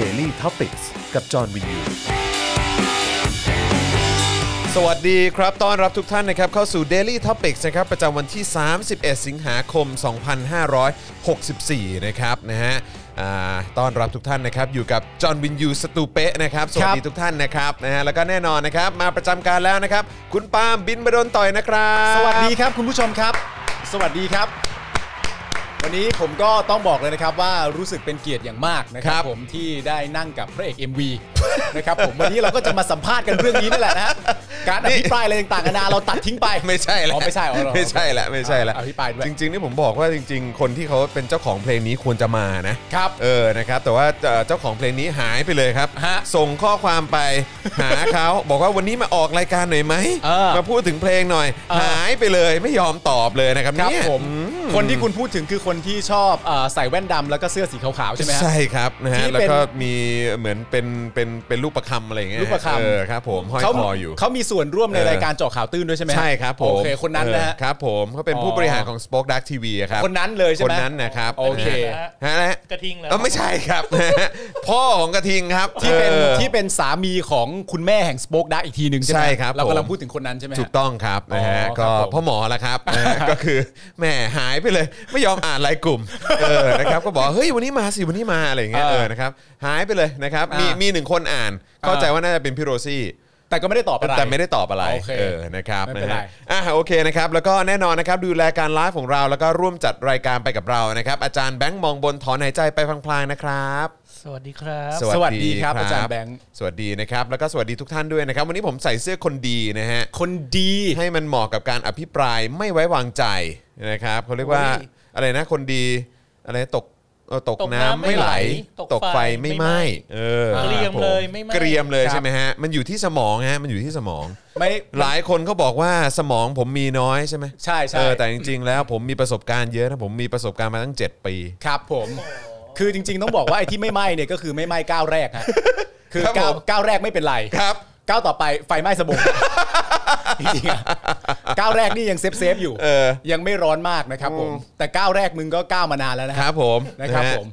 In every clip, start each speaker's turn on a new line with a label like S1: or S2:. S1: Daily t o p i c กกับจอห์นวินยู
S2: สวัสดีครับ ต้อนรับทุกท่านนะครับ เข้าสู่ Daily Topics นะครับ ประจำวันที่ 31 สิงหาคม 2564 นะครับนะฮะอ่าต้อนรับทุกท่านนะครับ อยู่กับจอห์นวินยูสตูเปะนะครับ สวัสดีทุกท่านนะครับนะฮะแล้วก็แน่นอนนะครับ มาประจำการแล้วนะครับ คุณปาล์มบินมาโดนต่อยนะครับ
S3: สวัสดีครับคุณผู้ชมครับ สวัสดีครับ วันนี้ผมก็ต้องบอกเลยนะครับว่ารู้สึกเป็นเกียรติอย่างมากนะค
S2: ค
S3: รั
S2: รั
S3: บบ ผมที่ได้นั่งกับพระเอก MV นะครับ ผมวันนี้เราก็จะมาสัมภาษณ์กันเรื่องนี้นี่แหละนะฮะการอภิปรายอะไรต่างๆนานาเราตัดทิ้งไป
S2: ไม่ใช่แหละ
S3: อ๋อไม่ใช่อ๋อเหรอ
S2: ไม่ใช่แหละไม่ใช่แหละ
S3: อ่ะอภิปรายด้วย
S2: จริงๆนี่ผมบอกว่าจริง ๆ คนที่เขาเป็นเจ้าของเพลงนี้ควรจะมานะ
S3: ครับ
S2: เออ นะครับ แต่ว่าเอ่อเจ้าของเพลงนี้หายไปเลยครับ
S3: ฮะ
S2: ส่งข้อความ ไป หาเขา บอกว่าวันนี้มาออกรายการหน่อยไหม
S3: เออ
S2: มาพูดถึงเพลงหน่อย
S3: เออ
S2: หายไปเลย ไม่ยอมตอบเลยนะครับ
S3: ครับ
S2: เนี่ย
S3: ผม
S2: อื
S3: คนที่คุณพูดถึงคือคนที่ชอบเอ่อใส่แว่นดำแล้วก็เสื้อสีขาวๆใช่ไหมฮะ
S2: ใช่ครับนะฮะ
S3: ที่
S2: แล้ว
S3: เป็น
S2: ก็มีเหมือนเป็น เป็น เป็นลูกประคำอะไรอย่างเงี้ย
S3: รูปประคำ
S2: เออครับผม ห้อยคออยู่
S3: เขามีส่วนร่วมใน
S2: เออ
S3: รายการเจาะข่าวตื้นด้วยใช่ไหมฮะ
S2: ใช่ครับผม
S3: โอเคคนนั้นนะฮะ
S2: เออครับผมเขาเป็น
S3: อ๋อ
S2: ผู้บริหารของ Spoke Dark TV อะครับ
S3: คนนั้นเลย
S2: ค
S3: ใช่ไห
S2: น
S3: ม
S2: นั้นนะครับ
S3: โอเค
S2: นะฮะนะฮะ
S4: กระทิงเหรอ
S2: เอ้าไม่ใช่ครับ พ่อของกระทิงครับ
S3: ที่เป็น
S2: ออ
S3: ที่เป็นสามีของคุณแม่แห่งสป็อกดักอีกทีหนึ่งใช่ไหม
S2: ใช่ครับ
S3: เรากำลั
S2: ผ
S3: ง
S2: ม
S3: พูดถึงคนนั้นใช่ไหมฮะ
S2: ถูกต้องครับนะฮะ
S3: อ๋อครับ
S2: ก็
S3: ผม
S2: พ่อหมอละครับ นะฮะ ก็คือแหมหายไปเลยไม่ยอมอ่านรายกลุ่ม เออนะครับก็บอกเฮ้ยวันนี้มาสิวันนี้มาอะไรอย่างเงี้ย
S3: เออ
S2: เออนะครับหายไปเลยนะครับมี
S3: อ่ามี
S2: มีหนึ่งคนอ่าน เข้า
S3: อ่า
S2: ใจว่าน่าจะเป็นพี่โรซี่
S3: แต่ก็ไม่ได้ตอบอะไร
S2: แต่ไม่ได้ตอบอะไร
S3: โอเค
S2: เออนะครับ
S3: ไม่
S2: นะ
S3: เป็นไร
S2: ฮะอ่ะโอเคนะครับ แล้วก็แน่นอนนะครับดูแลการไลฟ์ของเราแล้วก็ร่วมจัดรายการไปกับเรานะครับ อาจารย์แบงค์มองบนถอนหายใจไปพลางๆนะครับ
S4: สวัสดีครับ
S3: สวัสดีครับอาจารย์แบงค์
S2: สวัสดีนะครับ แล้วก็สวัสดีทุกท่านด้วยนะครับ วันนี้ผมใส่เสื้อคนดีนะฮะ
S3: คนดี
S2: ให้มันเหมาะกับการอภิปรายไม่ไว้วางใจนะครับเขาเรียกว่า
S4: โอ้ย
S2: อะไรนะคนดีอะไรตกเอ่อตก
S4: ตก
S2: น้ำ
S4: น้ำไม่
S2: ไม่ไหล
S4: ไหล
S2: ต
S4: ต
S2: ก
S4: ก
S2: ไฟ
S4: ไฟ
S2: ไม่
S4: ไม่
S2: ไห
S4: ไห
S2: ม้
S4: ม้
S2: เออ
S4: เกรียม
S2: คบผ
S4: เลยไม่ไหม้
S2: เกรียมเลยใช่ไหมฮะมันอยู่ที่สมองฮะมันอยู่ที่สมอง
S3: ไม่
S2: หลายคนเขาบอกว่าสมองผมมีน้อยใช่ไหม
S3: ใช่ใช่
S2: เออแต่จริง ๆ แล้วผมมีประสบการณ์เยอะนะผมมีประสบการณ์มาตั้ง 7 ปี
S3: ครับผม คือจริง ๆ ต้องบอกว่าไอ้ที่ไม่ไหม้เนี่ยก็คือไม่ไหม้ก้าวแรกฮะคือ
S2: ครับ
S3: ก้าว
S2: ผม
S3: ก้าวแรกไม่เป็นไร
S2: ครับ
S3: ก้าวต่อไปไฟไหม้ส บงจริงๆอะก้าวแรกนี่ยังเซฟเซฟๆอยู่
S2: เออ
S3: ยังไม่ร้อนมากนะครับผมแต่ก้าวแรกมึงก็ก้าวมานานแล้วนะ
S2: ค
S3: ฮะ
S2: รับผม
S3: นะครับ
S2: ฮ
S3: ผม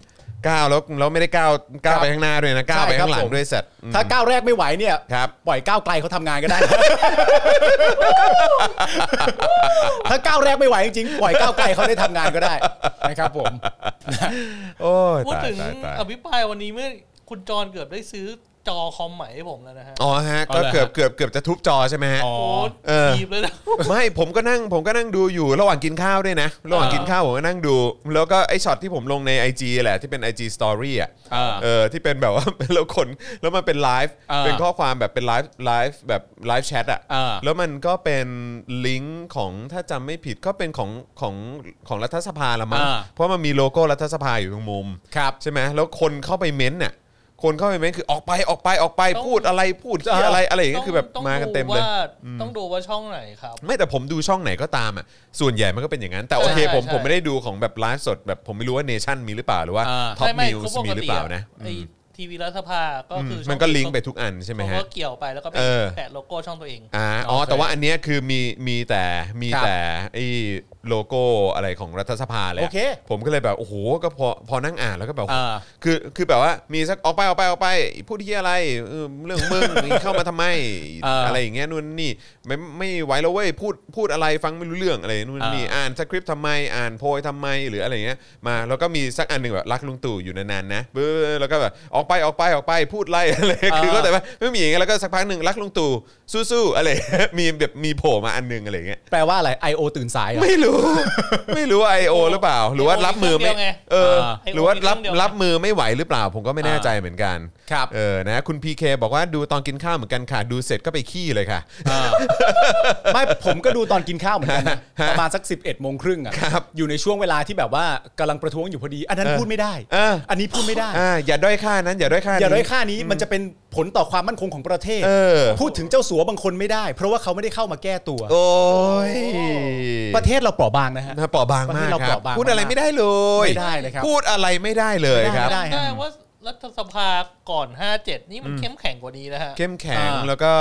S2: ก้าวแล้วแล้วไม่ได้ก้าวก้าว
S3: ครับ
S2: ไปข้างหน้าด้วยนะก้าว
S3: ใช่
S2: ไปข้างหลั
S3: ค
S2: ง
S3: รับผม
S2: ด้วยสัตว์
S3: ถ้าก้าวแรกไม่ไหวเนี่ย
S2: ครับ
S3: ปล่อยก้าวไกลเขาทำงานก็ได้ ถ้าก้าวแรกไม่ไหวจริงๆปล่อยก้าวไกลเขาได้ทำงานก็ได้นะครับผม
S2: โอ้ย
S4: พูด
S2: ตาย
S4: ถึง
S2: ตายตาย
S4: อภิปรายวันนี้เมื่อคุณจรเกือบได้ซื้อจอคอมใหม่ให้ผมแล้วนะฮะ
S2: อ๋อฮะ
S3: เอา
S2: ก็
S3: เหรอ
S2: เกือบ
S3: ฮะ
S2: เกือบเกือบจะทุบจอใช่ไหมฮะ
S3: อ๋อ
S4: โอ้
S2: เออ
S4: ทีบเลยนะ
S2: ไม่ผมก็นั่งผมก็นั่งดูอยู่ระหว่างกินข้าวด้วยนะ ระหว่างกินข้าวผมก็นั่งดู แล้วก็ไอช็อตที่ผมลงใน IG แหละที่เป็น IG Story อ่ะ
S3: เออ
S2: เออที่เป็นแบบว่า แล้วคนแล้วมันเป็นไลฟ์
S3: เออ
S2: เป็นข้อความแบบเป็นไลฟ์ไลฟ์แบบไลฟ์แชทอ่ะ
S3: เออ
S2: แล้วมันก็เป็นลิงก์ของถ้าจำไม่ผิดก็เป็นของของของรัฐสภาละมั้ง
S3: เออ
S2: เพราะมันมีโลโก้รัฐสภาอยู่ตรงมุม
S3: ครับ
S2: ใช่ไหมแล้วคนเข้าไปเม้นต์น่ะคนเข้าไปเม้นต์คือออกไปออกไปออกไป
S4: ต้อง
S2: พูดอะไรพูดที่อะไรอะไรอย่างเงี้ยคือแบบ
S4: ต้ง
S2: มากันเต็มเลย
S4: ดูว่าต้องดูว่าช่องไหนครับ
S2: ไม่แต่ผมดูช่องไหนก็ตามอ่ะส่วนใหญ่มันก็เป็นอย่างนั้น แต่โอเค
S4: ใช่
S2: ผม
S4: ใช่
S2: ผมไม่ได้ดูของแบบไลฟ์สดแบบผมไม่รู้ว่าเนชั่นมีหรือเปล่าหรือว่า
S3: อ่า
S2: ท็อป
S4: ไม่ไม่
S2: นิวส์มีหรือเปล่านะ
S4: ไอทีวีรัฐสภาก็คือ
S2: อืม
S4: ช่อ
S2: มันก็ลิงก์ไปทุกอันใช่ไหม
S4: เขา
S2: ฮะ
S4: ก็เกี่ยวไปแล้วก็ไป
S2: เออ
S4: แปะโลโก้ช่องตัวเอง
S2: อ่าอ๋อแต่ว่าอันเนี้ยคือมีมีแต่มี
S3: ครับ
S2: แต่ไอ้โลโก้อะไรของรัฐสภาเลยะ
S3: โอเค
S2: ผมก็เลยแบบโอ้โหก็พอพอนั่งอ่านแล้วก็แบบ
S3: อ่า
S2: คือคือแบบว่ามีสักออกไปออกไปออกไปพูดที่อะไรเออเรื่องของมึง เข้ามาทำไม
S3: อ่า
S2: อะไรอย่างเงี้ยนู่นนี่ไม่ไม่ไหวแล้วเว้ยพูดพูดอะไรฟังไม่รู้เรื่องอะไรนู่นนี่
S3: อ่า
S2: อ่านสคริปต์ทำไมอ่านโพยทำไมหรืออะไรเงี้ยมาแล้วก็มีสักอันหนึ่งแบบรักลุงตู่อยู่นานๆนะเบ้อแล้วก็แบบออกไปออกไปออกไปพูดไล่ อะไรคือก็
S3: อ่า
S2: แต่ แต่ว่าไม่มีอย่างเงี้ยแล้วก็สักพักหนึ่งรักลุงตู่สู้ๆอะไร มีแบบมีโผล่มาอันหนึงอะไรอย่างเงี้ย
S3: แปลว่าอะไร I.O. ตื่นสายเหร อ
S2: ไม่รู้ ไม่รู้ไอโอหรือเป ล่า หรือว่ารับมือไม่
S4: เครื่งเดียวไง
S2: เออ
S3: อ่า
S2: หรือว่ารับ
S4: ไอ้โอมีเครื่องเดียวไง
S2: รับมือไม่ไหวหรือเปล่า ผมก็ไม่แน่ใจเหมือนกัน
S3: ครับ
S2: เออนะคุณพีเคบอกว่าดูตอนกินข้าวเหมือนกันค่ะ ดูเสร็จก็ไปขี้เลยค่ะ
S3: อ่าไม่ผมก็ดูตอนกินข้าวเหมือนกันนะประมาณสัก 11บเอ็ดโมงครึ่งอ่ะ
S2: ครับ
S3: อยู่ในช่วงเวลาที่แบบว่ากำลังประท้วงอยู่พอดี อันนั้น
S2: เออ
S3: พูดไม่ได้
S2: เอออั
S3: นนี้พูดไม่ได้
S2: อ่าอย่าด้อยค่านั้น อย่าด้อยค่า
S3: อย่าด้อย
S2: นี้
S3: ค่านี้มันจะเป็นผลต่อความมั่นคงของประเทศ
S2: เออ
S3: พูดถึงเจ้าสัวบางคนไม่ได้ เพราะว่าเขาไม่ได้เข้ามาแก้ตัว
S2: โอ้ย
S3: ประเทศเราเปราะบางนะฮะ
S2: นะเปราะบาง
S3: ประ
S2: มา
S3: เท
S2: ก
S3: ศเรา
S2: ครับ
S3: เปราะบาง
S2: พูดอะไร
S3: มาก
S2: ไม่ได้เลย
S3: ไม่ได้เลยครับ
S2: พูดอะไรไม่ได้เลยครับ
S3: ไม่ได้ ฮะ
S4: ได้ว่ารัฐสภาก่อน 57 นี่มันเข้มแข็งกว่านี้นะฮะ
S2: เข้มแข็ง
S3: อ่า
S2: แล้วก็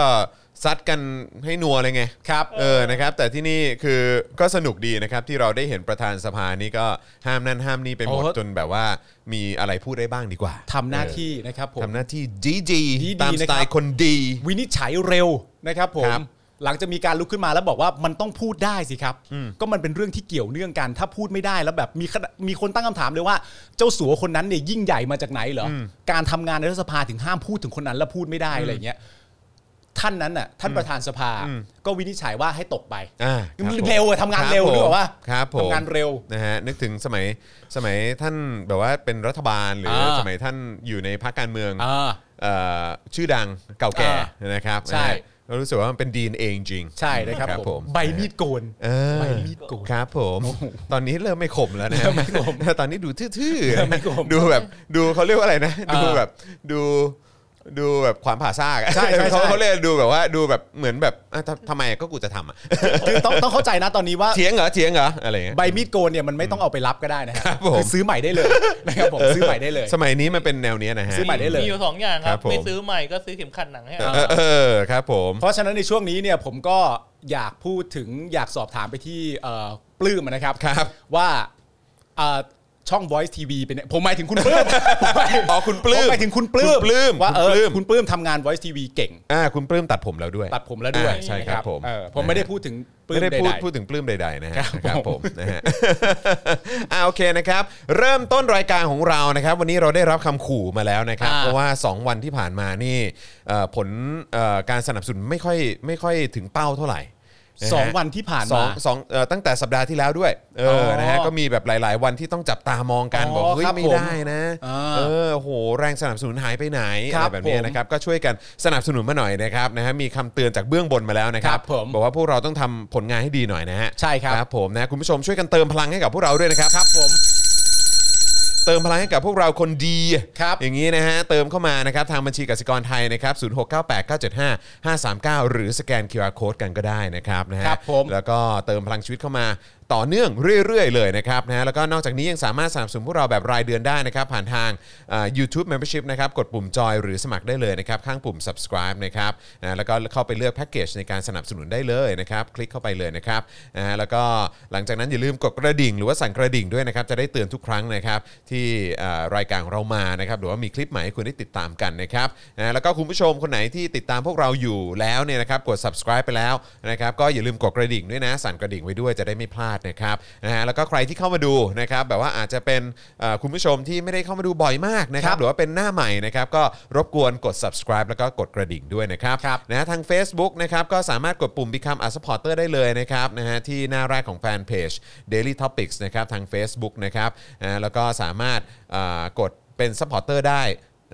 S2: ซัดกันให้นัวเลยไงครับเออนะครับแต่ที่นี่คือก็สนุกดีนะครับที่เราได้เห็นประธานสภานี่ก็ห้ามนั่นห้ามนี่ไปหมด
S3: โอ้
S2: จนแบบว่ามีอะไรพูดได้บ้างดีกว่า
S3: ทำหน้าที่นะครับผม
S2: ทำหน้าที่ดีดี
S3: ดีๆ
S2: ตามสไต
S3: นะครับ
S2: ล์คนดี
S3: วินิจฉัยเร็วนะครับผ
S2: ค
S3: ม
S2: รับ
S3: หลังจะมีการลุกขึ้นมาแล้วบอกว่ามันต้องพูดได้สิครับ ก็มันเป็นเรื่องที่เกี่ยวเนื่องกัน ถ้าพูดไม่ได้แล้วแบบมีขนาดมีคนตั้งคำถามเลยว่า เจ้าสัวคนนั้นเนี่ยยิ่งใหญ่มาจากไหนเหรออการทำงานในรัฐสภาถึงห้ามพูดถึงคนนั้นแล้วพูดไม่ได้อะไรอย่างเงี้ยท่านนั้นน่ะท่านประธานสภา ก็วินิจฉัยว่าให้ตกไป
S2: อ่าครับผม
S3: เร็วอะทำงานเร็ว
S2: คบผม
S3: หรือเปล่าวะ
S2: ครับผม
S3: ทำงานเร็ว
S2: นะฮะนึกถึงสมัยสมัยท่านแบบว่าเป็นรัฐบาลหรืออา สมัยท่านอยู่ในพรรคการเมือง
S3: อ่า
S2: เอ่อชื่อดังเก่าแก่
S3: อ่
S2: นะครับ
S3: ใช่
S2: นะฮะเรารู้สึกว่ามันเป็น DNA จริงๆ
S3: ใช่นะครับผมใบมีดโกน
S2: เออ
S3: ใบมีดโกน
S2: ครับผม ตอนนี้เริ่มไม่ขมแล้วนะ
S3: เริ่มไม่ขม
S2: ตอนนี้ดูทื่อ
S3: เริ่มไม่ขม
S2: ๆดูแบบดูเขาเรียกว่าอะไรนะ
S3: อ่า
S2: ดูแบบดูดูแบบความผ่าซากอะ
S3: ใช่ใช่ใช่
S2: เขาเขาเรียกดูแบบว่าดูแบบเหมือนแบบอ่ะทำทำไมก็กูจะทำอ่ะ
S3: คือต้องต้องเข้าใจนะตอนนี้ว่า
S2: เถียงเหรอเถียงเหรออะไรอย่างเงี้ย
S3: ใบมีดโกนเนี่ยมันไม่ต้องเอาไปรับก็ได้นะ
S2: ค
S3: ค
S2: รั
S3: รั
S2: บบ ผม
S3: คือซื้อใหม่ได้เลยนะครับผมซื้อใหม่ได้เลย
S2: สมัยนี้มันเป็นแนวเนี้ยนะฮะ
S3: ซื้อใหม่ได้เลย
S4: มีอยู่สองอย่างค
S2: ครั
S4: รั
S2: บบ ผม
S4: ไม่ซื้อใหม่ก็ซื้อเข็มขัดหนังให้
S2: เอ
S4: เอา
S2: อเออครับผม
S3: เพราะฉะนั้นในช่วงนี้เนี่ยผมก็อยากพูดถึงอยากสอบถามไปที่เอ่อปลื้มนะครับ
S2: ครับ
S3: ว่าเอ่อช่อง Voice TV เป็นไงผมหมายถึงคุณปลื้มผมหมาย
S2: อ๋อคุณปลื้
S3: ผม หมายถึงคุณปลื้ม
S2: ปลื้ม
S3: ว่าเอ
S2: คุณปลื้
S3: อ
S2: ม
S3: คุณปลื้มทำงาน Voice TV เก่ง
S2: อ่าคุณปลื้มตัดผมแล้วด้วย
S3: ตัดผมแล้วด้วย
S2: อ่าใช่ครับผม
S3: เออผมไม่ได้
S2: นะฮะ
S3: พูดถึงปลื้
S2: ไม่
S3: ม
S2: ได้พูด
S3: ใด
S2: พูดถึงปลื้มใดๆนะฮะ
S3: ครับ
S2: นะครับผมนะฮะ อ่าโอเคนะครับ เริ่มต้นรายการของเรานะครับ วันนี้เราได้รับคำขู่มาแล้วนะครับ
S3: อ่า
S2: เพราะว่า 2 วันที่ผ่านมานี่เอ่อผลเอ่อการสนับสนุนไม่ค่อยไม่ค่อยถึงเป้าเท่าไหร่ะฮะ
S3: สองวันที่ผ่านมา
S2: สองสองเอ่อตั้งแต่สัปดาห์ที่แล้วด้วยเอออ
S3: อ
S2: นะฮะก็มีแบบหลาย ๆ วันที่ต้องจับตามองกัน
S3: อ๋อ
S2: บอกเฮ้ย
S3: ครับ
S2: ไม่
S3: ผม
S2: ได้นะ
S3: อ่า
S2: เออโหแรงสนับสนุนหายไปไหน
S3: ค
S2: อะ
S3: รั
S2: ไร
S3: บ
S2: แบบเนี้ย
S3: ผม
S2: นะครับก็ช่วยกันสนับสนุนมาหน่อยนะครับนะฮะมีคำเตือนจากเบื้องบนมาแล้วนะครั
S3: ครับ บผม
S2: บอกว่าพวกเราต้องทำผลงานให้ดีหน่อยนะฮะ
S3: ใช่ครับ
S2: ครับผมนะคุณผู้ชมช่วยกันเติมพลังให้กับพวกเราด้วยนะครับ
S3: ๆครับผม
S2: เติมพลังให้กับพวกเราคนดี
S3: ครับ
S2: อย่างนี้นะฮะเติมเข้ามานะครับทางบัญชีกสิกรไทยนะครับ0698 975 539 หรือสแกน QR Code กันก็ได้นะครับนะฮะ
S3: ครับผม
S2: แล้วก็เติมพลังชีวิตเข้ามาต่อเนื่องเรื่อย ๆ เลยนะครับนะฮะแล้วก็นอกจากนี้ยังสามารถสนับสนุนพวกเราแบบรายเดือนได้นะครับ ผ่านทางเอ่อ YouTube Membership นะครับกดปุ่มจอยหรือสมัครได้เลยนะครับ ข้างปุ่ม subscribe นะครับนะแล้วก็เข้าไปเลือกแพ็กเกจในการสนับสนุนได้เลยนะครับ คลิกเข้าไปเลยนะครับนะฮะแล้วก็หลังจากนั้นอย่าลืมกดกระดิ่ง หรือว่าสั่นกระดิ่งด้วยนะครับจะได้เตือนทุกครั้งนะครับ ที่เอ่อรายการของเรามานะครับหรือว่ามีคลิปใหม่ให้คุณได้ติดตามกันนะครับนะแล้วก็คุณผู้ชมคนไหนที่ติดตามพวกเราอยู่แล้วเนี่ยนะครับกด subscribe ไปแล้วนะครับก็อย่าลืมกดกระดิ่งด้วยนะ สั่นกระดิ่งไว้ด้วยจะได้ไม่พลาดนะครับนะฮะแล้วก็ใครที่เข้ามาดูนะครับแบบว่าอาจจะเป็นเอ่อคุณผู้ชมที่ไม่ได้เข้ามาดูบ่อยมากนะครับ
S3: ครับ
S2: หรือว่าเป็นหน้าใหม่นะครับก็รบกวนกด subscribe แล้วก็กดกระดิ่งด้วยนะครับ
S3: ครับ
S2: นะฮะทาง Facebook นะครับก็สามารถกดปุ่ม become a supporter ได้เลยนะครับนะฮะที่หน้าแรกของแฟนเพจ daily topics นะครับทาง Facebook นะครับนะแล้วก็สามารถอ่ากดเป็น supporter ได้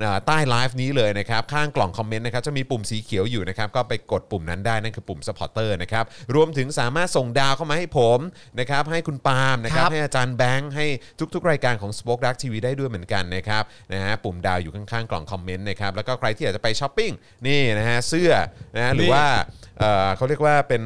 S2: อ่าใต้ไลฟ์นี้เลยนะครับ ข้างกล่องคอมเมนต์นะครับจะมีปุ่มสีเขียวอยู่นะครับ ก็ไปกดปุ่มนั้นได้ นั่นคือปุ่ม supporter นะครับ รวมถึงสามารถส่งดาวเข้ามาให้ผมนะครับ ให้คุณปาล์มนะครับ
S3: ครับ
S2: ให้อาจารย์แบงค์ให้ทุกๆ รายการของ Spoke Dark TV ได้ด้วยเหมือนกันนะครับนะฮะปุ่มดาวอยู่ข้างๆกล่องคอมเมนต์นะครับแล้วก็ใครที่อยากจะไปช้อปปิ้งนี่นะฮะเสื้อนะฮะหรือว่าเอ่อเขาเรียกว่าเป็น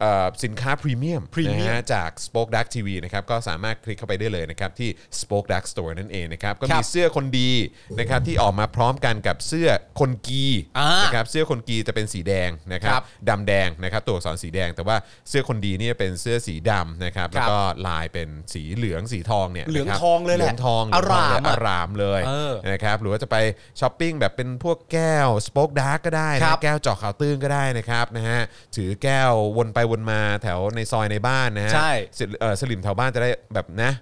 S2: เอ่อสินค้าพรีเมียม
S3: Premium
S2: นะฮะจาก Spoke Dark TV นะครับก็สามารถคลิกเข้าไปได้เลยนะครับที่ Spoke Dark Store นั่นเองนะครับก็
S3: ครั
S2: มี
S3: บ
S2: เสื้อคนดีนะครับที่ออกมาพร้อมกันกับเสื้อคนกี
S3: อ่าน
S2: นะครับ นะครับเสื้อคนกีจะเป็นสีแดงนะครับ
S3: ครับ
S2: ดำแดงนะครับตัวอักษรสีแดง แต่ว่าเสื้อคนดีเนี่ยเป็นเสื้อสีดำนะครับแล้วก็ลายเป็นสีเหลืองสีทองเนี่ย
S3: เหลือง
S2: นะครับ
S3: ทองเลย
S2: เห
S3: แหละ
S2: ลืองทองเหลืงทง
S3: อาราม
S2: เลย
S3: อะ
S2: อารามเลย
S3: เออ
S2: นะครับหรือว่าจะไปช้อปปิ้งแบบเป็นพวกแก้วสป็อกดาร์กก็ได้
S3: ครั
S2: นะ
S3: บ
S2: แก้วเจาะข่าวตื้นก็ได้นะครับนะฮะถือแก้ววนไปวนมาแถวในซอยในบ้านนะฮะ
S3: ใช่
S2: สิเอ่อสลิมแถวบ้านจะได้แบบนะ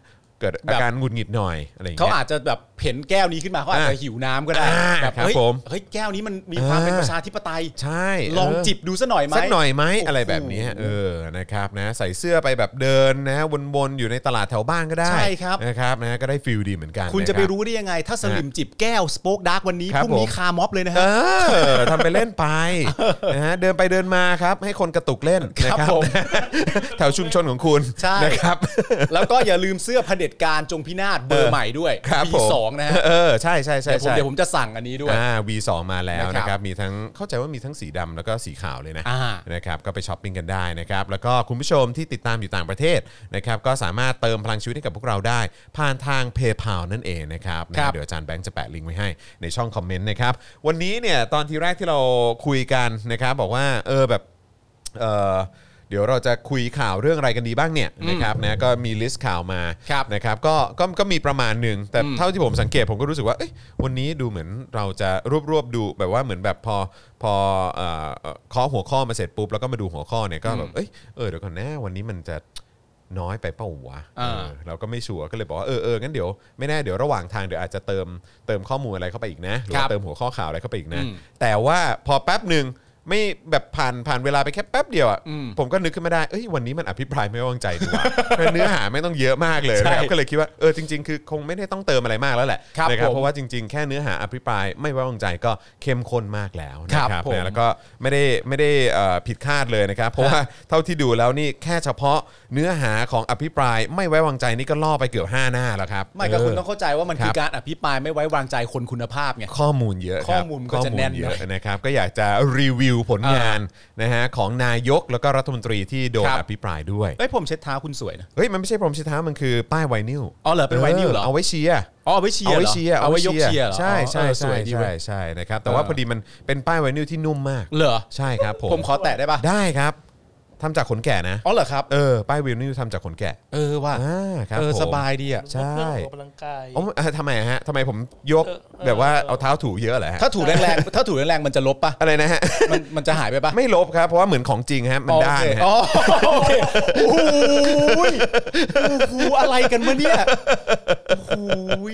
S2: เกิดอาการหงุดหงิดหน่อยอะไรอย่าง
S3: เขา
S2: เงี้ย
S3: อาจจะแบบเห็นแก้วนี้ขึ้นมาเขาอาจจะหิวน้ำก็ได้
S2: อ่า
S3: แบบ
S2: ครับ
S3: เฮ้ย
S2: ผม
S3: เฮ้ยแก้วนี้มันมีความเป็น
S2: อ่า
S3: ประชาธิปไตย
S2: ใช่เ
S3: ลองจิบดูสักหน่อยไหม
S2: สักหน่อยไหม
S3: โอ้โห
S2: อะไรแบบนี้เออนะครับนะใส่เสื้อไปแบบเดินนะวนๆอยู่ในตลาดแถวบ้านก็ได้
S3: ใช่ครับ
S2: นะครับนะก็ได้ฟิลดีเหมือนกัน
S3: คุณจะไป
S2: นบ
S3: รู้ได้ยังไง ถ้าสลิมจิบแก้วสโป๊กดาร์กวันนี้
S2: ครับ
S3: พรุ่งนี้
S2: ผม
S3: คาม็อบเลยนะ
S2: เอ
S3: ฮะ
S2: อทำไปเล่นไปนะฮะเดินไปเดินมาครับให้คนกระตุกเล่นนะ ค
S3: ครั
S2: รับบ
S3: ผม
S2: แถวชุมชนของคุณ
S3: ใช่
S2: นะครับ
S3: แล้วก็อย่าลืมเสื้อเผด็จการจงพินาศเบอร์ใหม่ด้วย
S2: ครับผม
S3: สอง นะฮะ
S2: เออใช่ใช่ใช่
S3: เดี๋
S2: ใช่
S3: ยวผมเดี๋ยวผมจะสั่งอันนี้ด้วย
S2: อ่า V2 มาแล้ว
S3: นะครับ
S2: นะครับมีทั้งเข้าใจว่ามีทั้งสีดำแล้วก็สีขาวเลยนะ
S3: อ่า
S2: นะครับก็ไปช้อปปิ้งกันได้นะครับแล้วก็คุณผู้ชมที่ติดตามอยู่ต่างประเทศนะครับก็สามารถเติมพลังชีวิตให้กับพวกเราได้ ผ่านทาง PayPal นั่นเองนะครับนะ
S3: ค
S2: ฮะ
S3: รับ
S2: เดี๋ยวอาจารย์แบงค์จะแปะลิงก์ไว้ให้ในช่องคอมเมนต์นะครับวันนี้เนี่ยตอนทีแรกที่เราคุยกันนะครับบอกว่าเออแบบเออเดี๋ยวเราจะคุยข่าวเรื่องอะไรกันดีบ้างเนี่ยนะครับนะก็มีลิสต์ข่าวมา
S3: ครับ
S2: นะครับก็ก็ก็มีประมาณหนึ่งแต่เท่าที่ผมสังเกตผมก็รู้สึกว่าเอ้ยวันนี้ดูเหมือนเราจะรวบรวบดูแบบว่าเหมือนแบบพอพอเอ่อเอ่อเคาะหัวข้อมาเสร็จปุ๊บแล้วก็มาดูหัวข้อเนี่ยก็แบบเอ้ยเออเดี๋ยวก่อนนะวันนี้มันจะน้อยไปเป้าวะ
S3: อ่า
S2: เออเราก็ไม่ชัวร์ก็เลยบอกว่าเออเอองั้นเดี๋ยวไม่แน่เดี๋ยวระหว่างทางเดี๋ยวอาจจะเติมเติมข้อมูลอะไรเข้าไปอีกนะหรือว่าเติมหัวข้อข่าวอะไรเข้าไปอีกนะ แต่ว่าพอแป๊บหนึ่งไม่แบบผ่านผ่านเวลาไปแค่แป๊บเดียวอ่ะผมก็นึกขึ้นมาได้เอ้ยวันนี้มันอภิปรายไม่ไว้วางใจดีกว่า เนื้อหาไม่ต้องเยอะมากเลย
S3: ใช่
S2: นะครับก็เลยคิดว่าเออจริง ๆ คือคงไม่ได้ต้องเติมอะไรมากแล้วแหละ
S3: ครับ
S2: นะครับ
S3: ผม
S2: เพราะว่าจริง ๆ แค่เนื้อหาอภิปรายไม่ไว้วางใจก็เข้มข้นมากแล้วนะค
S3: ครั
S2: รับบ
S3: ผม
S2: นะแล้วก็ไม่ได้ไม่ได้เอ่อผิดคาดเลยนะครับเพราะว่าเท่าที่ดูแล้วนี่แค่เฉพาะเนื้อหาของอภิปรายไม่ไว้วางใจนี่ก็ล่อไปเกือบห้าหน้าแล้วครับ
S3: ไม่ก็คุณ
S2: เ
S3: ต้องเข้าใจว่ามัน
S2: ค
S3: คื
S2: รั
S3: อบ การอภิปรายไม่ไว้วางใจคนคุณภาพไง
S2: ข้อมูลเยอะครับ
S3: ข้อมูลก็จะแน่นหน่อย
S2: ข้อมูลเยอะนะครับก็อยากจะรีวิวผลงานนะฮะของนายกแล้วก็รัฐมนตรีที่โดน
S3: ครับ
S2: อภิปรายด้วย
S3: เอ้ยผมเช็ดเท้าคุณสวยนะ
S2: เฮ้ย มันไม่ใช่พรมชิดเท้ามันคือป้ายไวนิล
S3: อ๋อเหรอเป็นไวนิลเหรอ
S2: เอาไว้เชียร์
S3: อ๋อเอาไว้เชียร์
S2: เอา
S3: เหร
S2: ไว้
S3: อ
S2: เชียร์
S3: เอาไว้ยกเชียร์เหรอ
S2: ใช่ใช่
S3: เออส
S2: ใช่
S3: วยดีเว้
S2: ใช่
S3: ย
S2: ใช่นะครับแต่ว่า
S3: เออ
S2: พอดีมันเป็นป้ายไวนิลที่นุ่มมาก
S3: เหรอ
S2: ใช่ครับผม
S3: ผมขอแตะได้ปะ
S2: ได้ครับทำจากขนแกะนะ
S3: อ๋อเหรอครับ
S2: เออป้ายไวนิลทำจากขนแกะ
S3: เออว่ะ
S2: อ่าครับ
S3: เออ
S2: ผม
S3: สบายดีอ่ะ
S2: ใช่
S4: เพื่อออกกำลังกาย
S2: อ๋อเอ่อท ำไมฮะทำไมผมยก
S4: เออเออ
S2: แบบว่าเอาเท้าถูเยอะเหรอฮะ
S3: ถ้าถูแรงๆ ถ้าถูแรงๆ มันจะลบปะ
S2: อะไร นะฮะ
S3: มันมันจะหายไปปะ
S2: ไม่ลบครับเพราะว่าเหมือนของจริงฮะมันด้านฮะ
S3: อ๋อโอเคโอ้โหโอ้โหอะไรกันวะเนี่ยโอ้โห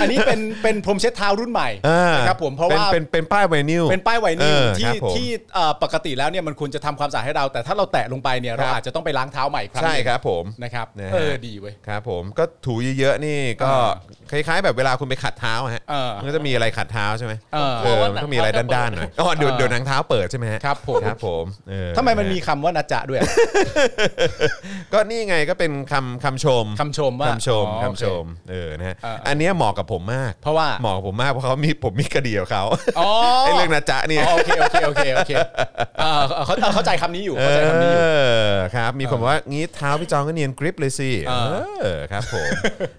S3: อันนี้เป็นเป็นพรมเช็ดเท้ารุ่นใหม่
S2: า
S3: นะครับผมเพราะว่า
S2: เป็นเป็นเป็นป้ายไวนิล
S3: เป็นป้ายไวนิล
S2: เออค
S3: ที่
S2: รับผม
S3: ที่เอ่อปกติแล้วเนี่ยมันควรจะทำความสะอาดให้เรา แต่ถ้าเราแตะลงไปเนี่ยเรา
S2: ครับ
S3: อาจจะต้องไปล้างเท้าใหม่อีกครั้ง
S2: ใช่
S3: หนึ่ง
S2: ครับผม
S3: นะครับ
S2: นะฮะ
S3: เออดีเว้ย
S2: ครับผมก็ถูเยอะๆนี่ก็คล้ายๆ แบบเวลาคุณไปขัดเท้าอะฮะ
S3: เออ
S2: มันก็จะมีอะไรขัดเท้าใช่ไหม
S3: เออ
S2: เออมันต้องมีอะไรด้านๆหน่อยอ๋อเดี๋ยวเดี๋ยวหนังเท้าเปิดใช่ไหมฮะ
S3: ครับผม
S2: ครับผมเออ
S3: ทำไมมันมีคำว่านะจ๊ะด้วยอะ
S2: ก็นี่ไงก็เป็นคำคำชม
S3: คำชมว่า
S2: คำชม
S3: อ๋อ
S2: คำชมเออนะฮะ
S3: เอออั
S2: อันเนี้ยเหมาะกับผมมาก
S3: เพราะว่า
S2: เหมาะกับผมมากเพราะเขามีผมมีคดีกับเขา
S3: อ๋อ
S2: ไอ้เรื่องนะจ๊ะเนี่ย
S3: อ๋อโอเคโอเคโอเคโอเคเออเออเขาเออเข้าใจคำนี้อยู่
S2: เอ
S3: เข้าใจคำนี้อยู่
S2: อครับมีคนบอกว่างี้เท้าพี่จองก็เนียนกริปเลยสิ
S3: เออ
S2: เออครับผม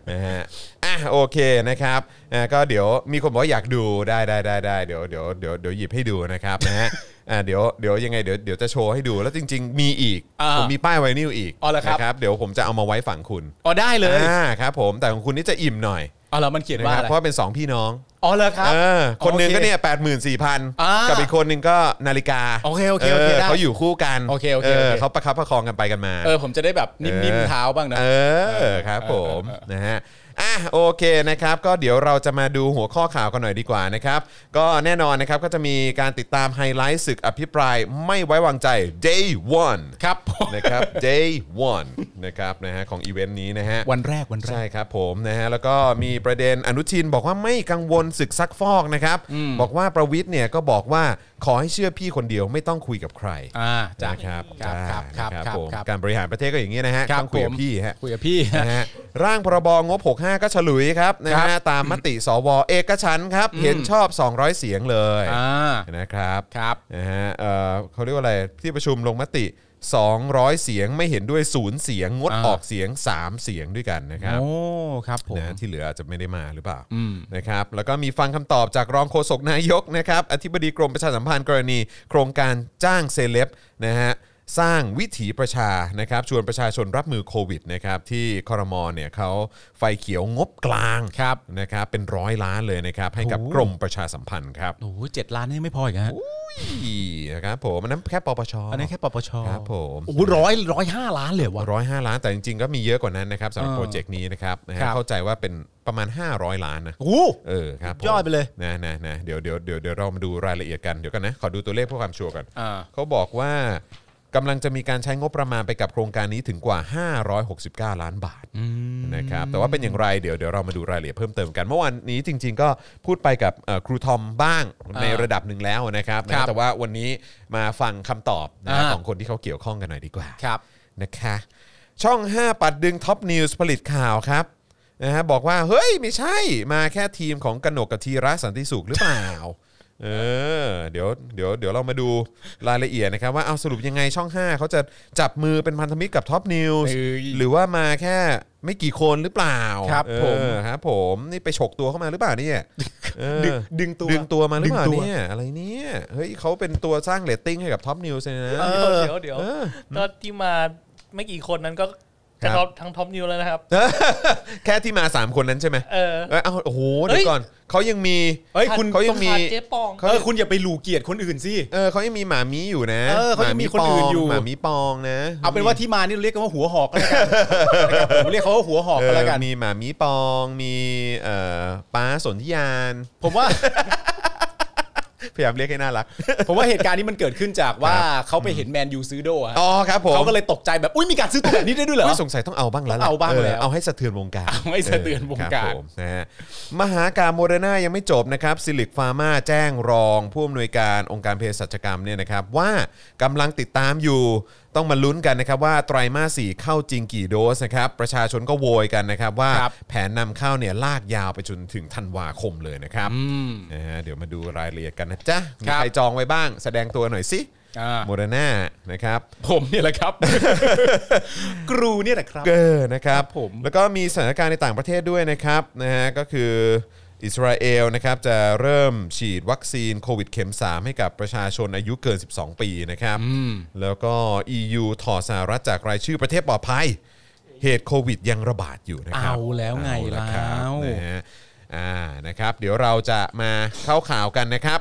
S2: นะฮะอ่ะโอเคนะครับอ่ะก็เดี๋ยวมีคนบอกว่าอยากดูได้ได้ได้ได้เดี๋ยวเดี๋ยวเดี๋ยวเดี๋ยวหยิบให้ดูนะครับนะ ฮะอ่ะเดี๋ยวเดี๋ยวยังไงเดี๋ยวเดี๋ยวจะโชว์ให้ดูแล้วจริง ๆ มีอีก
S3: อ่า
S2: ผมมีป้ายไวนิลอีก
S3: อ๋อเหรอครับ
S2: นะครับเดี๋ยวผมจะเอามาไว้ฝั่งคุณ
S3: อ๋อได้เลย
S2: อ่าครับผมแต่ของคุณนี่จะอิ่มหน่อย
S3: อ๋อแล้วมันเขียน
S2: นะ
S3: ว่า
S2: ครั
S3: อะ
S2: บ
S3: ไร
S2: เพราะว่าเป็นสองพี่น้อง
S3: อ๋อเหรอครับ
S2: เออคนหนึ่ง
S3: โอเค
S2: ก็เนี่ยแปดหมื่นสี่พัน
S3: อ่ากั
S2: กับอีกคนหนึ่งก็นาฬิกา
S3: โอเคโอเคโอเคได้
S2: เขาอยู่คู่กัน
S3: โอเคโอเคโอเค
S2: เขาประคับประคองกันไปกันมา
S3: เออผมจะได้แบบนิ่มๆเท้าบ้างนะ
S2: เออครับผม
S3: เออเออเออ
S2: นะฮะอ่ะโอเคนะครับ ก็เดี๋ยวเราจะมาดูหัวข้อข่าวกันหน่อยดีกว่านะครับ ก็แน่นอนนะครับก็จะมีการติดตามไฮไลท์ศึกอภิปรายไม่ไว้วางใจ day one
S3: ครับผม
S2: นะครับ day one นะครับนะฮะของอีเวนต์นี้นะฮะ
S3: วันแรกวันแร
S2: ใช่
S3: ก
S2: ครับผมนะฮะแล้วก็มีประเด็นอนุทินบอกว่าไม่กังวลศึกซักฟอกนะครับ บอกว่าประวิทย์เนี่ยก็บอกว่าขอให้เชื่อพี่คนเดียวไม่ต้องคุยกับใคร
S3: อ่าจ้ะ
S2: นะครับ
S3: ครับ
S2: อ่า
S3: ครับครับ
S2: นะครับ
S3: ครับ
S2: ผม
S3: ครับ
S2: การบริหารประเทศก็อย่างนี้นะฮะ
S3: ครับ
S2: ต้องคุยกั
S3: ผ
S2: บ
S3: ม
S2: พี่ฮะ
S3: คุยกับพี่
S2: นะฮะร่างพรบงบ 65 ก็ฉลุยครับนะ
S3: ครั
S2: ฮะ
S3: บ
S2: ตามมติสวเอกฉันท์ครับ เห็นชอบ 200 เสียงเลย
S3: อ่า
S2: นะครับ
S3: ครับ
S2: นะฮะเอ่อเขาเรียกว่าอะไรที่ประชุมลงมติ 200 เสียงไม่เห็นด้วยศูนย์เสียงงด
S3: อ่า
S2: ออกเสียง 3 เสียงด้วยกันนะครับ
S3: โอ้ครับผม
S2: นะที่เหลืออาจจะไม่ได้มาหรือเปล่านะครับแล้วก็มีฟังคำตอบจากรองโฆษกนายกนะครับอธิบดีกรมประชาสัมพันธ์กรณี โครงการจ้างเซเลบนะฮะสร้างวิถีประชานะครับชวนประชาชนรับมือโควิดนะครับที่คอรมอเนี่ยเขาไฟเขียวงบกลาง
S3: ครับ
S2: นะครับเป็นร้อยล้านเลยนะครับให้กับ
S3: โอ้โห
S2: กรมประชาสัมพันธ์ครับ
S3: โอ้โหเจ็ดล้านนี่ไม่พออีกฮะ
S2: อีนะครับผมอันนั้นแค่ปปช
S3: อันนี้นแค่ปปช
S2: ครับผม
S3: โอ้โหร้อยร้อยห้าล้านเลยเหรอวะ
S2: ร้อยห้าล้านแต่จริงๆก็มีเยอะกว่านั้นนะครับสำหรับ
S3: เออ
S2: โปรเจกต์นี้นะครับนะฮะ
S3: ครับ
S2: เข้าใจว่าเป็นประมาณ 500 ล้านนะ
S3: โอ้โห
S2: เออครับผม
S3: ยอดไปเลย
S2: นะนะนะเดี๋ยวเดี๋ยวเดี๋ยวเดี๋ยวเรามาดูรายละเอียดกันเดี๋ยวกันนะ ขอดูตัวเลขเพื่อความชัวร์กัน
S3: อ่า
S2: เขาบอกว่ากำลังจะมีการใช้งบประมาณไปกับโครงการนี้ถึงกว่า 569 ล้านบาทนะครับแต่ว่าเป็นอย่างไรเดี๋ยวเดี๋ยวเรามาดูรายละเอียดเพิ่มเติมกัน เมื่อวันนี้จริง ๆ ก็พูดไปกับเอ่อครูทอมบ้างในระดับหนึ่งแล้วนะครับนะแต่ว่าวันนี้มาฟังคำตอบนะ
S3: อ่า
S2: ของคนที่เขาเกี่ยวข้องกันหน่อยดีกว่า
S3: ครับ
S2: นะคะช่อง 5 ปัดดึงท็อปนิวส์ผลิตข่าวครับ นะฮะบอกว่าเฮ้ยไม่ใช่มาแค่ทีมของกนกกับธีระสันติสุขหรือเป ล่า เออเดี๋ยวเดี๋ยวเดี๋ยวเรามาดูรายละเอียดนะครับ ว่าเอาสรุปยังไงช่อง 5 เขาจะจับมือเป็นพันธมิตรกับท็อปนิวส์
S3: เอ้ย
S2: หรือว่ามาแค่ไม่กี่คนหรือเปล่า
S3: ครับผม
S2: เออครับผมนี่ไปฉกตัวเข้ามาหรือเปล่าเนี่ยเออ
S3: ดึงดึงตัว
S2: ดึงตัวมาหรือเปล่า
S3: ดึงตัว
S2: เนี่ยอะไรเนี่ยเฮ้ยเขาเป็นตัวสร้างเรตติ้งให้กับท็อปนิวส์เลยนะ
S3: เออ
S4: เดี๋ยวเดี๋ยว
S2: เออ
S4: ตอนที่มาไม่กี่คนนั้นก็
S2: ครั
S4: จะ
S2: บ
S4: ท็อปทั้งท็อปนิวแล้วนะครับ
S2: แค่ที่มา 3 คนนั้นใช่ไหม
S4: เออ
S2: เอยเอาโอ้โหเดี๋ยวก่อนเขายังมี
S3: เอ้ยคุณ
S2: เขายังมี
S4: ต้อขาดเจ๊ปอง
S3: เออคุณอย่าไปหลูเกียรติคนอื่นสิ
S2: เออเขายังมีหมามีอยู่นะ
S3: เออเขายังมีคนอื่นอยู่
S2: หมามีปองหมมีปงนะ
S3: เอาเป็นว่าที่มานี่เราเรียกกันว่าหัวหอกก็แล้วกันนะครับผมเรียกเขาว่าหัวหอก
S2: เอ
S3: ก็
S2: อ
S3: แล้วกัน
S2: มีหมามีปองมีเอ่อป้าสนธิยาน
S3: ผมว่า
S2: พยายามเรียกให้น่ารัก
S3: ผมว่าเหตุการณ์นี้มันเกิดขึ้นจากว่าเขาไปเห็นแมนยูซื้อโดอะ
S2: อ๋อครับผม
S3: เขาก็เลยตกใจแบบอุ้ยมีการซื้อตัวแบบนี้ได้ด้วยเหรอ
S2: ไม่สงสัยต้องเอาบ้างแล้วล่ะ
S3: เอาบ้างแล้ว
S2: เอาให้สะเทือนวงการ
S3: เอาให้สะเทือนวงการ
S2: เออคบผม ผมนะฮะมหาการโมเดอร์นายังไม่จบนะครับซิลิกฟาร์มาแจ้งรองผู้อำนวยการองค์การเภสัชกรรมเนี่ยนะครับว่ากำลังติดตามอยู่ต้องมาลุ้นกันนะครับว่าไตรมาสสี่เข้าจริงกี่โดสนะครับประชาชนก็โวยกันนะครับว่า
S3: ครับ
S2: แผนนำเข้าเนี่ยลากยาวไปจนถึงธันวาคมเลยนะครับนะฮะเดี๋ยวมาดูรายละเอียดกันนะจ๊ะมีใครจองไว้บ้าง แสดงตัวหน่อยสิ
S3: อ่า
S2: โมเดอร์นานะครับ
S3: ผมเนี่ยแหละครับ กรูเนี่ยแหละ ครับ
S2: เกอร์นะครับ
S3: ครับผม
S2: แล้วก็มีสถานการณ์ในต่างประเทศด้วยนะครับนะฮะก็คืออิสราเอลนะครับจะเริ่มฉีดวัคซีนโควิดเข็ม 3 ให้กับประชาชนอายุเกิน 12 ปีนะครับแล้วก็ EU ถอดสหรัฐจากรายชื่อประเทศปลอดภัย เหตุโควิดยังระบาดอยู่นะครับ
S3: เอาแล้วไง
S2: เอาะครับ
S3: แล้ว
S2: นะฮะอ่านะครับ เดี๋ยวเราจะมาเข้าข่าวกันนะครับ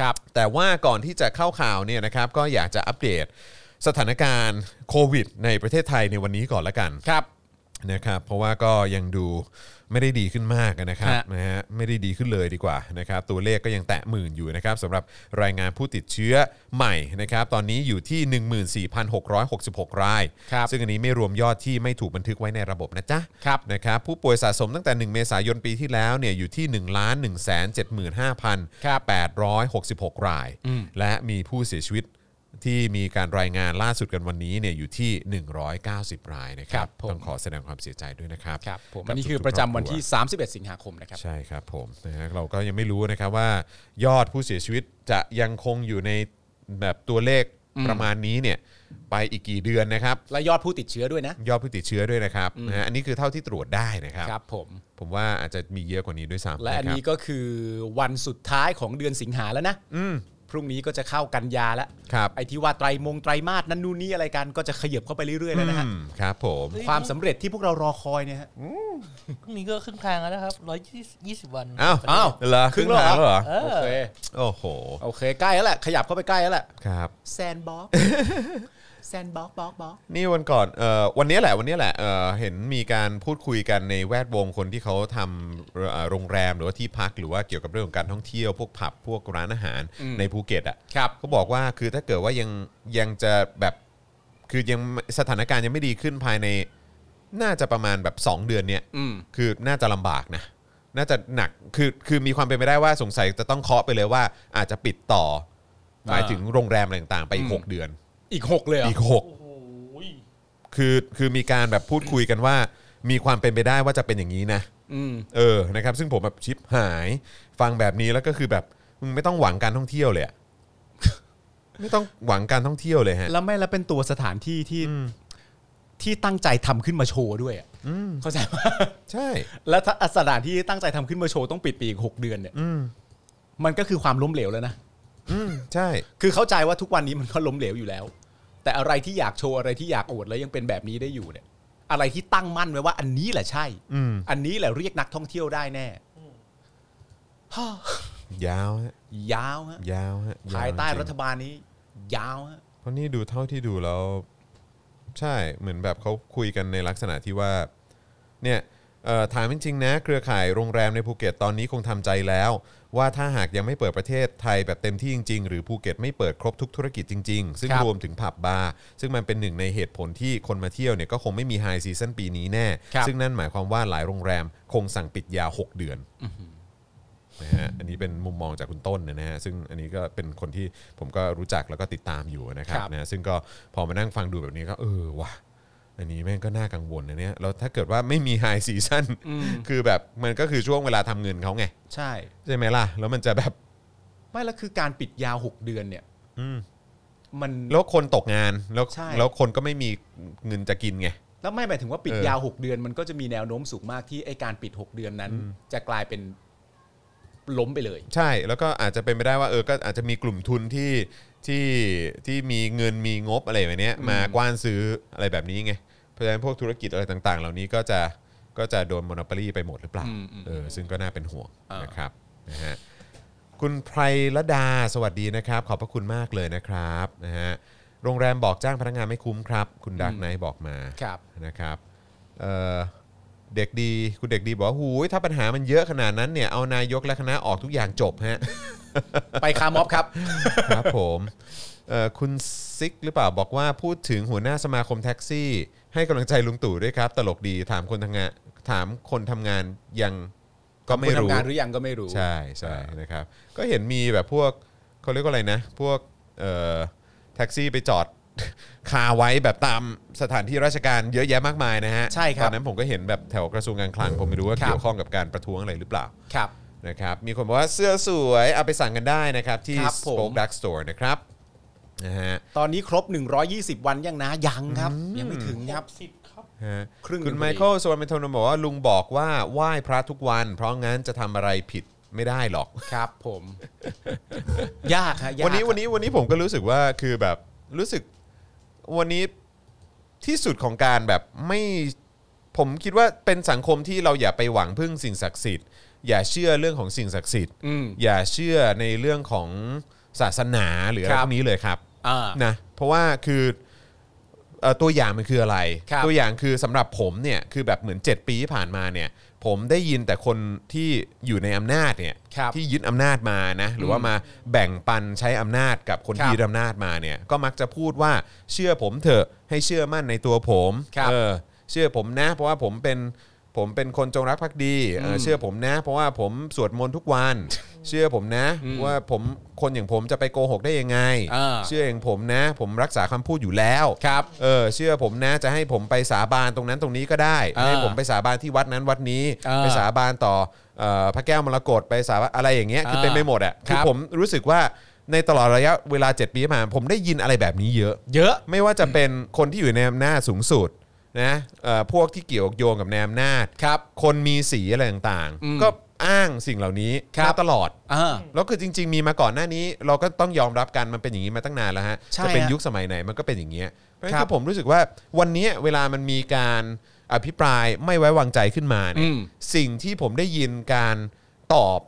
S3: ครับ
S2: แต่ว่าก่อนที่จะเข้าข่าวเนี่ยนะครับก็อยากจะอัปเดตสถานการณ์โควิด ในประเทศไทยในวันนี้ก่อนละกัน
S3: ครับ
S2: นะครับเพราะว่าก็ยังดูไม่ได้ดีขึ้นมากนะครับ
S3: ฮะ
S2: นะฮะไม่ได้ดีขึ้นเลยดีกว่านะครับตัวเลขก็ยังแตะหมื่นอยู่นะครับสำหรับรายงานผู้ติดเชื้อใหม่นะครับตอนนี้อยู่ที่ 14,666 ราย
S3: ครับ
S2: ซึ่งอันนี้ไม่รวมยอดที่ไม่ถูกบันทึกไว้ในระบบนะจ๊ะ
S3: ครับ
S2: นะครับผู้ป่วยสะสมตั้งแต่ 1 เมษายนปีที่แล้วเนี่ยอยู่ที่ 1 1 1 7 5 0 0
S3: ครับ
S2: 866 ราย และมีผู้เสียชีวิตที่มีการรายงานล่าสุดกันวันนี้เนี่ยอยู่ที่ 190 รายนะค
S3: ค
S2: รั
S3: รั
S2: บบ
S3: ผม
S2: ต้องขอแสดงความเสียใจด้วยนะครับ
S3: ครับผม
S2: กั
S3: อันนี้
S2: ทุกๆ
S3: คือประจำวันที่
S2: คอบค
S3: 31 สิงหาคมนะค
S2: รั
S3: รั
S2: บ วใช่ครับผมนะฮะเราก็ยังไม่รู้นะครับว่ายอดผู้เสียชีวิตจะยังคงอยู่ในแบบตัวเลขประมาณนี้เนี่ยไปอีกกี่เดือนนะครับ
S3: และยอดผู้ติดเชื้อด้วยนะ
S2: ยอดผู้ติดเชื้อด้วยนะครับนะฮะอันนี้คือเท่าที่ตรวจได้นะครับ
S3: ครับผม
S2: ผมว่าอาจจะมีเยอะกว่านี้ด้วยซ้ำ
S3: และอัน
S2: ครับ
S3: นี้ก็คือวันสุดท้ายของเดือนสิงหาแล้วนะพรุ่งนี้ก็จะเข้ากันยาแล้ว
S2: ครับ
S3: ไอ้ที่ว่าไตรมงไตรมาสนั่นนู่นนี่อะไรกันก็จะขยับเข้าไปเรื่อยๆแล้วนะฮะ
S2: อืมครับผม
S3: ความสำเร็จที่พวกเรารอคอยเนี่ยฮะ
S4: พรุ่งนี้ก็ครึ่งทางแล้วนะครับร้อยยี่สิบวัน
S2: อ้าว
S3: อ้าว
S2: เหรอ
S3: ครึ่งแล้วเหรอ
S2: ทาเหรอ
S3: โอ
S4: เออ
S3: เค
S2: โอ้โห
S3: โอเค ใกล้แล้วแหละ ขยับเข้าไปใกล้แล้วแหละ
S2: ครับ
S3: แซนบ็อก แซนบ็อกบ็อกบ็อก
S2: นี่วันก่อนเอ่อวันนี้แหละวันนี้แหละเอ่อเห็นมีการพูดคุยกันในแวดวงคนที่เขาทำเอ่อโรงแรมหรือว่าที่พักหรือว่าเกี่ยวกับเรื่องของการท่องเที่ยวพวกผับพวกร้านอาหาร
S3: อืม
S2: ในภูเก็ตอ่ะ
S3: ครับ
S2: เขาบอกว่าคือถ้าเกิดว่ายังยังจะแบบคือยังสถานการณ์ยังไม่ดีขึ้นภายในน่าจะประมาณแบบ 2 เดือนเนี่ย
S3: อืม
S2: คือน่าจะลำบากนะ น่าจะหนัก คือ คือมีความเป็นไปได้ว่าสงสัยจะต้องเคาะไปเลยว่า อาจจะปิดต่อ หมายถึงโรงแรมอะไรต่างๆ ไปอีก
S3: อืม
S2: หกเดือน
S3: อีกหกเลยเหรอ
S2: อีกหก
S4: โอ้โห
S2: คือ คือมีการแบบพูดคุยกันว่า มีความเป็นไปได้ว่าจะเป็นอย่างนี้นะ
S3: อืม
S2: เออ นะครับ ซึ่งผมแบบชิปหาย ฟังแบบนี้แล้วก็คือแบบมึงไม่ต้องหวังการท่องเที่ยวเลยอะ ไม่ต้องหวังการท่องเที่ยวเลยฮะ
S3: แล้วไม่แล้วเป็นตัวสถานที่ที่ที่ตั้งใจทำขึ้นมาโชว์ด้วยอ่ะเข้าใจไหม
S2: ใช่
S3: แล้วถ้าสถานที่ที่ตั้งใจทำขึ้นมาโชว์ต้องปิดไปอีกหกเดือนเนี่ย
S2: อืม
S3: มันก็คือความล้มเหลวแล้วนะ
S2: อืม ใช่
S3: คือเข้าใจว่าทุกวันนี้มันก็ล้มเหลวอยู่แล้ว แต่อะไรที่อยากโชว์อะไรที่อยากอวดแล้วยังเป็นแบบนี้ได้อยู่เนี่ย อะไรที่ตั้งมั่นไว้ว่าอันนี้แหละใช่
S2: อืม
S3: อันนี้แหละเรียกนักท่องเที่ยวได้แน่ฮ่าย
S2: าวฮะ
S3: ยาวฮะ
S2: ยาวฮะว
S3: ภายใต้
S2: จงๆ
S3: รัฐบาลนี้ ยาวฮะ
S2: เพราะนี่ดูเท่าที่ดูแล้ว ใช่เหมือนแบบเขาคุยกันในลักษณะที่ว่าเนี่ยเอ่อถามจริงๆนะ เครือข่ายโรงแรมในภูเก็ตตอนนี้คงทำใจแล้ว ว่าถ้าหากยังไม่เปิดประเทศไทยแบบเต็มที่จริงๆ หรือภูเก็ตไม่เปิดครบทุกธุรกิจจริงๆ ซึ่ง
S3: ครับ
S2: รวมถึงผับบาร์ซึ่งมันเป็นหนึ่งในเหตุผลที่คนมาเที่ยวเนี่ยก็คงไม่มีไฮซีซั o นปีนี้แน่
S3: ครับ
S2: ซึ่งนั่นหมายความว่าหลายโรงแรมคงสั่งปิดยาว 6 เดือนนะฮะอันนี้เป็นมุมมองจากคุณต้นนะฮะซึ่งอันนี้ก็เป็นคนที่ผมก็รู้จักแล้วก็ติดตามอยู่นะครับ
S3: ครับ
S2: นะฮะซึ่งก็พอมานั่งฟังดูแบบนี้ก็เออว่ะ อันนี้แม่งก็น่ากังวลนะเนี่ยแล้วถ้าเกิดว่าไม่มีไฮซีซั่นคือแบบมันก็คือช่วงเวลาทำเงินเขาไง
S3: ใช่
S2: ใช่ไหมล่ะ แล้วมันจะแบบ
S3: ไม่แล้วคือการปิดยาว 6 เดือนเนี่ยมัน
S2: แล้วคนตกงานแล้ว
S3: ใช่
S2: แล้วคนก็ไม่มีเงินจะกินไง
S3: แล้วไม่หมายถึงว่าปิด
S2: เออ
S3: ยาว 6 เดือน มันก็จะมีแนวโน้มสูงมากที่ไอการปิด 6 เดือนนั้น จะกลายเป็นล้มไปเลย
S2: ใช่แล้วก็อาจจะเป็นไปได้ว่าเออก็อาจจะมีกลุ่มทุนที่ที่ที่มีเงินมีงบอะไรแบบเนี้ยมากว้านซื้ออะไรแบบนี้ไงเพราะฉะนั้นพวกธุรกิจอะไรต่างๆ เหล่านี้ก็จะก็จะโดนมอน o p o l y ไปหมดหรือเปล่า
S3: อืมอืม
S2: เออซึ่งก็น่าเป็นห่วง
S3: อ่าน
S2: นะครับนะฮะคุณไพรละดาสวัสดีนะครับ ขอบพระคุณมากเลยนะครับนะฮะโรงแรมบอกจ้างพนักงานไม่คุ้มครับ คุณดักไนบอกมา
S3: ครับ
S2: นะครับเอ่อเด็กดีคุณเด็กดีบอกว่าหูยถ้าปัญหามันเยอะขนาดนั้นเนี่ยเอานายกและคณะออกทุกอย่างจบฮะ
S3: ไปคาร์ม็อบครับ
S2: ครับผมเอ่อคุณซิกหรือเปล่าบอกว่าพูดถึงหัวหน้าสมาคมแท็กซี่ ให้กำลังใจลุงตู่ด้วยครับ ตลกดีถามคนทำงานถามคนทำงานยังก็ไม่
S3: คน
S2: รู้
S3: ทำงานหรือยังก็ไม่รู้
S2: ใช่ใช่นะครับ ก็เห็นมีแบบพวกเขาเรียกว่าอะไรนะ พวกเอ่อแท็กซี่ไปจอด คาไว้แบบตามสถานที่ราชการเยอะแยะมากมายนะฮะ
S3: ใช่ครั
S2: ต
S3: บ
S2: อนนั้นผมก็เห็นแบบแถวกระทรวงการคลังผมไม่รู้ว่า
S3: ครับ
S2: เกี่ยวข้องกับการประท้วงอะไรหรือเปล่า
S3: ครับ
S2: นะครับ มีคนบอกว่าเสื้อสวยเอาไปสั่งกันได้นะครับ ที่
S3: ครับผม
S2: Spoke Dark Store นะครับนะฮะ
S3: ตอนนี้ครบ 120 วันยังนะยังครับ ยังไม่ถึงครับ
S4: สิบครับ
S2: ฮะ
S3: ครึ่ง
S2: คุณ
S3: หนึ่งพอดี
S2: ไมเคิลสวนเมนโทนบอกว่าลุงบอกว่าไหว้พระทุกวัน เพราะงั้นจะทำอะไรผิดไม่ได้หรอก
S3: ครับผม ยากฮะยาก
S2: วันนี้
S3: ครับ
S2: วันนี้วันนี้ผมก็รู้สึกว่าคือแบบรู้สึกวันนี้ที่สุดของการแบบไม่ผมคิดว่าเป็นสังคมที่เราอย่าไปหวังพึ่งสิ่งศักดิ์สิทธิ์อย่าเชื่อเรื่องของสิ่งศักดิ์สิทธิ์
S3: อืม
S2: อย่าเชื่อในเรื่องของศาสนาหรืออะไร
S3: ครั
S2: พ
S3: บ
S2: วกนี้เลยครับ
S3: อ่า
S2: นะเพราะว่าคือเอ่อตัวอย่างมันคืออะไร
S3: ครับ
S2: ตัวอย่างคือสำหรับผมเนี่ยคือแบบเหมือน 7 ปีที่ผ่านมาเนี่ยผมได้ยินแต่คนที่อยู่ในอำนาจเนี่ย
S3: ครับ
S2: ที่ยึดอำนาจมานะหรือว่ามาแบ่งปันใช้อำนาจกับคน
S3: ครับ
S2: ที่ยึดอำนาจมาเนี่ยก็มักจะพูดว่าเชื่อผมเถอะให้เชื่อมั่นในตัวผม
S3: ครับ
S2: เออเชื่อผมนะ เพราะว่าผมเป็นผมเป็นคนจงรักภักดีเออเชื่อผมนะ เพราะว่าผมสวดมนต์ทุกวัน เชื่อผมนะ ว่าผมคนอย่างผมจะไปโกหกได้ยังไง
S3: อ่า
S2: เชื่ออย่างผมนะ ผมรักษาคำพูดอยู่แล้ว
S3: ครับ
S2: เออเชื่อผมนะจะให้ผมไปสาบานตรงนั้นตรงนี้ก็ได้
S3: อ่า
S2: ให้ผมไปสาบานที่วัดนั้นวัดนี้
S3: อ่า
S2: ไปสาบานต่อเอ่อพระแก้วมรกตไปสาบานอะไรอย่างเงี้ยคือ
S3: อ่า
S2: เป็นไปหมดอ่ะ
S3: ครับ
S2: ผมรู้สึกว่าในตลอดระยะเวลา 7 ปีที่ผ่านมาผมได้ยินอะไรแบบนี้เยอะ
S3: เยอะ
S2: ไม่ว่าจะเป็นคนที่อยู่ในอำนาจสูงสุดนะเอ่อพวกที่เกี่ยวโยงกับในอำนาจ
S3: ครับ
S2: คนมีสีอะไรต่าง
S3: อืม
S2: ๆ ก็อ้างสิ่งเหล่านี้
S3: ครับ
S2: มาตลอด
S3: อ่า
S2: แล้วคือจริง ๆ มีมาก่อนหน้านี้ เราก็ต้องยอมรับกันมันเป็นอย่างนี้มาตั้งนานแล้วฮะ
S3: ใช่
S2: จะเป็น
S3: ฮะ
S2: ยุคสมัยไหนมันก็เป็นอย่างเงี้ยเพราะฉะ
S3: ค
S2: นั้น
S3: รับ
S2: คือผมรู้สึกว่าวันนี้เวลามันมีการอภิปรายไม่ไว้วางใจขึ้นมาเนี่ย
S3: อืม
S2: สิ่งที่ผมได้ยินการตอบ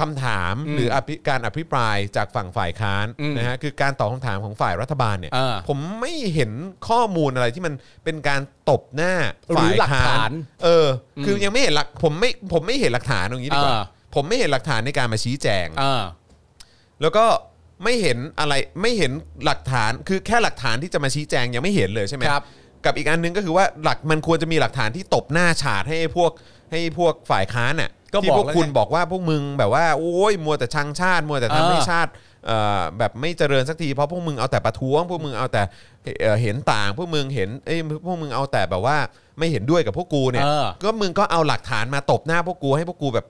S2: คำถาม
S3: อืม
S2: หรืออภิการอภิปรายจากฝั่งฝ่ายค้าน
S3: อืม
S2: นะฮะคือการตอบคำถามของฝ่ายรัฐบาลเนี่ย
S3: อ่า
S2: ผมไม่เห็นข้อมูลอะไรที่มันเป็นการตบหน้าฝ่าย
S3: หรือหลัก
S2: ค้า
S3: ฐาน น
S2: เอออ
S3: ม
S2: คือยังไม่เห็นหลักผมไม่ผมไม่เห็นหลักฐานตรงนี้ดีกว่า
S3: อ่า
S2: ผมไม่เห็นหลักฐานในการมาชี้แจง
S3: อ่า
S2: แล้วก็ไม่เห็นอะไรไม่เห็นหลักฐานคือแค่หลักฐานที่จะมาชี้แจงยังไม่เห็นเลยใช่ไหม
S3: ครับ
S2: กับอีกอันนึงก็คือว่าหลักมันควรจะมีหลักฐานที่ตบหน้าฉาดให้พวกให้พวกฝ่ายค้านน่ะ
S3: ก็
S2: ที่
S3: บอก
S2: พวก
S3: แล้ว
S2: คุณ
S3: ไง
S2: บอกว่าพวกมึงแบบว่าโอ้ยมัวแต่ชังชาติ มัวแต่ทำให้
S3: เออ
S2: ชาติเอ่อแบบไม่เจริญสักทีเพราะพวกมึงเอาแต่ประท้วง พวกมึงเอาแต่เอ่อเห็นต่างพวกมึงเห็นเอ้ยพวกมึงเอาแต่แบบว่าไม่เห็นด้วยกับพวกกูเนี่ย
S3: เออ
S2: ก็มึงก็เอาหลักฐานมาตบหน้าพวกกูให้พวกกูแบบ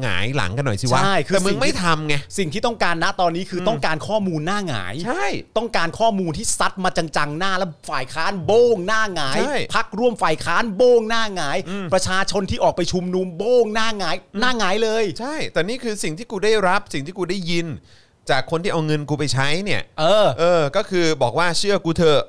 S2: หงายหลังกันหน่อยสิวะ
S3: ใช่คือ
S2: แต่มึ
S3: สิ่
S2: ง
S3: งที่
S2: ไม่ทำไง
S3: สิ่งที่ต้องการณตอนนี้คืออต้องการข้อมูลหน้าหงาย
S2: ใช่
S3: ต้องการข้อมูลที่ซัดมาจังๆ หน้าแล้วฝ่ายค้านโบ้งหน้าหงาย
S2: ใช่
S3: พักร่วมฝ่ายค้านโบ้งหน้าหงาย ประชาชนที่ออกไปชุมนุมโบ้งหน้าหงาย หน้าหงายเลย
S2: ใช่ แต่นี่คือสิ่งที่กูได้รับสิ่งที่กูได้ยิน จากคนที่เอาเงินกูไปใช้เนี่ย
S3: เออ
S2: เออ ก็คือบอกว่าเชื่อกูเถอะ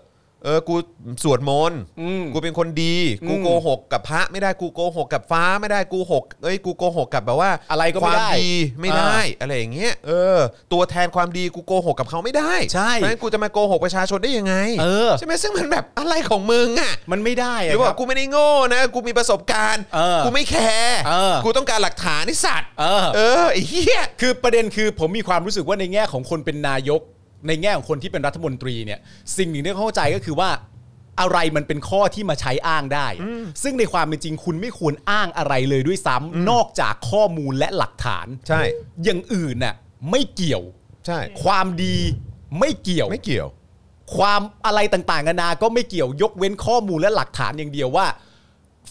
S2: เออ กูสวดมนต์
S3: อืม
S2: กูเป็นคนดี กูโกหกกับพระไม่ได้ กูโกหกกับฟ้าไม่ได้ กูหกเอ้ย กูโกหกกับแบบว่า
S3: อะไรก็
S2: ค
S3: ไม่
S2: วาม
S3: ได้
S2: ดีไม่ได้ อะไรอย่างเงี้ย เออ ตัวแทนความดีกูโกหกกับเขาไม่ได้
S3: ใช่
S2: เพราะฉะนั้นกูจะมาโกหกประชาชนได้ยังไง
S3: เออ
S2: ใช่ไหมซึ่งมันแบบอะไรของมึงอะ
S3: มันไม่ได้
S2: ห
S3: อะ
S2: รือว่า
S3: คบ
S2: กูไม่ได้โง่นะ กูมีประสบการณ์
S3: เออ
S2: กูไม่แคร์
S3: เออ
S2: กูต้องการหลักฐานไอ้สัตว์
S3: เออ
S2: เออไอ้เหี้ย
S3: คือประเด็นคือผมมีความรู้สึกว่าในแง่ของคนเป็นนายก ในแง่ของคนที่เป็นรัฐมนตรีเนี่ยสิ่งหนึ่งที่เขาเข้าใจก็คือว่าอะไรมันเป็นข้อที่มาใช้อ้างได้ ซึ่งในความเป็นจริงคุณไม่ควรอ้างอะไรเลยด้วยซ้ำนอกจากข้อมูลและหลักฐาน
S2: ใช่
S3: อย่างอื่นน่ะไม่เกี่ยว
S2: ใช่
S3: ความดีไม่เกี่ยว
S2: ไม่เกี่ยว
S3: ความอะไรต่างๆนานาก็ไม่เกี่ยวยกเว้นข้อมูลและหลักฐานอย่างเดียวว่า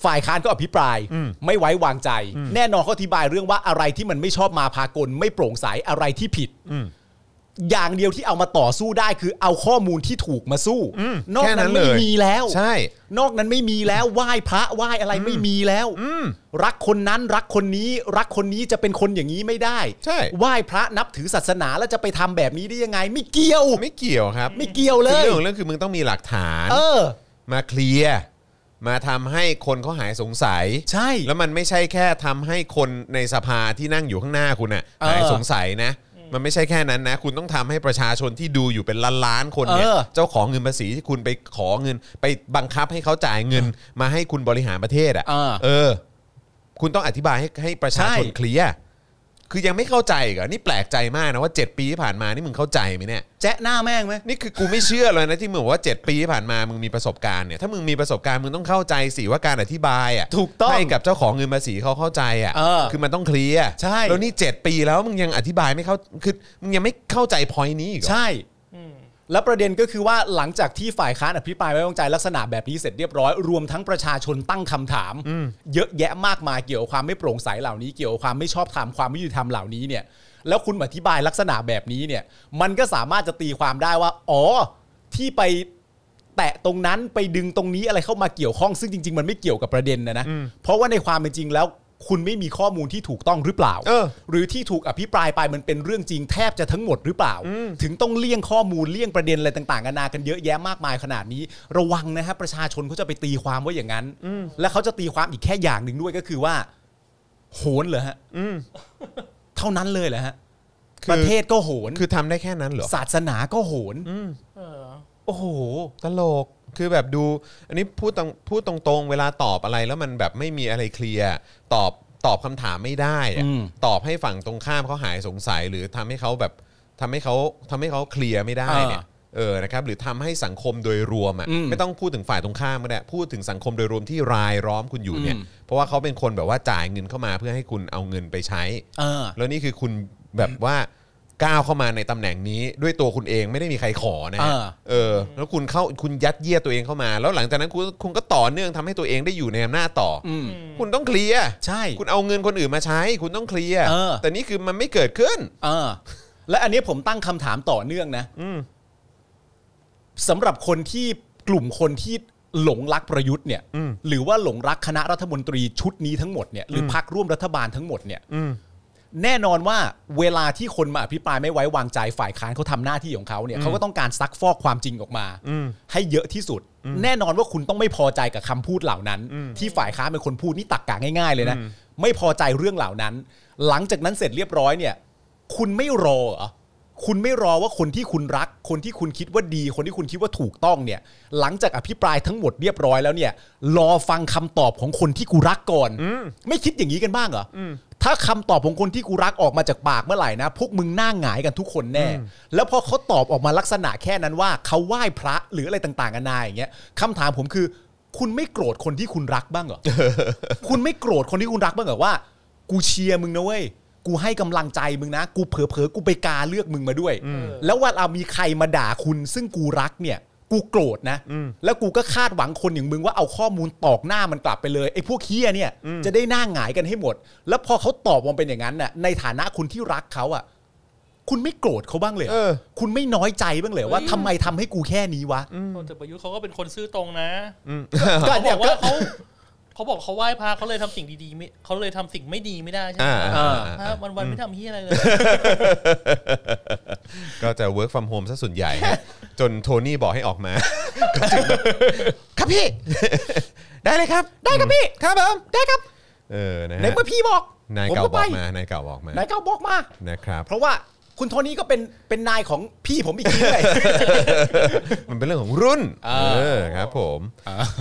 S3: ฝ่ายค้านก็อภิปราย ไม่ไว้วางใจ แน่นอนเขาอธิบายเรื่องว่าอะไรที่มันไม่ชอบมาพากล ไม่โปร่งใสอะไรที่ผิด อย่างเดียวที่เอามาต่อสู้ได้คือเอาข้อมูลที่ถูกมาสู้
S2: อืม
S3: นอก
S2: แค่นั้
S3: นั้น
S2: นเลย
S3: ไม่มีแล้ว
S2: ใช่
S3: นอกนั้นไม่มีแล้วไหว้พระไหว้อะไรไม่มีแล้วรักคนนั้นรักคนนี้รักคนนี้จะเป็นคนอย่างนี้ไม่ได้
S2: ใช่
S3: ไหว้พระนับถือศาสนาแล้วจะไปทำแบบนี้ได้ยังไง ไม่เกี่ยว
S2: ไม่เกี่ยวครับ
S3: ไม่เกี่ยวเล
S2: คือย เรื่องของเรื่องคือมึงต้องมีหลักฐาน
S3: เออ
S2: มาเคลียร์มาทำให้คนเขาหายสงสัย
S3: ใช่
S2: แล้วมันไม่ใช่แค่ทำให้คนในสภาที่นั่งอยู่ข้างหน้าคุณน่ะ
S3: เออ
S2: หายสงสัยนะ มันไม่ใช่แค่นั้นนะ คุณต้องทำให้ประชาชนที่ดูอยู่เป็นล้านล้านๆคนเนี่ย
S3: เออ
S2: เจ้าของเงินภาษีที่คุณไปขอเงิน ไปบังคับให้เขาจ่ายเงิน มาให้คุณบริหารประเทศอ่ะ
S3: เออ
S2: เออ คุณต้องอธิบายให้ให้ประชาชน
S3: ใช่
S2: เคลียร์คือยังไม่เข้าใจอีกเหรอนี่แปลกใจมากนะว่า 7 ปีที่ผ่านมานี่มึงเข้าใจไหมเนี่ย
S3: แจ๊ะหน้าแม่งไหม
S2: นี่คือกูไม่เชื่อเลยนะที่มึงบอกว่า 7 ปีที่ผ่านมามึงมีประสบการณ์เนี่ยถ้ามึงมีประสบการณ์มึงต้องเข้าใจสิว่าการอธิบายอ่ะ
S3: ถูกต้อง
S2: ให้กับเจ้าของเงินภาษีเขาเข้าใจอ่ะ
S3: เออ
S2: คือมันต้องเคลียร์
S3: ใช่
S2: แล้วนี่ 7 ปีแล้วมึงยังอธิบายไม่เข้าคือมึงยังไม่เข้าใจ point นี้อีกเหรอ
S3: ใช่ แล้วประเด็นก็คือว่าหลังจากที่ฝ่ายค้านอภิปรายไม่ไว้วางใจลักษณะแบบนี้เสร็จเรียบร้อย รวมทั้งประชาชนตั้งคำถาม เยอะแยะมากมายเกี่ยวกับความไม่โปร่งใสเหล่านี้เกี่ยวกับความไม่ชอบธรรมความไม่ยุติธรรมเหล่านี้เนี่ย แล้วคุณอธิบายลักษณะแบบนี้เนี่ย มันก็สามารถจะตีความได้ว่า อ๋อ ที่ไปแตะตรงนั้นไปดึงตรงนี้อะไรเข้ามาเกี่ยวข้องซึ่งจริง ๆ มันไม่เกี่ยวกับประเด็นนะนะเพราะว่าในความเป็นจริงแล้ว คุณไม่มีข้อมูลที่ถูกต้องหรือเปล่า
S2: เออ
S3: หรือที่ถูกอภิปรายไปมันเป็นเรื่องจริงแทบจะทั้งหมดหรือเปล่า ถึงต้องเลี่ยงข้อมูลเลี่ยงประเด็นอะไรต่างๆกันานากันเยอะแยะมากมายขนาดนี้ ระวังนะครับประชาชนเขาจะไปตีความว่าอย่างนั้น และเขาจะตีความอีกแค่อย่างหนึ่งด้วยก็คือว่า โหนเหรอฮะเท่านั้นเลยเหรอฮะ
S2: คือ
S3: ประเทศก็โหน
S2: คือทำได้แค่นั้นเหรอ
S3: ศาสนาก็โหน
S4: เออ
S3: โอ้โห
S2: ตลกคือแบบดู อันนี้พูดตรงพูดตรงๆ เวลาตอบอะไรแล้วมันแบบไม่มีอะไรเคลียร์ตอบตอบคำถามไม่ได้อะ
S3: อืม
S2: ตอบให้ฝั่งตรงข้ามเขาหายสงสัย หรือทำให้เขาแบบทำให้เขาทำให้เขาเคลียร์ไม่ได้เนี่ย เออ นะครับ หรือทำให้สังคมโดยรวม
S3: อืม
S2: อะ่ะ ไม่ต้องพูดถึงฝ่ายตรงข้ามก็ได้ พูดถึงสังคมโดยรวมที่รายล้อมคุณอยู่เนี่ย
S3: อืม
S2: เพราะว่าเขาเป็นคนแบบว่าจ่ายเงินเข้ามาเพื่อให้คุณเอาเงินไปใช้
S3: เออ
S2: แล้วนี่คือคุณแบบว่าก้าวเข้ามาในตำแหน่งนี้ด้วยตัวคุณเองไม่ได้มีใครขอนะฮะ
S3: อ่า
S2: เออ แล้วคุณเข้าคุณยัดเยียดตัวเองเข้ามา แล้วหลังจากนั้นคุณคุณก็ต่อเนื่องทำให้ตัวเองได้อยู่ในอำนาจต่ออ
S3: อืม
S2: คุณต้องเคลียร์
S3: ใช่
S2: คุณเอาเงินคนอื่นมาใช้ คุณต้องเคลียร์
S3: เออ
S2: แต่นี่คือมันไม่เกิดขึ้น
S3: เออและอันนี้ผมตั้งคำถามต่อเนื่องนะสำหรับคนที่กลุ่มคนที่หลงรักประยุทธ์เนี่ย หรือว่าหลงรักคณะรัฐมนตรีชุดนี้ทั้งหมดเนี่ยหรือพักร่วมรัฐบาลทั้งหมดเนี่ยแน่นอนว่าเวลาที่คนมาอภิปรายไม่ไว้วางใจฝ่ายค้านเขาทำหน้าที่ของเขาเนี่ยเขาก็ต้องการซักฟอกความจริงออกมาให้เยอะที่สุด แน่นอนว่าคุณต้องไม่พอใจกับคำพูดเหล่านั้น ที่ฝ่ายค้านเป็นคนพูดนี่ตักกะง่าย ๆ เลยนะไม่พอใจเรื่องเหล่านั้น หลังจากนั้นเสร็จเรียบร้อยเนี่ย คุณไม่รอเหรอ คุณไม่รอว่าคนที่คุณรัก คนที่คุณคิดว่าดี คนที่คุณคิดว่าถูกต้องเนี่ย หลังจากอภิปรายทั้งหมดเรียบร้อยแล้วเนี่ย รอฟังคำตอบของคนที่กูรักก่อน ไม่คิดอย่างนี้กันบ้างเหรออถ้าคำตอบของคนที่กูรักออกมาจากปากเมื่อไหร่นะ พวกมึงหน้าหงายกันทุกคนแน่ แล้วพอเขาตอบออกมาลักษณะแค่นั้นว่าเขาไหว้พระหรืออะไรต่างๆกันานาอย่างเงี้ยคำถามผมคือ คุณไม่โกรธคนที่คุณรักบ้างเหรอ คุณไม่โกรธคนที่คุณรักบ้างเหรอว่า กูเชียร์มึงนะเว้ย กูให้กำลังใจมึงนะ กูเผลอๆกูไปกาเลือกมึงมาด้วย แล้ววันเอามีใครมาด่าคุณ ซึ่งกูรักเนี่ย กูโกรธนะ แล้วกูก็คาดหวังคนอย่างมึงว่าเอาข้อมูลตอกหน้ามันกลับไปเลยไอ้พวกเฮียเนี่ย จะได้หน้าหงายกันให้หมด แล้วพอเขาตอบมาเป็นอย่างนั้นน่ะในฐานะคุณที่รักเขาอ่ะ คุณไม่โกรธเขาบ้างเลยหร
S2: เออ
S3: คุณไม่น้อยใจบ้างเลยว่า
S4: เฮ้ย
S3: ทำไมทำให้กูแค่นี้วะ
S4: แต่ประยุทธ์เขาก็เป็นคนซื่อตรงนะ
S3: ก็
S4: เขาบ
S3: เนี่
S4: อย ก
S3: ก็
S4: ว่าเขาเขาบอกเขาไหว้พระเขาเลยทำสิ่งดีๆไม่เขาเลยทำสิ่งไม่ดีไม่ได้ใช่ไหม
S2: อ่า
S3: อ่า
S4: พระวันวันๆไม่ทำเฮียอะไรเลย
S2: ก็จะ work from home ซะส่วน ใหญ่นะ จนโทนี่บอกให้ออกมา ก็ถึงแบบครับพี่ ได้เลยครับ
S3: ได้ครับพี่ครับผมได้ครับ
S2: เออนะ
S3: ไหน
S2: ฮะ
S3: เมื่อพี่บอก
S2: นาย
S3: ผม
S2: เก่า
S3: ก็
S2: บ
S3: ไป
S2: อกมานายเก่าบอกมาน
S3: ายเก้าบอกมา
S2: นะครับ
S3: เพราะว่าคุณโทนี่ก็เป็นเป็นนายของพี่ผมอีกทีเลย
S2: มันเป็นเรื่องของรุ่น
S3: อ่า
S2: เออครับผม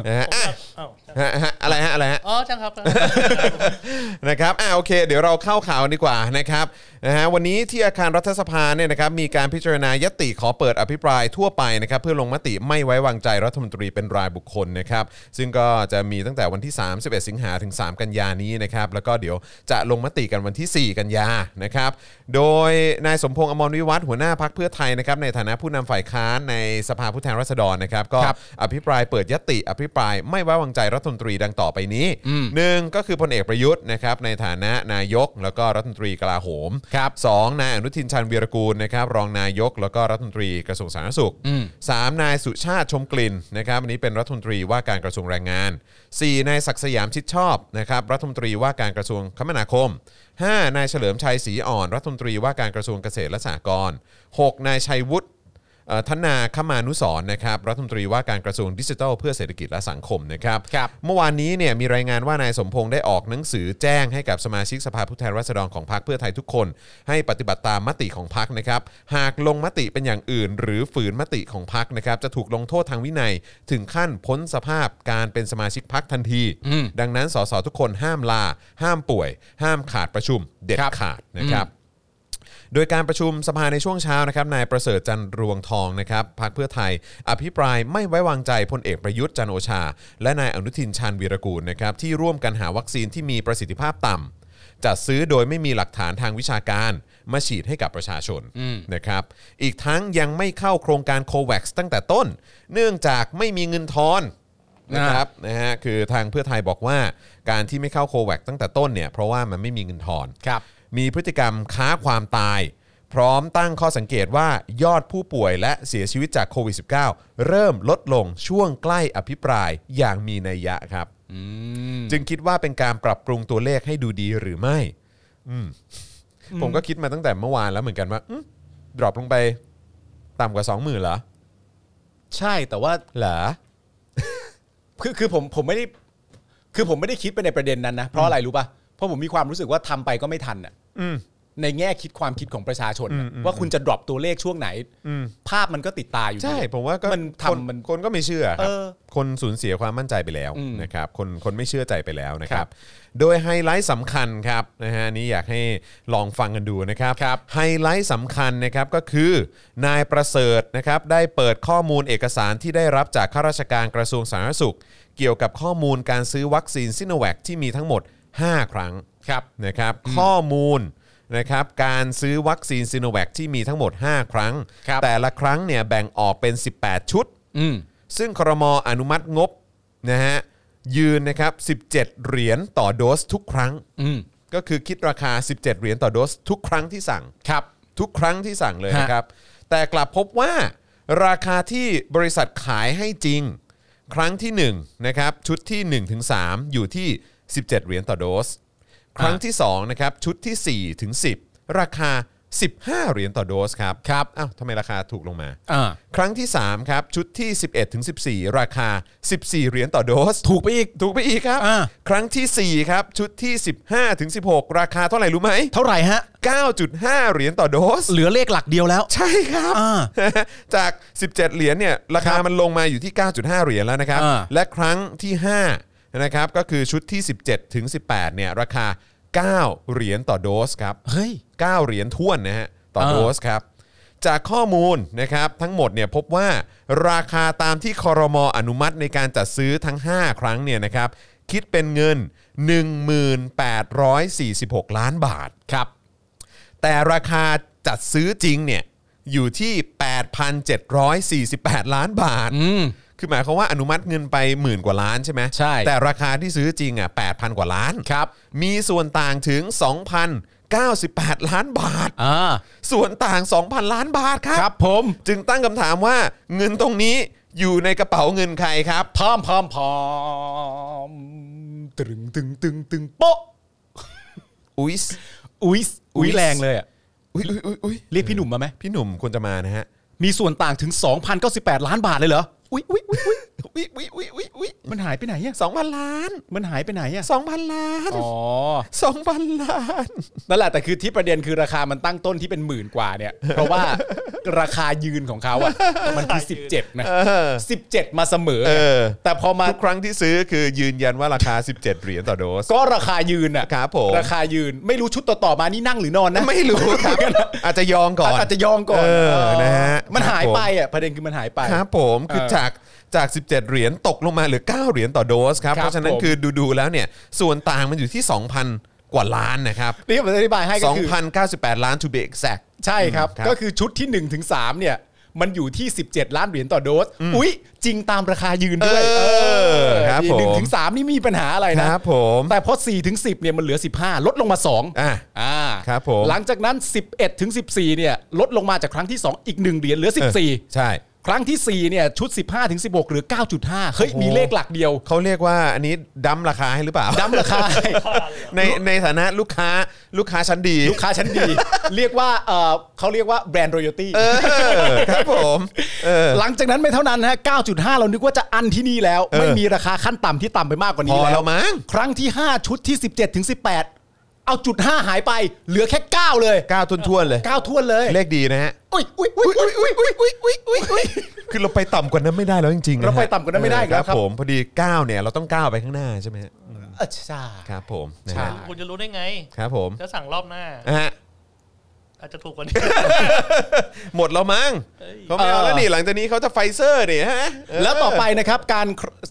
S2: นะฮะอ่ะ
S4: อ้าวใช่
S2: ฮะฮะอะไรฮะอะไรฮะ
S4: อ๋อจังครับ
S2: นะครับ อ่าโอเค เดี๋ยวเราเข้าข่าวดีกว่านะครับ นะฮะ วันนี้ที่อาคารรัฐสภาเนี่ยนะครับ มีการพิจารณายติขอเปิดอภิปรายทั่วไปนะครับ เพื่อลงมติไม่ไว้วางใจรัฐมนตรีเป็นรายบุคคลนะครับ ซึ่งก็จะมีตั้งแต่วันที่ 31 สิงหาถึง 3 กันยานี้นะครับ แล้วก็เดี๋ยวจะลงมติกันวันที่ 4 กันยา นะครับ โดยนายสมพงษ์อมรวิวัฒน์หัวหน้าพักเพื่อไทยนะครับ ในฐานะผู้นำฝ่ายค้านในสภาผู้แทนราษฎรนะครับ ก็
S3: ครับ
S2: อภิปรายเปิดยติอภิปรายไม่ไว้วางใจรัฐมนตรีดังต่อไปนี้หนึ่งก็คือพลเอกประยุทธ์นะครับในฐานะนายกแล้วก็รัฐมนตรีกลาโหม
S3: ครับ
S2: สองนายอนุทินชาญวีรกูลนะครับรองนายกแล้วก็รัฐมนตรีกระทรวงสาธารณสุข
S3: อืม
S2: สามนายสุชาติชมกลิ่นนะครับอันนี้เป็นรัฐมนตรีว่าการกระทรวงแรงงานสี่นายศักดิ์สยามชิดชอบนะครับรัฐมนตรีว่าการกระทรวงคมนาคมห้านายเฉลิมชัยศรีอ่อน รัฐมนตรีว่าการกระทรวงเกษตรและสหกรณ์หกนายชัยวุฒิ เอ่อธนาคมานุสรณ์นะครับรัฐมนตรีว่าการกระทรวงดิจิทัลเพื่อเศรษฐกิจและสังคมนะครับ
S3: ครับ
S2: เมื่อวานนี้เนี่ยมีรายงานว่านายสมพงษ์ได้ออกหนังสือแจ้งให้กับสมาชิกสภาผู้แทนราษฎรของพรรคเพื่อไทยทุกคน ให้ปฏิบัติตามมติของพรรคนะครับหากลงมติเป็นอย่างอื่น หรือฝืนมติของพรรคนะครับจะถูกลงโทษทางวินัย ถึงขั้นพ้นสภาพการเป็นสมาชิกพรรคทันที ดังนั้นสสทุกคนห้ามลา ห้ามป่วย ห้ามขาดประชุม เด็ดขาดนะครับ โดยการประชุมสภาในช่วงเช้านะครับนายประเสริฐจันทร์รวงทองนะครับพรรคเพื่อไทย อภิปรายไม่ไว้วางใจพลเอกประยุทธ์จันทร์โอชา และนายอนุทินชาญวีรกูลนะครับที่ร่วมกันหาวัคซีนที่มีประสิทธิภาพต่ำจัดซื้อโดยไม่มีหลักฐานทางวิชาการ มาฉีดให้กับประชาชนนะครับอีกทั้งยังไม่เข้าโครงการโควัคตั้งแต่ต้น เนื่องจากไม่มีเงินทอน นะครับนะฮะคือทางเพื่อไทยบอกว่าการที่ไม่เข้าโควัคตั้งแต่ต้นเนี่ยเพราะว่ามันไม่มีเงินทอน
S3: ครับ
S2: มีพฤติกรรมค้าความตาย พร้อมตั้งข้อสังเกตว่ายอดผู้ป่วยและเสียชีวิตจากโควิด -19 เริ่มลดลงช่วงใกล้อภิปรายอย่างมีนัยยะครับ จึงคิดว่าเป็นการปรับปรุงตัวเลขให้ดูดีหรือไม่อืมผมก็คิดมาตั้งแต่เมื่อวานแล้วเหมือนกันว่าดรอปลงไปต่ำกว่า 20,000เหรอ
S3: ใช่แต่ว่า
S2: เหรอ
S3: คือคือผมผมไม่ได้คือผมไม่ได้คิดไปในประเด็นนั้นนะ เพราะอะไรรู้ป่ะเพราะผมมีความรู้สึกว่าทำไปก็ไม่ทันอ่ะในแง่คิดความคิดของประชาชนน่ะว่าคุณจะดรอปตัวเลขช่วงไหนภาพมันก็ติดตาอยู่
S2: ใช่
S3: ดี
S2: ผมว่าก็
S3: มันทำ
S2: คน
S3: มัน
S2: คนก็ไม่เชื่อครับ
S3: เออ
S2: คนสูญเสียความมั่นใจไปแล้ว
S3: อืม
S2: นะครับคนคนไม่เชื่อใจไปแล้วนะค
S3: ค
S2: รั
S3: รับ บ
S2: โดยไฮไลท์สำคัญครับนะฮะอันนี้อยากให้ลองฟังกันดูนะครับ
S3: ครับ
S2: ไฮไลท์สำคัญนะครับก็คือนายประเสริฐนะครับได้เปิดข้อมูลเอกสารที่ได้รับจากข้าราชการกระทรวงสาธารณสุข เกี่ยวกับข้อมูลการซื้อวัคซีนซิโนแวคที่มีทั้งหมด 5 ครั้ง
S3: ครับ
S2: นะครับข้อมูลนะครับการซื้อวัคซีนซิโนแวคที่มีทั้งหมด 5 ครั้ง
S3: ครับ
S2: แต่ละครั้งเนี่ยแบ่งออกเป็น 18 ชุด
S3: อืม
S2: ซึ่งครมอนุมัติงบนะฮะยืนนะครับ 17 เหรียญต่อโดสทุกครั้ง
S3: อืม
S2: ก็คือคิดราคา 17 เหรียญต่อโดสทุกครั้งที่สั่ง
S3: ครับ
S2: ทุกครั้งที่สั่งเลย
S3: ฮะ
S2: นะครับ แต่กลับพบว่าราคาที่บริษัทขายให้จริง ครั้งที่1นะครับชุดที่ 1-3 อยู่ที่ 17 เหรียญต่อโดส ครั้งที่2นะครับชุดที่ 4-10 ราคา 15 เหรียญต่อโดสครับครับอ้าวทำไมราคาถูกลงมา
S3: อ่า
S2: ครั้งที่ 3 ครับ ชุดที่ 11ถึง14 ราคา 14 เหรียญต่อโดส
S3: ถูกไปอีก
S2: ถูกไปอีกครับ
S3: อ่า
S2: ครั้งทีสี่4 ครับ ชุดที่ 15ถึง16 ราคาเท่าไหร่รู้ไหม
S3: เท่าไหร่ฮะ
S2: 9.5 เหรียญต่อโดส
S3: เหลือเลขหลักเดียวแล้ว
S2: ใช่ครับ
S3: อ่า
S2: จาก 17 เหรียญเนี่ยราคามันลงมาอยู่ที่ 9.5 เหรียญแล้วนะครับ
S3: อ่า
S2: และครั้งที่5นะครับก็คือชุดที่ 17ถึง18เนี่ยราคา 9 เหรียญต่อโดสครับ
S3: เฮ้ย
S2: 9 เหรียญท้วนนะฮะต่อโดสครับ จากข้อมูลนะครับทั้งหมดเนี่ยพบว่าราคาตามที่คอรมออนุมัติในการจัดซื้อทั้ง 5 ครั้งเนี่ยนะครับคิดเป็นเงิน 1846 ล้านบาท
S3: ครับ
S2: แต่ราคาจัดซื้อจริงเนี่ยอยู่ที่ 8,748 ล้านบาท
S3: อืม
S2: คือหมายความว่าอนุมัติเงินไปหมื่นกว่าล้านใช่ไหม
S3: ใช่
S2: แต่ราคาที่ซื้อจริงอ่ะ8,000 กว่าล้าน
S3: ครับ
S2: มีส่วนต่างถึง 2,098 ล้านบาท
S3: อ่า
S2: ส่วนต่าง 2,000 ล้านบาทค
S3: ค
S2: รั
S3: รับ บผม
S2: จึงตั้งคำถามว่าเงินตรงนี้อยู่ในกระเป๋าเงินใครครับ
S3: พร้อมพร้อมพร้อมตึงตึงตึงตึงโป๊ะ
S2: อุ๊ย
S3: อุ๊ยอุ๊ยแรงเลยอะ
S2: อุ๊ยอุ๊ยอุ๊ยอุ๊ย
S3: เรียกพี่หนุ่มมาไหม
S2: พี่หนุ่มควรจะมานะฮะ
S3: มีส่วนต่างถึง 2,098 ล้านบาทเลยเหรอ อุ๊ยอุ๊ยอุ๊ยอุ๊ย
S2: วิวิวิวิวิ
S3: มันหายไปไหนอะ
S2: สองพันล้าน
S3: มันหายไปไหนอะ
S2: สองพันล้าน
S3: อ๋อ
S2: สองพันล้าน
S3: นั่นแหละแต่คือที่ประเด็นคือราคามันตั้งต้นที่เป็นหมื่นกว่าเนี่ย เพราะว่าราคายืนของเขาอะมันคือ17นะ17 มาเสมอ
S2: เออ
S3: แต่พอมา
S2: ทุกครั้งที่ซื้อคือยืนยันว่าราคา 17 เหรียญต่อโดส
S3: ก็ราคายืนอะ
S2: ครับผม
S3: ราคายืนไม่รู้ชุดต่อๆมานี่นั่งหรือนอนนะ
S2: ไม่รู้ครับ อาจจะยองก่อน
S3: อาจจะยองก่อน
S2: เออนะฮะ
S3: มันหา
S2: ครั
S3: ย
S2: บผม
S3: ไปอะประเด็นคือมันหายไป
S2: ครับผมคือ
S3: เออ
S2: จากจาก 17 เหรียญตกลงมาเหลือ 9 เหรียญต่อโดสครับ
S3: ครับ
S2: เพราะฉะนั้น
S3: ผม
S2: คือดูๆแล้วเนี่ย ส่วนต่างมันอยู่ที่ 2,000 กว่าล้านนะครับ
S3: นี่ผมจะอธิบายให้ก็คือ
S2: 2,098 ล้าน to be exact
S3: ใช่ครับ
S2: ครับ
S3: ก็คือชุดที่1ถึง3เนี่ย มันอยู่ที่ 17 ล้านเหรียญต่อโดส อุ๊ย จริงตามราคายืนด้วย
S2: เออครับผ
S3: หนึ่ง
S2: ม
S3: ถึงสามนี่มีปัญหาอะไร
S2: ค
S3: นะ
S2: รับผม
S3: แต่พอ4ถึง10เนี่ยมันเหลือ 15 ลดลงมา 2
S2: อ่ะ
S3: อ่า
S2: ครับผม
S3: หลังจากนั้น 11ถึง14เนี่ยลดลงมาจากครั้งที่ 2 อีก 1 เหรียญเหลือ 14
S2: ใช่
S3: ครั้งที่4เนี่ยชุด 15ถึง16เหลือ 9.5 เฮ้ย มีเลขหลักเดียว
S2: เขาเรียกว่าอันนี้ดั้มราคาให้หรือเปล่า
S3: ดั้มราคา
S4: บ้าเลยอะ
S2: ในในฐานะลูกค้าลูกค้าชั้นดี
S3: ลูกค้าชั้นดี เรียกว่าเออเขาเรียกว่าแบรนด์รอยัลตี้
S2: เออครับผมเออ
S3: หลังจากนั้นไม่เท่านั้นนะฮะ 9.5 เรานึกว่าจะอันที่นี่แล้ว
S2: เออ
S3: ไม่มีราคาขั้นต่ำที่ต่ำไปมากกว่า
S2: พ
S3: นี้
S2: อ
S3: แล้
S2: แล้ว วมั้ง
S3: ครั้งที่ 5 ชุดที่ 17ถึง18 เอาจุด 5 หายไป เหลือแค่ 9 เลย
S2: 9ทุนท่วนๆเลย
S3: 9 ท้วนเลย
S2: เลขดีนะฮะ
S3: อุ้ยอุ้ยอุ้ยอุ้ยอุ้ยอุ้ยอุ้ยอุ้ยอุ้ยอุ้ย
S2: คือเราไปต่ำกว่านั้นไม่ได้แล้วจริงๆนะฮะ
S3: เราไปต่ำกว่านั้นไม่ได้อีกแล้วครับ
S2: ผมพอดี9เนี่ยเราต้องก้าวไปข้างหน้าใช่ไหมฮะ
S3: อ่ะใช่
S2: ครับผมนะ
S3: ใช่
S2: ฮะ
S4: คุณจะรู้ได้ไง
S2: ครับผม
S4: จะสั่งรอบหน้า
S2: นะฮะ
S4: อาจจะถูกกว่านี้
S2: หมดแล้วมั้ง
S4: เอ้ย
S2: เขาไม่เอาแล้วนี่หลังจากนี้เขาจะไฟเซอร์เนี่ยฮะเออ
S3: แล้วต่อไปนะครับการ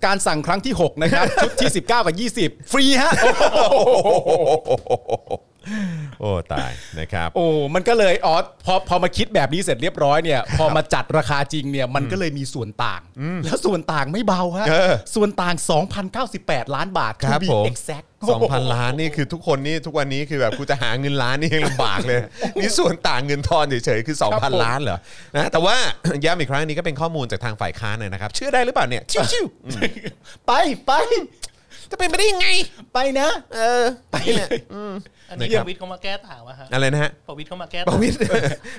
S3: การสั่งครั้งที่ 6 นะครับ ชุดที่ 19 กับ 20 ฟรีฮะ
S2: โอ้ตายนะครับ
S3: โอ้ มันก็เลยอ๋อพอพอมาคิดแบบนี้เสร็จเรียบร้อยเนี่ย พอมาจัดราคาจริงเนี่ย มันก็เลยมีส่วนต่าง แล้วส่วนต่างไม่เบาฮะ
S2: เออ
S3: ส่วนต่าง 2,098 ล้านบาท to
S2: ครับ
S3: be
S2: ผม
S3: exact
S2: 2,000 ล้านนี่คือทุกคนนี่ทุกวันนี้คือแบบกูจะหาเงินล้านนี่ยังลำบาก เลยนี่ส่วนต่างเงินทอนเฉยๆคือ
S3: ครับผม
S2: 2,000 ล้านเหรอนะแต่ว่า ย้ำอีกครั้งอันนี้ก็เป็นข้อมูลจากทางฝ่ายค้านเลยนะครับ เชื่อได้หรือเปล่าเนี่ยชิว
S3: ไปไป
S2: ๆจะเป็นไปได้ยังไง
S3: ไปนะ
S2: เออไปเลย
S4: อันนี้
S2: นะครับ
S4: ประวิทย์เขามาแก้ต่างวะฮะ
S2: อะไรนะฮะ
S4: ประวิทย์เขามาแก้
S2: ประวิท
S4: ท
S2: ย์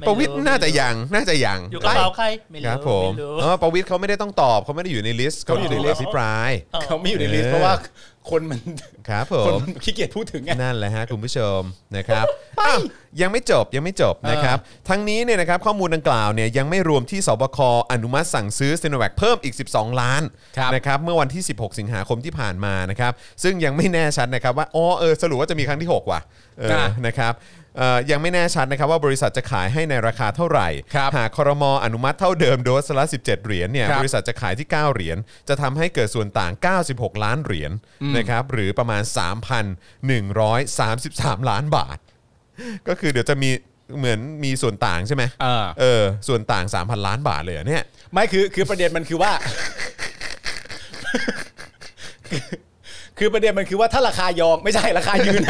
S2: ประวิทย์น่าจะยังน่าจะยัง
S4: อยู่กระเป๋าใครไม่
S2: ค
S4: รู้
S2: รับผม
S4: ไรู้
S2: เออประวิทย์เขาไม่ได้ต้องตอบเขาไม่ได้อยู่ในลิสต์เขาอยู่ในลิสต์อภิปราย
S4: อ๋อ
S3: เขาไม่อยู่ในลิส
S2: เอ
S3: ต์
S2: อ
S3: เพราะว่าคนมัน
S2: ครับผ
S3: คน
S2: ม
S3: มันขี้เกียจพูดถึงไง
S2: นั่นแหละฮะคุณผู้ชมนะครับอ้าวยังไม่จบยังไม่จบนะครับทั้งนี้เนี่ยนะครับข้อมูลดังกล่าวเนี่ยยังไม่รวมที่สบคอนุมัติสั่งซื้อซ i โนแวคเพิ่มอีก 12 ล้าน
S3: ครับ
S2: นะครับเมื่อวันที่ 16 สิงหาคมที่ผ่านมานะครับซึ่งยังไม่แน่ชัดนะครับว่าอ๋อเออสรุปว่าจะมีครั้งที่ 6 ว่ะเออ
S3: จ้ะ
S2: นะครับเอ่อยังไม่แน่ชัดนะครับว่าบริษัทจะขายให้ในราคาเท่าไหร่
S3: ครับ
S2: หากครมอนุมัติเท่าเดิมโดสละ 17 เหรียญเนี่ย
S3: ครับ
S2: บริษัทจะขายที่ 9 เหรียญจะทำให้เกิดส่วนต่าง 96 ล้านเหรียญนะครับหรือประมาณ 3,133 ล้านบาท ก็คือเดี๋ยวจะมีเหมือนมีส่วนต่างใช่ไหม
S3: อ่า
S2: เออ ส่วนต่าง 3,000 ล้านบาทเลยเหรอเนี่ย
S3: ไม่คือคือประเด็นมันคือว่า คือคือประเด็นมันคือว่าถ้าราคายองไม่ใช่ราคายืน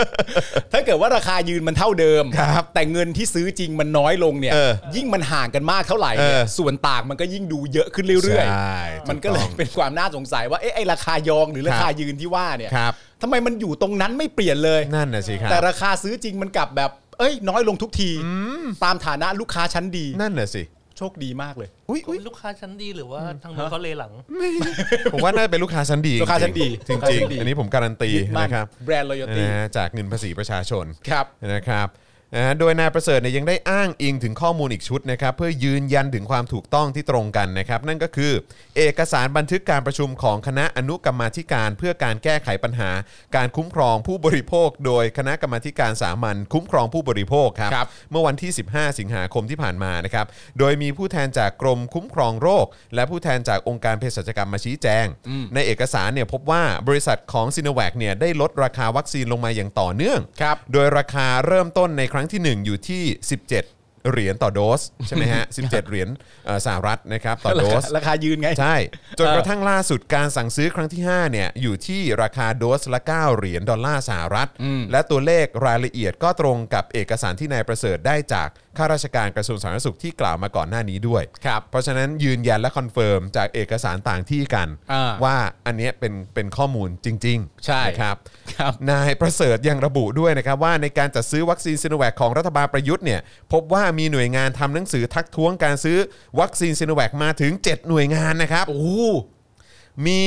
S3: ถ้าเกิดว่าราคายืนมันเท่าเดิม
S2: ครับ
S3: แต่เงินที่ซื้อจริงมันน้อยลงเนี่ย
S2: เออ
S3: ยิ่งมันห่างกันมากเท่าไหร่เนี่ย
S2: เออ
S3: ส่วนต่างมันก็ยิ่งดูเยอะขึ้นเรื่อย
S2: ใช่
S3: ๆ มันก็เลย
S2: ถูต้อง
S3: เป็นความน่าสงสัยว่าเอ๊ะไอราคายองหรือราคายืนที่ว่าเนี่ย
S2: ครับ
S3: ทำไมมันอยู่ตรงนั้นไม่เปลี่ยนเลย
S2: นั่นน่ะสิครับ
S3: แต่ราคาซื้อจริงมันกลับแบบ เอ้ย น้อยลงทุกที ตามฐานะลูกค้าชั้นดี
S2: นั่นน่ะสิ
S3: โชคดีมากเลย
S2: อุ้ยอุ้ย
S4: ลูกค้าชั้นดีหรือว่าทางนู้นเขาเลหลัง
S2: ผมว่าน่าจะเป็นลูกค้าชั้นดี
S3: ลูกค้าชั้นดี
S2: จริง
S3: ลูกค้า
S2: จริง
S3: ชั้นดี
S2: ๆอันนี้ผมการันตี
S3: ยึดมั่น
S2: นะครับ
S3: แบรนด์ loyalty
S2: นะฮะจากเงินภาษีประชาชน
S3: ครับ
S2: นะครับนะฮะโดยนายประเสริฐเนี่ยยังได้อ้างอิงถึงข้อมูลอีกชุดนะครับเพื่อยืนยันถึงความถูกต้องที่ตรงกันนะครับนั่นก็คือ เอกสารบันทึกการประชุมของคณะอนุกรรมาธิการ เพื่อการแก้ไขปัญหา การคุ้มครองผู้บริโภค โดยคณะกรรมาธิการสามัญคุ้มครองผู้บริโภคครับ
S3: ครับ
S2: เมื่อวันที่ 15 สิงหาคมที่ผ่านมานะครับโดยมีผู้แทนจากกรมคุ้มครองโรค และผู้แทนจากองค์การเภสัชกรรมมาชี้แจง ในเอกสารเนี่ยพบว่าบริษัทของซินแวคเนี่ยได้ลดราคาวัคซีนลงมาอย่างต่อเนื่อง
S3: ครับ
S2: โดยราคาเริ่มต้นในครั้งทีหนึ่1 อยู่ที่ 17 เหรียญต่อโดส ใช่ไหมฮะ 17 เหรียญเอ่อสหรัฐ นะครับ ต่อโดส
S3: ราคายืนไง
S2: ใช่ จน
S3: เออ
S2: กระทั่งล่าสุดการสั่งซื้อครั้งที่ 5 เนี่ย อยู่ที่ราคาโดสละ 9 เหรียญดอลลาร์สหรัฐ และตัวเลขรายละเอียดก็ตรงกับเอกสารที่นายประเสริฐได้จากข้าราชการกระทรวงสาธารณสุขที่กล่าวมาก่อนหน้านี้ด้วย
S3: ครับ
S2: เพราะฉะนั้นยืนยันและคอนเฟิร์มจากเอกสารต่างที่กัน
S3: อ่า
S2: ว่าอันเนี้ยเป็นเป็นข้อมูลจริงๆ
S3: ใช่
S2: นะครับ
S3: ครับ
S2: นายประเสริฐยังระบุด้วยนะครับ ว่าในการจัดซื้อวัคซีนซิโนแวคของรัฐบาลประยุทธ์เนี่ยพบว่ามีหน่วยงานทำหนังสือทักท้วงการซื้อวัคซีนซิโนแวคมาถึง 7 หน่วยงานนะครับ
S3: โอ้โห
S2: มี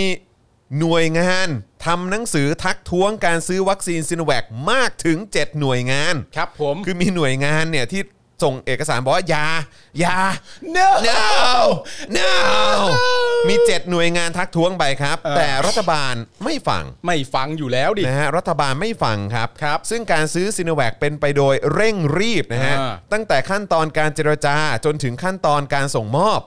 S2: หน่วยงานทำหนังสือทักท้วงการซื้อวัคซีนซิโนแวคมากถึง 7 หน่วยงาน
S3: ครับผม
S2: คือมีหน่วยงานเนี่ยที่ส่งเอกสารบอกว่าอยาอยา
S3: no
S2: no no มี 7 หน่วยงานทักท้วงไปครับ
S3: เออ
S2: แต่รัฐบาลไม่ฟัง
S3: ไม่ฟังอยู่แล้วดิ
S2: นะฮะรัฐบาลไม่ฟังครับ
S3: ครับ
S2: ซึ่งการซื้อซีโนแวคเป็นไปโดยเร่งรีบนะฮะ
S3: อ่า
S2: ตั้งแต่ขั้นตอนการเจรจาจนถึงขั้นตอนการส่งมอบ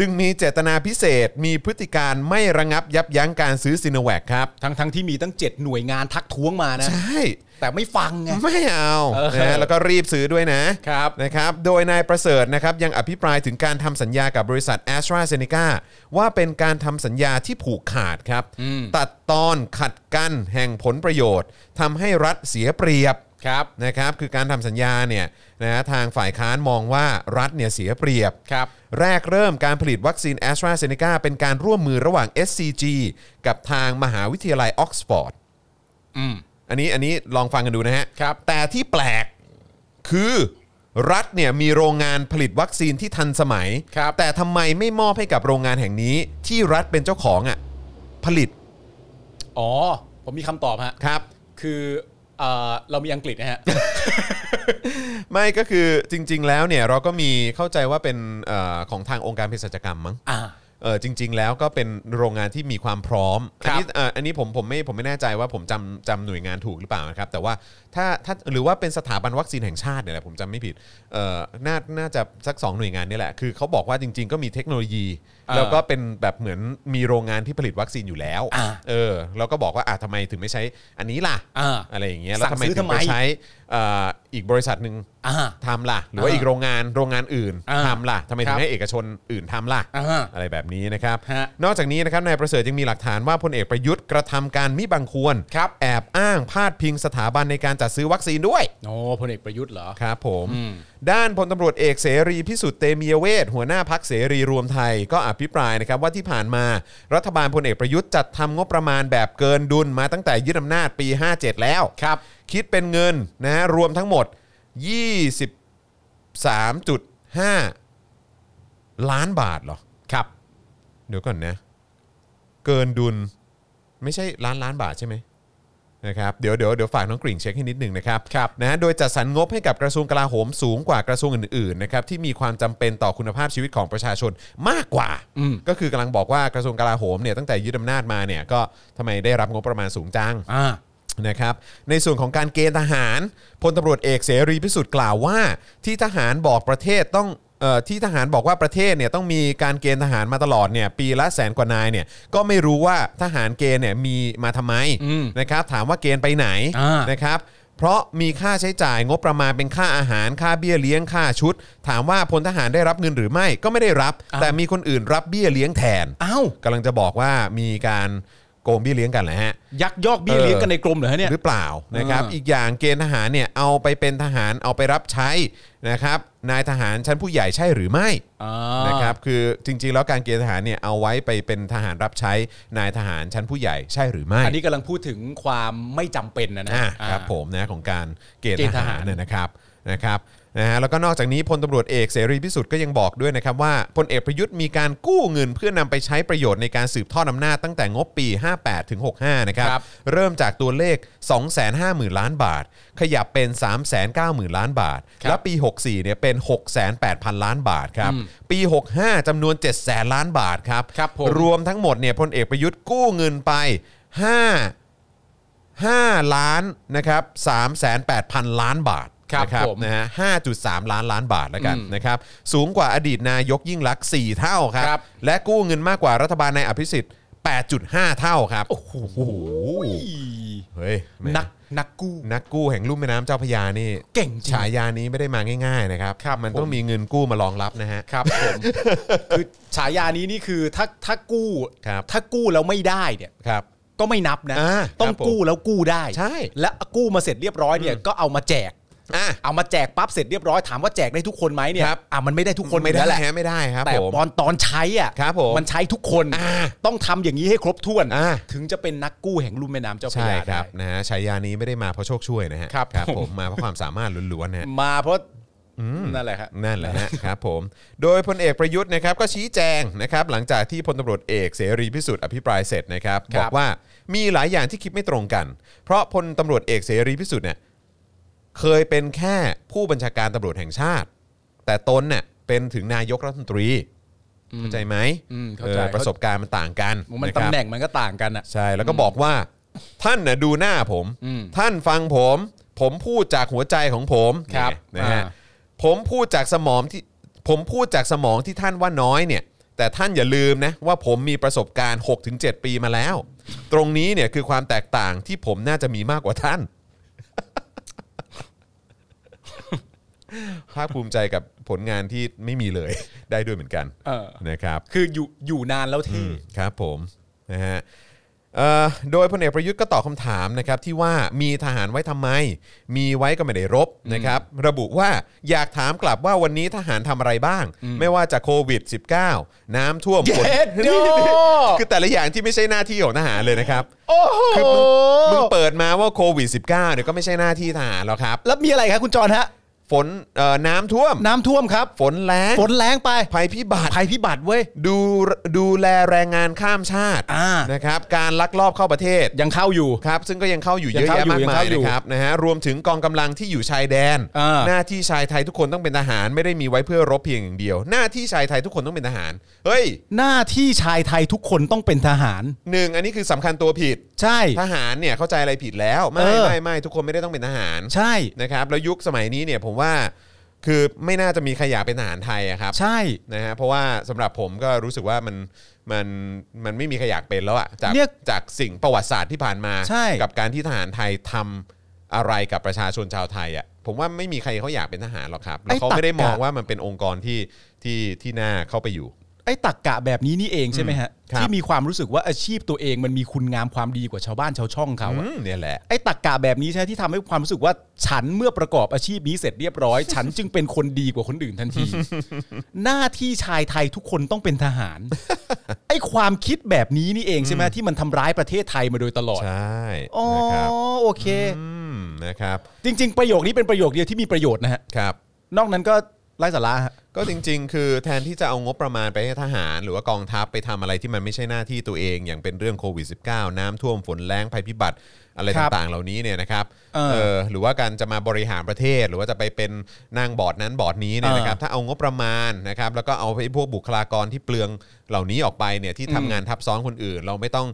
S2: จึงมีเจตนาพิเศษ มีพฤติการไม่ระงับยับยั้งการซื้อซีโนแวคครับ
S3: ทั้งทั้งๆที่มีตั้ง 7 หน่วยงานทักท้วงมานะ
S2: ใช่
S3: แต่ไม่ฟังไง
S2: ไม่เอา
S3: เออ
S2: นะฮะแล้วก็รีบซื้อด้วยนะครับ นะครับโดยนายประเสริฐนะครับยังอภิปรายถึงการทำสัญญากับบริษัท a s t r a z เซ e c a ว่าเป็นการทำสัญญาที่ผูกขาดครับ ตัดตอนขัดกันแห่งผลประโยชน์ทำให้รัฐเสียเปรียบ
S3: ครับ
S2: นะครับคือการทำสัญญาเนี่ยนะฮะทางฝ่ายค้านมองว่ารัฐเนี่ยเสียเปรียบ
S3: ครับ
S2: แรกเริ่มการผลิตวัคซีน a s t r a z เซ e c a เป็นการร่วมมือระหว่าง SCG กับทางมหาวิทยาลัยออกซฟอร์ด
S3: อืม
S2: อันนี้อันนี้ลองฟังกันดูนะฮะ
S3: ครับ
S2: แต่ที่แปลกคือรัฐเนี่ยมีโรงงานผลิตวัคซีนที่ทันสมัย
S3: ครับ
S2: แต่ทำไมไม่มอบให้กับโรงงานแห่งนี้ ที่รัฐเป็นเจ้าของอ่ะผลิต
S3: อ๋อ ผมมีคำตอบฮะ
S2: ครับ
S3: คือเอ่อเรามีอังกฤษนะฮะ
S2: ไม่ก็คือจริง ๆ แล้วเนี่ยเราก็มีเข้าใจว่าเป็นเออของทางองค์การเภสัชกรรมมั้ง
S3: อ่า
S2: เออจริง ๆ แล้วก็เป็นโรงงานที่มีความพร้อม
S3: ค
S2: อั
S3: รั
S2: น
S3: บ
S2: นี้เอ่ออันนี้ผมผมไม่ผมไม่แน่ใจว่าผมจำจำหน่วยงานถูกหรือเปล่านะครับ แต่ว่าถ้าถ้าหรือว่าเป็นสถาบันวัคซีนแห่งชาติเนี่ยแหละผมจำไม่ผิดเออน่าน่าจะสักสองหน่วยงานเนี่ยแหละคือเขาบอกว่าจริง ๆ ก็มีเทคโนโลยี
S3: อ่า
S2: แล้วก็เป็นแบบเหมือนมีโรงงานที่ผลิตวัคซีนอยู่แล้ว
S3: อ่า
S2: เออแล้วก็บอกว่าอ่ะทำไมถึงไม่ใช้อันนี้ล่ะ
S3: อ่า
S2: อะไรอย่างเงี้ยแล้วทำ
S3: สั่ง
S2: ไม
S3: ซื้อ
S2: ถึงไป
S3: ทำไม
S2: ใช้เอ่ออีกบริษัทหนึ่ง
S3: อ่า
S2: ทำล่ะ หรือว่า
S3: อ่า
S2: อีกโรงงานโรงงานอื่น
S3: อ่า
S2: ทำล่ะทำไม
S3: ค
S2: ถึ
S3: รั
S2: ง
S3: บ
S2: ให้เอกชนอื่นทำล่ะ
S3: อ่า
S2: อะไรแบบนี้นะครับ
S3: ฮะ
S2: นอกจากนี้นะครับนายประเสริฐยังมีหลักฐานว่าพลเอกประยุทธ์กระทำการมิบังควร
S3: ครับ
S2: แอบอ้างพาดพิงสถาบันในการจัดซื้อวัคซีนด้วย
S3: โอ้พลเอกประยุทธ์เหรอ
S2: ครับผม
S3: อืม
S2: ด้านพลตำรวจเอกเสรีพิสุทธิ์เตมียเวทหัวหน้าพักเสรีรวมไทยก็อภิปรายนะครับว่าที่ผ่านมารัฐบาลพลเอกประยุทธ์จัดทำงบประมาณแบบเกินดุลมาตั้งแต่ยึดอำนาจปี 57 แล้ว
S3: ครับ
S2: คิดเป็นเงินนะฮะรวมทั้งหมด 23.5 ล้านบาทเหรอครับ เดี๋ยวก่อนนะ เกินดุลไม่ใช่ล้านล้านบาทใช่ไหม นะครับเดี๋ยวเดี๋ยวเดี๋ยวฝากน้องกริ่งเช็คให้นิดหนึ่งนะครับ
S3: ครับ
S2: นะฮะโดยจัดสรรงบให้กับกระทรวงกลาโหมสูงกว่ากระทรวงอื่นๆนะครับที่มีความจำเป็นต่อคุณภาพชีวิตของประชาชนมากกว่า
S3: อืม
S2: ก็คือกำลังบอกว่ากระทรวงกลาโหมเนี่ยตั้งแต่ยึดอำนาจมาเนี่ยก็ทำไมได้รับงบประมาณสูงจัง
S3: อ่า
S2: นะครับในส่วนของการเกณฑ์ทหารพลตำรวจเอกเสรีพิสุทธิ์กล่าวว่า ที่ทหารบอกประเทศต้องเอ่อที่ทหารบอกว่าประเทศเนี่ยต้องมีการเกณฑ์ทหารมาตลอดเนี่ยปีละแสนกว่านายเนี่ยก็ไม่รู้ว่าทหารเกณฑ์เนี่ยมีมาทำไม
S3: อืม
S2: นะครับถามว่าเกณฑ์ไปไหน
S3: อ่าน
S2: นะครับเพราะมีค่าใช้จ่ายงบประมาณเป็นค่าอาหาร ค่าเบี้ยเลี้ยงค่าชุด ถามว่าพลทหารได้รับเงินหรือไม่ก็ไม่ได้รับ แต่มีคนอื่นรับเบี้ยเลี้ยงแทน
S3: อ้าว
S2: กำลังจะบอกว่ามีการโกงเบี้ยเลี้ยงกันแหละฮะ
S3: ยักยอกเบี้ยเลี้ยงกันในกรมเหรอฮะเนี่ย
S2: หรือเปล่านะครับ
S3: เอออี
S2: อีกอย่างเกณฑ์ทหารเนี่ยเอาไปเป็นทหารเอาไปรับใช้นะครับนายทหารชั้นผู้ใหญ่ใช่หรือไม่
S3: อ่า
S2: นะครับคือจริงๆ แล้วการเกณฑ์ทหารเนี่ยเอาไว้ไปเป็นทหารรับใช้นายทหารชั้นผู้ใหญ่ใช่หรือไม่
S3: อันนี้กำลังพูดถึงความไม่จำเป็นนะนะ
S2: อ่า
S3: อ่า
S2: ครับผมนะของการเกณฑ์
S3: เกณฑ์
S2: ท
S3: ท
S2: หา
S3: หาร ร
S2: เนี่ยนะครับนะครับนะฮะแล้วก็นอกจากนี้พลตำรวจเอกเสรีพิสุทธิ์ก็ยังบอกด้วยนะครับว่าพลเอกประยุทธ์มีการกู้เงินเพื่อนำไปใช้ประโยชน์ในการสืบทอดอำนาจตั้งแต่งบปี 58ถึง65นะครับ
S3: ครับ
S2: เริ่มจากตัวเลข 250,000 ล้านบาท ขยับเป็น 390,000 ล้านบาท
S3: ครับ
S2: และปี 64เนี่ยเป็น 608,000 ล้านบาทครับ
S3: อืม
S2: ปี 65จำนวน 700,000 ล้านบาทครับ
S3: ครับผม
S2: รวมทั้งหมดเนี่ยพลเอกประยุทธ์กู้เงินไป 5 5 ล้านนะครับ3,800,000 ล้านบาท
S3: ครับ
S2: นะ
S3: ผม
S2: นะฮะ5.3 ล้านล้านบาทแล้วกัน
S3: อืม
S2: นะครับ สูงกว่าอดีตนายกยิ่งลักษณ์4เท่าครับ
S3: ครับ
S2: และกู้เงินมากกว่ารัฐบาลนายอภิสิทธิ์ 8.5 เท่าครับ
S3: โอ้โห
S2: เฮ้ยแหม่
S3: นักนักกู้
S2: นักกู้แห่งลุ่มแม่น้ำเจ้าพระยานี่
S3: เก่งจริง
S2: ฉายานี้ไม่ได้มาง่าย ๆ นะครับ มันต้องมีเงินกู้มารองรับนะฮะ
S3: ครับผม คือฉายานี้นี่คือถ้าถ้ากู้
S2: ครับ
S3: ถ้ากู้แล้วไม่ได้เนี่ย
S2: ครับ
S3: ก็ไม่นับนะ
S2: อ่า
S3: ต้อง
S2: ครับผม
S3: กู้แล้วกู้ได้
S2: ใช่
S3: และกู้มาเสร็จเรียบร้อยเนี่ยก็เอามาแจก
S2: อ่ะ
S3: เอามาแจกปั๊บเสร็จเรียบร้อยถามว่าแจกได้ทุกคนไหมเนี่ย
S2: ครับ
S3: อ่ะมันไม่ได้ทุกคน
S2: ไม่ได้
S3: อยู่แล้วแหละ
S2: ฮะไม่ได้ครับ
S3: แต่
S2: ผม
S3: ตอนตอนใช้อ่ะ
S2: ครับผม
S3: นใช้ทุกคน
S2: อ่า
S3: ต้องทำอย่างนี้ให้ครบถ้วน
S2: อ่า
S3: ถึงจะเป็นนักกู้แห่งลุ่มแม่น้ำเจ้าพระ
S2: ใช่
S3: ยา
S2: ครับ
S3: ได้
S2: นะฮะฉายานี้ไม่ได้มาเพราะโชคช่วยนะฮะ
S3: ครับ
S2: ครับผ
S3: ผม ม
S2: มาเพราะความสามารถล้วนๆนะฮะ
S3: มาเพราะ นั่นแหละครับ
S2: นั่นแหละนะครับผม โดยพลเอกประยุทธ์นะครับก็ชี้แจงนะครับหลังจากที่พลตารวจเอกเสรีพิสุทธิ์อภิปรายเสร็จนะครับ
S3: ครับ บ
S2: อกว่ามีหลายอย่างที่คิดไม่ตรงกัน เพราะพลตำรวจเอกเสรีพิสุทธิ์เนี่ยเคยเป็นแค่ผู้บัญชาการตำรวจแห่งชาติ แต่ตนเนี่ยเป็นถึงนายกรัฐมนตรีเข้าใจไหม
S3: อืมเข้าใจ
S2: ออประสบการณ์มันต่างกัน
S3: มัน
S2: นะค
S3: ตำ
S2: รับ
S3: แหน่งมันก็ต่างกันอ่ะ
S2: ใช่แล้วก็บอกว่าท่านน่ะดูหน้าผม
S3: อืม
S2: ท่านฟังผม ผมพูดจากหัวใจของผม
S3: ครับ
S2: เนี่ยนะฮะ
S3: อ่า
S2: ผมพูดจากสมองที่ผมพูดจากสมองที่ท่านว่าน้อยเนี่ย แต่ท่านอย่าลืมนะว่าผมมีประสบการณ์ 6-7 ปีมาแล้ว ตรงนี้เนี่ยคือความแตกต่างที่ผมน่าจะมีมากกว่าท่าน ภาคภูมิใจกับผลงานที่ไม่มีเลย ได้ด้วยเหมือนกัน
S3: เออ
S2: นะครับ
S3: คืออยู่อยู่นานแล้วเที่
S2: ครับผมนะฮะเอ่อโดยพลเอกประยุทธ์ก็ตอบคำถามนะครับที่ว่ามีทหารไว้ทำไม มีไว้ก็ไม่ได้รบนะครับระบุว่าอยากถามกลับว่าวันนี้ทหารทำอะไรบ้าง ไม่ว่าจะโควิด -19 น้ำท่วมฝน
S3: เย็ดโด่
S2: คือแต่ละอย่างที่ไม่ใช่หน้าที่ของทหารเลยนะครับ
S3: โอ้โห
S2: คือมึงมึงเปิดมาว่าโควิด -19 เนี่ยก็ไม่ใช่หน้าที่ทหารแล้วครับ
S3: แล้วมีอะไรครับคุณจรฮะ
S2: ฝนเอ่อน้ำท่วม
S3: น้ำท่วมครับ
S2: ฝนแรง
S3: ฝนแรงไป
S2: ภัยพิบัติ
S3: ภัยพิบัติเว้ย
S2: ดูดูแลแรงงานข้ามชาติ
S3: อ่าน
S2: นะครับการลักลอบเข้าประเทศ
S3: ยังเข้าอยู่
S2: ครับซึ่งก็ยังเข้าอยู่
S3: ยั
S2: เยอะ
S3: งเข้า
S2: แยะ
S3: อยู่
S2: มาก
S3: ยัง
S2: มาย
S3: เข้าอยู่
S2: นะครับนะฮะรวมถึงกองกำลังที่อยู่ชายแดน
S3: อ่า
S2: หน้าที่ชายไทยทุกคนต้องเป็นทหารไม่ได้มีไว้เพื่อรบเพียงอย่างเดียว หน้าที่ชายไทยทุกคนต้องเป็นทหารเฮ้ย
S3: หน้าที่ชายไทยทุกคนต้องเป็นทหาร
S2: หนึ่งอันนี้คือสำคัญตัวผิด
S3: ใช่
S2: ทหารเนี่ยเข้าใจอะไรผิดแล้วไม่
S3: เออ
S2: ไม่ไม่ทุกคนไม่ได้ต้องเป็นทหาร
S3: ใช่
S2: นะครับแล้วยุคสมัยนี้เนี่ยผมว่าคือไม่น่าจะมีใครอยากเป็นทหารไทยอะครับ
S3: ใช่
S2: นะฮะเพราะว่าสำหรับผมก็รู้สึกว่ามันมันมันไม่มีใครอยากเป็นแล้วอะจาก
S3: เนี่ย
S2: จากสิ่งประวัติศาสตร์ที่ผ่านมา
S3: ใช่
S2: กับการที่ทหารไทยทำอะไรกับประชาชนชาวไทยอะผมว่าไม่มีใครเขาอยากเป็นทหารหรอกครับแล้วเขาไม่ได้มองว่ามันเป็นองค์กรที่ที่ที่น่าเข้าไปอยู่
S3: ไอ้ตักกะแบบนี้นี่เองใช่ไหมฮะ
S2: ครับ
S3: ที่มีความรู้สึกว่าอาชีพตัวเองมันมีคุณงามความดีกว่าชาวบ้านชาวช่องเขาอะ
S2: อืมเนี่ยแหละ
S3: ไอ้ตักกะแบบนี้ใช่ไหมที่ทำให้ความรู้สึกว่าฉันเมื่อประกอบอาชีพนี้เสร็จเรียบ ร้อย ฉันจึงเป็นคนดีกว่าคนอื่นทันที หน้าที่ชายไทยทุกคนต้องเป็นทหาร ไอ้ความคิดแบบนี้นี่เองใช่ไหมที่มันทำร้ายประเทศไทยมาโดยตลอด
S2: ใช่
S3: อ๋อ
S2: นะครับ
S3: โอเค
S2: อืมนะครับ
S3: จริง ๆ ประโยคนี้เป็นประโยคเดียวที่มีประโยชน์นะฮะ
S2: ครับ
S3: นอกนั้นก็ไร้สาระฮะ
S2: ก็จริง ๆ คือแทนที่จะเอางบประมาณไปให้ทหาร หรือว่ากองทัพไปทำอะไรที่มันไม่ใช่หน้าที่ตัวเอง อย่างเป็นเรื่องโควิด -19 น้ำท่วมฝนแรงภัยพิบัติอะไร
S3: ครับ
S2: ต่างๆ เหล่านี้เนี่ยนะครับ
S3: เออ
S2: เออหรือว่าการจะมาบริหารประเทศ หรือว่าจะไปเป็นนางบอร์ดนั้นบอร์ดนี้เนี่ย
S3: เออ
S2: นะครับถ้าเอางบประมาณนะครับแล้วก็เอาไปพวกบุคลากรที่เปลืองเหล่านี้ออกไปเนี่ยที่ทำงานทับซ้อนคนอื่น เราไม่ต้อง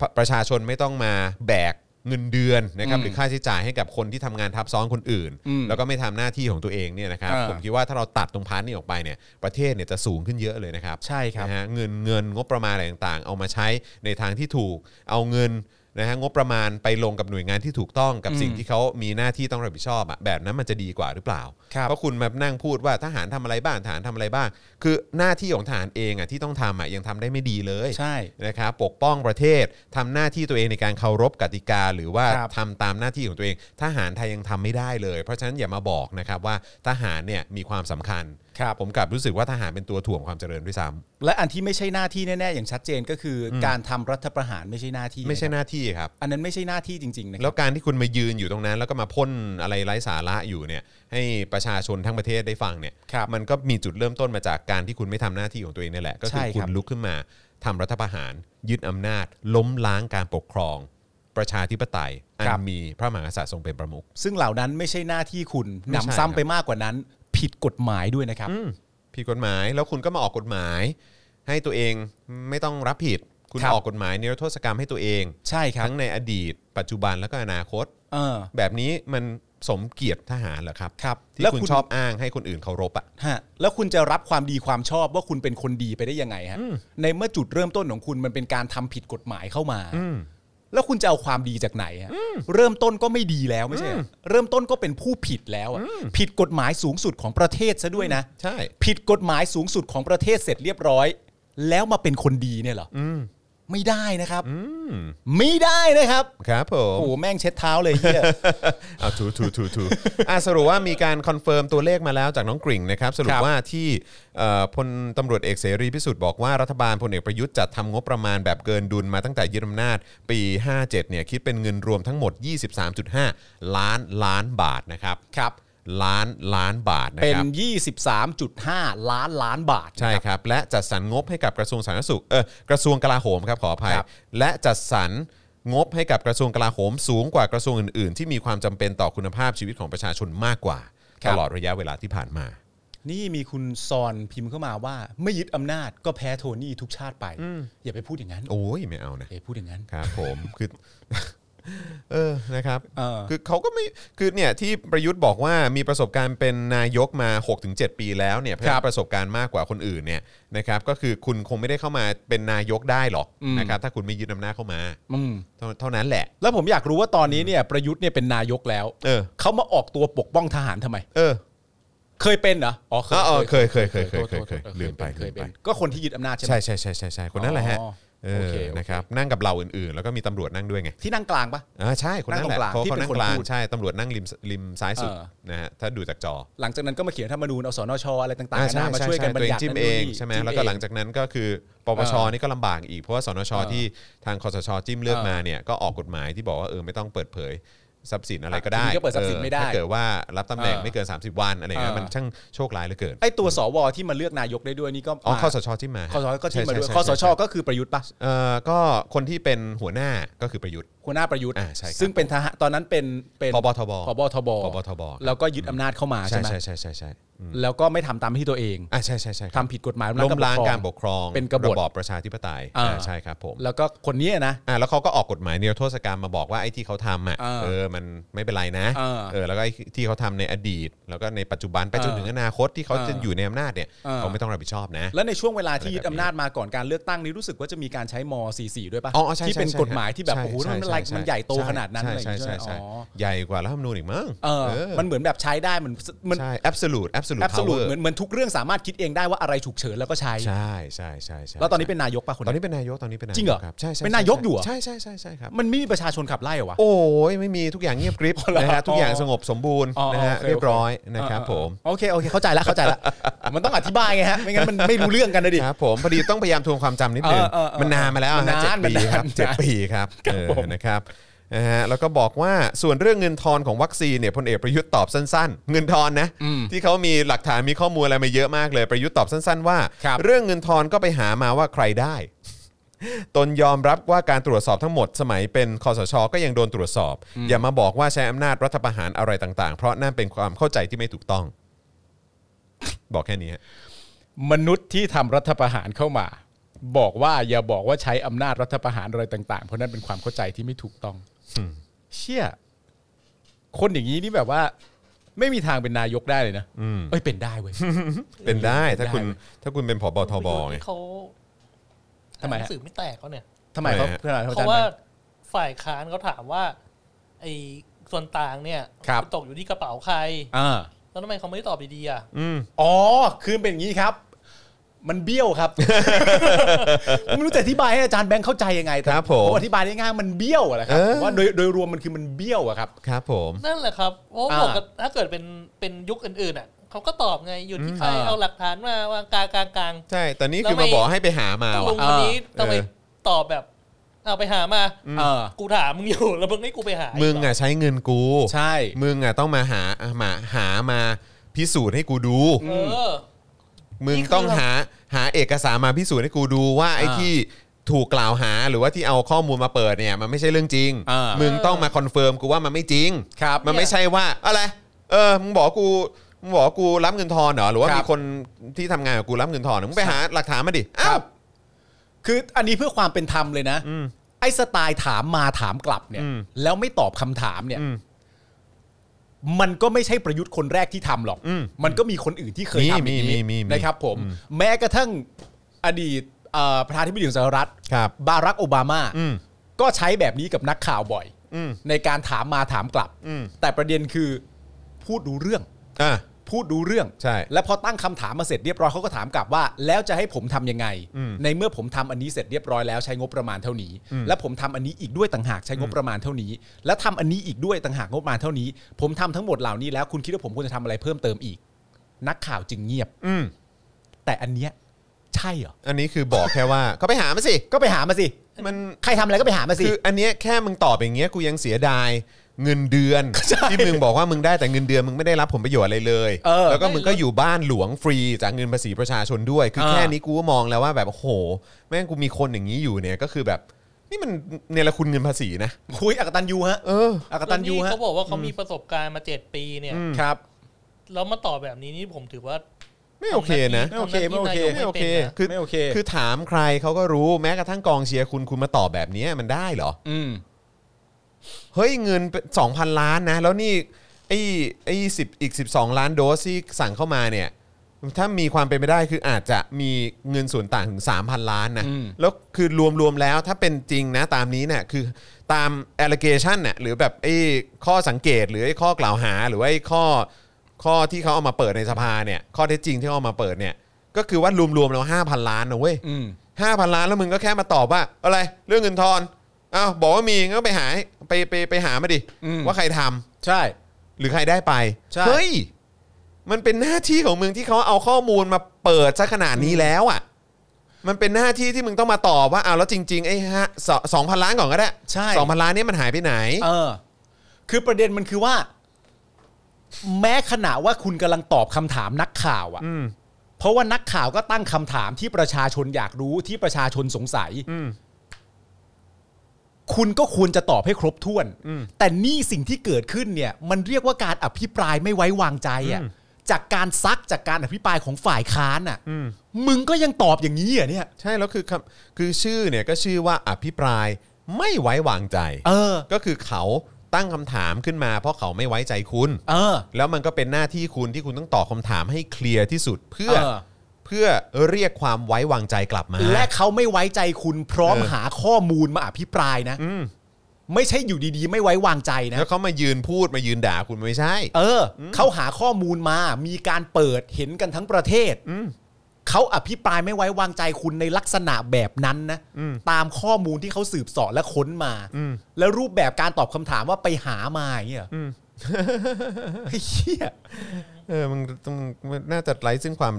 S2: ปประชาชนไม่ต้องมาแบกเงินเดือนนะครับ
S3: อืม
S2: หรือค่าใช้จ่ายให้กับคนที่ทำงานทับซ้อนคนอื่น
S3: อืม
S2: แล้วก็ไม่ทำหน้าที่ของตัวเองเนี่ยนะครับ
S3: เออ
S2: ผมคิดว่าถ้าเราตัดตรงพาร์ทนี้ออกไปเนี่ยประเทศเนี่ยจะสูงขึ้นเยอะเลยนะครับ
S3: ใช่ครับ
S2: นะฮะเงินเงินงบประมาณอะไรต่างๆ เอามาใช้ในทางที่ถูก เอาเงินนะฮะงบประมาณไปลงกับหน่วยงานที่ถูกต้องกับ
S3: อืม
S2: สิ่งที่เขามีหน้าที่ต้องรับผิดชอบอะแบบนั้นมันจะดีกว่าหรือเปล่า
S3: ครับ
S2: เพราะคุณมานั่งพูดว่าทหารทำอะไรบ้างทหารทำอะไรบ้าง คือหน้าที่ของทหารเองอะที่ต้องทำอะยังทำได้ไม่ดีเลย
S3: ใช่
S2: นะครับปกป้องประเทศทำหน้าที่ตัวเองในการเคารพกติกา หรือว่า
S3: ครับ
S2: ทำตามหน้าที่ของตัวเอง ทหารไทยยังทำไม่ได้เลย เพราะฉะนั้นอย่ามาบอกนะครับว่าทหารเนี่ยมีความสำคัญ
S3: ครับ
S2: ผมกลับรู้สึกว่าทหารเป็นตัวถ่วงความเจริญด้วยซ้ำ
S3: และอันที่ไม่ใช่หน้าที่แน่ๆ อย่างชัดเจนก็คืออการทำรัฐประหารไม่ใช่หน้าที่
S2: ไม่ใช่
S3: นะ
S2: หน้าที่ครับ
S3: อันนั้นไม่ใช่หน้าที่จริงๆนะค
S2: แล้
S3: รับ
S2: วการที่คุณมายืนอยู่ตรงนั้น แล้วก็มาพ่นอะไรไร้สาระอยู่เนี่ย ให้ประชาชนทั้งประเทศได้ฟังเนี่ย
S3: ครับ
S2: มันก็มีจุดเริ่มต้นมาจากการที่คุณไม่ทำหน้าที่ของตัวเองนี่แหละ ก็คือ
S3: ใช่ครับ
S2: คุณลุกขึ้นมาทำรัฐประหาร ยึดอำนาจ ล้มล้างการปกครอง ประชาธิปไตยอันมีพระมหากษัตริย์ทรงเป็นประมุข
S3: ซึ่งเหล่านั้นไม่ใช่หน้าที่คุณ
S2: ไม่
S3: ห
S2: ใช่ค
S3: นำ
S2: รั
S3: ซ้ำ
S2: บ
S3: ไปมากกว่านั้น ผิดกฎหมายด้วยนะครับ
S2: ผิดกฎหมายแล้วคุณก็มาออกกฎหมาย ให้ตัวเองไม่ต้องรับผิด คุณ
S3: ครับ
S2: ออกกฎหมายนิรโทษกรรมให้ตัวเอง
S3: ใช่ครับ
S2: ทั้งในอดีต ปัจจุบันแล้วก็อนาคต
S3: เออ
S2: แบบนี้มันสมเกียรติทหารเหรอครับ
S3: ครับ
S2: ที่
S3: แล้ว
S2: คุณ
S3: คุณ
S2: ชอบอ้างให้คนอื่นเคารพอ่ะ
S3: ฮะแล้วคุณจะรับความดีความชอบว่าคุณเป็นคนดีไปได้ยังไงฮะในเมื่อจุดเริ่มต้นของคุณมันเป็นการทำผิดกฎหมายเข้ามา แล้วคุณจะเอาความดีจากไหนฮะเริ่มต้นก็ไม่ดีแล้วไม่ใช่เหรอเริ่มต้นก็เป็นผู้ผิดแล้วอะผิดกฎหมายสูงสุดของประเทศซะด้วยนะ
S2: ใช่
S3: ผิดกฎหมายสูงสุดของประเทศเสร็จเรียบร้อย แล้วมาเป็นคนดีเนี่ยเหรออไม่ได้นะครับไม่ได้นะครับ
S2: ครับผ
S3: โอ้
S2: ม
S3: โหแม่งเช็ดเท้าเลยเหีย
S2: เอาถูถูถูถูอ่ะสรุปว่ามีการคอนเฟิร์มตัวเลขมาแล้วจากน้องกริ่งนะครับ สรุปว่าที่เอ่อพลตำรวจเอกเสรีพิสุทธิ์บอกว่ารัฐบาลพลเอกประยุทธ์จัดทำงบประมาณแบบเกินดุลมาตั้งแต่ยึดอำนาจปี 57เนี่ยคิดเป็นเงินรวมทั้งหมด 23.5 ล้านล้านบาทนะครับ
S3: ครับ
S2: ล้านล้านบาทนะ
S3: เป็น
S2: ครับ
S3: 23.5 ล้านล้านบาทนะ
S2: ใช่
S3: ครับ
S2: ครับ และจัดสรรงบให้กับกระทรวงสาธารณสุขเออกระทรวงกลาโหมครับขออภัย
S3: ครับ
S2: และจัดสรรงบให้กับกระทรวงกลาโหมสูงกว่ากระทรวงอื่น ๆ ที่มีความจำเป็นต่อคุณภาพชีวิตของประชาชนมากกว่า ตลอดระยะเวลาที่ผ่านมา
S3: นี่มีคุณซอนพิมพ์เข้ามาว่า ไม่ยึดอำนาจก็แพ้โทนี่ทุกชาติไป อย่าไปพูดอย่างนั้น
S2: โอ้ยไม่เอานะ
S3: อย่าไปพูดอย่างนั้น
S2: ครับผม คือ เออนะครับ
S3: เออ
S2: คือเขาก็ไม่คือเนี่ยที่ประยุทธ์บอกว่ามีประสบการณ์เป็นนายกมา 6-7 ปีแล้วเนี่ยเพราะฉะนั้นประสบการณ์มากกว่าคนอื่นเนี่ยนะครับก็คือคุณคงไม่ได้เข้ามาเป็นนายกได้หรอกนะครับถ้าคุณไม่ยึดอำนาจเข้ามา
S3: อืม
S2: เท่าเท่านั้นแหละ
S3: แล้วผมอยากรู้ว่าตอนนี้เนี่ยประยุทธ์เนี่ยเป็นนายกแล้ว
S2: เออ
S3: เขามาออกตัวปกป้องทหารทำไม
S2: เออ
S3: เคยเป็นเหรออ๋อเคย
S2: เออเคยเคยเคยเคยเคย
S3: โทษ
S2: เคย
S3: โทษ
S2: ลืมไป
S3: เค
S2: ลื
S3: ย
S2: ม
S3: เป็
S2: ไป
S3: นก็คนที่ยึดอำนาจใช่ไหม
S2: ใช่ใช่ใช่ใช่ใช่คนนั้นแหละฮะ
S3: อ๋อ
S2: เอ
S3: โอ
S2: อ
S3: เคโอเค
S2: นะครับนั่งกับเราอื่นๆ แล้วก็มีตำรวจนั่งด้วยไง
S3: ที่นั่งกลางปะ
S2: อ่าใช่คนนั้นแหละ
S3: นั่งตรงกลาง
S2: เขา
S3: ที่
S2: เขา
S3: เป็น
S2: นั่ง
S3: คน
S2: กลาง
S3: พูด
S2: ใช่ตำรวจนั่งริมริมซ้ายสุด
S3: เออ
S2: นะฮะถ้าดูจากจอ
S3: หลังจากนั้นก็มาเขียนรัฐธรรมนูญเอาสนชอะไรต่าง
S2: อ่
S3: ๆกันามาช่วยกันบร
S2: ตัว
S3: ร
S2: เอง
S3: ยัติ
S2: จิ้ม
S3: นั่น
S2: เอ
S3: นู่น
S2: ง
S3: นี่
S2: ใช่ไหม
S3: จิ้
S2: แล้วก็
S3: เอ
S2: หลังจากนั้นก็คือปปช
S3: เออ
S2: นี่ก็ลำบากอีกเพราะว่าสนช
S3: เออ
S2: ที่ทางคอสชจิ้มเลือก
S3: เออ
S2: มาเนี่ยก็ออกกฎหมายที่บอกว่าเออไม่ต้องเปิดเผยทรัพย์สินอะไรก็
S3: ที
S2: ได้
S3: นี้ก็เปิดทรัพย์สินไม่ได้
S2: ออถ้าเกิดว่ารับตำแหน่ง
S3: เออ
S2: ไม่เกิน 30 วันอะไรเงี้ย
S3: เออ
S2: มันช่างโชคร้ายเหลือเกิน
S3: ไอตัวสวที่มาเลือกนายกได้ด้วยนี่ก็
S2: อ๋อ
S3: มา
S2: คอสชจิ้มมา
S3: คอสชก็ที่มาด้วย
S2: ใช่ใช่
S3: คอสช
S2: ใช่
S3: ก็คือประยุทธ์ปะ
S2: เอ่อก็คนที่เป็นหัวหน้าก็คือประยุทธ์
S3: หัวหน้าประยุทธ์
S2: อ่าใช่ครับ
S3: ซึ่งเป็นทหารตอนนั้นเป็นเป็น
S2: พบทบ
S3: พบทบ
S2: พบทบ
S3: แล้วก็ยึดอำนาจเข้ามา
S2: ใช่
S3: ใช่ไหม
S2: ใช่ใช่ใช่ใช่อืม
S3: แล้วก็ไม่ทำตามที่ตัวเอง
S2: อ่ะใช่ใช่ใช่
S3: ทำผิดกฎหมายอำนจ
S2: ล้มล้าง
S3: ปคอง
S2: การปกครอง
S3: เป็นกบฏ
S2: ระบอบประชาธิปไตย
S3: อ่า
S2: อ่าใช่ครับผม
S3: แล้วก็คนเนี้ยนะ
S2: อ่ะแล้วเขาก็ออกกฎหมายนิรโทษกรรมมาบอกว่าไอ้ที่เขาทำอ่ะ
S3: เออ
S2: เออมันไม่เป็นไรนะ
S3: เออ
S2: เออแล้วก็ไอ้ที่เขาทำในอดีต แล้วก็ในปัจจุบันไปจนถึงอนาคตที่เขา
S3: เออ
S2: จะอยู่ในอำนาจเนี่ย
S3: เออ
S2: เขาไม่ต้องรับผิดชอบนะ
S3: แล้วในช่วงเวลาที่
S2: อะไรแบบ
S3: ยึดอำนาจมาก่อนการเลือกตั้งนี้รู้สึกว่าจะมีการใช้ม .44 ด้วยปะ
S2: อ๋อใช่ใช่
S3: ที่เป็น
S2: ใช่
S3: กฎหมายที่แบบ
S2: ใช่
S3: โอ้โห
S2: ใช่
S3: มันอะไร
S2: ใช่
S3: มันใหญ่โตขนาดนั้น
S2: ใช่
S3: อะไรอย่าง
S2: ใช่
S3: เงี้ย
S2: ใช่
S3: ใช่ไหม
S2: ใช่
S3: อ๋อ
S2: ใหญ่กว่ารัฐธรรมนูญอีกมั้ง
S3: เออมันเหมือนแบบใช้ได้เหมือนมัน
S2: ใช่ absolute absolute
S3: แอบสู
S2: power
S3: เหมือนเหมือนทุกเรื่องสามารถคิดเองได้ว่าอะไรฉุกเฉินแล้วก็ใช้
S2: ใช่ใช่ใช่ใช่
S3: แล้วตอนนี้เป็นนายกป่ะคน
S2: ตอน
S3: นี้
S2: นี้เป็นนายกตอนนี้เป็นนายก
S3: จริงเหรอ
S2: คบใช่ใช่
S3: เป็นนายกอยู่เหรอ
S2: ใช่ใช่ใช่ใช่ครับ
S3: มันไม่มีประชาชนขับไล่เหรอวะ
S2: โอ้ยไม่มีทุกอย่างเงียบกริบ
S3: อ๋อเหรอ
S2: นะฮะทุกอย่าง
S3: อ๋อ
S2: สงบสมบูรณ์นะฮะ
S3: โค
S2: เรียบร้อย
S3: โเค
S2: นะครับผม
S3: โอเคโอเคเข้าใจแล้วเข้าใจแล้ว มันต้องอธิบายไงฮะไม่งั้นมันไม่รู้เรื่องกันนะดิ
S2: ครับผมพอดีต้องพยายามทวงความจำนิดหนึง
S3: เออเออเออ
S2: มันนานมาแล้ว
S3: มัน
S2: ฮะ
S3: นา
S2: เจ็ด
S3: น
S2: ปีครับ
S3: มันนาน
S2: เจ็ด
S3: นาน
S2: ปีครับ
S3: ค
S2: เอ
S3: รับ
S2: อ
S3: ผม
S2: นะครับนะฮะแล้วก็บอกว่าส่วนเรื่องเงินทอนของวัคซีนเนี่ยพลเอกประยุทธ์ตอบสั้นๆ เงินทอนนะที่เขามีหลักฐานมีข้อมูลอะไรมาเยอะมากเลยประยุทธ์ตอบสั้นๆว่า เรื่องเงินทอนก็ไปหามาว่าใครได้ ตนยอมรับว่าการตรวจสอบทั้งหมดสมัยเป็นคอสช ก็ยังโดนตรวจสอบ อย่ามาบอกว่าใช้อำนาจรัฐประหารอะไรต่างๆ เพราะนั่นเป็นความเข้าใจที่ไม่ถูกต้อง บอกแค่นี้ฮะ
S3: มนุษย์ที่ทำรัฐประหารเข้ามา บอกว่าอย่าบอกว่าใช้อำนาจรัฐประหารอะไรต่างๆ เพราะนั่นเป็นความเข้าใจที่ไม่ถูกต้อง เชี่ย คนอย่างนี้นี่แบบว่า ไม่มีทางเป็นนายกได้เลยนะเอ้ยเป็นได้เว้ย
S2: เป็นได้ถ้าคุณ
S3: ได้ไหม
S2: ถ้าคุณเป็นผบทบไง
S4: ที่เขา
S3: ทำไม
S4: ห
S3: ฮะ
S4: นังสือไม่แตกเขาเนี่ย
S3: ทำไมเขา
S2: ทำไมฮะ
S3: ทำไมเขา
S4: เพ
S3: จำ
S4: ราะ
S3: ได้
S4: ว่าฝ่ายค้านเขาถามว่า ไอ้ส่วนต่างเนี่ย
S3: ครับ
S4: มันตกอยู่ที่กระเป๋าใคร
S3: อ่า
S4: แล้วทำไมเขาไม่ได้ตอบดีๆอ่ะ
S2: อืม
S3: อ๋อ คือเป็นอย่างนี้ครับ มันเบี้ยวครับ ไม่รู้จะอธิบายให้อาจารย์แบงค์เข้าใจยังไง
S2: ครับผม
S3: อธิบายได้ง่ายมันเบี้ยวอะนะครับ
S2: เออ
S3: ผมว่าโดยโดยรวมมันคือมันเบี้ยวอะครับ
S2: ครับผม
S4: นั่นแหละครับเพราะว่า
S3: อ่า
S4: ปกติถ้าเกิดเป็นเป็นยุคอื่นๆอ่ะเขาก็ตอบไงอยู่ที่ใคร
S3: อืม
S4: เอาหลักฐานมาวางกลางกลางกลาง
S2: ใช่แต่นี่
S4: แล้ว
S2: คือมา
S4: ไม่
S2: บอกให้ไปหามา
S4: ต้องล
S2: ว่ะ
S4: งวันนี้
S2: เออ
S4: ทำไมตอบแบบเอาไปหามา
S3: เออ
S4: กูถามมึงอยู่ แล้วมึงให้กูไปหา
S2: มึ
S4: อี
S2: ง
S4: กเหร
S2: อ่ะใช้เงินกู
S3: ใช่
S2: มึงอ่ะต้องมาหามาหามาพิสูจน์ให้กูดู
S4: เออ
S2: มึงต้องหาหาเอกสารมาพิสูจน์ให้กูดูว่าไอ้
S3: อ่า
S2: ที่ถูกกล่าวหาหรือว่าที่เอาข้อมูลมาเปิดเนี่ยมันไม่ใช่เรื่องจริง
S3: อ่ามึ
S2: มึงต้องมาคอนเฟิร์มกูว่ามันไม่จริง
S3: ครับ
S2: มันไม่ใช่ว่าอะไรเออมึงบอกกูมึงบอกกูรับเงินทอนเหรอหรือว่า
S3: ครับ
S2: มีคนที่ทำงานกับกูรับเงินทอนเหรอมึงไปหาหลักฐานมาดิ
S3: ค
S2: อ้า
S3: รั
S2: ว
S3: บ คืออันนี้เพื่อความเป็นธรรมเลยนะ ไอ้สไตล์ถามมาถามกลับเนี่ย
S2: อืม
S3: แล้วไม่ตอบคำถามเนี่ย
S2: อืม
S3: มันก็ไม่ใช่ประยุทธ์คนแรกที่ทำหรอก
S2: อืม
S3: มันก็มีคนอื่นที่เคย
S2: มี
S3: ทำอย่าง
S2: มี
S3: นี้
S2: มีมี
S3: นะครับผม แม้กระทั่งอดีตเอ่อประธานาธิบดีของสหรัฐ
S2: ครับ
S3: บารักโอบามา
S2: อืม
S3: ก็ใช้แบบนี้กับนักข่าวบ่อย
S2: อืม
S3: ในการถามมาถามกลับ
S2: อืม
S3: แต่ประเด็นคือพูดดูเรื่อง
S2: อ่ะ
S3: พูดดูเรื่อง
S2: ใช่
S3: และพอตั้งคำถามมาเสร็จเรียบร้อยเขาก็ถามกลับว่า แล้วจะให้ผมทำยังไง
S2: อืม
S3: ในเมื่อผมทำอันนี้เสร็จเรียบร้อยแล้วใช้งบประมาณเท่านี้ และผมทำอันนี้อีกด้วยต่างหากใช้งบประมาณเท่านี้ และทำอันนี้อีกด้วยต่างหากงบประมาณเท่านี้ ผมทำทั้งหมดเหล่านี้แล้วคุณคิดว่าผมควรจะทำอะไรเพิ่มเติมอีก นักข่าวจึงเงียบ
S2: อืม
S3: แต่อันเนี้ยใช่เหรอ
S2: อันนี้คือบอกแค่ว่า ก็ไปหามาสิ
S3: ก็ไปหามาสิ
S2: มัน
S3: ใครทำอะไรก็ไปหามาสิ
S2: คืออันเนี้ยแค่มึงตอบอย่างเงี้ยกูยังเสียดาย เงินเดื อน
S3: ใช่
S2: ที่มึงบอกว่ามึงได้แต่เงินเดือนมึงไม่ได้รับผลประโยชน์อะไรเลย
S3: เออ
S2: แล้วก็มึงก็อยู่บ้านหลวงฟรีจากเงินภาษีประชาชนด้วย คือ
S3: เออ
S2: แค่นี้กูก็มองแล้วว่าแบบโอ้โห แม่งกูมีคนอย่างนี้อยู่เนี่ยก็คือแบบนี่มันเนรคุณเงินภาษีนะ
S3: คุยอักตันยูฮะ
S2: เออ
S3: อักตันยู
S4: แล้ว
S3: ฮะ
S4: เขาบอกว่าเขามีประสบการณ์มาเจ็ดปีเนี่ย
S3: ครับ
S4: แล้วมาตอบแบบนี้นี่ผมถือว่า
S2: ไม่โอเคนะ
S3: ไม่โอเคไม่โอเค
S2: ไม่โอเค
S4: ไม่เป็นนะ
S2: คือ
S3: ไม่โอเค
S2: คือถามใครเขาก็รู้แม้กระทั่งกองเชียร์คุณคุณมาตอบแบบนี้มันได้เหรอ
S3: อืม
S2: เฮ้ยเงินสองพันล้านนะ แล้วนี่ไอ้ไอ้สิบอีก 12 ล้านโดสที่สั่งเข้ามาเนี่ย ถ้ามีความเป็นไปได้คืออาจจะมีเงินส่วนต่างถึง 3,000 ล้านนะ
S3: อืม
S2: แล้วคือรวมๆแล้วถ้าเป็นจริงนะตามนี้เนี่ยคือตาม allegation เนี่ยหรือแบบไอ้ข้อสังเกตหรือไอ้ข้อกล่าวหาหรือว่าไอ้ข้อข้อที่เขาเอามาเปิดในสภาเนี่ย ข้อเท็จจริงที่เขาเอามาเปิดเนี่ย ก็คือว่ารวมๆแล้ว5,000 ล้านนะเว้ย
S3: อืม
S2: ห้าพันล้านแล้วมึงก็แค่มาตอบว่า อะไรเรื่องเงินทอนอ้าวบอกว่ามีงั้นก็ไปหาไปไปไปหามาดิ
S3: อืม
S2: ว่าใครทำ
S3: ใช่
S2: หรือใครได้ไป
S3: ใช่
S2: เฮ้ยมันเป็นหน้าที่ของมึงที่เขาเอาข้อมูลมาเปิดซะขนาดนี้แล้วอ่ะ มันเป็นหน้าที่ที่มึงต้องมาตอบว่าอ้าวแล้วจริงๆไอ้ฮะสองพันล้านก่อนก็ได้
S3: ใช่
S2: สองพันล้านเนี่ยมันหายไปไหน
S3: เออ คือประเด็นมันคือว่า แม้ขณะว่าคุณกำลังตอบคำถามนักข่าวอะ่ะเพราะว่านักข่าวก็ตั้งคำถามที่ประชาชนอยากรู้ที่ประชาชนสงสัยคุณก็ควรจะตอบให้ครบถ้วน แต่นี่สิ่งที่เกิดขึ้นเนี่ย มันเรียกว่าการอภิปรายไม่ไว้วางใจอะ่ะจากการซักจากการอภิปรายของฝ่ายค้านอะ่ะมึงก็ยังตอบอย่างนี้เหรอ่ะเนี่ย
S2: ใช่แล้วคือคำคือชื่อเนี่ยก็ชื่อว่าอภิปรายไม่ไว้วางใจ
S3: เออ
S2: ก็คือเขาตั้งคำถามขึ้นมา เพราะเขาไม่ไว้ใจคุณ
S3: เออ
S2: แล้วมันก็เป็นหน้าที่คุณที่คุณต้องตอบคำถามให้เคลียร์ที่สุดเพื่อ
S3: เออ
S2: เพื่อเรียกความไว้วางใจกลับมา
S3: และเขาไม่ไว้ใจคุณพร้อม
S2: เออ
S3: หาข้อมูลมาอภิปรายนะ
S2: อืม
S3: ไม่ใช่อยู่ดีๆ ไม่ไว้วางใจนะ
S2: แล้วเขามายืนพูดมายืนด่าคุณไม่ใช่
S3: เออ เขาหาข้อมูลมา มีการเปิดเห็นกันทั้งประเทศ เขาอภิปรายไม่ไว้วางใจคุณในลักษณะแบบนั้นนะ ตามข้อมูลที่เขาสืบเสอบและค้นมา แล้วรูปแบบการตอบคำถามว่าไปหามาอย่างเงี้ยเหรอไอ้เหี้ย
S2: เออมึงมึงมึงน่าจะไร้ซึ่งความ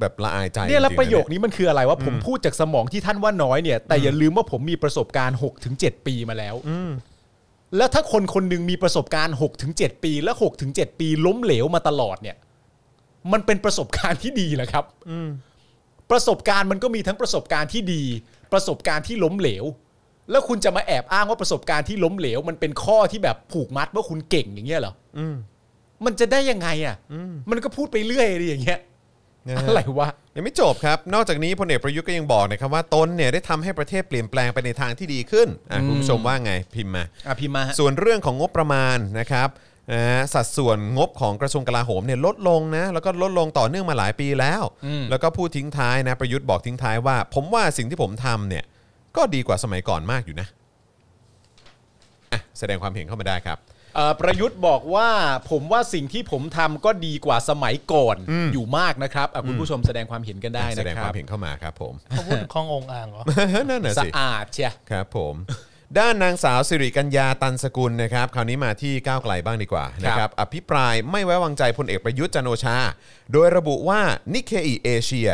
S2: แบบละอายใจ
S3: เนี่ยแล้ว
S2: จงๆ
S3: ประโยคนี้มันคืออะไรว่าผมพูดจากสมองที่ท่านว่าน้อยเนี่ย แต่อย่าลืมว่าผมมีประสบการณ์6ถึง7ปีมาแล้ว
S2: อืม
S3: แล้วถ้าคนคนหนึ่งมีประสบการณ์6ถึง7ปี และ6ถึง7ปีล้มเหลวมาตลอดเนี่ย มันเป็นประสบการณ์ที่ดีเหรอครับ
S2: อืม
S3: ประสบการณ์มันก็มีทั้งประสบการณ์ที่ดี ประสบการณ์ที่ล้มเหลว แล้วคุณจะมาแอบอ้างว่าประสบการณ์ที่ล้มเหลว มันเป็นข้อที่แบบผูกมัดว่าคุณเก่งอย่างเงี้ยเหรอ
S2: อืม
S3: มันจะได้ยังไงอ่ะมันก็พูดไปเรื่อยเลยอย่างเงี้ย
S2: นะฮะ
S3: อะไรวะ
S2: ยังไม่จบครับ นอกจากนี้พลเอกประยุทธ์ก็ยังบอกนะครับว่าตนเนี่ยได้ทำให้ประเทศเปลี่ยนแปลงไปในทางที่ดีขึ้นอ่ะคุณผู้ชมว่าไงพิมพ์มา
S3: อ่ะพิมพ์มาฮะ
S2: ส่วนเรื่องของงบประมาณนะครับนะฮะสัดส่วนงบของกระทรวงกลาโหมเนี่ยลดลงนะแล้วก็ลดลงต่อเนื่องมาหลายปีแล้ว แล้วก็พูดทิ้งท้ายนะประยุทธ์บอกทิ้งท้ายว่า ผมว่าสิ่งที่ผมทำเนี่ยก็ดีกว่าสมัยก่อนมากอยู่นะอ่ะแสดงความเห็นเข้ามาได้ครับ
S3: เอ่อประยุทธ์บอกว่าผมว่าสิ่งที่ผมทำก็ดีกว่าสมัยก่อนอยู่มากนะครับอ่ะคุณผู้ชมแสดงความเห็นกันได้
S2: แส
S3: นะ
S2: ดง
S3: ค
S2: ค
S3: รั
S2: วา
S3: บ
S2: มเห็นเข้ามาครับผม
S4: เขาพูดถึงคลององอ่างเหรอ
S2: นั่นน่ะ
S3: สะ
S2: สิ
S3: อาดเชีย
S2: ครับผม ด้านนางสาวสิริกัญญาตันสกุลนะครับคราวนี้มาที่ก้าวไกลบ้างดีกว่านะค
S3: ครั
S2: รับบ อภิปรายไม่ไว้วางใจพลเอกประยุทธ์จันทร์โอชา โดยระบุว่านิเคอีเอเชีย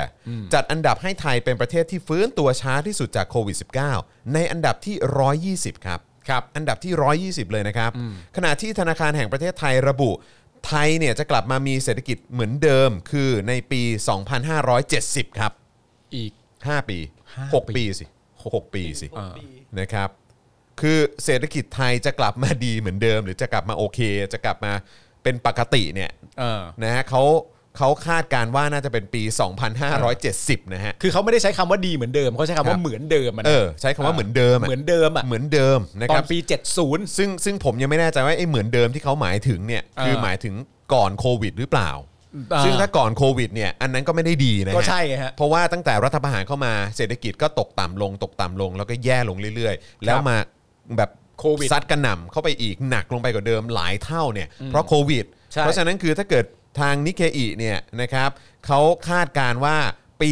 S2: จัดอันดับให้ไทยเป็นประเทศที่ฟื้นตัวช้าที่สุดจากโควิด -19 ในอันดับที่ 120 ครับ ครับ อันดับที่ 120 เลยนะครับ ขณะที่ธนาคารแห่งประเทศไทยระบุ ไทยเนี่ยจะกลับมามีเศรษฐกิจเหมือนเดิม คือในปี 2570 ครับ
S3: อีก
S2: 5 ปี
S3: ห้า
S2: 6
S3: ปี
S2: ปีสิ6ปีสิ
S4: หกปี
S2: นะครับ คือเศรษฐกิจไทยจะกลับมาดีเหมือนเดิม หรือจะกลับมาโอเค จะกลับมาเป็นปกติเนี่ย
S3: เออ
S2: นะฮะเขาเขาคาดการณ์ว่าน่าจะเป็นปี 2570 นะฮะ
S3: คือเขาไม่ได้ใช้คำว่าดีเหมือนเดิมเขาใช้
S2: ค
S3: คำ
S2: รั
S3: ว่า
S2: บ
S3: เหมือนเดิมอะนะ
S2: เออ ใช้คำว่าเหมือนเดิมะ
S3: เหมือนเดิมอ่ะ
S2: เหมือนเดิมนะ
S3: ต
S2: ค
S3: อ
S2: รั
S3: น
S2: บ
S3: ปี 70
S2: ซึ่งซึ่งผมยังไม่แน่ใจว่าไอ้เหมือนเดิมที่เขาหมายถึงเนี่ยคือ
S3: เออ
S2: หมายถึงก่อนโควิดหรือเปล่า
S3: อ่า
S2: ซึ่งถ้าก่อนโควิดเนี่ยอันนั้นก็ไม่ได้ดีนะฮะ
S3: ก็ใช่ไงฮะ
S2: เพราะว่าตั้งแต่รัฐประหารเข้ามาเศรษฐกิจก็ตกต่ำลงตกต่ำลงแล้วก็แย่ลงเรื่อยๆ แล้วมาแบบ
S3: โควิด
S2: ซัดกระหน่ำเข้าไปอีกหนักลงไปกว่าเดิมหลายเท่าเนี่ยเพราะโควิด
S3: ใช่
S2: เพราะฉะนั้นคือถ้าเกิดทางนิเคอีเนี่ยนะครับเขาคาดการณ์ว่าปี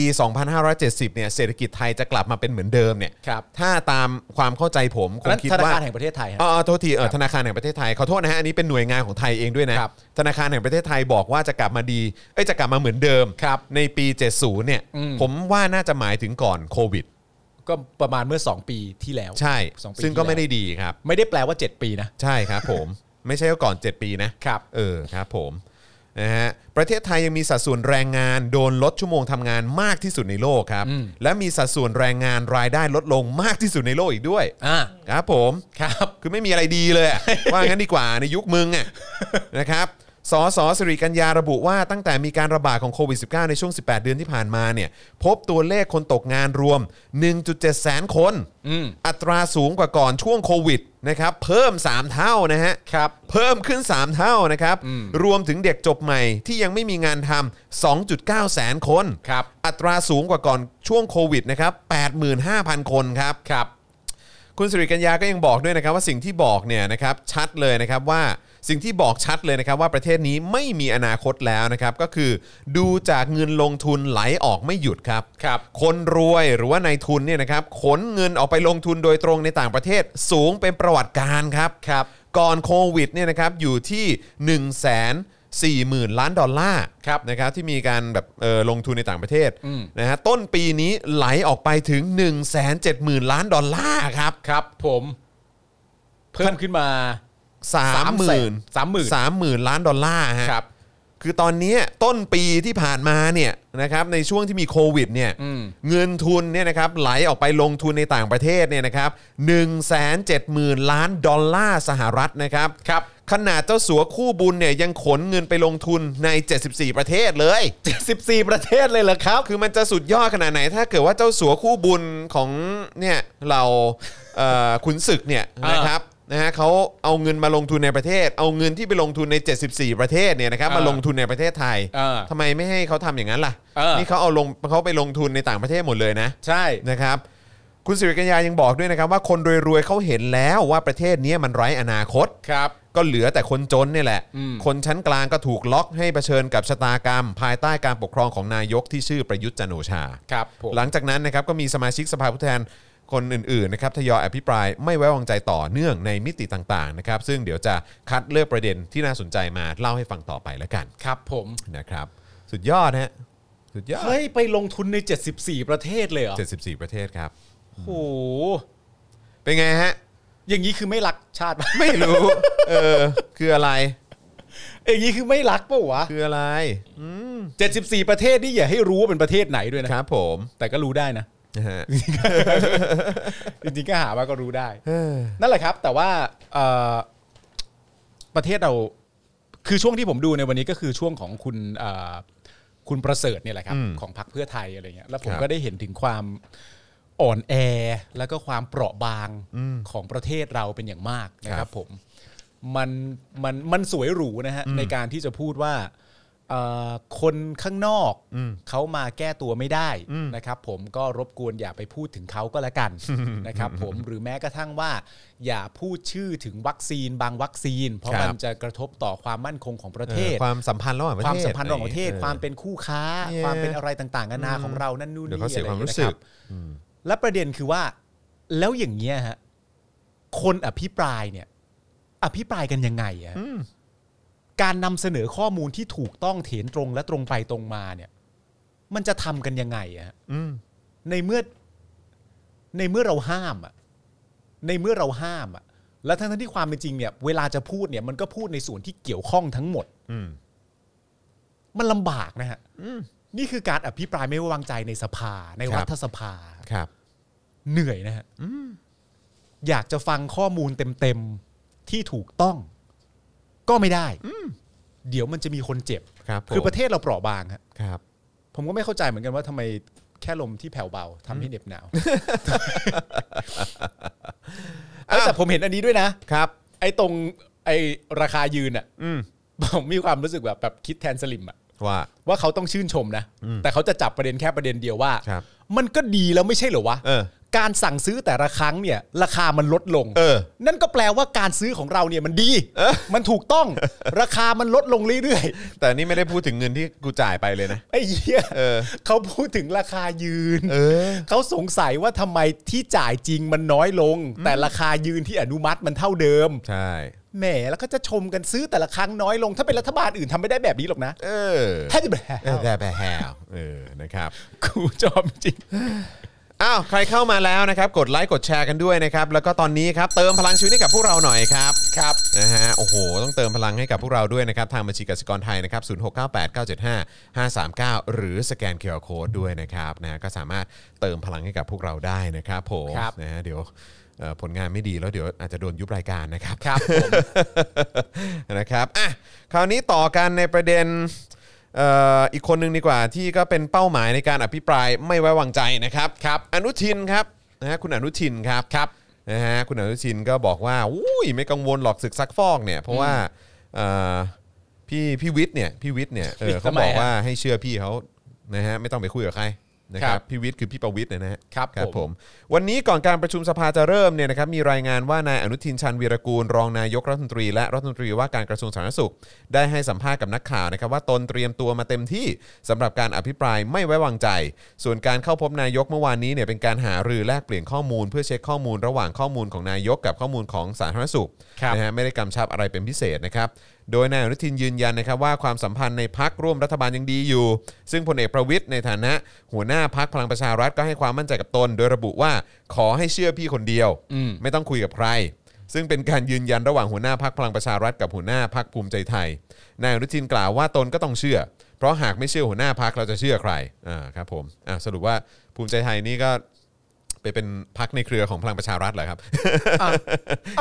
S2: 2570เนี่ยเศรษฐกิจไทยจะกลับมาเป็นเหมือนเดิมเนี่ย
S3: ครับ
S2: ถ้าตามความเข้าใจผมค
S3: อัน
S2: ง
S3: นั้น
S2: คิด
S3: ธนา
S2: ว่า
S3: คารแห่งประเทศไทยฮะ
S2: อ๋อโทษทีเออธนาคารแห่งประเทศไทยขอโทษนะฮะอันนี้เป็นหน่วยงานของไทยเองด้วยนะ
S3: ครับ
S2: ธนาคารแห่งประเทศไทยบอกว่าจะกลับมาดี เอ้ยจะกลับมาเหมือนเดิม
S3: ครับ
S2: ในปี 70 เนี่ย
S3: อืม
S2: ผมว่าน่าจะหมายถึงก่อนโควิด
S3: ก็ประมาณเมื่อ 2 ปีที่แล้ว
S2: ใช่
S3: สองปี
S2: ซึ่งก็
S3: ที่แล้ว
S2: ไม่ได้ดีครับ
S3: ไม่ได้แปลว่า 7 ปีนะ
S2: ใช่ครับผม ไม่ใช่ว่าก่อน 7 ปีนะครับ เออครับผมนะฮะประเทศไทยยังมีสัดส่วนแรงงานโดนลดชั่วโมงทำงานมากที่สุดในโลกครับ และมีสัดส่วนแรงงานรายได้ลดลงมากที่สุดในโลกอีกด้วย
S3: อ่า
S2: ครับผม
S3: ครับ
S2: คือไม่มีอะไรดีเลยอะ ว่างั้นดีกว่าในยุคมึงอะ นะครับสสสิริกัญญาระบุว่าตั้งแต่มีการระบาดของโควิด -19 ในช่วง 18 เดือนที่ผ่านมาเนี่ยพบตัวเลขคนตกงานรวม 1.7 แสนคน อัตราสูงกว่าก่อนช่วงโควิดนะครับเพิ่ม 3 เท่านะฮะ
S3: ครับ
S2: เพิ่มขึ้น 3 เท่านะครับ รวมถึงเด็กจบใหม่ที่ยังไม่มีงานทำ 2.9 แสนคน
S3: ครับ
S2: อัตราสูงกว่าก่อนช่วงโควิดนะครับ 85,000 คนครับ
S3: ครับ
S2: คุณสิริกัญญาก็ยังบอกด้วยนะครับว่าสิ่งที่บอกเนี่ยนะครับชัดเลยนะครับว่าสิ่งที่บอกชัดเลยนะครับว่าประเทศนี้ไม่มีอนาคตแล้วนะครับก็คือดูจากเงินลงทุนไหลออกไม่หยุดครับ
S3: ครับ
S2: คนรวยหรือว่านายทุนเนี่ยนะครับขนเงินออกไปลงทุนโดยตรงในต่างประเทศสูงเป็นประวัติการณ์ครับ
S3: ครับ
S2: ก่อนโควิดเนี่ยนะครับอยู่ที่1นึ่งแสนสี่หมื่นล้านดอลลาร์
S3: ครับ
S2: นะครับที่มีการแบบเอ่อลงทุนในต่างประเทศ
S3: อืม
S2: นะฮะต้นปีนี้ไหลออกไปถึง1นึ่งแสนเจ็ดหมื่นล้านดอลลาร์ครับ
S3: ครับ ผม เพิ่มขึ้นมา
S2: สามหมื่น
S3: สามหมื่น
S2: สามหมื่นล้านดอลลาร์ฮะ
S3: ครับ
S2: คือตอนเนี้ยต้นปีที่ผ่านมาเนี่ยนะครับในช่วงที่มีโควิดเนี่ย
S3: อืม
S2: เงินทุนเนี่ยนะครับไหลออกไปลงทุนในต่างประเทศเนี่ยนะครับหนึ่งแสนเจ็ดหมื่นล้านดอลลาร์สหรัฐนะครับ
S3: ครับ
S2: ขนาดเจ้าสัวคู่บุญเนี่ยยังขนเงินไปลงทุนใน 74 ประเทศเลย
S3: 14 ประเทศเลยเหรอครับ
S2: คือมันจะสุดยอดขนาดไหน ถ้าเกิดว่าเจ้าสัวคู่บุญของเนี่ยเราเอ่อ ขุนศึกเนี่ย
S3: อ่าน
S2: นะครับนะฮะเขาเอาเงินมาลงทุนในประเทศ เอาเงินที่ไปลงทุนใน 74 ประเทศเนี่ยนะครับ
S3: อ่าม
S2: มาลงทุนในประเทศไทย
S3: อ่า
S2: ทำไมไม่ให้เขาทำอย่างนั้นล่ะ
S3: เออ
S2: นี่เขาเอาลงเขาไปลงทุนในต่างประเทศหมดเลยนะ
S3: ใช่
S2: นะครับคุณสิริกัญญายังบอกด้วยนะครับว่าคนรวยๆเขาเห็นแล้วว่าประเทศเนี้ยมันไร้อนาคต
S3: ครับ
S2: ก็เหลือแต่คนจนเนี่ยแหละ
S3: อืม
S2: คนชั้นกลางก็ถูกล็อกให้เผชิญกับชะตากรรม ภายใต้การปกครองของนายกที่ชื่อประยุทธ์จันทร์โอชา
S3: ครับผม
S2: หลังจากนั้นนะครับก็มีสมาชิกสภาผู้แทนคนอื่นๆนะครับทยอยอภิปรายไม่ไว้วางใจต่อเนื่องในมิติต่างๆนะครับซึ่งเดี๋ยวจะคัดเลือกประเด็นที่น่าสนใจมาเล่าให้ฟังต่อไปแล้วกัน
S3: ครับผม
S2: นะครับสุดยอดฮะสุดยอด
S3: เฮ้ยไปลงทุนใน 74 ประเทศเลยเหรอ
S2: 74 ประเทศครับ
S3: โอ้โห
S2: เป็นไงฮะ
S3: อย่างนี้คือไม่รักชาติปะ
S2: ไม่รู้ เออ คืออะไร
S3: อย่างนี้คือไม่รักปะวะ
S2: คืออะไร
S3: 74 ประเทศนี่อย่าให้รู้ว่าเป็นประเทศไหนด้วยนะครับ
S2: ผม
S3: แต่ก็รู้ได้นะ
S2: นะฮะ
S3: จริงๆก็หามาก็รู้ได้ นั่นแหละครับ แต่ว่าเอ่อประเทศเราคือช่วงที่ผมดูในวันนี้ก็คือช่วงของคุณเอ่อคุณประเสริฐเนี่ยแหละครับ ของพรรคเพื่อไทยอะไรเงี้ยแล้วผมก็ได้เห็นถึงความอ่อนแอ แล้วก็ความเปราะบางของประเทศเราเป็นอย่างมากนะครับผมมันมันมันสวยหรูนะฮะในการที่จะพูดว่าเอ่อคนข้างนอกเขามาแก้ตัวไม่ได้นะครับผมก็รบกวนอย่าไปพูดถึงเขาก็แล้วกัน นะครับผมหรือแม้กระทั่งว่า อย่าพูดชื่อถึงวัคซีนบางวัคซีน เพราะมันจะกระทบต่อความมั่นคงของประเทศ
S2: ความสัมพันธ์ระหว่างประเทศ
S3: ความสัมพันธ์ระหว่างประเทศ
S2: ออ
S3: ความเป็นคู่ค้า
S2: เนี่ย
S3: ความเป็นอะไรต่างๆนานาของเรานั่นนู่น
S2: เดี๋ยว
S3: นี่
S2: เขาเสียความรู้
S3: นะ
S2: สึ
S3: ค
S2: ก
S3: บและประเด็นคือว่า แล้วอย่างเงี้ยฮะคนอภิปรายเนี่ย อภิปรายกันยังไงอะการนำเสนอข้อมูลที่ถูกต้องเถนตรงและตรงไปตรงมาเนี่ย มันจะทำกันยังไงอะฮะ
S2: อืม
S3: ในเมื่อในเมื่อเราห้ามอ่ะในเมื่อเราห้ามอ่ะแล้วทั้งๆที่ความเป็นจริงเนี่ย เวลาจะพูดเนี่ยมันก็พูดในส่วนที่เกี่ยวข้องทั้งหมด
S2: อืม
S3: มันลำบากนะฮะนี่คือการอภิปรายไม่ไว้วางใจในสภา ในรัฐสภา
S2: ครับ
S3: เหนื่อยนะฮะอยากจะฟังข้อมูลเต็มๆที่ถูกต้อง ก็ไม่ได้เดี๋ยวมันจะมีคนเจ็บ
S2: ครับผม
S3: คือประเทศเราเปราะบางฮะ
S2: ครับ
S3: ผมก็ไม่เข้าใจเหมือนกันว่าทำไมแค่ลมที่แผ่วเบาทำให้เหน็บห นาวเอ้ยแต่ผมเห็นอันนี้ด้วยนะ
S2: ครับ
S3: ไอ้ตรงไอ้ราคายืนอ่ะ
S2: อืม
S3: ผมมีความรู้สึกแบบแบบคิดแทนสลิมอ่ะ
S2: ว่า
S3: ว่าเขาต้องชื่นชมนะ แต่เขาจะจับประเด็นแค่ประเด็นเดียวว่า
S2: ครับ
S3: มันก็ดีแล้วไม่ใช่เหรอวะ
S2: เออ
S3: การสั่งซื้อแต่ละครั้งเนี่ย ราคามันลดลง
S2: เออ
S3: นั่นก็แปลว่าการซื้อของเราเนี่ยมันดี มันถูกต้อง ราคามันลดลงเรื่อย
S2: แต่นี่ไม่ได้พูดถึงเงินที่กูจ่ายไปเลยนะ
S3: ๆไอ้เหี้ย
S2: เออ
S3: เขาพูดถึงราคายืน
S2: เออ
S3: เขาสงสัยว่าทำไมที่จ่ายจริงมันน้อยลง แต่ราคายืนที่อนุมัติมันเท่าเดิม
S2: ใช่
S3: แหมแล้วก็จะชมกันซื้อแต่ละครั้งน้อยลง ถ้าเป็นรัฐบาลอื่นทำไม่ได้แบบนี้หรอกนะ
S2: เออ
S3: ถ้าจะแบบ
S2: เออแต่แบบแฮวเออนะครับ
S3: กูจอมจริง
S2: อ้าวใครเข้ามาแล้วนะครับ กดไลค์กดแชร์กันด้วยนะครับ แล้วก็ตอนนี้ครับเติมพลังชีวิตให้กับพวกเราหน่อยครับ
S3: ครับ
S2: นะฮะโอ้โห ต้องเติมพลังให้กับพวกเราด้วยนะครับ ทางบัญชีกสิกรไทยนะครับ 0698975539 หรือสแกนเคอร์โคดด้วยนะครับนะก็สามารถเติมพลังให้กับพวกเราได้นะครับผม
S3: ครับ
S2: นะฮะเดี๋ยวเอ่อผลงานไม่ดีแล้วเดี๋ยวอาจจะโดนยุบรายการนะครับ
S3: ครับผม
S2: นะครับอ่ะคราวนี้ต่อกันในประเด็นเอ่ออีกคนหนึ่งดีกว่าที่ก็เป็นเป้าหมายในการอภิปรายไม่ไว้วางใจนะครับครับอนุทินครับนะฮะคุณอนุทินครับครับนะฮะคุณอนุทินก็บอกว่าอุ้ยไม่กังวลหรอกศึกซักฟอกเนี่ยเพราะว่าเอ่อพี่พี่วิทย์เนี่ยพี่วิทย์เนี่ยเออเขา
S3: ทำไม
S2: บอก
S3: ฮะ
S2: ว่าให้เชื่อพี่เขานะฮะไม่ต้องไปคุยกับใครนะค
S3: ครั
S2: รับบ พี่วิทย์คือพี่ประวิทย์เนี่ยนะฮะ
S3: ครับผม
S2: ผมวันนี้ก่อนการประชุมสภาจะเริ่มเนี่ยนะครับมีรายงานว่านายอนุทินชาญวีรกูล รองนายกรัฐมนตรี และรัฐมนตรีว่าการกระทรวงสาธารณสุข ได้ให้สัมภาษณ์กับนักข่าวนะครับว่าตนเตรียมตัวมาเต็มที่สำหรับการอภิปรายไม่ไว้วางใจ ส่วนการเข้าพบนายกเมื่อวานนี้เนี่ยเป็นการหารือแลกเปลี่ยนข้อมูล เพื่อเช็คข้อมูลระหว่างข้อมูลของนายกกับข้อมูลของสาธารณสุข
S3: ครับ
S2: นะฮะไม่ได้กำชับอะไรเป็นพิเศษนะครับโดยนายอนุทินยืนยันนะครับว่าความสัมพันธ์ในพักร่วมรัฐบาลยังดีอยู่ ซึ่งพลเอกประวิทย์ในฐานะ หัวหน้าพักพลังประชารัฐก็ให้ความมั่นใจกับตน โดยระบุว่าขอให้เชื่อพี่คนเดียว ไม่ต้องคุยกับใคร ซึ่งเป็นการยืนยันระหว่างหัวหน้าพักพลังประชารัฐกับหัวหน้าพักภูมิใจไทย นายอนุทินกล่าวว่าตนก็ต้องเชื่อ เพราะหากไม่เชื่อหัวหน้าพักเราจะเชื่อใครอ่าครับผมอ่าสรุปว่าภูมิใจไทยนี่ก็ไปเป็นพักในเครือของพลังประชารัฐเหรอครับ
S3: อ้า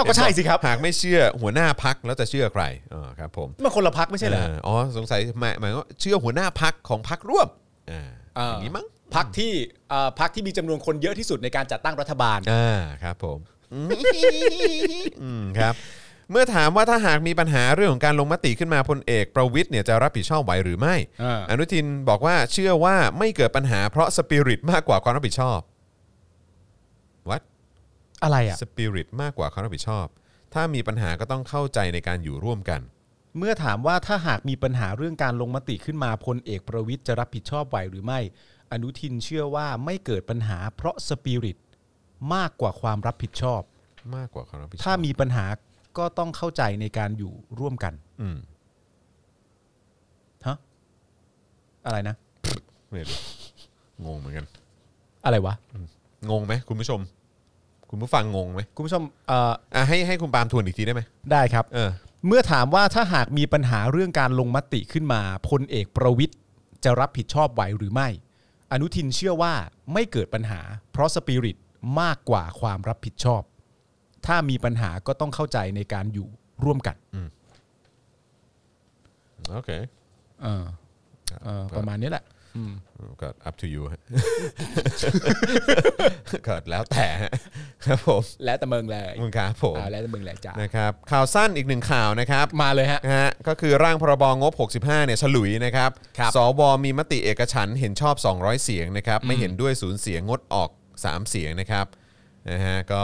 S3: วก็ใช่สิครับ
S2: หากไม่เชื่อหัวหน้าพักแล้วจะเชื่อใครอ่าครับผม
S3: มันคนละพักไม่ใช่เหรอ
S2: าอ๋อสงสัยหมายหมายว่าเชื่อหัวหน้าพักของพักร่วมอ่า
S3: อ่า
S2: อย่างนี้มั้ง
S3: พักที่เอ่อพักที่มีจำนวนคนเยอะที่สุดในการจัดตั้งรัฐบาล
S2: อ่าครับผมอืมครับ เมื่อถามว่าถ้าหากมีปัญหาเรื่องของการลงมติขึ้นมาพลเอกประวิทย์เนี่ยจะรับผิดชอบไหวหรือไม่
S3: อ่า
S2: อนุทินบอกว่าเชื่อว่าไม่เกิดปัญหาเพราะสปิริตมากกว่าความรับผิดชอบ วัด
S3: อะไรอ่ะ
S2: สปิริตมากกว่าความรับผิดชอบ ถ้ามีปัญหาก็ต้องเข้าใจในการอยู่ร่วมกัน
S3: เมื่อถามว่าถ้าหากมีปัญหาเรื่องการลงมติขึ้นมาพลเอกประวิทย์จะรับผิดชอบไหวหรือไม่ อนุทินเชื่อว่าไม่เกิดปัญหาเพราะสปิริตมากกว่าความรับผิดชอบ
S2: มากกว่าความรับผิดชอบ
S3: ถ้ามีปัญหาก็ต้องเข้าใจในการอยู่ร่วมกัน
S2: อืม
S3: ฮะอะไรนะ
S2: ไม่รู้งงเหมือนกัน
S3: อะไรวะ
S2: งงไหมคุณผู้ชม คุณผู้ฟังงงไหม
S3: คุณผู้ชมเอ่อ
S2: อ่ะให้ให้คุณปาล์มทวนอีกทีได้ไหม
S3: ได้ครับ
S2: เออ
S3: เมื่อถามว่าถ้าหากมีปัญหาเรื่องการลงมติขึ้นมาพลเอกประวิทย์จะรับผิดชอบไหวหรือไม่ อนุทินเชื่อว่าไม่เกิดปัญหา เพราะสปิริตมากกว่าความรับผิดชอบ ถ้ามีปัญหาก็ต้องเข้าใจในการอยู่ร่วมกัน
S2: โอเค
S3: เออเออประมาณนี้แหละ
S2: ก็ up to you ฮะ ก็แล้วแต่ฮะครับผม
S3: แล้วแต่เมืองเลย
S2: มึงครับผม
S3: แล้วแต่เมืองเลยจ้า
S2: นะครับข่าวสั้นอีกหนึ่งข่าวนะครับ
S3: มาเลยฮะ
S2: นะฮะก็คือร่างพรบงบ 65 เนี่ยฉลุยนะครับ
S3: ครับ
S2: สวมีมติเอกฉันท์เห็นชอบ 200 เสียงนะครับไม่เห็นด้วยศูนย์เสียงงดออก 3 เสียงนะครับนะฮะก็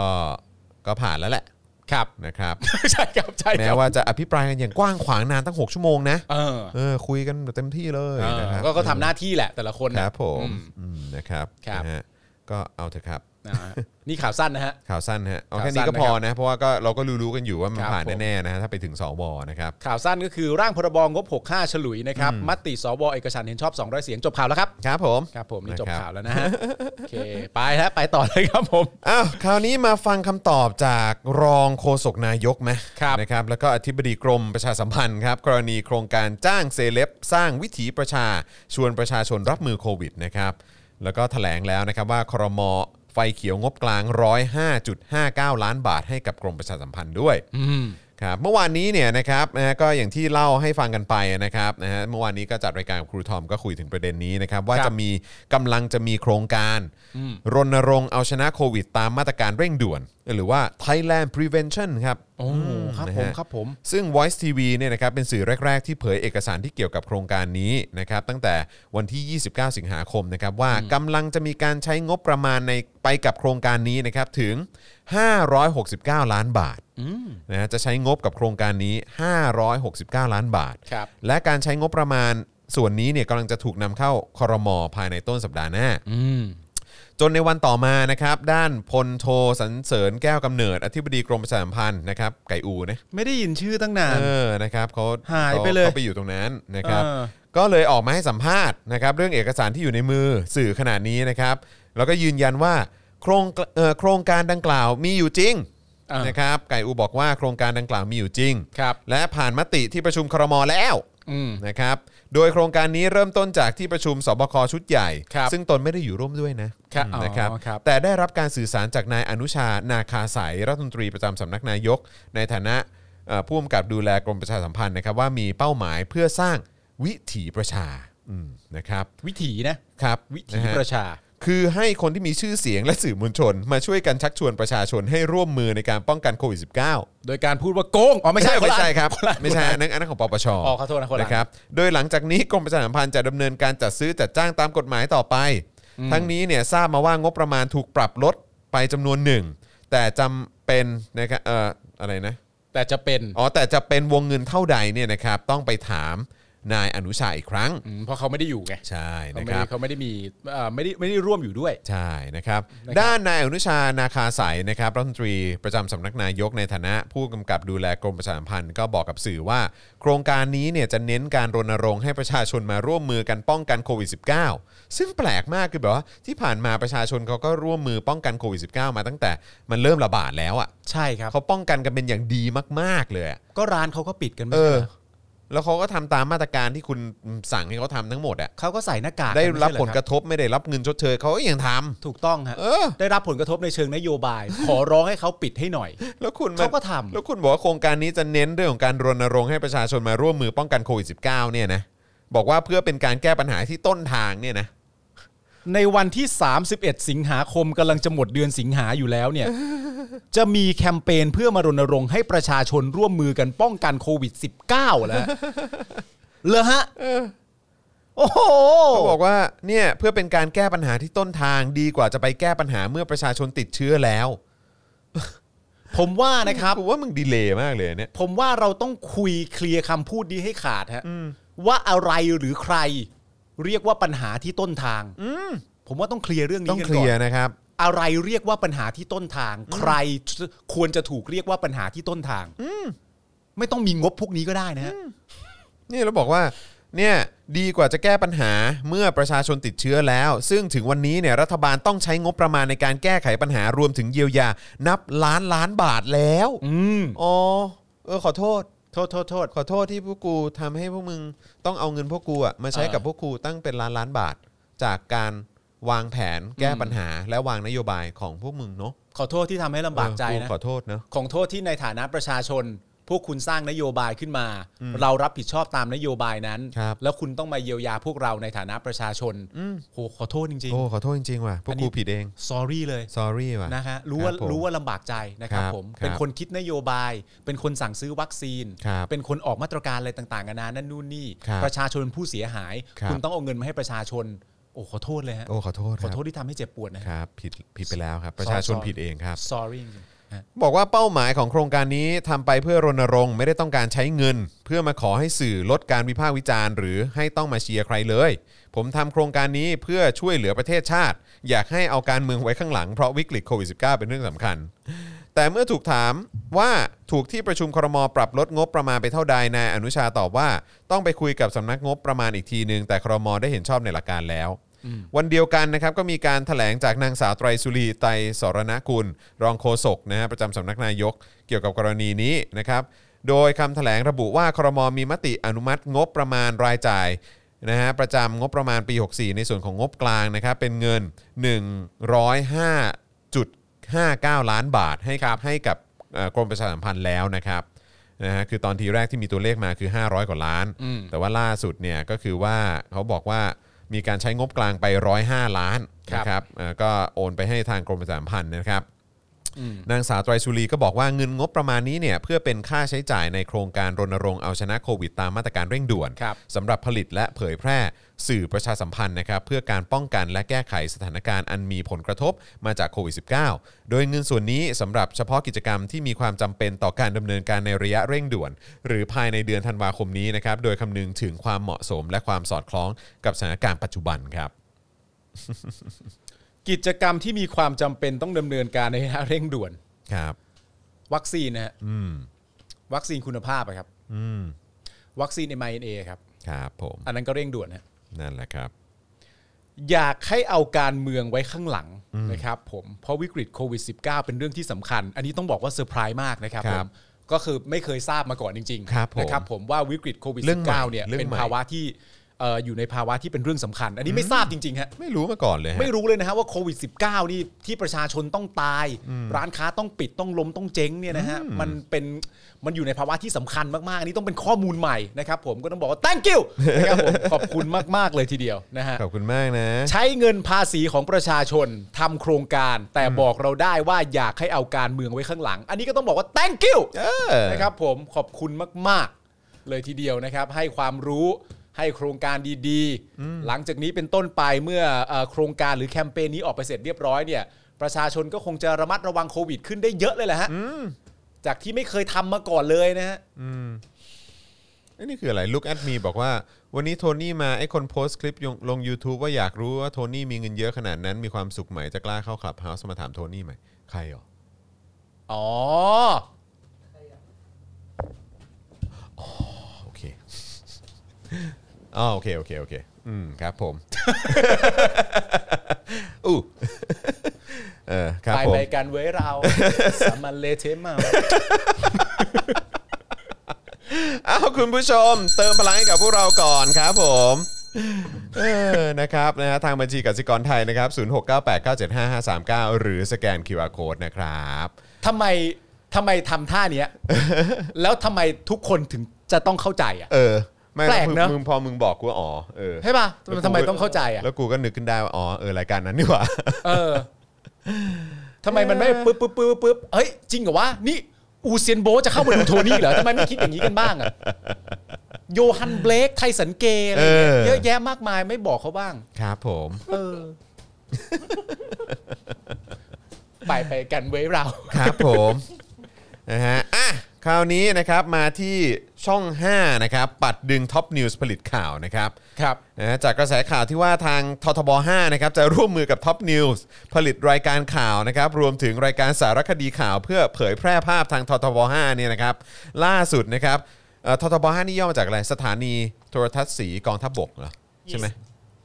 S2: ก็ผ่านแล้วแหละ
S3: ครับ
S2: นะครับ
S3: ใช่ครับใช่ค
S2: แม้
S3: รับ
S2: ว่าจะอภิปรายกันอย่างกว้างขวางนานตั้ง 6 ชั่วโมงนะ
S3: เออ
S2: เออคุยกันแบบเต็มที่เลย
S3: เออ
S2: นะครับ
S3: ก็ก็ทำหน้าที่แหละ แต่ละคน
S2: ค
S3: นะ
S2: รับผม
S3: อืม
S2: อืมนะครับ
S3: ครับ
S2: นะฮะก็เอาเถอะครับ
S3: นะฮะนี่ข่าวสั้นนะฮะ
S2: ข่าวสั้นฮะเอา
S3: ข่า
S2: แค่
S3: วสั้
S2: นี้
S3: น
S2: ก็พอนะ เพราะว่าก็เราก็รู้ๆกันอยู่ว่ามัน
S3: ครับ
S2: ผ่าน
S3: ผม
S2: แน่ๆนะฮะถ้าไปถึงสวนะครับ
S3: ข่าวสั้นก็คือร่างพรบงบ 65 ฉลุยนะครับ มติสวเอกฉันท์เห็นชอบ 200 เสียงจบข่าวแล้วครับ
S2: ครับผม
S3: ครับผมนี่
S2: ะ
S3: จบ
S2: ครับ
S3: ข่าวแล้วนะฮะ โอเค ไปฮะไปต่อเลยครับผม
S2: อ้าวคราวนี้มาฟังคำตอบจากรองโฆษกนายกไหม
S3: ครับ
S2: นะครับ แล้วก็อธิบดีกรมประชาสัมพันธ์ครับ กรณีโครงการจ้างเซเลบสร้างวิถีประชาชวนประชาชนรับมือโควิดนะครับ แล้วก็แถลงแล้วนะครับว่าครมไฟเขียวงบกลาง 105.59 ล้านบาทให้กับกรมประชาสัมพันธ์ด้วย ครับเมื่อวานนี้เนี่ยนะครับนะฮะก็อย่างที่เล่าให้ฟังกันไปนะครับนะฮะเมื่อวานนี้ก็จัดรายการกับครูทอมก็คุยถึงประเด็นนี้นะครับ ว่า
S3: ครับ
S2: จะมีกำลังจะมีโครงการ รณรงค์เอาชนะโควิด ตามมาตรการเร่งด่วน หรือว่า Thailand Prevention ครับ
S3: โอ้ครับผม
S2: นะฮะ
S3: ครับผม
S2: ซึ่ง Voice TV เนี่ยนะครับเป็นสื่อแรก ๆ ที่เผยเอกสารที่เกี่ยวกับโครงการนี้นะครับตั้งแต่วันที่ 29 สิงหาคมนะครับว่ากำลังจะมีการใช้งบประมาณในไปกับโครงการนี้นะครับถึง 569 ล้านบาท นะฮะจะใช้งบกับโครงการนี้ 569 ล้านบาท
S3: ครับ
S2: และการใช้งบประมาณส่วนนี้เนี่ยกำลังจะถูกนำเข้าคอรมอภายในต้นสัปดาห์หน้า จนในวันต่อมานะครับ ด้านพลโทสันเสริญแก้วกำเนิด อธิบดีกรมประชาสัมพันธ์นะครับ ไก่อูนะ
S3: ไม่ได้ยินชื่อตั้งนาน
S2: เออ นะครับเขา
S3: หายไปเลย
S2: เขาไปอยู่ตรงนั้นนะครับ
S3: เออ
S2: ก็เลยออกมาให้สัมภาษณ์นะครับเรื่องเอกสารที่อยู่ในมือสื่อขนาดนี้นะครับ แล้วก็ยืนยันว่าโครงเอ่อโครงการดังกล่าวมีอยู่จริง
S3: อ่าน
S2: นะครับไก่อูบอกว่าโครงการดังกล่าวมีอยู่จริง
S3: ครับ
S2: และผ่านมติที่ประชุมครมแล้ว
S3: อืม
S2: นะครับโดยโครงการนี้เริ่มต้นจากที่ประชุมสบคชุดใหญ่
S3: ครับ
S2: ซึ่งตนไม่ได้อยู่ร่วมด้วยนะครับอืมนะครับ
S3: อ๋อครับ
S2: แต่ได้รับการสื่อสารจากนายอนุชานาคาสายรัฐมนตรีประจำสำนักนายก ในฐานะเอ่อผู้กำกับดูแลกรมประชาสัมพันธ์นะครับว่ามีเป้าหมายเพื่อสร้างวิถีประชาอืมนะครับ
S3: วิถีนะ
S2: ครับ
S3: วิถี
S2: นฮ
S3: ประชา
S2: คือให้คนที่มีชื่อเสียงและสื่อมวลชน มาช่วยกันชักชวนประชาชนให้ร่วมมือในการป้องกันโควิด -19
S3: โดยการพูดว่าโกงอ๋อไม่
S2: ไม่
S3: ใช่
S2: ใช่ ไม่ใช่ครับ
S3: นละอัน
S2: ไม่ใช่อันนั้นอันนั้นของปปช
S3: อ๋อขอโทษนะคนละ
S2: ครับ โดยหลังจากนี้กรมประชาสัมพันธ์จะดำเนินการจัดซื้อจัดจ้างตามกฎหมายต่อไป ทั้งนี้เนี่ยทราบมาว่างบประมาณถูกปรับลดไปจำนวนหนึ่ง แต่จำเป็นนะครับเอ่ออะไรนะ
S3: แต่จะเป็น
S2: อ๋อ แต่จะเป็นวงเงินเท่าใดเนี่ยนะครับ ต้องไปถามนายอนุชาอีกครั้ง
S3: มเพราะเขาไม่ได้อยู่ไง
S2: ใช่
S3: เขา
S2: นะค
S3: ไม่ได้
S2: รับ
S3: เขาไม่ได้มีเอ่อไม่ได้ไม่ได้ร่วมอยู่ด้วย
S2: ใช่นะครับ
S3: นะครับ
S2: ด้านนายอนุชานาคาสายนะครับรัฐมนตรีประจำสำนักนายกในฐานะ ผู้กำกับดูแลกรมประชาสัมพันธ์ก็บอกกับสื่อว่า โครงการนี้เนี่ยจะเน้นการรณรงค์ให้ประชาชนมาร่วมมือกันป้องกันโควิด -19 ซึ่งแปลกมากคือแบบว่าที่ผ่านมาประชาชนเขาก็ร่วมมือป้องกันโควิด -19 มาตั้งแต่มันเริ่มระบาดแล้วอะ
S3: ใช่ครับ
S2: ่ะเขาป้องกันกันเป็นอย่างดีมากๆเลยอะ
S3: ก็ร้านเขาก็ปิดกันไม่
S2: เอ
S3: ใช่
S2: อ
S3: เหรอ
S2: แล้วเขาก็ทำตามมาตรการที่คุณสั่งให้เขาทำทั้งหมดอะ่ะ
S3: เขาก็ใส่หน้ากาก
S2: ได้รับ
S3: กันม่ใช่เห
S2: ผลกระทบไม่ได้รับเงินชดเชยเขาก็ยังทำ
S3: ถูกต้องฮะ
S2: เออ
S3: ได้รับผลกระทบในเชิงนโยบาย ขอร้องให้เขาปิดให้หน่อย
S2: แล้วคุณม
S3: เขาก็ทำ
S2: แล้วคุณบอกว่าโครงการนี้จะเน้นเรื่องของการรณรงค์ให้ประชาชนมาร่วมมือป้องกันโควิด -19 เนี่ยนะบอกว่าเพื่อเป็นการแก้ปัญหาที่ต้นทางเนี่ยนะ
S3: ในวันที่ 31 สิงหาคมกำลังจะหมดเดือนสิงหาอยู่แล้ว เนี่ย จะมีแคมเปญเพื่อมารณรงค์ให้ประชาชนร่วมมือกันป้องกันโควิด -19 แล้วเหรอฮะโอ้โห
S2: เขาบอกว่าเนี่ยเพื่อเป็นการแก้ปัญหาที่ต้นทางดีกว่าจะไปแก้ปัญหาเมื่อประชาชนติดเชื้อแล้ว
S3: ผมว่านะครับ
S2: กูว่ามึงดีเลย์มากเลยเนี่ย
S3: ผมว่าเราต้องคุยเคลียร์คำพูดนี้ให้ขาดฮะว่าอะไรหรือใคร เรียกว่าปัญหาที่ต้นทาง ผมว่าต้องเคลียร์เรื่องนี้
S2: ต้อง
S3: กัน
S2: เค
S3: ก่
S2: ลี
S3: อย
S2: ร์
S3: น
S2: นะครับ
S3: อะไรเรียกว่าปัญหาที่ต้นทาง ใครควรจะถูกเรียกว่าปัญหาที่ต้นทางไม่ต้องมีงบพวกนี้ก็ได้นะฮะ
S2: นี่เราบอกว่าเนี่ยดีกว่าจะแก้ปัญหาเมื่อประชาชนติดเชื้อแล้ว ซึ่งถึงวันนี้เนี่ยรัฐบาลต้องใช้งบประมาณในการแก้ไขปัญหารวมถึงเยียวยา นับล้านล้านบาทแล้ว
S3: อืม
S2: อ๋อเออขอโทษ
S3: โทษโทษโทษ
S2: ขอโทษที่พวกกูทำให้พวกมึงต้องเอาเงินพวกกูอะมาใช้กับพวกกูตั้งเป็นล้านล้านบาท จากการวางแผนแก้ปัญหาและวางนโยบายของพวกมึงเนาะ
S3: ขอโทษที่ทำให้ลำบากใจ
S2: เออ
S3: นะ
S2: ขอโทษเนาะ
S3: ของโทษที่ในฐานะประชาชน พวกคุณสร้างนโยบายขึ้นมา เรารับผิดชอบตามนโยบายนั้น แล้วคุณต้องมาเยียวยาพวกเราในฐานะประชาชนโหขอโทษจริง
S2: โอ้ขอโทษจริงๆว่ะพวกกูผิดเอง
S3: ๆ sorry เลย
S2: sorry ว่ะ
S3: นะฮะรู้ว่า
S2: ครับผม
S3: รู้ว่าลำบากใจนะครับ
S2: ครับ
S3: ผม
S2: ครับ
S3: เป็นคนคิดนโยบาย เป็นคนสั่งซื้อวัคซีน
S2: ครับ
S3: เป็นคนออกมาตรการอะไรต่างๆกันานานั่นนู่นนี่
S2: ครับ
S3: ประชาชนเป็นผู้เสียหาย
S2: ครับ
S3: คุณต้องเอาเงินมาให้ประชาชน โอ้ขอโทษเลยฮะ
S2: โอ้ขอโทษ
S3: ข
S2: ค
S3: อ
S2: รับ
S3: โทษที่ทำให้เจ็บปวด
S2: ค
S3: นะฮะ
S2: รับผิดผิดไปแล้วครับ ประชาชน
S3: sorry
S2: ผิดเองครับ
S3: sorry จริงๆฮะ
S2: บอกว่าเป้าหมายของโครงการนี้ทำไปเพื่อรณรงค์ไม่ได้ต้องการใช้เงิน เพื่อมาขอให้สื่อลดการวิพากษ์วิจารณ์ หรือให้ต้องมาเชียร์ใครเลย ผมทำโครงการนี้เพื่อช่วยเหลือประเทศชาติ อยากให้เอาการเมืองไว้ข้างหลังเพราะวิกฤตโควิด -19 เป็นเรื่องสำคัญ แต่เมื่อถูกถามว่าถูกที่ประชุมครมปรับลดงบประมาณไปเท่าใดนายอนุชาตอบว่า ต้องไปคุยกับสำนักงบประมาณอีกทีหนึ่งแต่ครมได้เห็นชอบในหลักการแล้ว วันเดียวกันนะครับก็มีการถแถลงจากนางสาวไตรสุรีไตรสรณกุล รองโฆษกนะฮะประจำสำนักนายกเกี่ยวกับกรณีนี้นะครับโดยคำถแถลงระบุว่าครมมีมติอนุมัติงบประมาณรายจ่าย นะฮะประจำงบประมาณปี 64 ในส่วนของงบกลางนะครับเป็นเงิน 105.59 ล้านบาทให้ครับให้กับเอ่อกรมประชาสัมพันธ์แล้วนะครับนะฮะคือตอนทีแรกที่มีตัวเลขมาคือ 500 กว่าล้าน แต่ว่าล่าสุดเนี่ยก็คือว่าเขาบอกว่ามีการใช้งบกลางไป 105 ล้านนะครับเอ่อก็โอนไปให้ทางกรมประชาสัมพันธ์นะครับ นางสาวไตรชุลีก็บอกว่าเงินงบประมาณนี้เนี่ยเพื่อเป็นค่าใช้จ่ายในโครงการรณรงค์เอาชนะโควิดตามมาตรการเร่งด่วน
S3: ครับ
S2: สำหรับผลิตและเผยแพร่สื่อประชาสัมพันธ์นะครับเพื่อการป้องกันและแก้ไขสถานการณ์อันมีผลกระทบมาจากโควิด -19 โดยเงินส่วนนี้สำหรับเฉพาะกิจกรรมที่มีความจำเป็นต่อการดำเนินการในระยะเร่งด่วน หรือภายในเดือนธันวาคมนี้นะครับโดยคำนึงถึงความเหมาะสมและความสอดคล้องกับสถานการณ์ปัจจุบันครับ
S3: กิจกรรมที่มีความจำเป็นต้องดำเนินการในระยะเร่งด่วน
S2: ครับ
S3: วัคซีนนะฮะ
S2: อืม
S3: วัคซีนคุณภาพอะครับ
S2: อืม
S3: วัคซีน m อ n a ครับ
S2: ครับผม
S3: อันนั้นก็เร่งด่วนนะ
S2: นั่นแหละครับ
S3: อยากให้เอาการเมืองไว้ข้างหลังนะครับผมเพราะวิกฤตโควิด -19 เป็นเรื่องที่สำคัญ อันนี้ต้องบอกว่าเซอร์ไพรส์มากนะครับ
S2: ค
S3: ผ
S2: รับ
S3: มก็คือไม่เคยทราบมาก่อนจริง
S2: ครับผม
S3: นะครับผมว่าวิกฤตโควิด
S2: เรื่องใหม่
S3: -19 เนี่ย
S2: เรื่อง
S3: เป็น
S2: ใหม่
S3: ภาวะที่เอ่ออยู่ในภาวะที่เป็นเรื่องสำคัญ อันนี้ไม่ทราบจริงๆฮะ
S2: ไม่รู้มาก่อนเลยฮะ
S3: ไม่รู้เลยนะฮะว่าโควิด -19 นี่ที่ประชาชนต้องตาย ร้านค้าต้องปิดต้องล้มต้องเจ๊งเนี่ยนะฮะมันเป็นมันอยู่ในภาวะที่สำคัญมากๆอันนี้ต้องเป็นข้อมูลใหม่นะครับผมก็ต้องบอกว่า thank you นะครับ ผมขอบคุณมากๆเลยทีเดียวนะฮะ
S2: ขอบคุณมากนะ
S3: ใช้เงินภาษีของประชาชนทำโครงการ แต่บอกเราได้ว่าอยากให้เอาการเมืองไว้ข้างหลัง อันนี้ก็ต้องบอกว่า thank you
S2: เออ
S3: นะครับผมขอบคุณมาก ๆ เลยทีเดียวนะครับ ให้ความรู้ให้โครงการดีๆ หลังจากนี้เป็นต้นไปเมื่อเอ่อโครงการหรือแคมเปญนี้ออกไปเสร็จเรียบร้อยเนี่ยประชาชนก็คงจะระมัดระวังโควิดขึ้นได้เยอะเลยแหละฮะจากที่ไม่เคยทำมาก่อนเลยนะฮะ
S2: เอ้ยนี่คืออะไรลุกแอดมีบอกว่า วันนี้โทนี่มาไอ้คนโพสต์คลิปลงลง YouTube ว่าอยากรู้ว่าโทนี่มีเงินเยอะขนาดนั้นมีความสุขไหมจะกล้าเข้าคลับเฮาส์มาถามโทนี่ไหมใครหรอ
S3: อ๋อ
S2: โอเค อ๋อโอเคโอเคโอเคอืมครับผม อู้ เออครับ
S3: ไป
S2: ผม
S3: ไปกันเว้ยเรา สามันเลเทมมา
S2: อ้าวคุณผู้ชม เติมพลังให้กับพวกเราก่อนครับผม เออนะครับนะฮะทางบัญชีกสิกรไทยนะครับ 0698975539 หรือสแกน QR Code นะครับ
S3: ทำไมทำไมทำท่าเนี้ย แล้วทำไมทุกคนถึงจะต้องเข้าใจอ่ะ
S2: เออไม่
S3: แปลก
S2: มึง
S3: เนอะ
S2: มึงพอมึงบอกกูว่าอ๋อเออ
S3: ใช่ป่ะ
S2: แล้วกู
S3: ทำไมต้องเข้าใจอ่ะ
S2: แล้วกูก็นึกขึ้นได้ว่าอ๋อเออรายการนั้นนี่หว่า
S3: เออ ทำไมมันไม่ปึ๊บปึ๊บปึ๊บปึ๊บเฮ้ย จริงเหรอวะ นี่ อูเซียนโบทจะเข้ามาดูโทนี่เหรอ ทำไมไม่คิดอย่างนี้กันบ้างอะโยฮันเบลกไทสันเกอะไรเงี้ย
S2: เออ
S3: เยอะแยะมากมายไม่บอกเขาบ้าง
S2: ครับ ผม
S3: เออ ไปไปกันไว้เรา
S2: ครับผมนะฮะอ่ะคราวนี้นะครับมาที่ช่อง 5 นะครับ ปัดดึงท็อปนิวส์ผลิตข่าวนะครับ
S3: ครับ
S2: นะฮะจากกระแสข่าวที่ว่าทางททบ 5 นะครับจะร่วมมือกับท็อปนิวส์ผลิตรายการข่าวนะครับรวมถึงรายการสารคดีข่าวเพื่อเผยแพร่ภาพทางททบ 5 เนี่ยนะครับล่าสุดนะครับเอ่อททบ 5 นี่ย่อมาจากอะไรสถานีโทรทัศน์สีกองทัพบกเหรอ
S4: Yes
S2: ใช่ไหม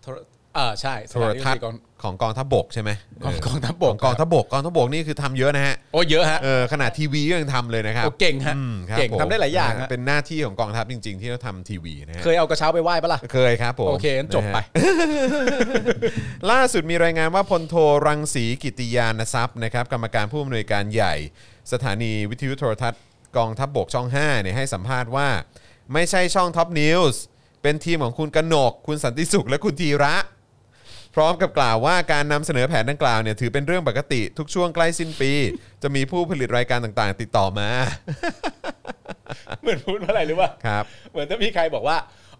S3: โทรอ่าใช่
S2: โทรทัศน์
S3: ก่อน
S2: ของกองทัพบกใช่ไหม
S3: กอง
S2: เ
S3: กองทัพบก
S2: ขกองทัพบกกองทัพบกนี่คือทำเยอะนะฮะ
S3: โอ้เยอะฮะ
S2: เออขนาดทีวีก็ยังทำเลยนะครับ
S3: โอ้เก่งฮะ
S2: อืมครับ
S3: เก่ง
S2: ผม
S3: ทำได้หลายอย่าง
S2: นะฮะ
S3: ฮะ
S2: เป็นหน้าที่ของกองทัพจริง ๆ ที่ต้องทำทีวีนะฮะ
S3: เคยเอากระเช้าไปไหว้ปะล่ะ
S2: เคยครับผม
S3: โอเคงั้นจบไป
S2: ะฮะ ล่าสุดมีรายงานว่าพลโทรังสีกิติยานทรัพย์นะครับกรรมการผู้อำนวยการใหญ่ สถานีวิทยุโทรทัศน์กองทัพบบกช่อง 5 เนี่ยให้สัมภาษณ์ว่า ไม่ใช่ช่องท็อปนิวส์เป็นทีมของคุณกนก คุณสันติสุขและคุณธีระ พร้อมกับกล่าวว่าการนำเสนอแผนดังกล่าวเนี่ยถือเป็นเรื่องปกติทุกช่วงใกล้สิ้นปี จะมีผู้ผลิตรายการต่างๆ ติดต่อมา
S3: เหมือนพูดว่าอะไรหรือว่า
S2: ครับ
S3: เหมือนถ้ามีใครบอกว่า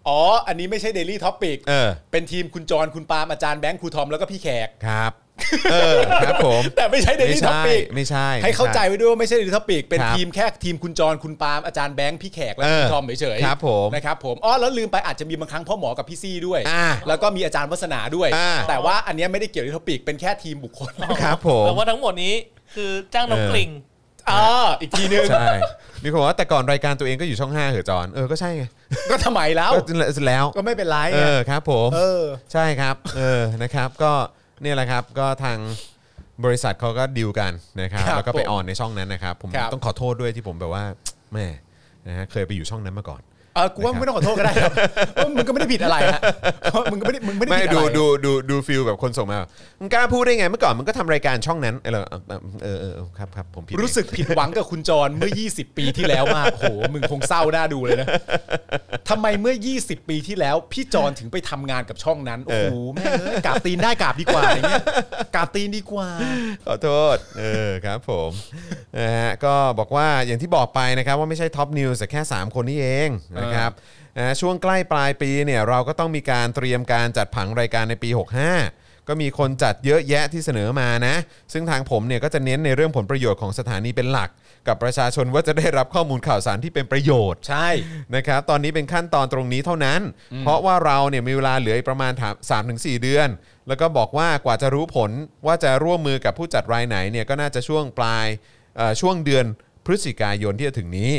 S3: อ๋อ อันนี้ไม่ใช่เดลี่ท็อปิก
S2: เออ
S3: เป็นทีมคุณจรคุณปาล์มอาจารย์แบงค์ครูทอมแล้วก็พี่แขก
S2: ครับเออครับผม
S3: แต่ไม่ใช่เด
S2: ไม่
S3: ลี่ท็อ
S2: ใช่
S3: ปิก
S2: ไม่ใช่
S3: ให้เข้าใจไว้ด้วยว่าไม่ใช่เดลี่ท็อปิกเป็น
S2: ครับ
S3: ทีมแค่ทีมคุณจรคุณปาล์มอาจารย์แบงค์พี่แขกและ
S2: เออ
S3: ครูทอมเฉยๆ
S2: ครับผม
S3: นะครับผมอ๋อแล้วลืมไปอาจจะมีบางครั้งพ่อหมอกับพี่ซี่ด้วย
S2: อ่า
S3: แล้วก็มีอาจารย์วัฒนาด้วย
S2: อ่า
S3: แต่ว่าอันเนี้ยไม่ได้เกี่ยวกับท็อปิกเป็นแค่ทีมบุคคล
S2: ครับผม
S4: แต่ว่าทั้งหมดนี้คือจ้างน้อง
S2: เออ
S4: กลิ่ง
S3: อ่าอีกทีนึง
S2: ใช่ มีคนบอกว่าแต่ก่อนรายการตัวเองก็อยู่ช่อง 5 เหรอจอน เออ ก็ใช่ไง
S3: ก็ทำไมแล้ว
S2: ก็ แล้ว
S3: ก็ไม่เป็นไร
S2: เอ
S3: ไง
S2: อ ครับผม
S3: เออ
S2: ใช่ครับ เออ นะครับ ก็เนี่ยแหละครับ ก็ทางบริษัทเขาก็ดีลกันนะครับ
S3: ครับ
S2: แล้วก็ไป
S3: ผม
S2: ออนในช่องนั้นนะครับ ผม
S3: ครับ
S2: ต้องขอโทษด้วยที่ผมแบบว่าแหม่นะฮะ เคยไปอยู่ช่องนั้นมาก่อน
S3: เออกูว่ามึงไม่ต้องขอโทษก็ได้ครับเพราะมึงก็ไม่ได้ผิดอะไรฮะเพราะมึงก็ไม่ได้มึงไม่ได้
S2: ไม่
S3: ผิดอะไร
S2: ดูดูดูดูฟิลแบบคนส่งมาแบบมึงกล้าพูดได้ไง เมื่อก่อนมึงก็ทำรายการช่องนั้น เออเออเออเออครับครับผมผิดเอง
S3: รู้สึกผิดหวังกับคุณจรเมื่อ 20 ปีที่แล้วมาก โอ้โห มึงคงเศร้าหน้าดูเลยนะ ทำไมเมื่อ 20 ปีที่แล้ว พี่จรถึงไปทำงานกับช่องนั้น โอ้โห แม่งเอ้ยกราบตีนได้กราบดีกว่าอย่างเงี้ยกราบตีนดีกว่า
S2: ขอโทษ เออครับผม นะฮะ ก็บอกว่าอย่างที่บอกไปนะครับว่าไม่ใช่ท็อปนิวส์แต่แค่ 3 คนนี่เองนะครับนะฮะช่วงใกล้ปลายปีเนี่ยเราก็ต้องมีการเตรียมการจัดผังรายการในปี 65 ก็มีคนจัดเยอะแยะที่เสนอมานะ ซึ่งทางผมเนี่ยก็จะเน้นในเรื่องผลประโยชน์ของสถานีเป็นหลัก กับประชาชนว่าจะได้รับข้อมูลข่าวสารที่เป็นประโยชน์
S3: ใช่
S2: นะครับตอนนี้เป็นขั้นตอนตรงนี้เท่านั้น เพราะว่าเราเนี่ยมีเวลาเหลืออีกประมาณ3ามถึงสเดือน แล้วก็บอกว่ากว่าจะรู้ผลว่าจะร่วมมือกับผู้จัดรายไหนเนี่ยก็น่าจะช่วงปลายเอ่อช่วงเดือนพ พฤศจิกายนที่จะถึงนี้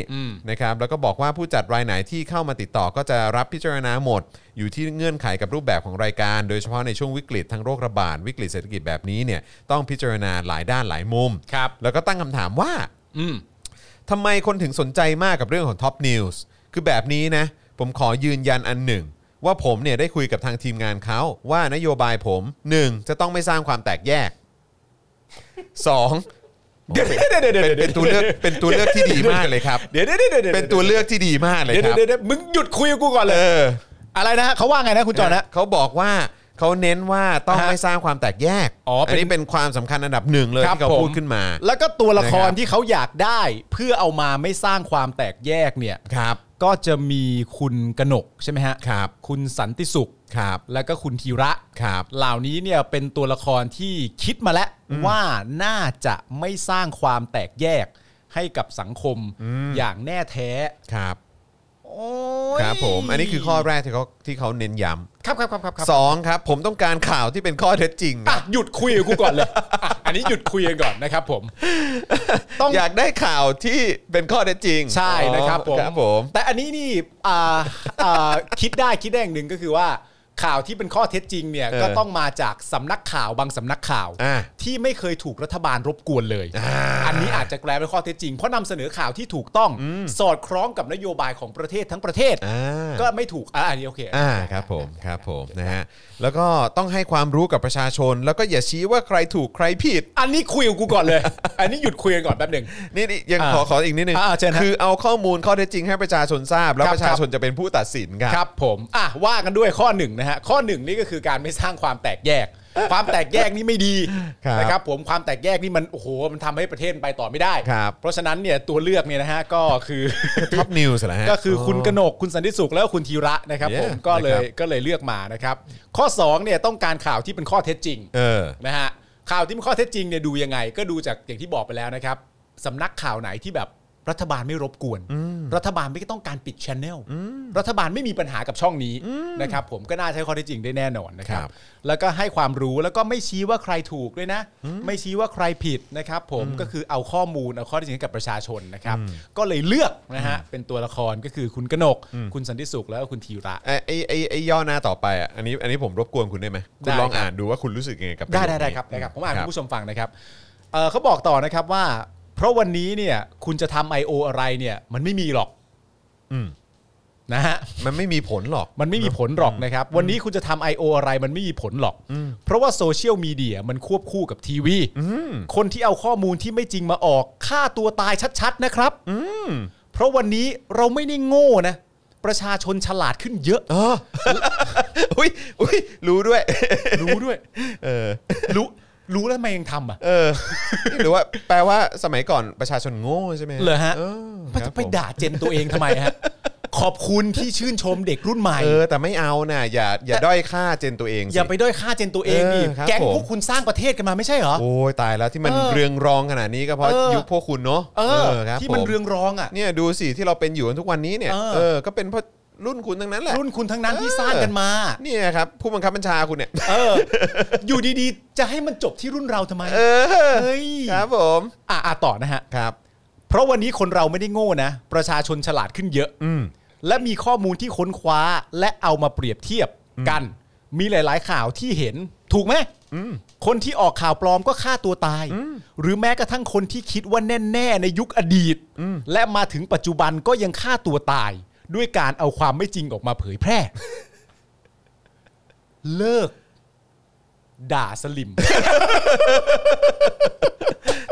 S2: นะครับแล้วก็บอกว่าผู้จัดรายไหนที่เข้ามาติดต่อก็จะรับพิจารณาหมด อยู่ที่เงื่อนไขกับรูปแบบของรายการ โดยเฉพาะในช่วงวิกฤตทางโรคระบาดวิกฤตเศรษฐกิจแบบนี้เนี่ยต้องพิจารณาหลายด้านหลายมุม
S3: ครับ
S2: แล้วก็ตั้งคำถามว่า
S3: อืม
S2: ทำไมคนถึงสนใจมากกับเรื่องของท็อปนิวส์คือแบบนี้นะ ผมขอยืนยันอันหนึ่ง ว่าผมเนี่ยได้คุยกับทางทีมงานเขาว่านโยบายผม 1. จะต้องไม่สร้างความแตกแยก 2.
S3: เดี๋ยวเดี๋ยวเดี๋ยวเดี๋ยว
S2: เป็นเป็นตัวเลือกเป็นตัวเลือกที่ดีมากเลยครับ
S3: เดี๋ยวเดี๋ยวเดี๋ยวดี๋ยว
S2: เป็นตัวเลือกที่ดีมากเลย
S3: เดี๋ยว
S2: ครับ
S3: เดี๋ยวเดี๋ยวมึงหยุดคุยกับกูก่อนเล
S2: เอย อ
S3: อะไรนะฮะเขาว่าไงนะคุณจอห์นนะ
S2: เขาบอกว่าเขาเน้นว่าต้อง
S3: ฮะ
S2: ไม่สร้างความแตกแยก
S3: อ๋อเป็น
S2: นนี้เป็นความสำคัญอันดับหนึ่งเลย
S3: ครับ
S2: ที่เขา
S3: ผม
S2: พูดขึ้นมา
S3: แล้วก็ตัวละครที่เขาอยากได้ เพื่อเอามาไม่สร้างความแตกแยกเนี่ย
S2: ครับ
S3: ก็จะมีคุณกนกใช่ไหมฮะ
S2: ครับ
S3: คุณสันติสุข
S2: ครับ
S3: แล้วก็คุณธีระ
S2: ครับ
S3: เหล่านี้เนี่ยเป็นตัวละครที่คิดมาแล้วว่าน่าจะไม่สร้างความแตกแยกให้กับสังคมอย่างแน่แท้
S2: ครับ
S3: โอ้ย
S2: ครับผมอันนี้คือข้อแรกที่เขาที่เขาเน้นย้ำ
S3: ครับครับครับครับครับ
S2: สองครับ ผมต้องการข่าวที่เป็นข้อเท็จจริงค
S3: อ่ะ
S2: รับ
S3: หยุดคุยกับกูก่อนเลย อ่ะอันนี้หยุดคุยกันก่อนนะครับผม ต้อง
S2: อยากได้ข่าวที่เป็นข้อเท็จจริง
S3: ใช่นะครับ
S2: อ๋อครับผม
S3: แต่อันนี้นี่อ่าอ่า คิดได้คิดได้อย่างหนึ่งก็คือว่าข่าวที่เป็นข้อเท็จจริงเนี่ยก็ต้องมาจากสำนักข่าวบางสำนักข่าว
S2: อ่ะ
S3: ที่ไม่เคยถูกรัฐบาลรบกวนเลย อันนี้อาจจะแปลเป็นข้อเท็จจริง เพราะนำเสนอข่าวที่ถูกต้องสอดคล้องกับนโยบายของประเทศทั้งประเทศ
S2: อ่า
S3: ก็ไม่ถูกอ่าอันนี้โอเค
S2: อ่าครับผมครับผมนะฮะแล้วก็ต้องให้ความรู้กับประชาชน แล้วก็อย่าชี้ว่าใครถูกใครผิด
S3: อันนี้คุยกับกูก่อนเลย อันนี้หยุดคุยกันก่อนแป๊บหนึ่ง
S2: นี่นี่ยัง
S3: อ่า
S2: ขอขออีกนิดนึง
S3: อ่าเชิญฮะ
S2: คือเอาข้อมูลข้อเท็จจริงให้ประชาชนทราบ แล้ว
S3: ครับ
S2: ประชาชนจะเป็นผู้ตัดสินครับ
S3: ครับผมอ่ะว่ากันด้วยข้อหนึ่งนะฮะข้อหนึ่งนี่ก็คือการไม่สร้างความแตกแยก ความแตกแยกนี่ไม่ดี
S2: ครับ
S3: นะครับผมความแตกแยกนี่มันโอ้โหมันทำให้ประเทศไปต่อไม่ได้
S2: ครับ
S3: เพราะฉะนั้นเนี่ยตัวเลือกเนี่ยนะฮะก็คือ
S2: ท็อปนิวส์เหรอฮะ
S3: ก็คือคุณกนกคุณสันติสุขแล้วก็คุณธีระนะครับผม
S2: Yeah
S3: ก็เล
S2: นะครั
S3: ย
S2: บ
S3: ก็เลยเลือกมานะครับ ข้อ2เนี่ยต้องการข่าวที่เป็นข้อเท็จจริง
S2: เออ
S3: นะฮะข่าวที่เป็นข้อเท็จจริงเนี่ยดูยังไง ก็ดูจากอย่างที่บอกไปแล้วนะครับสำนักข่าวไหนที่แบบรัฐบาลไม่รบกวน รัฐบาลไม่ต้องการปิดชแนลรัฐบาลไม่มีปัญหากับช่องนี้นะครับผมก็น่าใช้ข้อเท็จจริงได้แน่นอนนะครั
S2: ครับ บ
S3: แล้วก็ให้ความรู้แล้วก็ไม่ชี้ว่าใครถูกด้วยนะ ไม่ชี้ว่าใครผิดนะครับผมก็คือเอาข้อมูลเอาข้อเท็จจริงให้กับประชาชนนะครับ ก็เลยเลือกนะฮะเป็นตัวละครก็คือคุณกนก คุณสันติสุขแล้วก็คุณธีระ
S2: ไอไอ้ไอ้ไอ้ย่อหน้าต่อไปอ่ะอันนี้อันนี้ผมรบกวนคุณได้ไหมคุณ
S3: ได้
S2: ลอง
S3: ครับ
S2: อ่านดูว่าคุณรู้สึกยังไงกับ
S3: ได้
S2: ปะโย
S3: ได้
S2: นี้
S3: ได้ครับได้ครับผมอ่านให้ผู้
S2: ครับ
S3: ชมฟังนะครับเอ่อเขาบอกต่อนะครับว่า เพราะวันนี้เนี่ยคุณจะทำ I.O. อะไรเนี่ยมันไม่มีหรอก
S2: อืม
S3: นะฮะ
S2: มันไม่มีผลหรอก
S3: มันไม่มีผลหรอกนะครับ วันนี้คุณจะทำ I.O. อะไรมันไม่มีผลหรอก เพราะว่าโซเชียลมีเดียมันควบคู่กับทีวี คนที่เอาข้อมูลที่ไม่จริงมาออกฆ่าตัวตายชัดๆนะครับ เพราะวันนี้เราไม่ได้โง่นะ ประชาชนฉลาดขึ้นเยอะ
S2: อุ้ยอุ้ยรู้ด้วย
S3: รู้ด้วย
S2: เออ
S3: รู้รู้แล้วทำไมยังทำอ่ะ
S2: เออ หรือว่าแปลว่าสมัยก่อนประชาชนโง่ใช่ไหม
S3: เหรอฮะ
S2: ออ
S3: มัน
S2: ค
S3: จะ
S2: รับ
S3: ไปด่าเจนตัวเองทำไมฮะ ขอบคุณที่ชื่นชมเด็กรุ่นใหม่
S2: เออ แต่ไม่เอาน่ะอย่าอย่าด้อยค่าเจนตัวเองสิ
S3: อย่าไปด้อยค่าเจนตัวเองดิ
S2: เออครับ
S3: แก๊ง
S2: ผม
S3: พวกคุณสร้างประเทศกันมาไม่ใช่เหรอ
S2: โอ้ยตายแล้วที่มัน
S3: เออ
S2: เรืองรองขนาดนี้ก็เพราะ
S3: เออ
S2: ยุคพวกคุณเนาะ
S3: เออ
S2: ครับ
S3: ที่มัน
S2: ผ
S3: เรืองรองอ่ะ
S2: เนี่ยดูสิที่เราเป็นอยู่กันทุกวันนี้เนี่ย
S3: เออ
S2: เออก็เป็นเพราะรุ่นคุณทั้งนั้นแหละ
S3: รุ่นคุณทั้งนั้นที่สร้างกันมา
S2: เนี่ยครับผู้บังคับบัญชาคุณเนี่ย
S3: เออ อยู่ดีๆ จะให้มันจบที่รุ่นเราทำไม
S2: เออ
S3: เฮ้ย
S2: ครับผม
S3: อ่ะอ่ะต่อนะฮะ
S2: ครับ
S3: เพราะวันนี้คนเราไม่ได้โง่นะ ประชาชนฉลาดขึ้นเยอะ
S2: อืม
S3: และมีข้อมูลที่ค้นคว้าและเอามาเปรียบเทียบกัน มีหลาย ๆ ข่าวที่เห็นถูกไหมคนที่ออกข่าวปลอมก็ฆ่าตัวตาย หรือแม้กระทั่งคนที่คิดว่าแน่ ๆ ในยุคอดีต และมาถึงปัจจุบันก็ยังฆ่าตัวตาย ด้วยการเอาความไม่จริงออกมาเผยแพร่ เลิก ด่าสลิม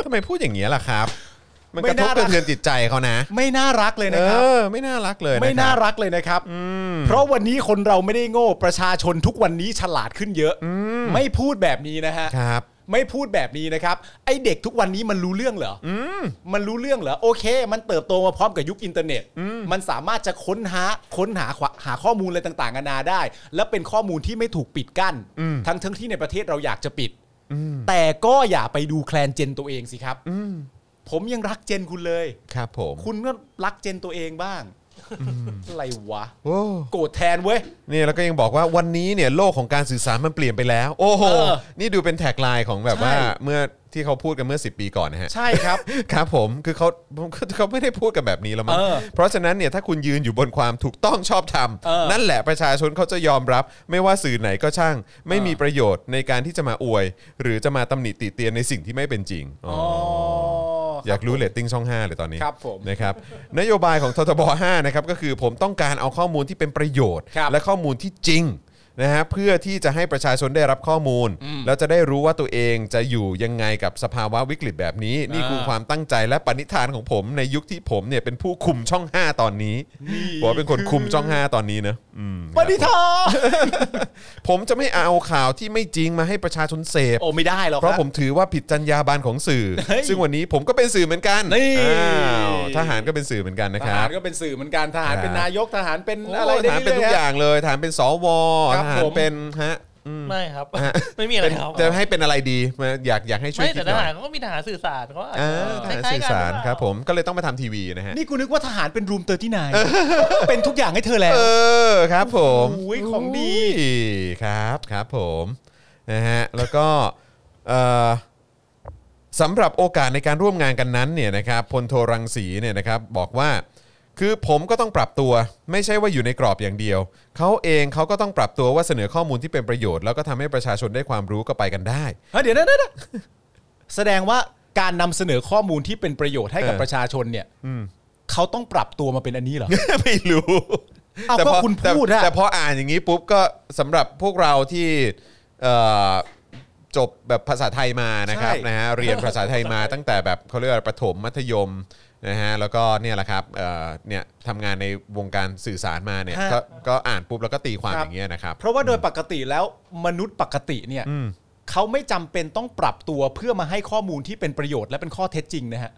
S2: ทำไมพูดอย่างนี้ยล่ะครับ มัน
S3: ไม่
S2: กระทบ
S3: น่ารัก
S2: กระเทือนจิตใจเขานะ
S3: ไม่น่ารักเลย
S2: เอ
S3: นะครับ
S2: อ ไม่น่ารักเลยะคบ
S3: ไม่น่ารักเลยนะครับ เพราะวันนี้คนเราไม่ได้โง่ประชาชนทุกวันนี้ฉลาดขึ้นเยอะ ไม่พูดแบบนี้นะฮะ
S2: ครับ
S3: ไม่พูดแบบนี้นะครับ ไอเด็กทุกวันนี้มันรู้เรื่องเหรออมันรู้เรื่องเหรอ โอเค มันเติบโตมาพร้อมกับยุคอินเทอร์เน็ต มันสามารถจะค้นหาค้นหาขวาหาข้อมูลอะไรต่างๆนานาได้ และเป็นข้อมูลที่ไม่ถูกปิดกั้น ทั้งทั้งที่ในประเทศเราอยากจะปิด แต่ก็อย่าไปดูแคลนเจนตัวเองสิครับ ผมยังรักเจนคุณเลย
S2: ครับผม
S3: คุณก็รักเจนตัวเองบ้าง อะไรวะ
S2: โอ้
S3: โกรธแทนเว้ย
S2: นี่แล้วก็ยังบอกว่าวันนี้เนี่ยโลกของการสื่อสารมันเปลี่ยนไปแล้ว โอ้โห
S3: เออ
S2: นี่ดูเป็นแท็กไลน์ของแบบว่า
S3: ใช่
S2: เมื่อ ที่เขาพูดกันเมื่อ 10 ปีก่อนนะฮะ
S3: ใช่ครับ
S2: ครับผมคือเขาเขาไม่ได้พูดกันแบบนี้แล้วมั้ง
S3: เออ
S2: เพราะฉะนั้นเนี่ยถ้าคุณยืนอยู่บนความถูกต้องชอบธรรม
S3: เออ
S2: นั่นแหละประชาชนเขาจะยอมรับ ไม่ว่าสื่อไหนก็ช่าง ไม่มีประโยชน์ในการที่จะมาอวย หรือจะมาตำหนิติเตียนในสิ่งที่ไม่เป็นจริงอ๋ออยากรู้เลตติ้งช่อง 5 เลยตอนนี้
S3: ครับผม
S2: นะครับนโยบายของททบ5นะครับก็คือผมต้องการเอาข้อมูลที่เป็นประโยชน์
S3: ครับ
S2: และข้อมูลที่จริงนะฮะเพื่อที่จะให้ประชาชนได้รับข้อมูล แล้วจะได้รู้ว่าตัวเองจะอยู่ยังไงกับสภาวะวิกฤตแบบนี้ นี่คือ
S3: อ่า
S2: ความ ความตั้งใจและปณิธานของผมในยุคที่ผมเนี่ยเป็นผู้คุมช่อง 5 ตอนนี้ผมเป็นคนคุมช่อง 5 ตอนนี้นะอืม
S3: ปฏิทอ
S2: ผมจะไม่เอาข่าวที่ไม่จริงมาให้ประชาชนเสพ
S3: โอ้ไม่ได้หรอก
S2: เพราะ
S3: คบ
S2: ผมถือว่าผิดจรรยาบรรณของสื่อ
S3: เฮ้ย
S2: ซึ่งวันนี้ผมก็เป็นสื่อเหมือนกัน
S3: นี่
S2: อ้าวทหารก็เป็นสื่อเหมือนกันนะ
S3: ท
S2: ค
S3: หา
S2: รั
S3: ร
S2: บ
S3: ก็เป็นสื่อเหมือนกันทหา
S2: ค
S3: ร
S2: รับ
S3: เป็นนายกทหารเป็น
S2: โอ้
S3: อะไร
S2: ท
S3: ได้
S2: หารเป็นทุ
S3: เรื่
S2: กอ
S3: อย
S2: ย่างเลยทหารเป็นสว
S3: ค
S2: ท
S3: รับ
S2: หาร
S3: ผม
S2: เป็นฮะ
S4: ไม่ครับ ไม่มีอะไรครับ
S2: จะให้เป็นอะไรดีอยากอยากให้ช่วย
S4: ไม่
S2: คิ
S4: แต่
S2: ดห
S4: ท
S2: น่อ
S4: หาร
S2: ย
S4: เขาก็มีทหารสื่อสารเขาอาจ
S2: อ่า
S4: จะ
S2: ทหาร
S4: คล้ย
S2: สื่อ
S4: ๆกัน
S2: สาร
S4: หอเปล่
S2: ครับผมก็เลยต้องมาทำทีวีนะฮะ
S3: ฮะนี่กูนึกว่าทหารเป็นรูมเตอร์ที่นายเป็นทุกอย่างให้เธอแล้ว
S2: เออครับผม
S3: อุ้ยของดี
S2: อุ้ยครับครับผมนะฮะแล้วก็เอ่อสำหรับโอกาสในการร่วมงานกันนั้นเนี่ยนะครับพลโทรังสีเนี่ยนะครับบอกว่า คือผมก็ต้องปรับตัว ไม่ใช่ว่าอยู่ในกรอบอย่างเดียว เขาเองเขาก็ต้องปรับตัวว่าเสนอข้อมูลที่เป็นประโยชน์แล้วก็ทำให้ประชาชนได้ความรู้ก็ไปกันได้
S3: เฮ้ยเดี๋ยวนะเดี๋ยวนะแสดงว่าการนำเสนอข้อมูลที่เป็นประโยชน์ให้กับ
S2: เออ
S3: ประชาชนเนี่ยเขาต้องปรับตัวมาเป็นอันนี้เหรอ
S2: ไม่รู้
S3: เอ้าก็คุณ
S2: แต่
S3: พูดอะ
S2: แต่พออ่านอย่างนี้ปุ๊บก็สำหรับพวกเราที่เอ่อจบแบบภาษาไทยมานะครับ
S3: ใช่
S2: นะฮะเรียนภาษาไทยมา ตั้งแต่แบบเขาเรียกว่าประถมมัธยมนะฮะแล้วก็เนี่ยแหละครับเอ่อเนี่ยทำงานในวงการสื่อสารมาเนี่ยก็ก็อ่านปุ๊บแล้วก็ตีความอย่างเงี้ยนะครับ
S3: เพราะว่าโดยปกติแล้วมนุษย์ปกติเนี่ยเขาไม่จำเป็นต้องปรับตัวเพื่อมาให้ข้อมูลที่เป็นประโยชน์และเป็นข้อเท็จจริงนะฮะ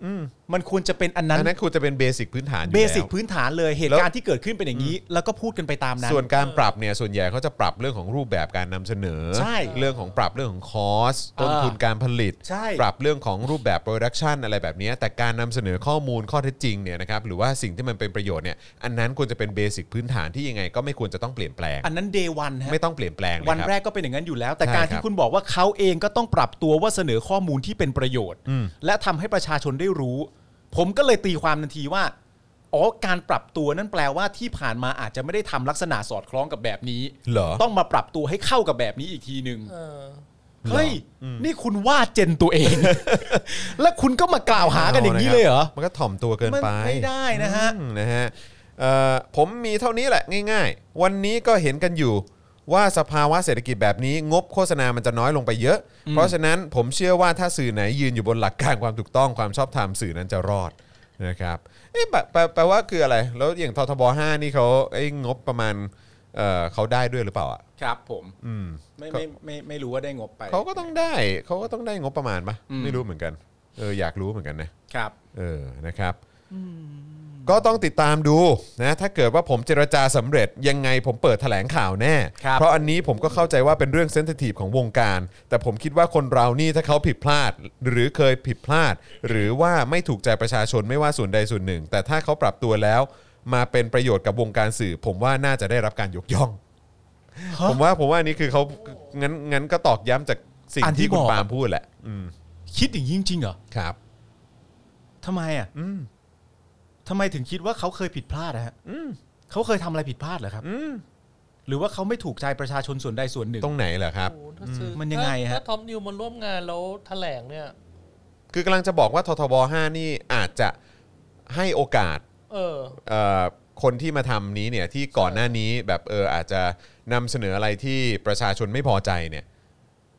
S3: มันควรจะเป็นอันนั้
S2: อันนั้นคุณจะเป็นเบสิกพื้นฐานอยู่
S3: เบ
S2: แล้ว
S3: สิกพื้นฐานเลยเหตุการณ์ที่เกิดขึ้นเป็นอย่างนี้ แล้วก็พูดกันไปตามนั้น
S2: ส่วนการปรับเนี่ยส่วนใหญ่เขาจะปรับเรื่องของรูปแบบการนำเสนอ
S3: ใช่
S2: เรื่องของปรับเรื่องของคอส
S3: อ่า
S2: ต้นทุนการผลิต
S3: ใช่
S2: ปรับเรื่องของรูปแบบโปรดักชันอะไรแบบเนี้ยแต่การนำเสนอข้อมูลข้อเท็จจริงเนี่ยนะครับหรือว่าสิ่งที่มันเป็นประโยชน์เนี่ยอันนั้นควรจะเป็นเบสิกพื้นฐานที่ยังไงก็ไม่ควรจะต้องเปลี่ยนแปลง
S3: อันนั้นเดย์วันฮะ
S2: ไม่ต้องเปลี่ยนแปลงเลย
S3: วัน
S2: คบ
S3: แรกก็เป็นอย่างนั้นอยู่แล้ว แต่
S2: ใช่
S3: การ
S2: ค
S3: ที่
S2: รับ
S3: คุณบอกว่าเขาเองก็ต้องปรับตัวว่าเสนอข้อมูลที่เป็นประโยชน์ และทำให้ประชาชนได้รู้ ผมก็เลยตีความทันทีว่าอ๋อการปรับตัวนั่นแปลว่าที่ผ่านมาอาจจะไม่ได้ทำลักษณะสอดคล้องกับแบบนี้
S2: เหรอ
S3: ต้องมาปรับตัวให้เข้ากับแบบนี้อีกทีหนึ่ง
S4: เออ
S3: เฮ้ยนี่คุณว่าเจนตัวเอง และคุณก็มากล่าวหากันอย่างนี้เลยเหรอ
S2: มันก็ถ่อมตัวเกิน
S3: มั
S2: ไป
S3: ไม่ได้นะฮะ
S2: อืมนะฮะเอ่อผมมีเท่านี้แหละง่าย ๆ วันนี้ก็เห็นกันอยู่ว่าสภาวะเศรษฐกิจแบบนี้ งบโฆษณามันจะน้อยลงไปเยอะ เพราะฉะนั้นผมเชื่อว่าถ้าสื่อไหนยืนอยู่บนหลักการความถูกต้องความชอบธรรมสื่อนั้นจะรอดนะครับเอ๊ะแปลแปลแปลว่าคืออะไร แล้วอย่างททบ5นี่เขาไอ้งบประมาณเอ่อเขาได้ด้วยหรือเปล่าอ่ะ
S3: ครับผม
S2: อืม
S3: ไม่ไม่ไม่ไม่รู้ว่าได้งบไป
S2: เขาก็ต้องได้เขาก็ต้องได้งบประมาณปะไม่รู้เหมือนกันเอออยากรู้เหมือนกันนะ
S3: ครับ
S2: เออ นะครับ ก็ต้องติดตามดูนะ ถ้าเกิดว่าผมเจรจาสำเร็จยังไงผมเปิดแถลงข่าวแน่
S3: ครับ
S2: เพราะอันนี้ผมก็เข้าใจว่าเป็นเรื่องเซนซิทีฟของวงการ แต่ผมคิดว่าคนเรานี่ถ้าเขาผิดพลาด หรือเคยผิดพลาด หรือว่าไม่ถูกใจประชาชนไม่ว่าส่วนใดส่วนหนึ่ง แต่ถ้าเขาปรับตัวแล้ว มาเป็นประโยชน์กับวงการสื่อ ผมว่าน่าจะได้รับการยกย่อง ผมว่าผมว่าอันนี่คือเขางั้นงั้นก็ตอกย้ำจากสิ่ง
S3: อันที่
S2: ที่คุณ
S3: บอก
S2: ปาล์มพูดแหละ อืม
S3: คิดอย่างนี้จริงๆเหรอ
S2: ครับ
S3: ทำไมอ่ะทำไมถึงคิดว่าเขาเคยผิดพลาดอะฮะเขาเคยทำอะไรผิดพลาดเหรอครับ หรือว่าเขาไม่ถูกใจประชาชนส่วนใดส่วนหนึ่ง
S2: ตรงไหนเหรอครับ
S4: โอ้ถ้าซื้อ
S3: มันยังไงฮะ
S4: ถ้าทอมนิวมันร่วมงานแล้วแถลงเนี่ย
S2: คือกำลังจะบอกว่าททบ5นี่อาจจะให้โอกาส
S4: เออ
S2: เอ่อคนที่มาทำนี้เนี่ยที่ก่อนหน้านี้แบบเอออาจจะนำเสนออะไรที่ประชาชนไม่พอใจเนี่ย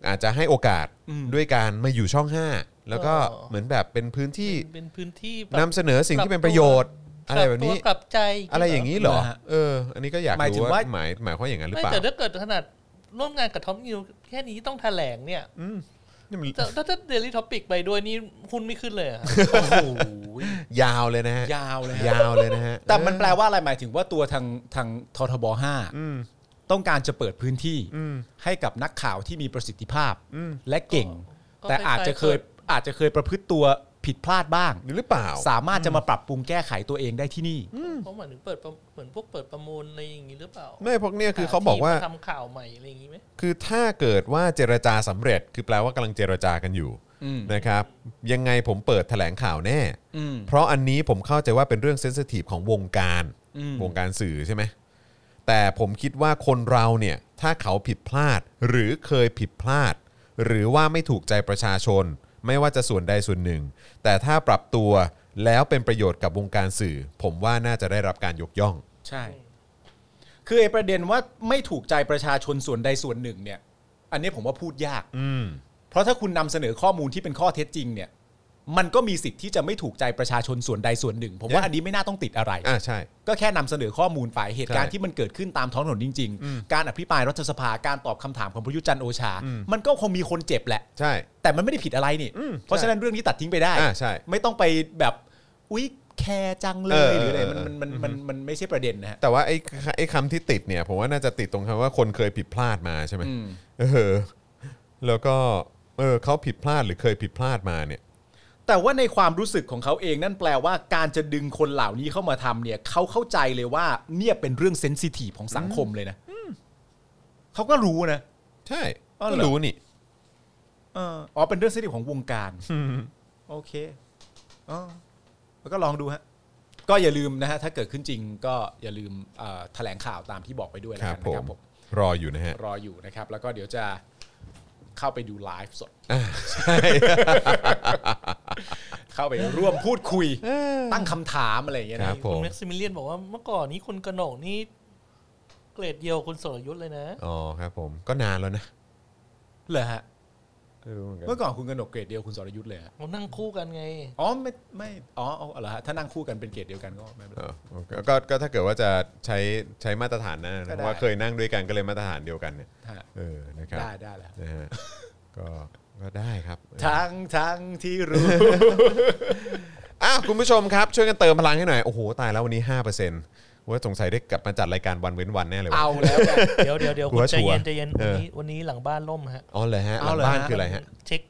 S2: อาจจะให้โอกาส
S3: อืม
S2: ด้วยการมาอยู่ช่อง 5 แล้วก็
S4: เออ
S2: เหมือนแบบเป็นพื้นที่
S4: เป็นพื้นที่แบบ
S2: นำเสนอสิ่งที่เป็นประโยชน์ อะไรแบบนี้
S4: กลัตัวกลับใจ
S2: อะไรอย่าง
S4: นี้
S2: นี้เหรอ
S3: นะฮะ
S2: เออ อันนี้ก็อยาก
S3: หมายถึ
S2: รู้
S3: ง
S2: ว่า
S3: ว่า
S2: หมายหมายความอย่างนั้นหรือ
S4: ไม่
S2: เปล่า
S4: แต่ถ้าเกิดขนาดร่วมงานกับทอมนิวแค่นี้ต้องแถลงเนี่ย
S2: นี่มัน
S4: แต่ถ้าเดลิทอปิกไปด้วยนี่หุ้นไม่ขึ้นเลยอะ
S3: โอ้โห
S2: ยาวเลยนะฮะ
S3: ยาวเลยฮะ
S2: ยาวเลยนะฮะ
S3: แต่มันแปลว่าอะไรหมายถึงว่าตัวทางทางททบห้าต้องการจะเปิดพื้นที่ให้กับนักข่าวที่มีประสิทธิภาพและเก่ง
S4: ก็
S3: แต่
S4: คล้ายๆ
S3: อาจจะเคย
S4: เปิ
S3: อาจจะเคยประพฤติตัวผิดพลาดบ้าง
S2: หรือเปล่า
S3: สามารถจะมาปรับปรุงแก้ไขตัวเองได้ที่นี่
S4: เพราะเหมือนเปิดประเหมือนพวกเปิดประมูลอะไรอย่างนี้หรือเปล่า
S2: ไม่พวกเนี่ยคือเขาบอกว่า
S4: หทีมมทำข่าวใหม่อะไรอย่างนี้ไหม
S2: คือถ้าเกิดว่าเจรจาสำเร็จ คือแปลว่ากำลังเจรจากันอยู่
S3: อืม
S2: นะครับยังไงผมเปิดแถลงข่าวแน่
S3: อืม
S2: เพราะอันนี้ผมเข้าใจว่าเป็นเรื่องเซนซิทีฟของวงการ
S3: อืม
S2: วงการสื่อใช่ไหมแต่ผมคิดว่าคนเราเนี่ยถ้าเขาผิดพลาดหรือเคยผิดพลาด หรือว่าไม่ถูกใจประชาชน ไม่ว่าจะส่วนใดส่วนหนึ่ง แต่ถ้าปรับตัวแล้วเป็นประโยชน์กับวงการสื่อ ผมว่าน่าจะได้รับการยกย่อง
S3: ใช่ คือไอ้ประเด็นว่าไม่ถูกใจประชาชนส่วนใดส่วนหนึ่ง เนี่ย อันนี้ผมว่าพูดยาก
S2: อืม
S3: เพราะถ้าคุณนำเสนอข้อมูลที่เป็นข้อเท็จจริง เนี่ย มันก็มีสิทธิ์ที่จะไม่ถูกใจประชาชนส่วนใดส่วนหนึ่ง ผมว่า
S2: ใช่
S3: อันนี้ไม่น่าต้องติดอะไร
S2: อ่าใช่
S3: ก็แค่นำเสนอข้อมูลไปเหตุการณ์
S2: ใช่
S3: ที่มันเกิดขึ้นตามท้องถนนจริง ๆ การอภิปรายรัฐสภาการตอบคำถามของประยุทธ์จันทร์โอชา
S2: อืม
S3: มันก็คงมีคนเจ็บแหละ
S2: ใช่
S3: แต่มันไม่ได้ผิดอะไรนี่
S2: อืม
S3: เพราะฉะนั้นเรื่องนี้ตัดทิ้งไปได้
S2: อ่าใช่
S3: ไม่ต้องไปแบบอุ๊ยแคร์จังเล
S2: เอย อ
S3: หรืออะไร
S2: เออ
S3: มัน
S2: เออ
S3: มันมันมันไม่ใช่ประเด็นนะฮะ
S2: แต่ว่าไอ้ไอ้คำที่ติดเนี่ยผมว่าน่าจะติดตรงคำว่าคนเคยผิดพลาดมาใช่ไหม
S3: อืม
S2: เออแล้วก็เออเขาผิดพลาดหรือเคยผิดพลาดมาเนี่ย
S3: แต่ว่าในความรู้สึกของเขาเองนั่นแปลว่าการจะดึงคนเหล่านี้เข้ามาทำเนี่ยเขาเข้าใจเลยว่าเนี่ยเป็นเรื่องเซนซิทีฟของสังคมเลยนะเขาก็รู้นะ
S2: ใช่
S3: อ้าว
S2: ก็
S3: เหรอ
S2: รู้นี่
S3: เอออ๋อเป็นเรื่องเซนซิทีฟของวงการโอเคอ๋อแล้วก็ลองดูฮะก็อย่าลืมนะฮะถ้าเกิดขึ้นจริง ก็อย่าลืมเอ่อแถลงข่าวตามที่บอกไปด้วย
S2: ค
S3: แล้ว
S2: รับ
S3: กัน
S2: ผ
S3: นะครับ
S2: ม
S3: ผม
S2: รออยู่นะฮะ
S3: รออยู่นะครับ แล้วก็เดี๋ยวจะเข้าไปดูไลฟ์สด
S2: อ่าใช่
S3: เข้าไปร่วมพูดคุย ตั้งคำถามอะไรอย่างเงี้ย
S2: ครั
S3: นะ
S2: บผ
S4: คุณ
S2: ม
S4: แม็กซิมิเลียนบอกว่าเมื่อก่อนนี้คุณกระหนกนี่เกรดเดียวคุณสรยุทธเลยนะ
S2: อ๋อครับผมก็นานแล้วนะ
S3: เหรอฮะ
S2: ไม่รู้เหมือนกัน
S3: เมื่อก่อนคุณกนกเกรดเดียวคุณสรยุทธ์เลยฮะ
S4: เรานั่งคู่กันไง
S3: อ๋อไม่ไม่อ๋อเอาเหรอฮะถ้านั่งคู่กันเป็นเกรดเดียวกันก็ไม่เป็น
S2: เอ
S3: ไร
S2: อโอเคก็ก็ถ้าเกิดว่าจะใช้ใช้มาตรฐานนะ
S3: ก็ได้
S2: ว่าเคยนั่งด้วยกันก็เลยมาตรฐานเดียวกันเนี่ย
S3: ฮะ
S2: เออนะครับ
S3: ได้ได้แล้ว
S2: นะฮะก็ก็ได้ครับ
S3: ทั้งทั้งที่รู้
S2: อ้าวคุณผู้ชมครับ ช่วยกันเติมพลังให้หน่อยโอ้โหตายแล้ววันนี้5%ว่าสงสัยได้กลับมาจัดรายการวันเว้นวันแน่เลยวะ
S3: เอาแล้วไง
S4: เดี๋ยวเดี๋ยวเดี๋ยว
S2: กู
S4: คุณ
S2: ว่า
S4: ใจ
S2: ชัวร์
S4: เย็นใจเย็น
S2: เอ
S4: วั
S2: อ
S4: นนี้วันนี้หลังบ้านล่มฮะ
S2: อ๋อเหรอฮะห
S3: เอา
S2: ลัง
S3: เหรอ
S2: บ้าน
S3: ฮะ
S2: คืออะไรฮะ
S4: เช็ค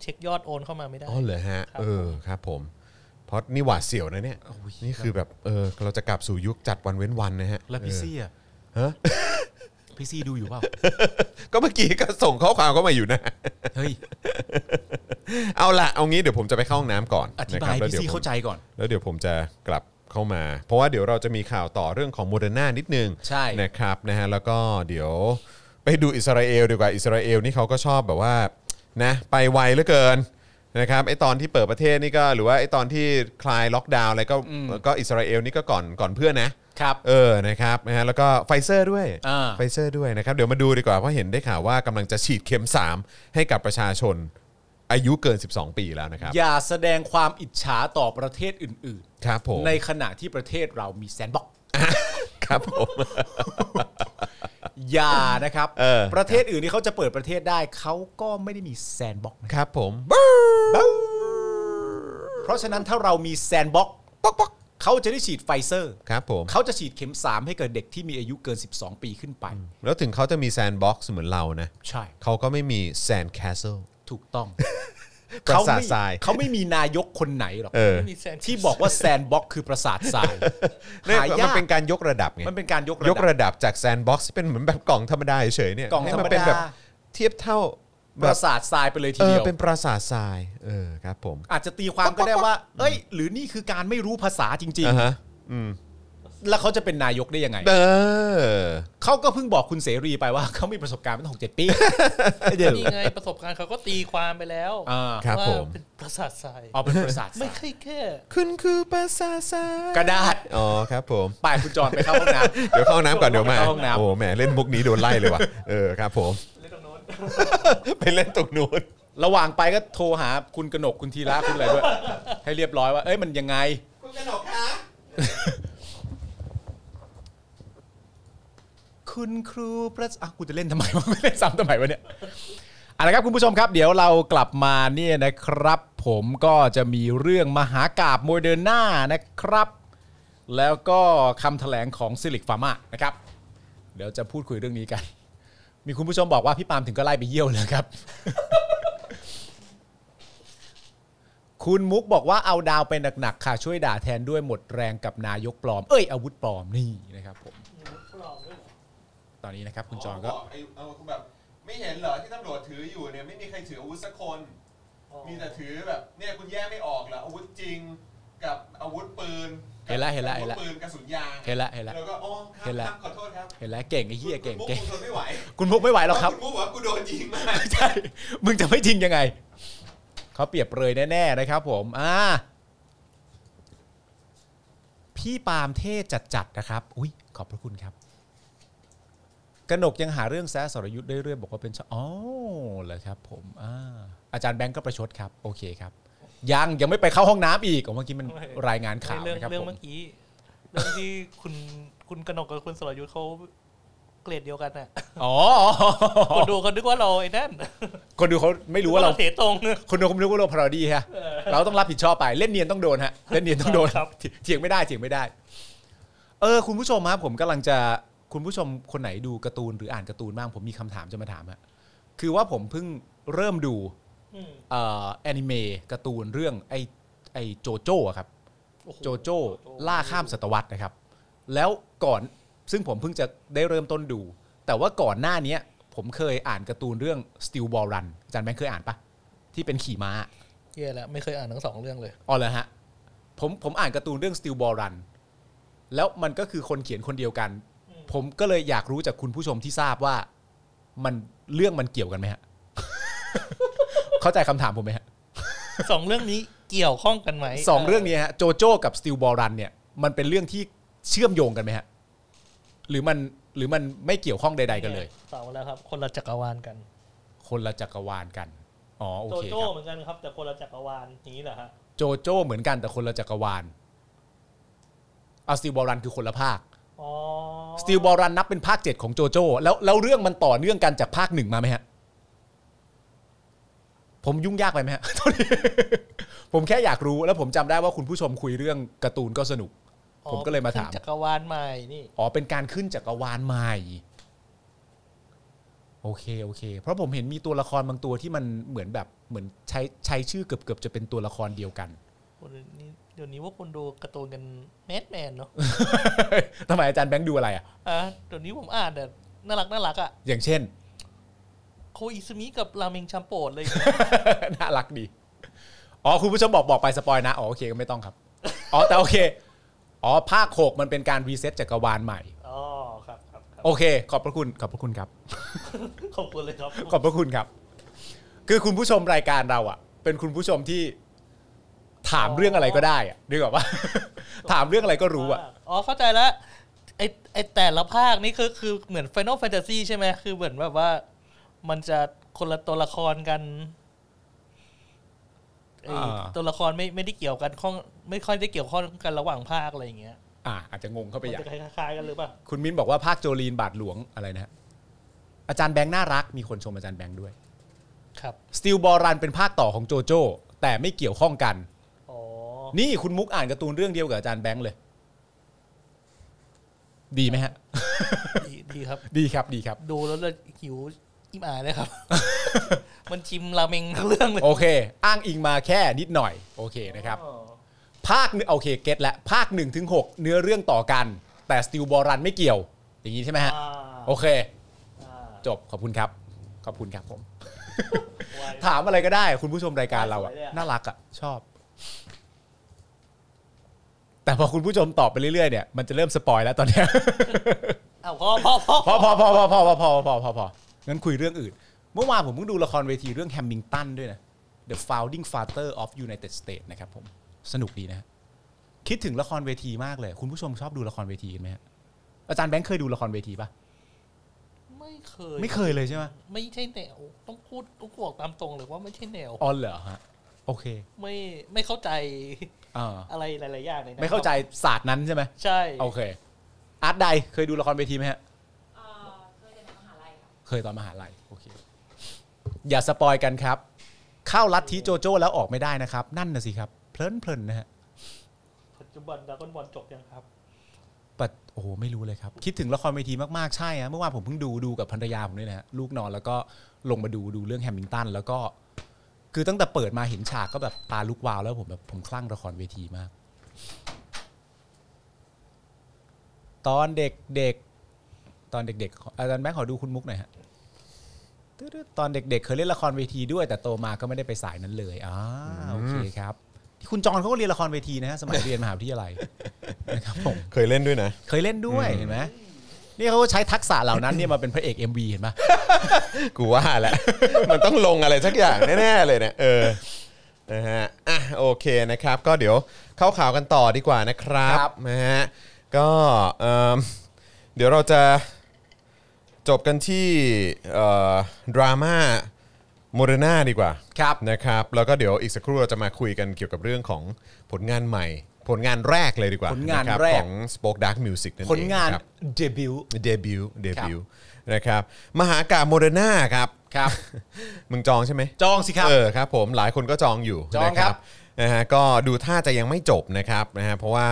S4: เช็คยอดโอนเข้ามาไม่ได้
S2: อ๋อเหรอฮะ
S4: ครับ
S2: เออครับผมเพราะนี่หวาดเสียวนะเนี่ยนี่คือแบบเออเราจะกลับสู่ยุคจัดวันเว้นวันนะฮะ
S3: แล้วพี่
S2: เออ
S3: ซี่อ่ะ
S2: ฮะ
S3: พี่ซี่ดูอยู่เปล่า
S2: ก็เมื่อกี้ก็ส่งข้อความเข้ามาอยู่นะ
S3: เฮ้ย
S2: เอาละเอางี้เดี๋ยวผมจะไปเข้าห้องน้ำก่อน
S3: อธิ
S2: นะค
S3: บา
S2: รั
S3: ย
S2: แล้ว
S3: พี่
S2: ดี๋ยวผ
S3: ซี่
S2: ม
S3: เข้าใจก่อน
S2: แล้วเดี๋ยวผมจะกลับเข้ามา เพราะว่าเดี๋ยวเราจะมีข่าวต่อเรื่องของโมเดอร์นานิดนึง
S3: ใช่
S2: นะครับนะฮะแล้วก็เดี๋ยวไปดูอิสราเอลดีกว่าอิสราเอลนี่เขาก็ชอบแบบว่านะไปไวเหลือเกินนะครับไอตอนที่เปิดประเทศนี่ก็หรือว่าไอตอนที่คลายล็อกดาวน์อะไรก็
S3: อืม
S2: ก็อิสราเอลนี่ก็ก่อนก่อนเพื่อนนะครับ เออนะครับนะฮะแล้วก็ไฟเซอร์ด้วย
S3: อ่า
S2: ไฟเซอร์ด้วยนะครับเดี๋ยวมาดูดีกว่าเพราะเห็นได้ข่าวว่ากำลังจะฉีดเข็มสามให้กับประชาชนอายุเกิน 12 ปีแล้วนะครับ
S3: อย่าแสดงความอิจฉาต่อประเทศอื่น
S2: ครับผม
S3: ๆ ใน ขณะที่ประเทศเรามีแซนด์บ็อกซ์
S2: ครับผม
S3: อย่านะครับ
S2: เออ
S3: ประเทศอื่นที่เขาจะเปิดประเทศได้เขาก็ไม่ได้มีแซนด์บ็อกซ์นะครับ
S2: ผม
S3: เพราะฉะนั้นถ้าเรามีแซนด์บ็อกซ์เขาจะได้ฉีดไฟเซอร์
S2: ครับผม
S3: เขาจะฉีดเข็ม 3 ให้กับเด็กที่มีอายุเกิน 12 ปีขึ้นไป
S2: แล้วถึงเขาจะมีแซนด์บ็อกซ์เหมือนเรานะ
S3: ใช่
S2: เขาก็ไม่มีแซนด์แคสเซิล
S3: ถูกต้อง
S2: ปราสาท
S3: ไม่
S2: ทราย
S3: เขาไม่มีนายกคนไหนหรอก
S2: เออ
S4: ไม่มีแซน
S3: ที่บอกว่าแซนบ็อกคือปราสาททราย
S2: เน่
S3: หายา
S2: มัน
S3: ก
S2: เป็นการยกระดับไง
S3: มันเป็นการยก
S2: ย
S3: ระ
S2: ก
S3: ดับ
S2: ระดับจากแซนด์บ็อกซ์เป็นเหมือนแบบกล่องธรรมดาเฉยๆเนี่ย
S3: กล่อง
S2: ให้
S3: ธรรมดา
S2: เป็นแบบเทียบเท่า
S3: ป
S2: แบ
S3: รา
S2: บ
S3: สาททรายไปเลยที
S2: เอ
S3: เดี
S2: อ
S3: ยว
S2: เป็นปราสาททรายเออครับผม
S3: อาจจะตีความก็ได้ว่า เอ้ย หรือนี่คือการไม่รู้ภาษาจริง
S2: อ่าฮะอืม
S3: ๆ แล้วเขาจะเป็นนายกได้ยังไง
S2: เออ
S3: เขาก็เพิ่งบอกคุณเสรีไปว่าเขามีประสบการณ์เป็นหกเจ็ดปีเดี๋ยว
S4: นี่ไงประสบการณ์เขาก็ตีความไปแล้ว
S3: อ่า
S2: ครับ
S4: ว่า
S2: ผม
S4: เป็นประสาททราย
S3: เอาเป็นปราสาทท
S4: ไม่
S3: ราย
S4: ใช่แค่
S2: คุณคือปราสาททราย
S3: กระดาษ
S2: อ๋อครับผม
S3: ไปคุณจอนไปเข้าห้องน้ำ
S2: เดี๋ยวเข้าห้องน้ำก่อนเดี๋ยวมา
S3: เข้าห้องน้ำ
S2: โอ้แหมเล่นมุกนี้โดนไล่เลยว่ะเออครับผม
S4: เล่นตรงโน้น
S2: ไปเล่นตรงนู้น
S3: ระหว่างไปก็โทรหาคุณกนกคุณธีระคุณอะไรด้วย ให้เรียบร้อยว่า เอ้ยมันยังไง
S2: คุณกนกคะ
S3: คุณครูประอ่ะกูจะเล่นทำไมวะไม่เล่นซ้ำทำไมวะเนี่ยเอะละครับคุณผู้ชมครับ เดี๋ยวเรากลับมาเนี่ยนะครับ ผมก็จะมีเรื่องมหากาบโมเดอร์นานะครับ แล้วก็คำแถลงของซิลิกฟาร์มานะครับ เดี๋ยวจะพูดคุยเรื่องนี้กัน มีคุณผู้ชมบอกว่าพี่ปาล์มถึงก็ไล่ไปเยี่ยวเลยครับ คุณมุกบอกว่าเอาดาวไปหนักๆค่ะช่วยด่าแทนด้วยหมดแรงกับนายกปลอม เอ้ยอาวุธปลอมนี่นะครับผมตอนนี้นะครับ คุณจอนก็
S2: แบบไม่เห็นเหรอที่ตำรวจถืออยู่เนี่ยไม่มีใครถืออาวุธสักคน
S4: ค
S2: มีแต่ถือแบบเนี่ยคุณแยกไม่ออกเหรออาวุธจริงกับอาวุธปืนกับ
S3: เห็นละเห็นละเห็นละ
S2: อาวุธปืนกระสุนยาง
S3: เห็นละเห็นละ
S2: แล้วก็อ๋อค
S3: เห็
S2: รับ
S3: นละ
S2: ครับขอโทษครับ
S3: เห็นแล้วเก่งไอ้เหี้ยเก่งเก่ง
S2: คุณมุกคุณทนไม่ไหว
S3: คุณมุกไม่ไหวหรอกครับ
S2: คุณมุกบอกว่ากูโดนยิงมา
S3: ใช่ มึงจะไม่จริงยังไง เขาเปรียบเปรยแน่ ๆ นะครับผม อ่า พี่ปาล์มเท่จัด ๆ นะครับ อุ้ยขอบพระคุณครับ กนกยังหาเรื่องแซะสรยุทธ์ได้เรื่อยบอกว่าเป็นชอ๋อเหรอครับ ผมอ่าอาจารย์แบงก์ก็ประชดครับ โอเคครับ ยังยังไม่ไปเข้าห้องน้ำอีกอ๋อเมื่อกี้มันรายงานข่าว
S4: เรื่อง
S3: นะครับ
S4: เรื่อ
S3: ผ
S4: ง
S3: ม
S4: เมื่อกี้เรื่องที่คุณคุณกนกกับคุณสรยุทธ์เขาเกรดเดียวกันน่ะ
S3: อ๋อ
S4: คนดูเขานึกว่าเราไอ้นั่น
S3: คนดูเขาไม่รู้ว่าเรา
S4: เทตรง
S3: คนดูคงไม่รู้ว่าเราพาราดีฮะ เราต้องรับผิดชอบไปเล่นเนียนต้องโดนฮะเล่นเนียนต้องโดน
S4: ครับ
S3: เถียงไม่ได้เถียงไม่ได้ เออ คุณผู้ชมครับผมกำลังจะคุณผู้ชมคนไหนดูการ์ตูนหรืออ่านการ์ตูนบ้างผมมีคำถามจะมาถามฮะคือว่าผมเพิ่งเริ่มดู
S4: อืม
S3: เอ่อแอนิเมะการ์ตูนเรื่องไอไอโจโจ้อะครับ
S4: อ้ห
S3: โจโจ้ล่าข้ามศตวรรษนะครับ แล้วก่อนซึ่งผมเพิ่งจะได้เริ่มต้นดู แต่ว่าก่อนหน้าเนี้ย ผมเคยอ่านการ์ตูนเรื่อง Steel Ball Run อาจารย์แบงค์เคยอ่านปะที่เป็นขี่ม้า
S4: เย่แล้วไม่เคยอ่านทั้งสองเรื่องเลย
S3: อ๋อเหรอฮะผมผมอ่านการ์ตูนเรื่อง Steel Ball Run แล้วมันก็คือคนเขียนคนเดียวกัน
S4: อืม
S3: ผมก็เลยอยากรู้จากคุณผู้ชมที่ทราบว่ามันเรื่องมันเกี่ยวกัน ไหมฮะ เข้าใจคำถามผมไหมฮะ
S4: สองเรื่องนี้เกี่ยวข้องกันไหม
S3: สองเรื่องนี้ฮะโจโจ้กับ Steel Ball Run เนี่ยมันเป็นเรื่องที่เชื่อมโยงกันไหมฮะ หรือมันหรือมันไม่เกี่ยวข้องใด ๆ กันเลย
S4: สองแล้วครับ คนละจักรวาลกัน
S3: คนละจักรวาลกันอ๋อโอ
S4: โจ
S3: เค
S4: โจ้
S3: ครับ
S4: เหมือนกันครับ แต่คนละจักรวาลอย่างนี้เหรอฮะ
S3: โจโจ้เหมือนกันแต่คนละจักรวาลเอาสติลบอลรันคือคนละภาค
S4: อ๋อ
S3: สตีลบอลรันนับเป็นภาค 7 ของโจโจ้แล้วแล้วเรื่องมันต่อเนื่องกันจากภาคหนึ่งมาไหมฮะ ผมยุ่งยากไปไหมฮะ โทษทีผมแค่อยากรู้แล้วผมจำได้ว่าคุณผู้ชมคุยเรื่องการ์ตูนก็สนุก
S4: อ๋อ
S3: ผมก็เลยมาถาม
S4: ป็นจักรวาลใหม่นี่
S3: อ๋อเป็นการขึ้นจักรวาลใหม่ โอเคโอเค เพราะผมเห็นมีตัวละครบางตัวที่มันเหมือนแบบเหมือนใช้ใช้ชื่อเกือบเกือบจะเป็นตัวละครเดียวกัน
S4: คนนี้เดี๋ยวนี้ว่าคนดูการ์ตูนกันแมสแมนเนาะ
S3: ทำไมอาจารย์แบงค์ดูอะไรอ่ะ
S4: อ่ะเดี๋ยวนี้ผมอ่านแต่น่ารักน่ารักอ่ะ
S3: อย่างเช่น
S4: โคอิซึมิกับราเมงชัมโปดเลย
S3: น่ารักดี อ๋อคุณผู้ชมบอกบอกไปสปอยนะ อ๋อโอเคก็ไม่ต้องครับ อ๋อแต่โอเค อ๋อภาคหกมันเป็นการรีเซ็ตจักรวาลใหม่
S4: อ๋อครับครับครับ
S3: โอเค ขอบพระคุณ ขอบพระคุณครับ
S4: ขอบคุณเลยครับ
S3: ขอบพระคุณครับ คือคุณผู้ชมรายการเราอ่ะ เป็นคุณผู้ชมที่ถามเรื่องอะไรก็ได้อะนึกออกปะ ถามเรื่องอะไรก็รู้อ่ะ
S4: อ๋อเข้าใจแล้วไอไอแต่ละภาคนี่คือคือเหมือน Final Fantasy ใช่ไหมคือเหมือนแบบว่า มันจะคนละตัวละครกันไอ้
S3: อ่า
S4: ตัวละครไม่ไม่ได้เกี่ยวกันข้องไม่ค่อยได้เกี่ยวข้องกันระหว่างภาคอะไรอย่างเงี้ย
S3: อ่า อาจจะงงเข้าไป
S4: มัน
S3: อย่าง
S4: จะคล้ายๆกันหรือเปล่า
S3: คุณมิ้นบอกว่าภาคโจลีนบาทหลวงอะไรนะฮะอาจารย์แบงค์น่ารัก มีคนชมอาจารย์แบงค์ด้วย
S4: ครับ
S3: สติลบอรันเป็นภาคต่อของโจโจ้แต่ไม่เกี่ยวข้องกัน
S4: อ๋อ
S3: นี่คุณมุกอ่านการ์ตูนเรื่องเดียวกับอาจารย์แบงค์เลย ดีไหมฮะ
S4: ดีดีครับ
S3: ดีครับดีครับ
S4: ดูแล้วเลยหิวอิ่มอ่านเลย ครับ มันชิมราเมงทั้งเรื่องเลย
S3: โอเค อ้างอิงมาแค่นิดหน่อย โอเคนะครับ
S4: อ๋อ
S3: ภาคหนึ่งโอเคเก็ตละภาค1นถึงหเนื้อเรื่องต่อกัน แต่สติลบอรันไม่เกี่ยว อย่างนี้ใช่ไหมฮะ
S4: อ่า
S3: โอเค
S4: อ่า
S3: จบขอบคุณครับ ขอบคุณครับผม
S4: ไว้
S3: ถามอะไรก็ได้ คุณผู้ชมรายการเราอะ
S4: สวยเลยอะ
S3: น่ารักอะชอบ แต่พอคุณผู้ชมตอบไปเรื่อยๆเนี่ยมันจะเริ่มสปอยแล้วตอนเนี้ย
S4: เอาพอพอพอ
S3: พอพอพอพอพอพอพอพอพอพองั้นคุยเรื่องอื่น เมื่อวานผมเพิ่งดูละครเวทีเรื่องแฮมมิงตันด้วยนะ The Founding Father of United States นะครับผม สนุกดีนะฮะคิดถึงละครเวทีมากเลย คุณผู้ชมชอบดูละครเวทีกันไหมฮะอาจารย์แบงค์เคยดูละครเวทีปะ
S4: ไม่เคย
S3: ไม่เคยเลยใช่ไหม
S4: ไม่ใช่แนว ต้องพูดต้องบอกตามตรงเลยว่าไม่ใช่แนว
S3: อ๋อเหรอฮะ โอเค
S4: ไม่ไม่เข้าใจ
S3: อ่า
S4: อะไรหลายๆอย่างเลยนะ
S3: ไม่เข้าใจศาสตร์นั้นใช่ไหม
S4: ใช่
S3: โอเค อาร์ตใดเคยดูละครเวทีไหมฮะ
S5: เอ่อเคยเรียนในมหาลัยค่ะ
S3: เคยตอนมหาลัยโอเคอย่าสปอยกันครับ เข้าลัทธิโจโจ้แล้วออกไม่ได้นะครับ นั่นนะสิครับ เพลินเพลินๆนะฮะ
S4: ปัจจุบันดราก้อนบอลจบยังครับ
S3: ปัดโอ้โหไม่รู้เลยครับ คิดถึงละครเวทีมาก ๆ ใช่ฮะเมื่อวานผมเพิ่งดูดูกับภรรยาผมด้วยนะฮะลูกนอนแล้วก็ลงมาดูดูเรื่องแฮมมิงตันแล้วก็ คือตั้งแต่เปิดมาเห็นฉากก็แบบตาลุกวาวแล้วผมแบบผมคลั่งละครเวทีมาก ตอนเด็กๆตอนเด็กๆขออาจารย์แบงค์ขอดูคุณมุกหน่อยฮะ ตึ๊ดๆตอนเด็กๆ เคยเล่นละครเวทีด้วย แต่โตมาก็ไม่ได้ไปสายนั้นเลยอ่าโอเคครับที่คุณจอนเขาก็เรียนละครเวทีนะฮะสมัยเรียนมหาวิทยาลัยนะครับผม
S2: เคยเล่นด้วยนะ
S3: เคยเล่นด้วยเห็นไหมนี่เขาก็ใช้ทักษะเหล่านั้นเนี่ยมาเป็นพระเอก MV เห็นไหม
S2: กูว่าแหละ มันต้องลงอะไรสักอย่าง แน่ๆเลยเนี่ยเออนะฮะอ่ะโอเคนะครับ ก็เดี๋ยวเข้าข่าวกันต่อดีกว่านะครับนะฮะก็เอิ่มเดี๋ยวเราจะจบกันที่เอ่อดราม่าโมเดอร์นาดีกว่า
S3: ครับ
S2: นะครับแล้วก็เดี๋ยวอีกสักครู่เราจะมาคุยกันเกี่ยวกับเรื่องของผลงานใหม่ ผลงานแรกเลยดีกว่า
S3: ผลงานะ
S2: คบ
S3: แรก
S2: ของ Spoke Dark Music นั่นเอง
S3: ผลงาน
S2: ครับ
S3: เดบิวต์
S2: เดบิวต์เดบิวต์นะครับมหากาโมเดอร์นาครับ
S3: ครับ
S2: มึงจองใช่ไหม
S3: จองสิครับ
S2: เออครับผมหลายคนก็จองอยู่
S3: จอง
S2: นะครับ นะฮะก็ดูท่าจะยังไม่จบนะครับนะฮะเพราะว่า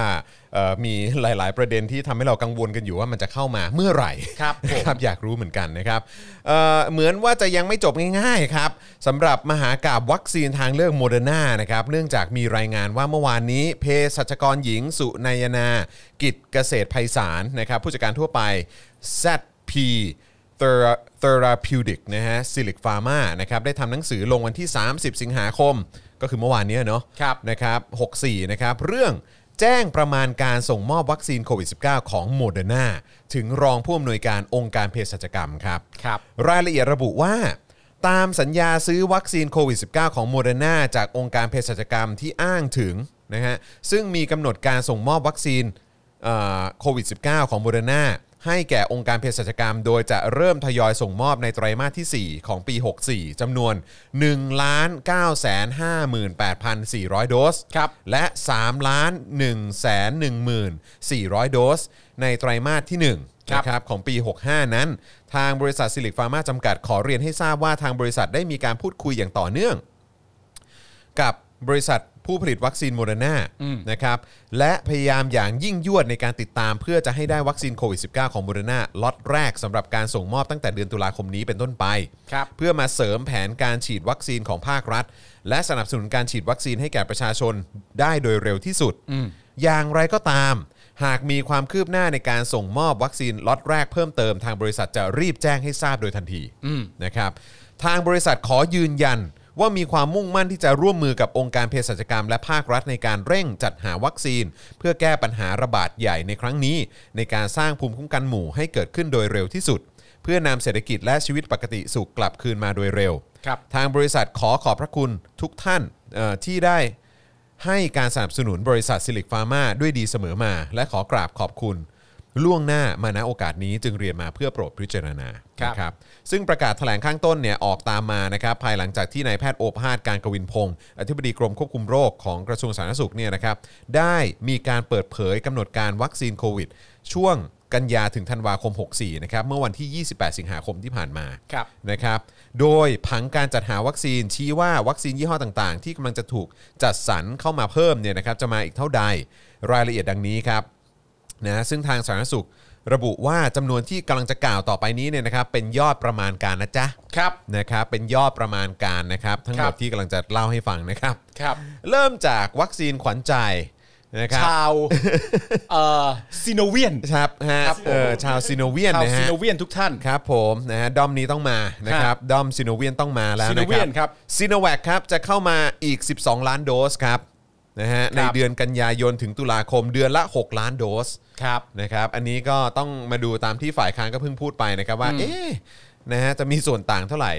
S2: เอ่อมีหลาย ๆ ประเด็นที่ทำให้เรากังวลกันอยู่ว่ามันจะเข้ามาเมื่อไหร่
S3: ครับผม
S2: ครับอยากรู้เหมือนกันนะครับเอ่อเหมือนว่าจะยังไม่จบง่ายๆครับสำหรับมหากาบวัคซีนทางเลือกโมเดอร์นานะครับเนื่องจากมีรายงานว่าเมื่อวานนี้เภสัชกรหญิงสุนายนา กิจเกษตรไพศาลนะครับผู้จัดการทั่วไป ZP Thera- Therapeutic นะฮะ Silic Pharma นะครับได้ทำหนังสือลงวันที่ 30 สิงหาคม ก็คือเมื่อวานเนี้ยเนาะ
S3: ครับ
S2: นะครับ64 นะครับ เรื่องแจ้งประมาณการส่งมอบวัคซีนโควิด -19 ของโมเดอร์นาถึงรองผู้อำนวยการองค์การเภสัชกรรมครับ
S3: ครับ
S2: รายละเอียดระบุว่า ตามสัญญาซื้อวัคซีนโควิด -19 ของโมเดอร์นาจากองค์การเภสัชกรรมที่อ้างถึงนะฮะซึ่งมีกำหนดการส่งมอบวัคซีนเอ่อโควิด -19 ของโมเดอร์นาให้แก่องค์การเภสัชกรรม โดยจะเริ่มทยอยส่งมอบในไตรมาสที่ 4 ของปี 64 จำนวน 1 9 5 8 4 0 0 โดส
S3: ครับ
S2: และ3ล้าน1แสน1 400 โดส ในไตรมาสที่ 1
S3: ครับ
S2: นะครับของปี 65 นั้น ทางบริษัทซิลิกฟาร์มาจำกัดขอเรียนให้ทราบว่าทางบริษัทได้มีการพูดคุยอย่างต่อเนื่อง กับบริษัทผู้ผลิตวัคซีนโมเดอร์นานะครับและพยายามอย่างยิ่งยวดในการติดตามเพื่อจะให้ได้วัคซีนโควิด -19 ของโมเดอร์นาล็อตแรกสำหรับการส่งมอบตั้งแต่เดือนตุลาคมนี้เป็นต้นไป
S3: ครับ
S2: เพื่อมาเสริมแผนการฉีดวัคซีนของภาครัฐ และสนับสนุนการฉีดวัคซีนให้แก่ประชาชนได้โดยเร็วที่สุด อย่างไรก็ตาม หากมีความคืบหน้าในการส่งมอบวัคซีนล็อตแรกเพิ่มเติมทางบริษัทจะรีบแจ้งให้ทราบโดยทันทีนะครับทางบริษัทขอยืนยัน ว่ามีความมุ่งมั่นที่จะร่วมมือกับองค์การเภสัชกรรม และภาครัฐในการเร่งจัดหาวัคซีน เพื่อแก้ปัญหาระบาดใหญ่ในครั้งนี้ ในการสร้างภูมิคุ้มกันหมู่ให้เกิดขึ้นโดยเร็วที่สุด เพื่อนำเศรษฐกิจและชีวิตปกติสู่กลับคืนมาโดยเร็ว
S3: ครับ
S2: ทางบริษัทขอขอบพระคุณทุกท่านเอ่อที่ได้ให้การสนับสนุนบริษัทซิลิกฟาร์มาด้วยดีเสมอมา และขอกราบขอบคุณ ล่วงหน้ามาณโอกาสนี้จึงเรียนมาเพื่อโปรดพิจารณา
S3: ครับ
S2: นะซึ่งประกาศแถลงข้างต้นเนี่ยออกตามมานะครับภายหลังจากที่นายแพทย์โอภาสการกวินพงศ์อธิบดีกรมควบคุมโรคของกระทรวงสาธารณสุขเนี่ยนะครับได้มีการเปิดเผยกำหนดการวัคซีนโควิด ช่วงกันยาถึงธันวาคม 64นะครับเมื่อวันที่ 28 สิงหาคมที่ผ่านมา
S3: ครับ
S2: นะครับ โดยผังการจัดหาวัคซีนชี้ว่าวัคซีนยี่ห้อต่างๆ ที่กำลังจะถูกจัดสรรเข้ามาเพิ่มเนี่ยนะครับจะมาอีกเท่าใด รายละเอียดดังนี้ครับนะซึ่งทางสาธารณสุขระบุว่าจำนวนที่กำลังจะกล่าวต่อไปนี้เนี่ยนะครับเป็นยอดประมาณการนะจ๊ะ
S3: ครับ
S2: นะครับเป็นยอดประมาณการนะครับทั้งหม
S3: ครั
S2: ด
S3: บ
S2: ที่กำลังจะเล่าให้ฟังนะครับ
S3: ครับ
S2: เริ่มจากวัคซีนขวัญใจนะครับ
S3: ชาวเอ่อซีโนเวียน
S2: ครับฮะ
S3: ครับผม
S2: เออชาวซีโนเวียน
S3: ชาว
S2: นะ
S3: ซี
S2: ฮะ
S3: โนเวียนทุกท่าน
S2: ครับผมนะฮะดอมนี้ต้องมานะครับดอมซิโนเวียนต้องมาแล้วนะค
S3: ซิโนเวี
S2: รั
S3: ย
S2: บ
S3: นครับ
S2: ซิโนแวคครับจะเข้ามาอีก 12 ล้านโดสครับนะฮะใน
S3: ครับ
S2: เดือนกันยายนถึงตุลาคมเดือนละ 6 ล้านโดส
S3: ครับ
S2: นะครับอันนี้ก็ต้องมาดูตามที่ฝ่ายค้านก็เพิ่งพูดไปนะครับว่าเอ๊ะนะฮะจะมีส่วนต่างเท่าไหร่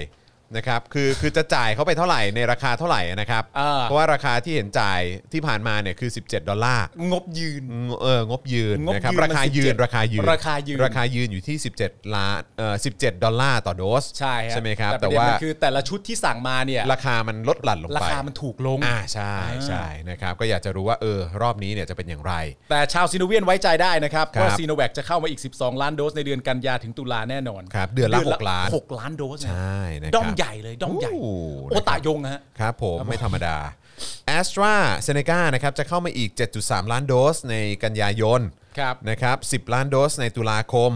S2: นะครับคือคือจะจ่ายเขาไปเท่าไหร่ในราคาเท่าไหร่นะครับ
S3: อ่า
S2: เพราะว่าราคาที่เห็นจ่ายที่ผ่านมาเนี่ยคือ 17 ดอลลาร์
S3: งบยืน
S2: งบเอองบยืน
S3: งบ
S2: นะครับ
S3: ยืน
S2: ราคายืน
S3: 17
S2: ราคายืน
S3: ราคายืน
S2: ราคายืนอยู่ที่ 17ล้านเอ่อ17 ดอลลาร์ต่อโดส
S3: ใช่ฮะ
S2: ใช่ไหมครับ
S3: ป
S2: แต่
S3: ระเด็น
S2: ว่า
S3: มันคือแต่ละชุดที่สั่งมาเนี่ย
S2: ราคามันลดหลั่นลงไป
S3: ราคามันถูกลง
S2: อ่าใช่ใช่นะครับก็อยากจะรู้ว่าเออรอบนี้เนี่ยจะเป็นอย่างไร
S3: แต่ชาวซีโนเวียนไว้ใจได้นะครับ
S2: ครับ
S3: ว่าซีโนแวคจะเข้ามาอีก 12 ล้านโดสในเดือนกันยาถึงตุลาแน่นอน
S2: ครับเดือนละ 6 ล้าน
S3: 6ล้านโดสนะ
S2: ใช่นะครับ
S3: ด้อมใหญ่เลยด้อมใหญ่
S2: โอ้
S3: โอ
S2: นะครับ
S3: ตายงนะฮะ
S2: ครับผม
S3: ครับผม
S2: ไม่ธรรมดา a s t r a z ซ e c a นะครับจะเข้ามาอีก 7.3 ล้านโดสในกันยายน
S3: ครับ
S2: นะครับ10 ล้านโดสในตุลาคม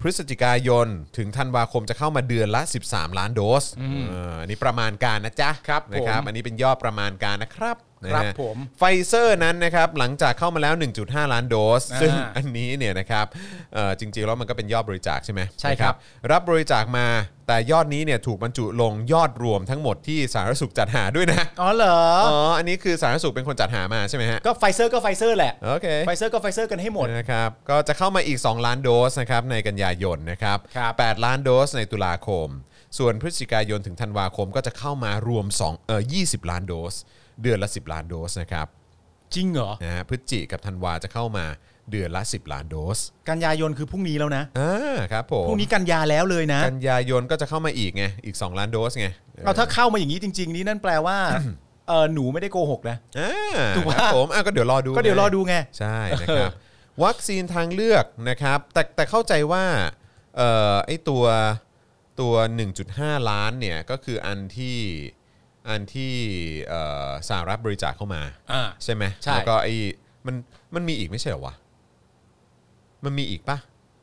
S2: พฤศจิกายน ถึงธันวาคมจะเข้ามาเดือนละ 13 ล้านโดสเอออันนี้ประมาณการนะจ๊ะ
S3: ครับผม
S2: นะครับอันนี้เป็นยอดประมาณการนะครับ
S3: ครับ
S2: นะฮะ
S3: ผม
S2: ไฟเซอร์นั้นนะครับหลังจากเข้ามาแล้ว 1.5 ล้านโดส
S3: อ่า
S2: ซึ่งอันนี้เนี่ยนะครับเอ่อจริงๆแล้วมันก็เป็นยอดบริจาคใช่ไหม
S3: ใช่ครับ
S2: นะรับบริจาคมา แต่ยอดนี้เนี่ยถูกบรรจุลงยอดรวมทั้งหมดที่สาธารณสุขจัดหาด้วยนะ
S3: อ๋อเหรอ
S2: อ๋ออันนี้คือสาธารณสุขเป็นคนจัดหามาใช่ไหมฮะ
S3: ก็ไฟเซอร์ก็ไฟเซอร์แหละ
S2: โอเค
S3: ไฟเซอร์ก็ไฟเซอร์กันให้หมด
S2: นะครับก็จะเข้ามาอีก 2 ล้านโดสนะครับในกันยายนนะครับ
S3: ครับ
S2: 8ล้านโดสในตุลาคม ส่วนพฤศจิกายนถึงธันวาคมก็จะเข้ามารวม2เอ่อ20 ล้านโดส เดือนละ 10 ล้านโดสนะครับ
S3: จริงเหรอ
S2: นะฮะพฤศจิกับธันวาจะเข้ามาเดือนละ 10 ล้านโดส
S3: กันยายนคือพรุ่งนี้แล้วนะ
S2: อ่าครับผม
S3: พรุ่งนี้กันยาแล้วเลยนะ
S2: กันยายนก็จะเข้ามาอีกไงอีก 2 ล้านโดสไง
S3: เอาถ้าเข้ามาอย่างนี้จริง ๆ นี่นั่นแปลว่าเออหนูไม่ได้โกหกนะ
S2: อ่า
S3: ถูกปะ
S2: ครับผมอ่ะก็เดี๋ยวรอดู
S3: ก็เดี๋ยวรอดูไง
S2: ใช่ นะครับวัคซีนทางเลือกนะครับแต่แต่เข้าใจว่าเอ่อไอตัว ตัว 1.5 ล้านเนี่ยก็คืออันที่อันที่เอ่อสหรัฐบริจาคเข้ามา
S3: อ่า
S2: ใช่ไหม
S3: ใช่
S2: แล้วก็ไอ้มันมันมีอีกไม่ใช่เหรอวะ มันมีอีกปะ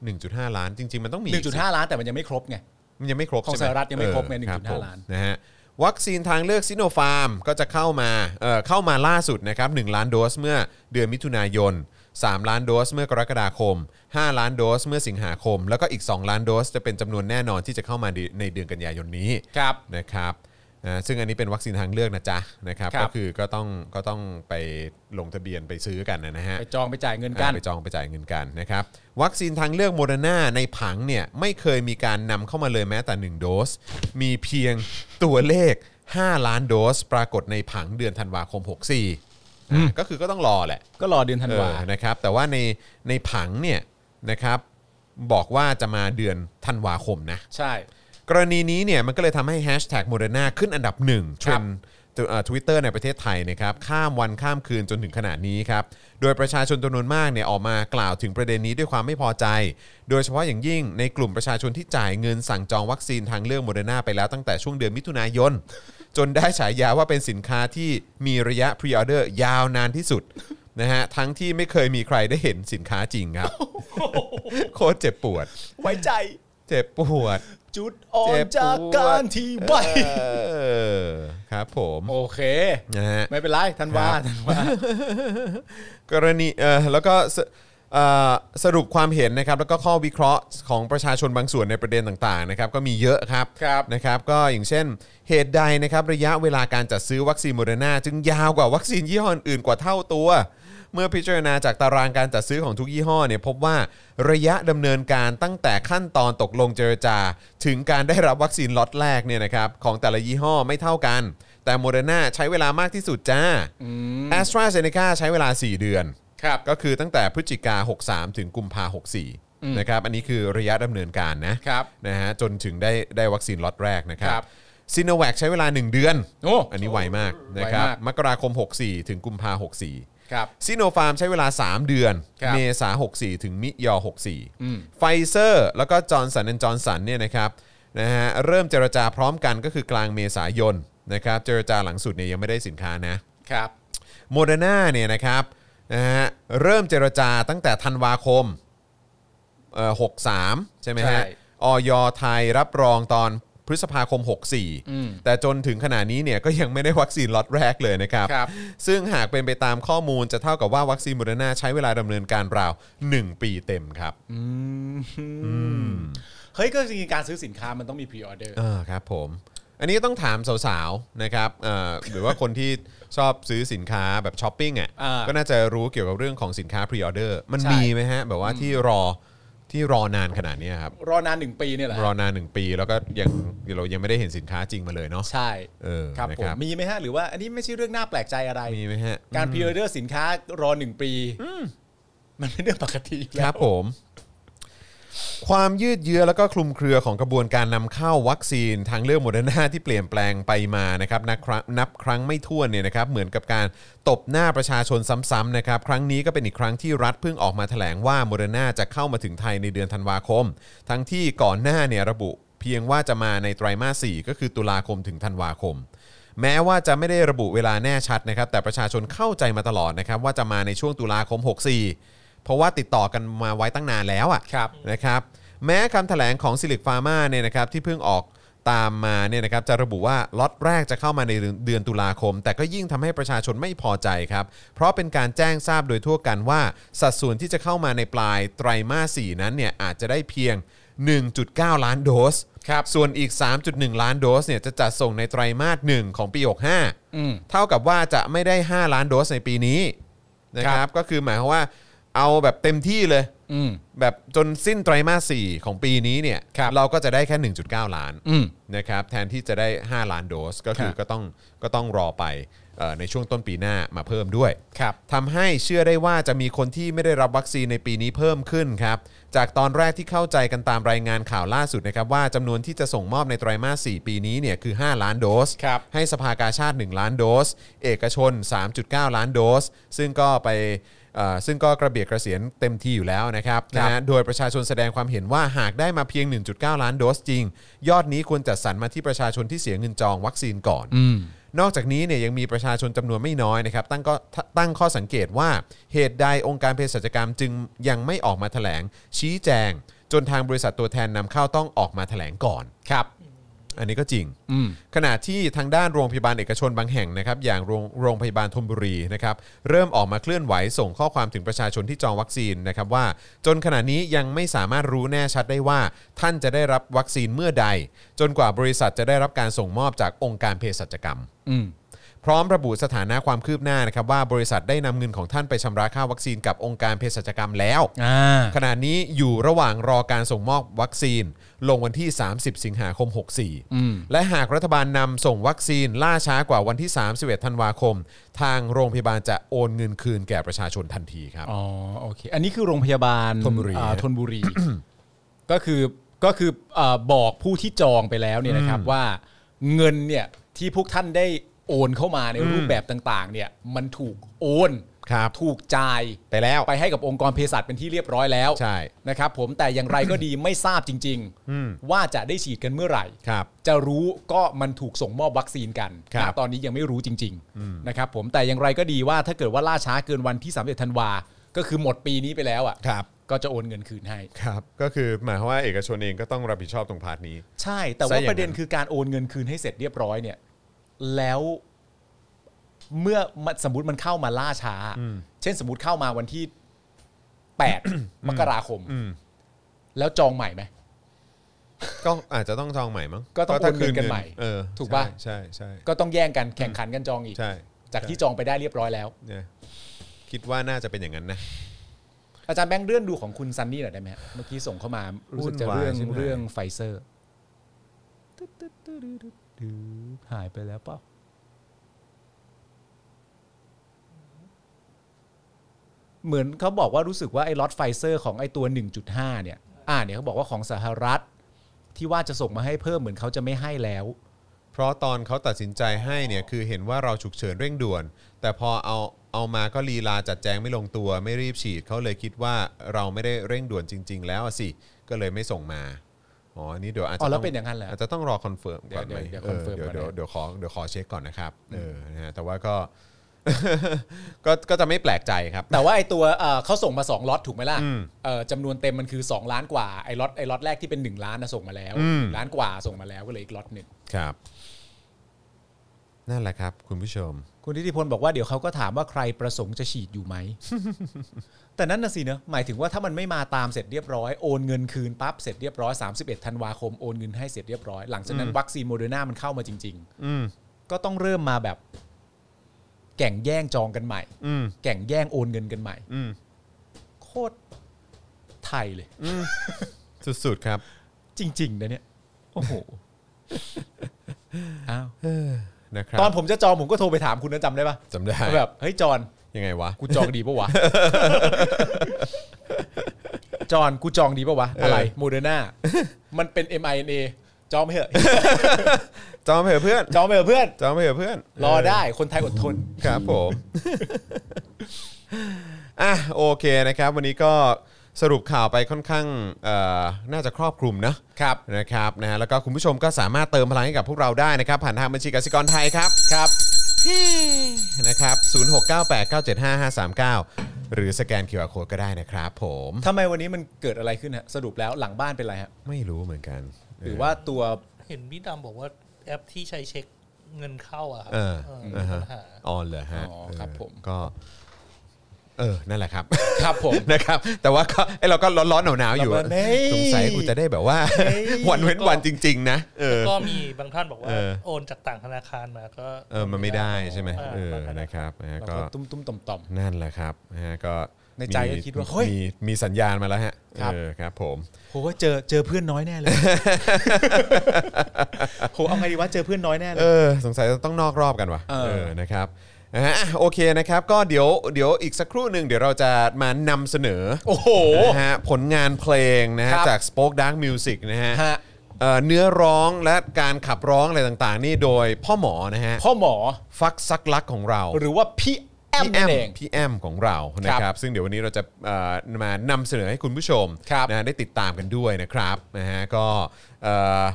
S2: 1.5 ล้านจริง ๆ มันต้องมี
S3: ห
S2: อี
S3: นึ่
S2: ก
S3: ง
S2: สิ
S3: จุดห้าล้านแต่มันยังไม่ครบไง
S2: มันยังไม่ครบ
S3: ของ
S2: ใช่ไหม
S3: สหรัฐยังไม่ครบไง
S2: เออ
S3: 1.5
S2: ผม
S3: ล้าน
S2: นะฮะวัคซีนทางเลือกซิโนฟาร์มก็จะเข้ามาเอ่อเข้ามาล่าสุดนะครับ1ล้านโดสเมื่อเดือนมิถุนายน 3 ล้านโดสเมื่อกรกฎาคม 5 ล้านโดสเมื่อสิงหาคม แล้วก็อีก 2 ล้านโดสจะเป็นจำนวนแน่นอนที่จะเข้ามาในเดือนกันยายนนี้
S3: ครับ
S2: นะครับอ่าซึ่งอันนี้เป็นวัคซีนทางเลือกนะจ๊ะนะครับ
S3: ครับ
S2: ก็คือก็ต้องก็ต้องไปลงทะเบียนไปซื้อกันนะฮะ
S3: ไปจองไปจ่ายเงินกัน
S2: อ่าไปจองไปจ่ายเงินกันนะครับวัคซีนทางเลือกโมเดอร์นาในผังเนี่ยไม่เคยมีการนำเข้ามาเลยแม้แต่ 1 โดส มีเพียงตัวเลข 5 ล้านโดส ปรากฏในผังเดือนธันวาคม 64อ่าก็คือก็ต้องรอแหละ
S3: ก็รอเดือนธันวา
S2: เออนะครับแต่ว่าในในผังเนี่ยนะครับบอกว่าจะมาเดือนธันวาคมนะ
S3: ใช่
S2: กรณีนี้เนี่ยมันก็เลยทำให้แฮชแท็กโมเดอร์นาขึ้นอันดับหนึ่งเทรนทวิตเตอร์ในประเทศไทยนะครับข้ามวันข้ามคืนจนถึงขนาดนี้ครับโดยประชาชนจำนวนมากเนี่ยออกมากล่าวถึงประเด็นนี้ด้วยความไม่พอใจ โดยเฉพาะอย่างยิ่งในกลุ่มประชาชนที่จ่ายเงินสั่งจองวัคซีนทางเลือกโมเดอร์นาไปแล้วตั้งแต่ช่วงเดือนมิถุนายน จนได้ฉายาว่าเป็นสินค้าที่มีระยะพรีออเดอร์ยาวนานที่สุดนะฮะทั้งที่ไม่เคยมีใครได้เห็นสินค้าจริงครับ โคตรเจ็บปวด
S3: ไว้ใจ
S2: เจ็บปวด
S3: จุดอ่อ
S2: เจ็
S3: น
S2: บปวด
S3: จากการที่ไว้
S2: เออครับผม
S3: โอเค
S2: นะฮะ
S3: ไม่เป็นไรธันวา
S2: ครับ
S3: ธันวาก
S2: รณีเออแล้วก็สเอ่อสรุปความเห็นนะครับแล้วก็ข้อวิเคราะห์ของประชาชนบางส่วนในประเด็นต่างๆนะครับก็มีเยอะครับ
S3: ครับ
S2: นะครับก็อย่างเช่นเหตุใดนะครับระยะเวลาการจัดซื้อวัคซีนโมเดอร์นาจึงยาวกว่าวัคซีนยี่ห้ออื่นกว่าเท่าตัว เมื่อพิจารณาจากตารางการจัดซื้อของทุกยี่ห้อเนี่ยพบว่าระยะดำเนินการตั้งแต่ขั้นตอนตกลงเจรจา ถึงการได้รับวัคซีนล็อตแรกเนี่ยนะครับของแต่ละยี่ห้อไม่เท่ากัน แต่โมเดอร์นาใช้เวลามากที่สุดจ้าแอสตราเซเนกาใช้เวลา 4 เดือน
S3: ครับ
S2: ก็คือตั้งแต่พฤศจิกา 63 ถึงกุมภา64 นะครับ อันนี้คือระยะดำเนินการนะครับ นะฮะจนถึงได้ได้วัคซีนล็อตแรกนะครั
S3: ครับ บ
S2: ซีโนแวคใช้เวลา 1 เดือน
S3: โอ้
S2: อันนี้ไวมากนะครับ
S3: ไวมาก
S2: มกราคม 64 ถึงกุมภา64
S3: ครับ
S2: ซิโนฟาร์มใช้เวลา 3 เดือน
S3: ครับ
S2: เมษา64 ถึงมิยอ 64 ไฟเซอร์ แล้วก็จอร์นสันและจอร์นสันเนี่ยนะครับนะฮะเริ่มเจรจาพร้อมกันก็คือกลางเมษายนนะครับเจรจาหลังสุดเนี่ยยังไม่ได้สินค้านะ
S3: ครับ
S2: โมเดอร์นาเนี่ยนะครับนะฮะเริ่มเจรจาตั้งแต่ธันวาคมเอ่อ63 ใช่ไหมฮะ
S3: ใช่
S2: ออยไทยรับรองตอนพฤษภาคม 64 แต่จนถึงขณะนี้เนี่ยก็ยังไม่ได้วัคซีนล็อตแรกเลยนะครับ
S3: ครับ
S2: ซึ่งหากเป็นไปตามข้อมูลจะเท่ากับว่าวัคซีนโมเดอร์นาใช้เวลาดำเนินการราว 1 ปีเต็มครับ
S3: เฮ้ยก็จริงๆการซื้อสินค้ามันต้องมีพรีออเดอร์
S2: เออครับผม อันนี้ต้องถามสาวๆนะครับเอ่อหรือว่าคนที่ชอบซื้อสินค้าแบบช้อปปิ้งอ่ะ
S3: อ่า
S2: ก็น่าจะรู้เกี่ยวกับเรื่องของสินค้าพรีออเดอร์มัน
S3: ใช่
S2: มีไหมฮะ แบบว่าที่รอที่รอนานขนาดเนี้ยครับ
S3: รอนานหนึ่งปีเนี่ยเหรอ
S2: รอนานหนึ่งปีแล้วก็ยังเรายังไม่ได้เห็นสินค้าจริงมาเลยเนาะ
S3: ใช่
S2: เออ
S3: ครับ
S2: นะ
S3: ผมมีไหมฮะหรือว่าอันนี้ไม่ใช่เรื่องน่าแปลกใจอะไร
S2: มีไหมฮะ
S3: การพรีออเดอร์สินค้ารอหนึ่งปีมันเป็นเรื่องปกติอยู่แล้ว
S2: ครับผม ความยืดเยื้อแล้วก็คลุมเครือของกระบวนการนำเข้าวัคซีนทางเลือกโมเดอร์นาที่เปลี่ยนแปลงไปมานะครับนับครั้งนับครั้งไม่ถ้วนเนี่ยนะครับเหมือนกับการตบหน้าประชาชนซ้ำๆนะครับครั้งนี้ก็เป็นอีกครั้งที่รัฐเพิ่งออกมาแถลงว่าโมเดอร์นาจะเข้ามาถึงไทยในเดือนธันวาคม ทั้งที่ก่อนหน้าเนี่ยระบุ เพียงว่าจะมาในไตรมาส4ก็คือตุลาคมถึงธันวาคม แม้ว่าจะไม่ได้ระบุเวลาแน่ชัดนะครับแต่ประชาชนเข้าใจมาตลอดนะครับว่าจะมาในช่วงตุลาคม 64 เพราะว่าติดต่อกันมาไว้ตั้งนานแล้วอ่ะ
S3: ครับ
S2: นะครับแม้คำแถลงของซิลิ c ฟาร์มาเนี่ยนะครับที่เพิ่งออกตามมาเนี่ยนะครับจะระบุว่าล็อตแรกจะเข้ามาในเดือนตุลาคม แต่ก็ยิ่งทำให้ประชาชนไม่พอใจครับ เพราะเป็นการแจ้งทราบโดยทั่วกันว่า สัดส่วนที่จะเข้ามาในปลายไตรมาส 4 นั้นเนี่ยอาจจะได้เพียง 1.9 ล้านโดส
S3: ครับ
S2: ส่วนอีก 3.1 ล้านโดสเนี่ยจะจัดส่งในไตรมาส 1 ของปี 65
S3: อืม
S2: เท่ากับว่าจะไม่ได้ 5 ล้านโดสในปีนี้นะค
S3: ครั
S2: รับ
S3: บ
S2: ก็คือหมายความว่าเอาแบบเต็มที่เลย
S3: อืม
S2: แบบจนสิ้นไตรมาส 4 ของปีนี้เนี่ย
S3: ครับ
S2: เราก็จะได้แค่ 1.9 ล้าน
S3: อืม
S2: นะครับแทนที่จะได้ 5 ล้านโดสก็คือ
S3: ครับ
S2: ก็ต้องก็ต้องรอไปเอ่อในช่วงต้นปีหน้ามาเพิ่มด้วย
S3: ครับ
S2: ทำให้เชื่อได้ว่าจะมีคนที่ไม่ได้รับวัคซีนในปีนี้เพิ่มขึ้นครับ จากตอนแรกที่เข้าใจกันตามรายงานข่าวล่าสุดนะครับ ว่าจำนวนที่จะส่งมอบในไตรามาส 4 ปีนี้เนี่ยคือ 5 ล้านโดส
S3: ครับ
S2: ให้สภากาชาติ 1 ล้านโดส เอกชน 3.9 ล้านโดส ซึ่งก็ไปเอ่อซึ่งก็กระเบียดกระเสียนเต็มที่อยู่แล้วนะครับ
S3: ครับ
S2: นะฮะโดยประชาชนแสดงความเห็นว่าหากได้มาเพียง 1.9 ล้านโดสจริง ยอดนี้ควรจัดสรรมาที่ประชาชนที่เสียเงินจองวัคซีนก่อน
S3: อืม
S2: นอกจากนี้เนี่ยยังมีประชาชนจำนวนไม่น้อยนะครับตั้งก็ตั้งข้อสังเกตว่าเหตุใดองค์การเภสัชกรรมจึงยังไม่ออกมาแถลง ชี้แจง จนทางบริษัทตัวแทนนำเข้าต้องออกมาแถลงก่อน
S3: ครับ
S2: อันนี้ก็จริง
S3: อืม
S2: ขณะที่ทางด้านโรงพยาบาลเอกชนบางแห่งนะครับอย่างโรงโรงพยาบาลธนบุรีนะครับเริ่มออกมาเคลื่อนไหวส่งข้อความถึงประชาชนที่จองวัคซีนนะครับว่า จนขณะนี้ยังไม่สามารถรู้แน่ชัดได้ว่า ท่านจะได้รับวัคซีนเมื่อใด จนกว่าบริษัทจะได้รับการส่งมอบจากองค์การเภสัชกรรม
S3: อืม
S2: พร้อมระบุสถานะความคืบหน้านะครับว่าบริษัทได้นำเงินของท่านไปชำระค่าวัคซีนกับองค์การเภสัชกรรมแล้ว
S3: อ่า
S2: ขณะนี้อยู่ระหว่างรอการส่งมอบวัคซีน ลงวันที่ 30 สิงหาคม
S3: อืม
S2: 64 และหากรัฐบาลนำส่งวัคซีนล่าช้ากว่าวันที่ 31 ธันวาคม ทางโรงพยาบาลจะโอนเงินคืนแก่ประชาชนทันทีครับ
S3: อ๋อ โอเค อันนี้คือโรงพยาบาล
S2: ธนบุรี
S3: อ่า
S2: ฮะ
S3: ธนบุรี ก็คือ ก็คืออ่าบอกผู้ที่จองไปแล้วเนี่ยนะครับ ว่าเงินเนี่ยที่พวกท่านได้โอนเข้ามาในรูปแบบต่าง ๆ เนี่ย มันถูกโอน
S2: ครับ
S3: ถูกจ่าย
S2: ไปแล้ว
S3: ไปให้กับองค์กรเภสัชเป็นที่เรียบร้อยแล้ว
S2: ใช่
S3: นะครับผมแต่อย่างไรก็ดี ไม่ทราบจริง ๆ ว่าจะได้ฉีดกันเมื่อไหร่
S2: ครับ
S3: จะรู้ก็มันถูกส่งมอบวัคซีนกัน
S2: ครับ
S3: ณตอนนี้ยังไม่รู้จริงๆนะครับผมแต่อย่างไรก็ดีว่าถ้าเกิดว่าล่าช้าเกินวันที่31ธันวา ก็คือหมดปีนี้ไปแล้วอ่ะ
S2: ครับ
S3: ก็จะโอนเงินคืนให้
S2: ครับ ก็คือหมายความว่าเอกชนเองก็ต้องรับผิดชอบตรงพาร์ทนี้
S3: ใช่แต่
S2: ซะ
S3: ว่า
S2: อย่างนั้น
S3: ประเด็นคือการโอนเงินคืนให้เสร็จเรียบร้อยเนี่ย แล้วเมื่อมันสมมติมันเข้ามาล่าช้า เช่นสมมติเข้ามาวันที่ 8 มกราคม
S2: อืม
S3: แล้วจองใหม่ไหม
S2: ก็อาจจะต้องจองใหม่มั้ง
S3: ก็ต้อง
S2: ถ้า
S3: โอนเงินกันใหม่
S2: เออ
S3: ถูกปะ
S2: ใช่ใช่ใช่
S3: ก็ต้องแย่งกันแข่งขันกันจองอีก
S2: ใช่
S3: จากที่จองไปได้เรียบร้อยแล้ว
S2: เนี่ยคิดว่าน่าจะเป็นอย่างนั้นนะ
S3: อาจารย์แบงค์เลื่อนดูของคุณซันนี่หน่อยได้ไหมฮะเมื่อกี้ส่งเข้ามารู้สึกจะ
S2: วุ่นวาย
S3: เรื่อง
S2: ใช่ไหม
S3: เรื่องไฟเซอร์หายไปแล้วเปล่าเหมือนเขาบอกว่ารู้สึกว่าไอ้ล็อตไฟเซอร์ของไอ้ตัว 1.5 เนี่ย อ่าเนี่ยเขาบอกว่าของสหรัฐ ที่ว่าจะส่งมาให้เพิ่มเหมือนเขาจะไม่ให้แล้ว
S2: เพราะตอนเขาตัดสินใจให้เนี่ยคือเห็นว่าเราฉุกเฉินเร่งด่วน แต่พอเอาเอามาก็ลีลาจัดแจงไม่ลงตัว ไม่รีบฉีดเขาเลยคิดว่าเราไม่ได้เร่งด่วนจริง ๆ แล้วอะสิก็เลยไม่ส่งมาอ๋ออันนี้เดี๋ยวอาจจะ
S3: อ๋อแล้ว
S2: ต้
S3: เป็นอย่างนั้นเหรอ
S2: อาจจะต้องรอคอนเฟิร์มก่อนไหม
S3: เดี๋ยว
S2: เอ
S3: เดี๋ยว
S2: อ
S3: confirm
S2: เดี๋ยวเดี๋ยว
S3: ก่อนนะ
S2: เดี๋ยวขอเดี๋ยวขอเช็คก่อนนะครับเออนะฮะแต่ว่าก็ ก็ก็จะไม่แปลกใจครับ
S3: แต่ว่าไอ้ตัวเอ่อเขาส่งมา 2ล็อตถูกไหมล่ะ
S2: อืม
S3: เอ่อจำนวนเต็มมันคือ 2 ล้านกว่าไอ้ล็อตไอ้ล็อตแรกที่เป็น 1 ล้านนะส่งมาแล้ว
S2: อืม
S3: ล้านกว่าส่งมาแล้วก็เหลยอีกล็อตหนึ่ง
S2: ครับ นั่นแหละครับ คุณผู้ชม
S3: คุณทิติพลบอกว่าเดี๋ยวเขาก็ถามว่าใครประสงค์จะฉีดอยู่ไหม แต่นั่นนะสิเนอะหมายถึงว่าถ้ามันไม่มาตามเสร็จเรียบร้อยโอนเงินคืนปั๊บเสร็จเรียบร้อย31ธันวาคมโอนเงินให้เสร็จเรียบร้อยหลังจากนั้นวัคซีนโมเดอร์นามันเข้ามาจริง
S2: อืม
S3: ๆ ก็ต้องเริ่มมาแบบ แก่งแย่งจองกันใหม่
S2: อืม
S3: แก่งแย่งโอนเงินกันใหม่
S2: อืม
S3: โคตรไทยเลย
S2: สุดๆครับ
S3: จริงๆนะเนี่ย โอ้โห อ้าว
S2: นะครับ
S3: ตอนผมจะจองผมก็โทรไปถามคุณนะจำได้ปะ
S2: จำได้
S3: แบบ เฮ้ยจอน
S2: ยังไงวะ
S3: กูจองดีปะวะ จอนกูจองดีปะวะ อะไร
S2: เออ
S3: โมเดอร์นา มันเป็น m i n a จองไปเถอะ
S2: จอมเผื่อเพื่อน
S3: จองไปเถอะเพื่อน
S2: จองไปเถอะเพื่อน
S3: รอได้คนไทยอดทน
S2: ครับผม อ่ะโอเคนะครับ วันนี้ก็สรุปข่าวไปค่อนข้างเอ่อน่าจะครอบคลุมนะครับ นะครับนะฮะแล้วก็คุณผู้ชมก็สามารถเติมพลังให้กับพวกเราได้นะครับ ผ่านทางบัญชีกสิกรไทยครับ
S3: ครับ
S2: นะครับ 0698975539 หรือสแกน QR Code ก็ได้นะครับผม
S3: ทำไมวันนี้มันเกิดอะไรขึ้นฮะ สรุปแล้วหลังบ้านเป็นอะไรฮะ
S2: ไม่รู้เหมือนกัน
S3: หรือว่าตัว
S4: เห็นพี่ดำบอกว่าแอปที่ใช้เช็คเงินเข้าอะครั
S2: เออ
S4: เออ
S2: อ่าฮะ
S4: ปัญหา
S2: อ๋อเหรอฮะ
S3: อ๋อครับ
S2: เออ
S3: ผม
S2: ก็ เ เออนั่นแหละครับ
S3: ครับผม
S2: นะครับแต่ว่าก็ไอเราก็ร้อนๆหนาวๆอยู่
S3: แบบนี้
S2: สงสัยกูจะได้แบบว่า วันเว้นวันจริง ๆ นะเออ
S4: ก็มีบางท่านบอกว่า
S2: เออ
S4: โอนจากต่างธนาคารมาก็
S2: เออมันไม่ได้ใช่ไหมเออนะครับนะฮะ
S3: เรา
S2: ก็
S3: ก็ตุ้มตุ้มๆต่อมๆ
S2: นั่นแหละครับนะฮะก็
S3: ในใจก็คิดว่าเฮ้ย
S2: มีมีสัญญาณมาแล้วฮะ
S3: ครับ
S2: เออครับผม
S3: โหเจอเจอเพื่อนน้อยแน่เลย โหเอาไงดีวะเจอเพื่อนน้อยแน่เล
S2: เอย อสงสัยต้องนอกรอบกันว่ะ
S3: เออ
S2: นะครับนะฮะอ่ะโอเคนะครับ ก็เดี๋ยวเดี๋ยวอีกสักครู่หนึ่งเดี๋ยวเราจะมานำเสนอ
S3: โอ้โห
S2: นะฮะผลงานเพลงนะฮะ
S3: ครับ
S2: จาก Spoke Dark Music นะฮะ
S3: ฮะ
S2: เอ่อเนื้อร้องและการขับร้องอะไรต่างๆ นี่โดยพ่อหมอนะฮะ
S3: พ่อหมอ
S2: ฟักซักลักของเรา
S3: หรือว่าพี่แอม
S2: พี่แอ
S3: นั่
S2: ม
S3: นเอง
S2: พี่แอมของเรานะค
S3: ครั
S2: รับบ ซึ่งเดี๋ยววันนี้เราจะเอ่อมานำเสนอให้คุณผู้ชม
S3: ครับ
S2: นะฮะได้ติดตามกันด้วยนะครับนะฮะก็เอ่อ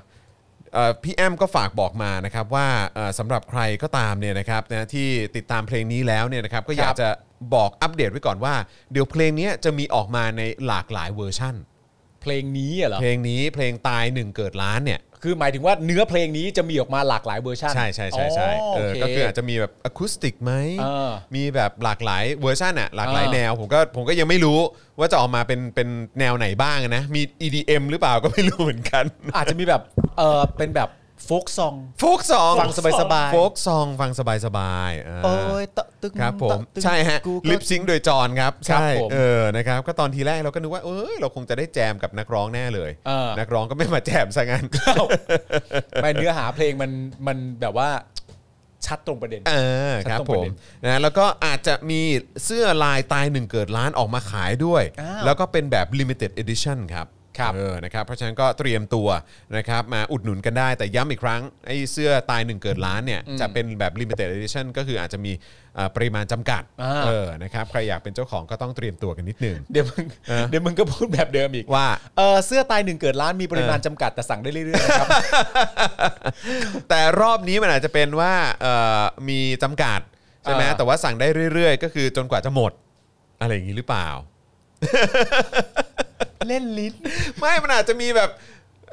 S2: เอ่อพี่แอมก็ฝากบอกมานะครับว่าเอ่อสำหรับใครก็ตามเนี่ยนะครับนะที่ติดตามเพลงนี้แล้วเนี่ยนะครับก็อยาก
S3: ครับ
S2: จะบอกอัปเดตไว้ก่อนว่า เดี๋ยวเพลงเนี้ยจะมีออกมาในหลากหลายเวอร์ชั่น
S3: เพลงนี้อะเหรอ
S2: เพลงนี้เพลงตายหนึ่งเกิดล้านเนี่ย
S3: คือหมายถึงว่าเนื้อเพลงนี้จะมีออกมาหลากหลายเวอร์ชัน
S2: ใช่ใช่ใช่ใช่
S3: อ๋อ
S2: เอ
S3: โอ
S2: อ
S3: เค
S2: ก็คืออาจจะมีแบบอะคูสติกไหม
S3: เออ
S2: มีแบบหลากหลายเวอร์ชันอะหลากหลาย
S3: เออ
S2: แนว ผมก็ผมก็ยังไม่รู้ว่าจะออกมาเป็นเป็นแนวไหนบ้างนะ มี EDM หรือเปล่าก็ไม่รู้เหมือนกัน
S3: อาจจะมีแบบเออเป็นแบบโฟกซอง
S2: โฟกซอง
S3: ฟังสบายๆ
S2: โฟกซองฟังสบายสบายๆเออ
S3: โอ้ยตะตึง
S2: ครับผม
S3: ตะตึง
S2: ใช่ฮะ
S3: กูก็
S2: ลิปซิงค์โดยจอนครับ
S3: ครับ
S2: ใช่
S3: ผม
S2: เออนะครับก็ตอนทีแรกเราก็นึกว่าเออเราคงจะได้แจมกับนักร้องแน่เลย
S3: เออ
S2: นักร้องก็ไม่มาแจมซะงั้น
S3: เอ้าไม่เนื้อหาเพลงมันมันแบบว่าชัดตรงประเด็น
S2: เออ
S3: ชัด
S2: ครับ
S3: ตรง
S2: ผ
S3: ประ
S2: ม
S3: เด็น
S2: นะแล้วก็อาจจะมีเสื้อลายตายหนึ่งเกิดล้านออกมาขายด้วย
S3: อ้าว
S2: แล้วก็เป็นแบบ limited edition ครับ
S3: ครับ
S2: เออนะครับเพราะฉะนั้นก็เตรียมตัวนะครับมาอุดหนุนกันได้แต่ย้ำอีกครั้งไอ้เสื้อตายหนึ่งเกิดล้านเนี่ยจะเป็นแบบ limited edition ก็คืออาจจะมีเอ่อปริมาณจำกัด
S3: อ่า
S2: เออนะครับใครอยากเป็นเจ้าของก็ต้องเตรียมตัวกันนิดนึง
S3: เดี๋ยวมึง
S2: เออ
S3: เดี๋ยวมึงก็พูดแบบเดิมอีก
S2: ว่า
S3: เออเสื้อตายหนึ่งเกิดร้านมีปริมาณ
S2: เออ
S3: จำกัดแต่สั่งได้เรื่อยๆนะครับ
S2: แต่รอบนี้มันอาจจะเป็นว่าเอ่อมีจำกัดใช่ไหม
S3: อ่า
S2: แต่ว่าสั่งได้เรื่อย ๆ ก็คือจนกว่าจะหมดอะไรอย่างนี้หรือเปล่า
S3: เล่นลิ้น
S2: ไม่มันอาจจะมีแบบ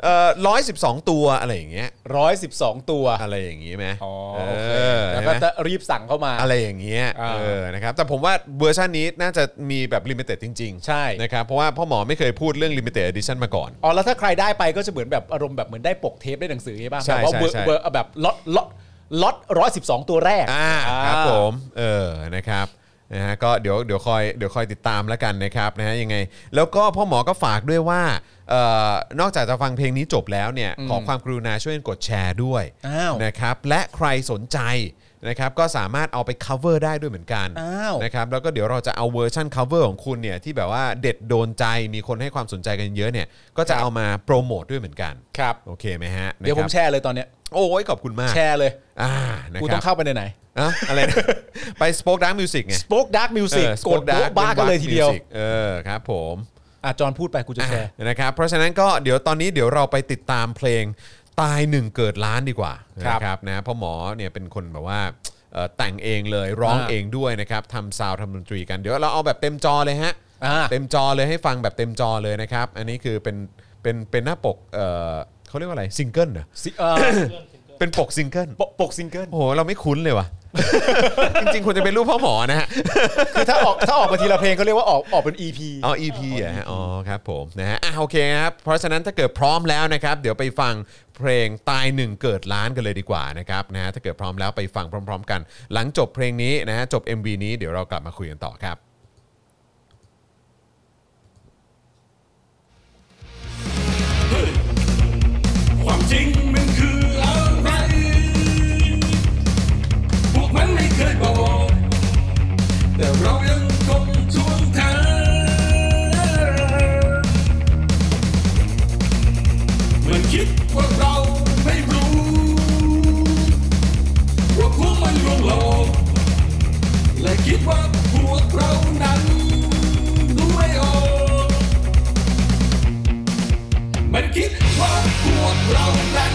S2: เอ่อร้อยสิบสองตัวอะไรอย่างเงี้ย
S3: ร้อยสิบสองตัว
S2: อะไรอย่างงี้ไหม
S3: อ๋อ
S2: เอ
S3: โอเค
S2: อ
S3: แล้วก็
S2: ใช่ไหม
S3: จะรีบสั่งเข้ามา
S2: อะไรอย่างเงี้ย
S3: อ่า
S2: เออ นะครับ แต่ผมว่าเวอร์ชันนี้น่าจะมีแบบลิมิเต็ดจริงๆ
S3: ใช่
S2: นะครับ เพราะว่าพ่อหมอไม่เคยพูดเรื่องลิมิเต็ด d i t i o n มาก่อน
S3: อ๋อแล้วถ้าใครได้ไปก็จะเหมือนแบบอารมณ์แบบเหมือนได้ปกเทปได้หนังสือไงบ้าง
S2: ใช่
S3: แบบว่า
S2: ใช่
S3: เวอร์
S2: ใช่
S3: เวอร์แบบล็อตล็อตล็อตร้อยสิบสองตัวแรก
S2: อ่าครับผม เออ นะครับ นะฮะ ก็เดี๋ยว เดี๋ยวคอย เดี๋ยวคอยติดตามแล้วกันนะครับ นะฮะ ยังไง แล้วก็พ่อหมอก็ฝากด้วยว่าเอ่อนอกจากจะฟังเพลงนี้จบแล้วเนี่ย ขอความกรุณาช่วยกดแชร์ด้วย
S3: อ้าว
S2: นะครับ และใครสนใจนะครับ ก็สามารถเอาไป cover ได้ด้วยเหมือนกัน
S3: อ้าว
S2: นะครับ แล้วก็เดี๋ยวเราจะเอาเวอร์ชัน cover ของคุณเนี่ยที่แบบว่าเด็ดโดนใจ มีคนให้ความสนใจกันเยอะเนี่ย ก็จะเอามาโปรโมทด้วยเหมือนกัน
S3: ครับ
S2: โอเคไหมฮะ
S3: เดี๋ยวผม
S2: นะ
S3: แช
S2: ครับ
S3: ร์เลยตอนเนี้ย
S2: โอ้ยขอบคุณมาก
S3: แชร์เลย
S2: อ่านะ
S3: กู
S2: ค
S3: ต้
S2: รั
S3: อบ งเข้าไปในไหน
S2: อะอะไร นะ ไปสป็อคดังมิวสิกไง
S3: Spoke Dark Music
S2: เออ
S3: กด
S2: Spoke
S3: โบ๊ะ
S2: Dark
S3: บ้ากันเลย
S2: Music
S3: ทีเดียว
S2: เออครับผม
S3: อ่ะจอนพูดไปกูจะแชร์
S2: อ่ะนะครับเพราะฉะนั้นก็เดี๋ยวตอนนี้เดี๋ยวเราไปติดตามเพลงตายหนึ่งเกิดล้านดีกว่า
S3: ครับ
S2: นะครับนะเพ่อหมอเนี่ยเป็นคนแบบว่าเอ่อแต่งเองเลยร้อง
S3: อ่า
S2: เองด้วยนะครับทำซาวด์ทำดนตรีกันเดี๋ยวเราเอาแบบเต็มจอเลยฮะ
S3: อ่า
S2: เต็มจอเลยให้ฟังแบบเต็มจอเลยนะครับ อันนี้คือเป็นเป็นเป็นหน้าปกเออเขาเรียกว่าอะไรซิงเกิลเหรอ
S3: สิเอ่อ
S2: เป็นปกซิงเกิล
S3: ปกปกซิงเกิล
S2: โอ้โหเราไม่คุ้นเลยว่ะ จริงๆควรจะเป็นรูปพ่อหมอนะฮะ
S3: คือถ้าออกถ้าออกมาทีละเพลงเขาเรียกว่าออกออกเป็น EP
S2: อ๋อ EP เหรอ่ะอ๋อครับผมนะฮะอ่ะโอเคครับ เพราะฉะนั้นถ้าเกิดพร้อมแล้วนะครับ เดี๋ยวไปฟังเพลงตายหนึ่งเกิดล้านกันเลยดีกว่านะครับนะฮะถ้าเกิดพร้อมแล้วไปฟังพร้อม ๆ กัน หลังจบเพลงนี้นะฮะจบ MV นี้เดี๋ยวเรากลับมาคุยกันต่อครับ
S6: ความจริงมันคืออะไร พวกมันไม่เคยบอก แต่เรายังคงทวงถามมันคิดว่าเราไม่รู้ ว่าพวกมันลวงหลอกและคิดว่าพวกเรานั้นรู้ไม่ออก มันคิดว่าพวกเรานั้น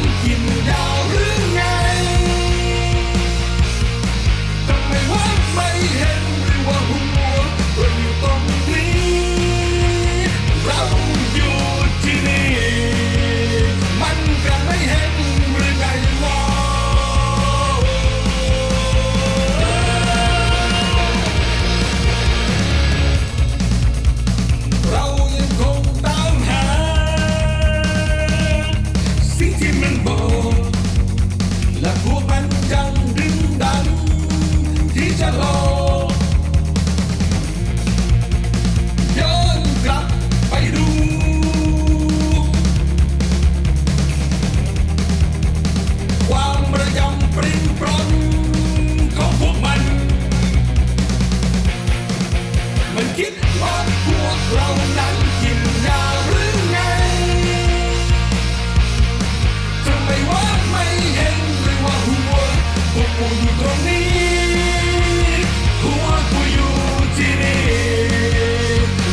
S6: คิดว่าพวกเรานั้นกินยาหรือไงทำไมว่าไม่เห็นหรือว่าหัวพวกกูอยู่ตรงนี้ หัวกูอยู่ที่นี่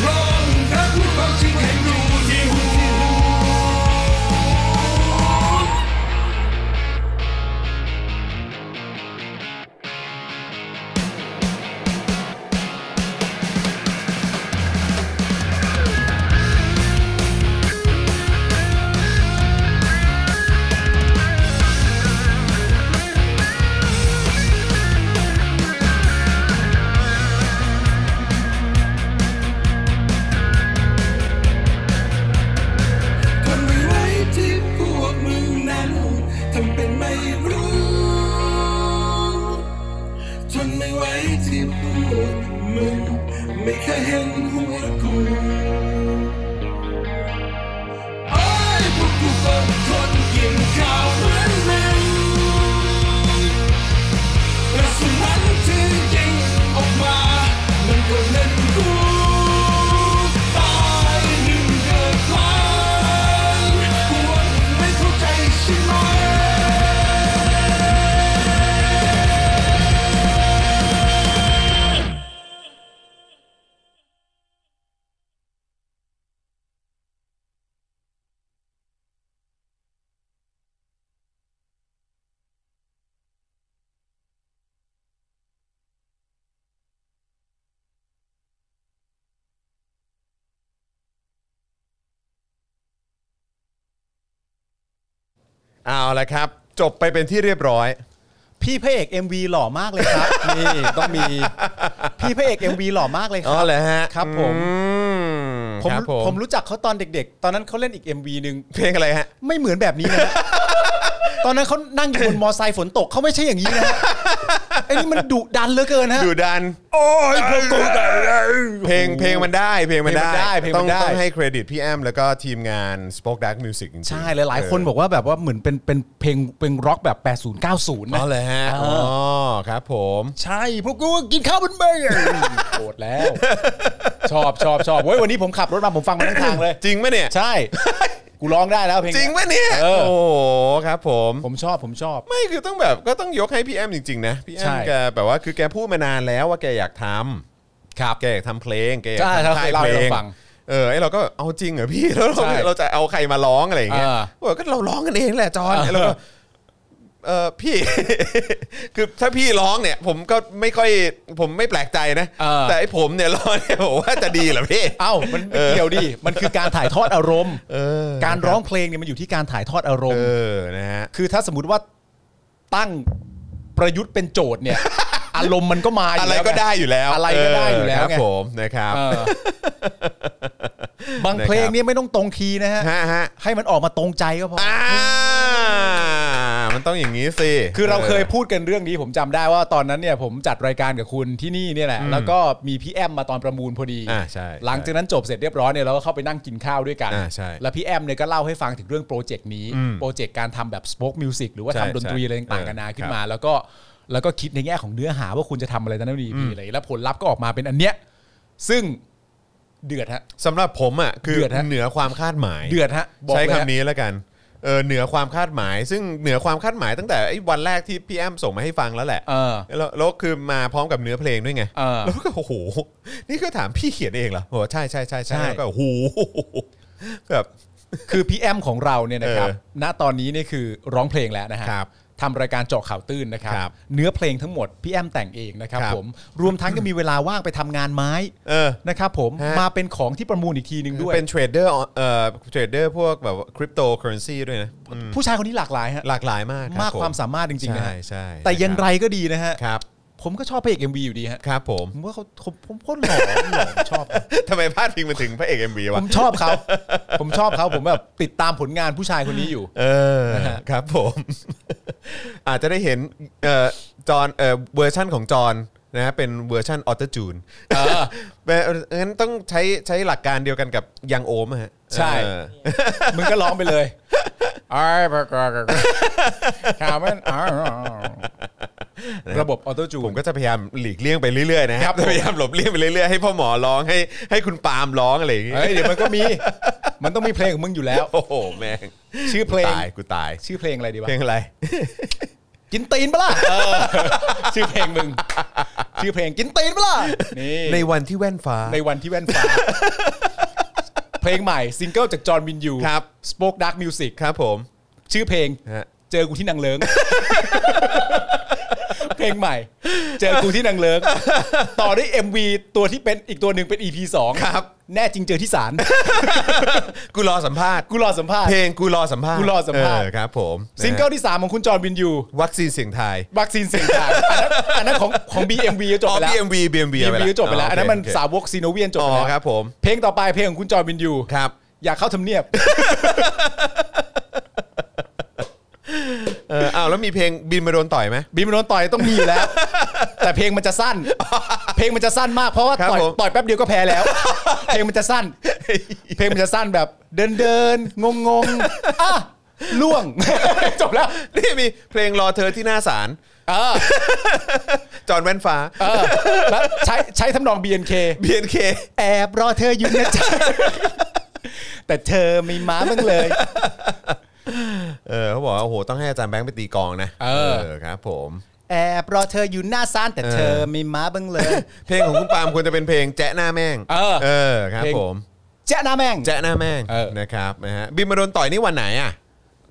S6: ลองรับรู้ความจริงให้ดูที่หู ทำไมไว้ที่พวกมึงนั้นทำเป็นไม่รู้ทนไม่ไหวที่พวกมึงไม่เคยเห็นหัวกูโอ้ยพวกกูก็คนกินข้าวเหมือนมันกระสุนนั้นที่ยิงออกมา มันก็เล่นกูตายหนึ่งเกิดล้านพวกมึงไม่เข้าใจใช่ไหม
S2: เอาละครับ จบไปเป็นที่เรียบร้อย
S3: พี่พระเอก MV หล่อมากเลยครับ นี่ต้องมีพี่พระเอก MV หล่อมากเลยค
S2: อ๋อ
S3: รับ
S2: เหรอฮะ
S3: ครับผม
S2: อื
S3: ผม
S2: ครับ
S3: ผมรู้จักเขาตอนเด็ก ๆ ตอนนั้นเขาเล่นอีก MV หนึ่ง
S2: เพลงอะไรฮะ
S3: ไม่เหมือนแบบนี้นะฮะ ตอนนั้นเขานั่งอยู่บนมอไซค์ฝนตกเขาไม่ใช่อย่างนี้นะฮะไอ้นี่มันดุดันเหลือเกินฮะ
S2: ดูดัน โอ้ยพวกกูแต่เพลงเพลงมันได้ เพลงมัน
S3: เพลงมันได้
S2: ได้
S3: เพลง
S2: ต้
S3: มั
S2: อง
S3: นได้
S2: ต้องให้เครดิตพี่แอมแล้วก็ทีมงาน Spoke Dark Music จริงๆ
S3: ใช่หลายๆคนบอกว่าแบบว่าเหมือนเป็นเป็นเพลงเป็นร็อกแบบ 80 90
S2: อ๋
S3: นะ
S2: อเลยฮะ
S3: เอ
S2: อ๋อ
S3: อ
S2: ครับผม
S3: ใช่ พวกกูกินข้าวบนเบย์ โกรธแล้ว ชอบชอบชอบเว้ยวันนี้ผมขับรถมาผมฟังมาทั้งทางเลย
S2: จริงไหมเนี่ย
S3: ใช่ กูร้องได้แล้วเพลง
S2: จริ
S3: เนี้
S2: ง
S3: ย
S2: ไหมเนี่ย
S3: เอ
S2: โอ้
S3: อ
S2: โหครับผม
S3: ผมชอบผมชอบ
S2: ไม่คือต้องแบบก็ต้องยกให้พี่แอมจริงๆนะ พี่แอ
S3: ใช่
S2: มแกแบบว่าคือแกพูดมานานแล้วว่าแกอยากทำครับแกอยากทำเพลงแกอยาก
S3: ใช่ครับ
S2: ทำค่าย
S3: เคยเล่า
S2: เพ
S3: ให้
S2: ล
S3: เรา
S2: ง
S3: ฟัง
S2: เออไอเราก็เอาจริงเหรอพี่ แล้วเรา
S3: ใช่
S2: เราจะเอาใครมาร้องอะไรอย่างเงี้ย
S3: เออ
S2: บอกก็เราร้องกันเองแหละจอน
S3: เออ
S2: แล้วก็เออพี่ คือถ้าพี่ร้องเนี่ย ผมก็ไม่ค่อยผมไม่แปลกใจนะ แต่ไอผมเนี่ยร้องเนี่ยผมว่าจะดีเหรอพี่
S3: เอ้ามันไม่เกี่ยวดิมันคือการถ่ายทอดอารมณ์ การร้องเพลงเนี่ยมันอยู่ที่การถ่ายทอดอารม
S2: เอ
S3: ณ์
S2: อนะฮะ
S3: คือถ้าสมมติว่าตั้งประยุทธ์เป็นโจทย์เนี่ย อารมณ์มันก็มาอยู่
S2: อะไร
S3: แล้ว
S2: ก็
S3: ง
S2: ได้อยู่แล้ว
S3: อะไรก็ได้อยู่แล้
S2: เค
S3: ว
S2: รับ
S3: ไง
S2: ผมนะครับ
S3: เออ บางเพลงเนี่ยไม่ต้องตรงคีย์นะฮะ
S2: ฮะฮะ
S3: ให้มันออกมาตรงใจก็พออ
S2: อ่ามันต้องอย่างนี้สิ
S3: คือเราเคยพูดกันเรื่องนี้ผมจำได้ว่าตอนนั้นเนี่ยผมจัดรายการกับคุณที่นี่เนี่ยแหละแล้วก็มีพี่แอมมาตอนประมูลพอดี
S2: อ่าใช่
S3: หลังจากนั้นจบเสร็จเรียบร้อยเนี่ยเราก็เข้าไปนั่งกินข้าวด้วยกัน
S2: อ่าใช่
S3: แล้วพี่แอมเนี่ยก็เล่าให้ฟังถึงเรื่องโปรเจกต์นี้ โปรเจกต์การทำแบบ spoke music หรือว่า
S2: ใช่
S3: ทำดนตรี
S2: ใช่
S3: อะไรต่างๆกันานา
S2: เออ
S3: ขึ้นมา แล้วก็แล้วก็คิดในแง่ของเนื้อหาว่าคุณจะทำอะไรตอนนั้นดีมีอะไรแล้วผลลัพธ์ก็ออกมาเป็นอันเนี้ยซึ่งเดือดฮะ
S2: สำหรับผมอ่ะคือ
S3: เดือดฮะ
S2: เหนือความคาดหมาย
S3: เดือดฮะบอก
S2: ใช้
S3: เลยฮะ
S2: คำนี้แล้วกันเออเหนือความคาดหมาย ซึ่งเหนือความคาดหมายตั้งแต่ไอ้วันแรกที่พี่แอมส่งมาให้ฟังแล้วแหละ
S3: เออ
S2: แล้วแล้วคือมาพร้อมกับเนื้อเพลงด้วยไง
S3: เออ
S2: แล้วก็โอ้โหนี่คือถามพี่เขียนเองเหรอบอกว่าใช่ใช่ใช่ใช่
S3: ใช่
S2: แล้วก็โอ้โหแบบ
S3: คือพี่แอมของเราเนี่ยนะครับ
S2: เออ
S3: ณ ตอนนี้เนี่ยคือร้องเพลงแล้วนะฮะ
S2: ครับ
S3: ทำรายการเจาะข่าวตื้นนะครับ
S2: ครับ
S3: เนื้อเพลงทั้งหมดพี่แอมแต่งเองนะครับ
S2: ครับ
S3: ผม รวมทั้งก็มีเวลาว่างไปทำงานไม้
S2: เออ
S3: นะครับผม
S2: ฮะ
S3: มาเป็นของที่ประมูลอีกทีหนึ่งด้วย
S2: เป็นเทรดเดอร์เอ่อเทรดเดอร์พวกแบบคริปโตเคอเรนซีด้วยนะอืม
S3: ผู้ชายคนนี้หลากหลายฮะ
S2: หลากหลายมากรับ
S3: มาก
S2: ผ
S3: ความสามารถจริงๆนะฮะ
S2: ใช่ใช่
S3: แต่อยังไรก็ดีนะฮะ
S2: ครับ
S3: ผมก็ชอบพระเอก MV อยู่ดีฮะ
S2: ครับผม
S3: ผมว่าเขาผมผมโคตรหล่อผมหล่อผมชอบ
S2: ทำไมพาดพิงมาถึงพระเอก MV
S3: ผ
S2: วะ
S3: มชอบเขา ผมชอบเขาผมแบบติดตามผลงานผู้ชายคนนี้อยู่
S2: เออครับผม อาจจะได้เห็นเอ่อจอนเอ่อเวอร์ชั่นของจอนนะฮะเป็นเวอร์ชั่นออเตอร์จูน แบบงั้นต้องใช้ใช้หลักการเดียวกันกับยังโอมอะฮะ
S3: ใช่
S2: เออ
S3: มึงก็ร้องไปเลยไอ้ประกาศข่าวมัน
S2: นค
S3: ระบบออโต้จู
S2: ผ
S3: น
S2: มก็จะพยายามหลีกเลี่ยงไปเรื่อยๆนะค
S3: ครั
S2: รับบ
S3: ผม
S2: พยายามหลบเลี่ยงไปเรื่อยๆให้พ่อหมอร้องให้ให้คุณปาล์มร้องอะไรอย่างงี้
S3: เฮ้ยเดี๋ยวมันก็มี มันต้องมีเพลงของมึงอยู่แล้ว
S2: โอ้โหแม่ง
S3: ชื่อเพลง
S2: ตายกูตาย
S3: ชื่อเพลงอะไรดีวะ
S2: เพลงอะไร
S3: กินตีนปะล่ะเออชื่อเพลงมึง ชื่อเพลงกินตีนปะล่ะนี่
S2: ในวันที่แว่นฟ้า
S3: ในวันที่แว่นฟ้า เพลงใหม่ซิงเกิลจากจอห์นวินยู
S2: ครับ
S3: Spoke Dark Music
S2: ครับผม
S3: ชื่อเพลง
S2: ฮะ
S3: เจอกูที่นางเลิง เพลงใหม่ เจอกูที่นางเลิง ต่อด้วย MV ตัวที่เป็นอีกตัวหนึ่งเป็น EP 2
S2: ครับ
S3: แน่จริงเจอที่ศาล
S2: กูรอสัมภาษณ์
S3: กูรอสัมภาษณ์
S2: เพลงกูรอสัมภาษณ์
S3: กูรอสัมภาษณ์
S2: เออครับผม
S3: ซิงเกิล
S2: นะฮ
S3: ที่ 3 ของคุณจอห์นวินยู
S2: ะวัคซีนเสียงไทย
S3: วัคซีนเสียงต่างอันนั้นอันนั้นของของ BMV ก็จบ
S2: อ๋อ
S3: ไปแล้ว
S2: BMV BMV เอา
S3: BMV ก็จบไปแล้ว อันนั้นมัน
S2: โเค
S3: สาวกซีโนเวียนจบ
S2: อ๋
S3: ไป
S2: อ
S3: แล้ว
S2: ครับผม
S3: เพลงต่อไปเพลงของคุณจอห์นวินยู
S2: ครับ
S3: อยากเข้าทำเนียบ
S2: เอออ้าวแล้วมีเพลงบินมาโดนต่ อยไหม
S3: บีมโดนต่อยต้องมีอยู่แล้ว แต่เพลงมันจะสั้น เพลงมันจะสั้นมากเพราะว่า
S2: ครับ
S3: ต่อย
S2: ผม
S3: ต่อยแป๊บเดียวก็แพ้แล้ว เพลงมันจะสั้น เพลงมันจะสั้นแบบเดินเดินงงงงๆอ่ะล่วง จบแล้ว
S2: นี่มีเพลงรอเธอที่หน้าศาล
S3: เออ
S2: จอห์นแว่นฟ้า
S3: เออแล้วใช้ใช้ทำนอง BNK
S2: BNK
S3: แอบรอเธออยู่นะจ๊ะ แต่เธอไม่มาบ้างเลย
S2: เออเขาบอกว่าโอ้โหต้องให้อาจารย์แบงค์ไปตีกลองนะ
S3: เออ
S2: ครับผม
S3: แอบรอเธออยู่หน้าซ่านแต่เธอไม่มาบ้างเลย
S2: เพลงของคุณปาล์มควรจะเป็นเพลงแจ๊ะหน้าแม่ง
S3: เออ
S2: ครับ ผม
S3: เจ๊ะหน้าแม่ง
S2: แจ๊ะหน้าแม่ง
S3: เออ
S2: นะครับนะฮะบินมาโดนต่อยนี่วันไหนอ่ะ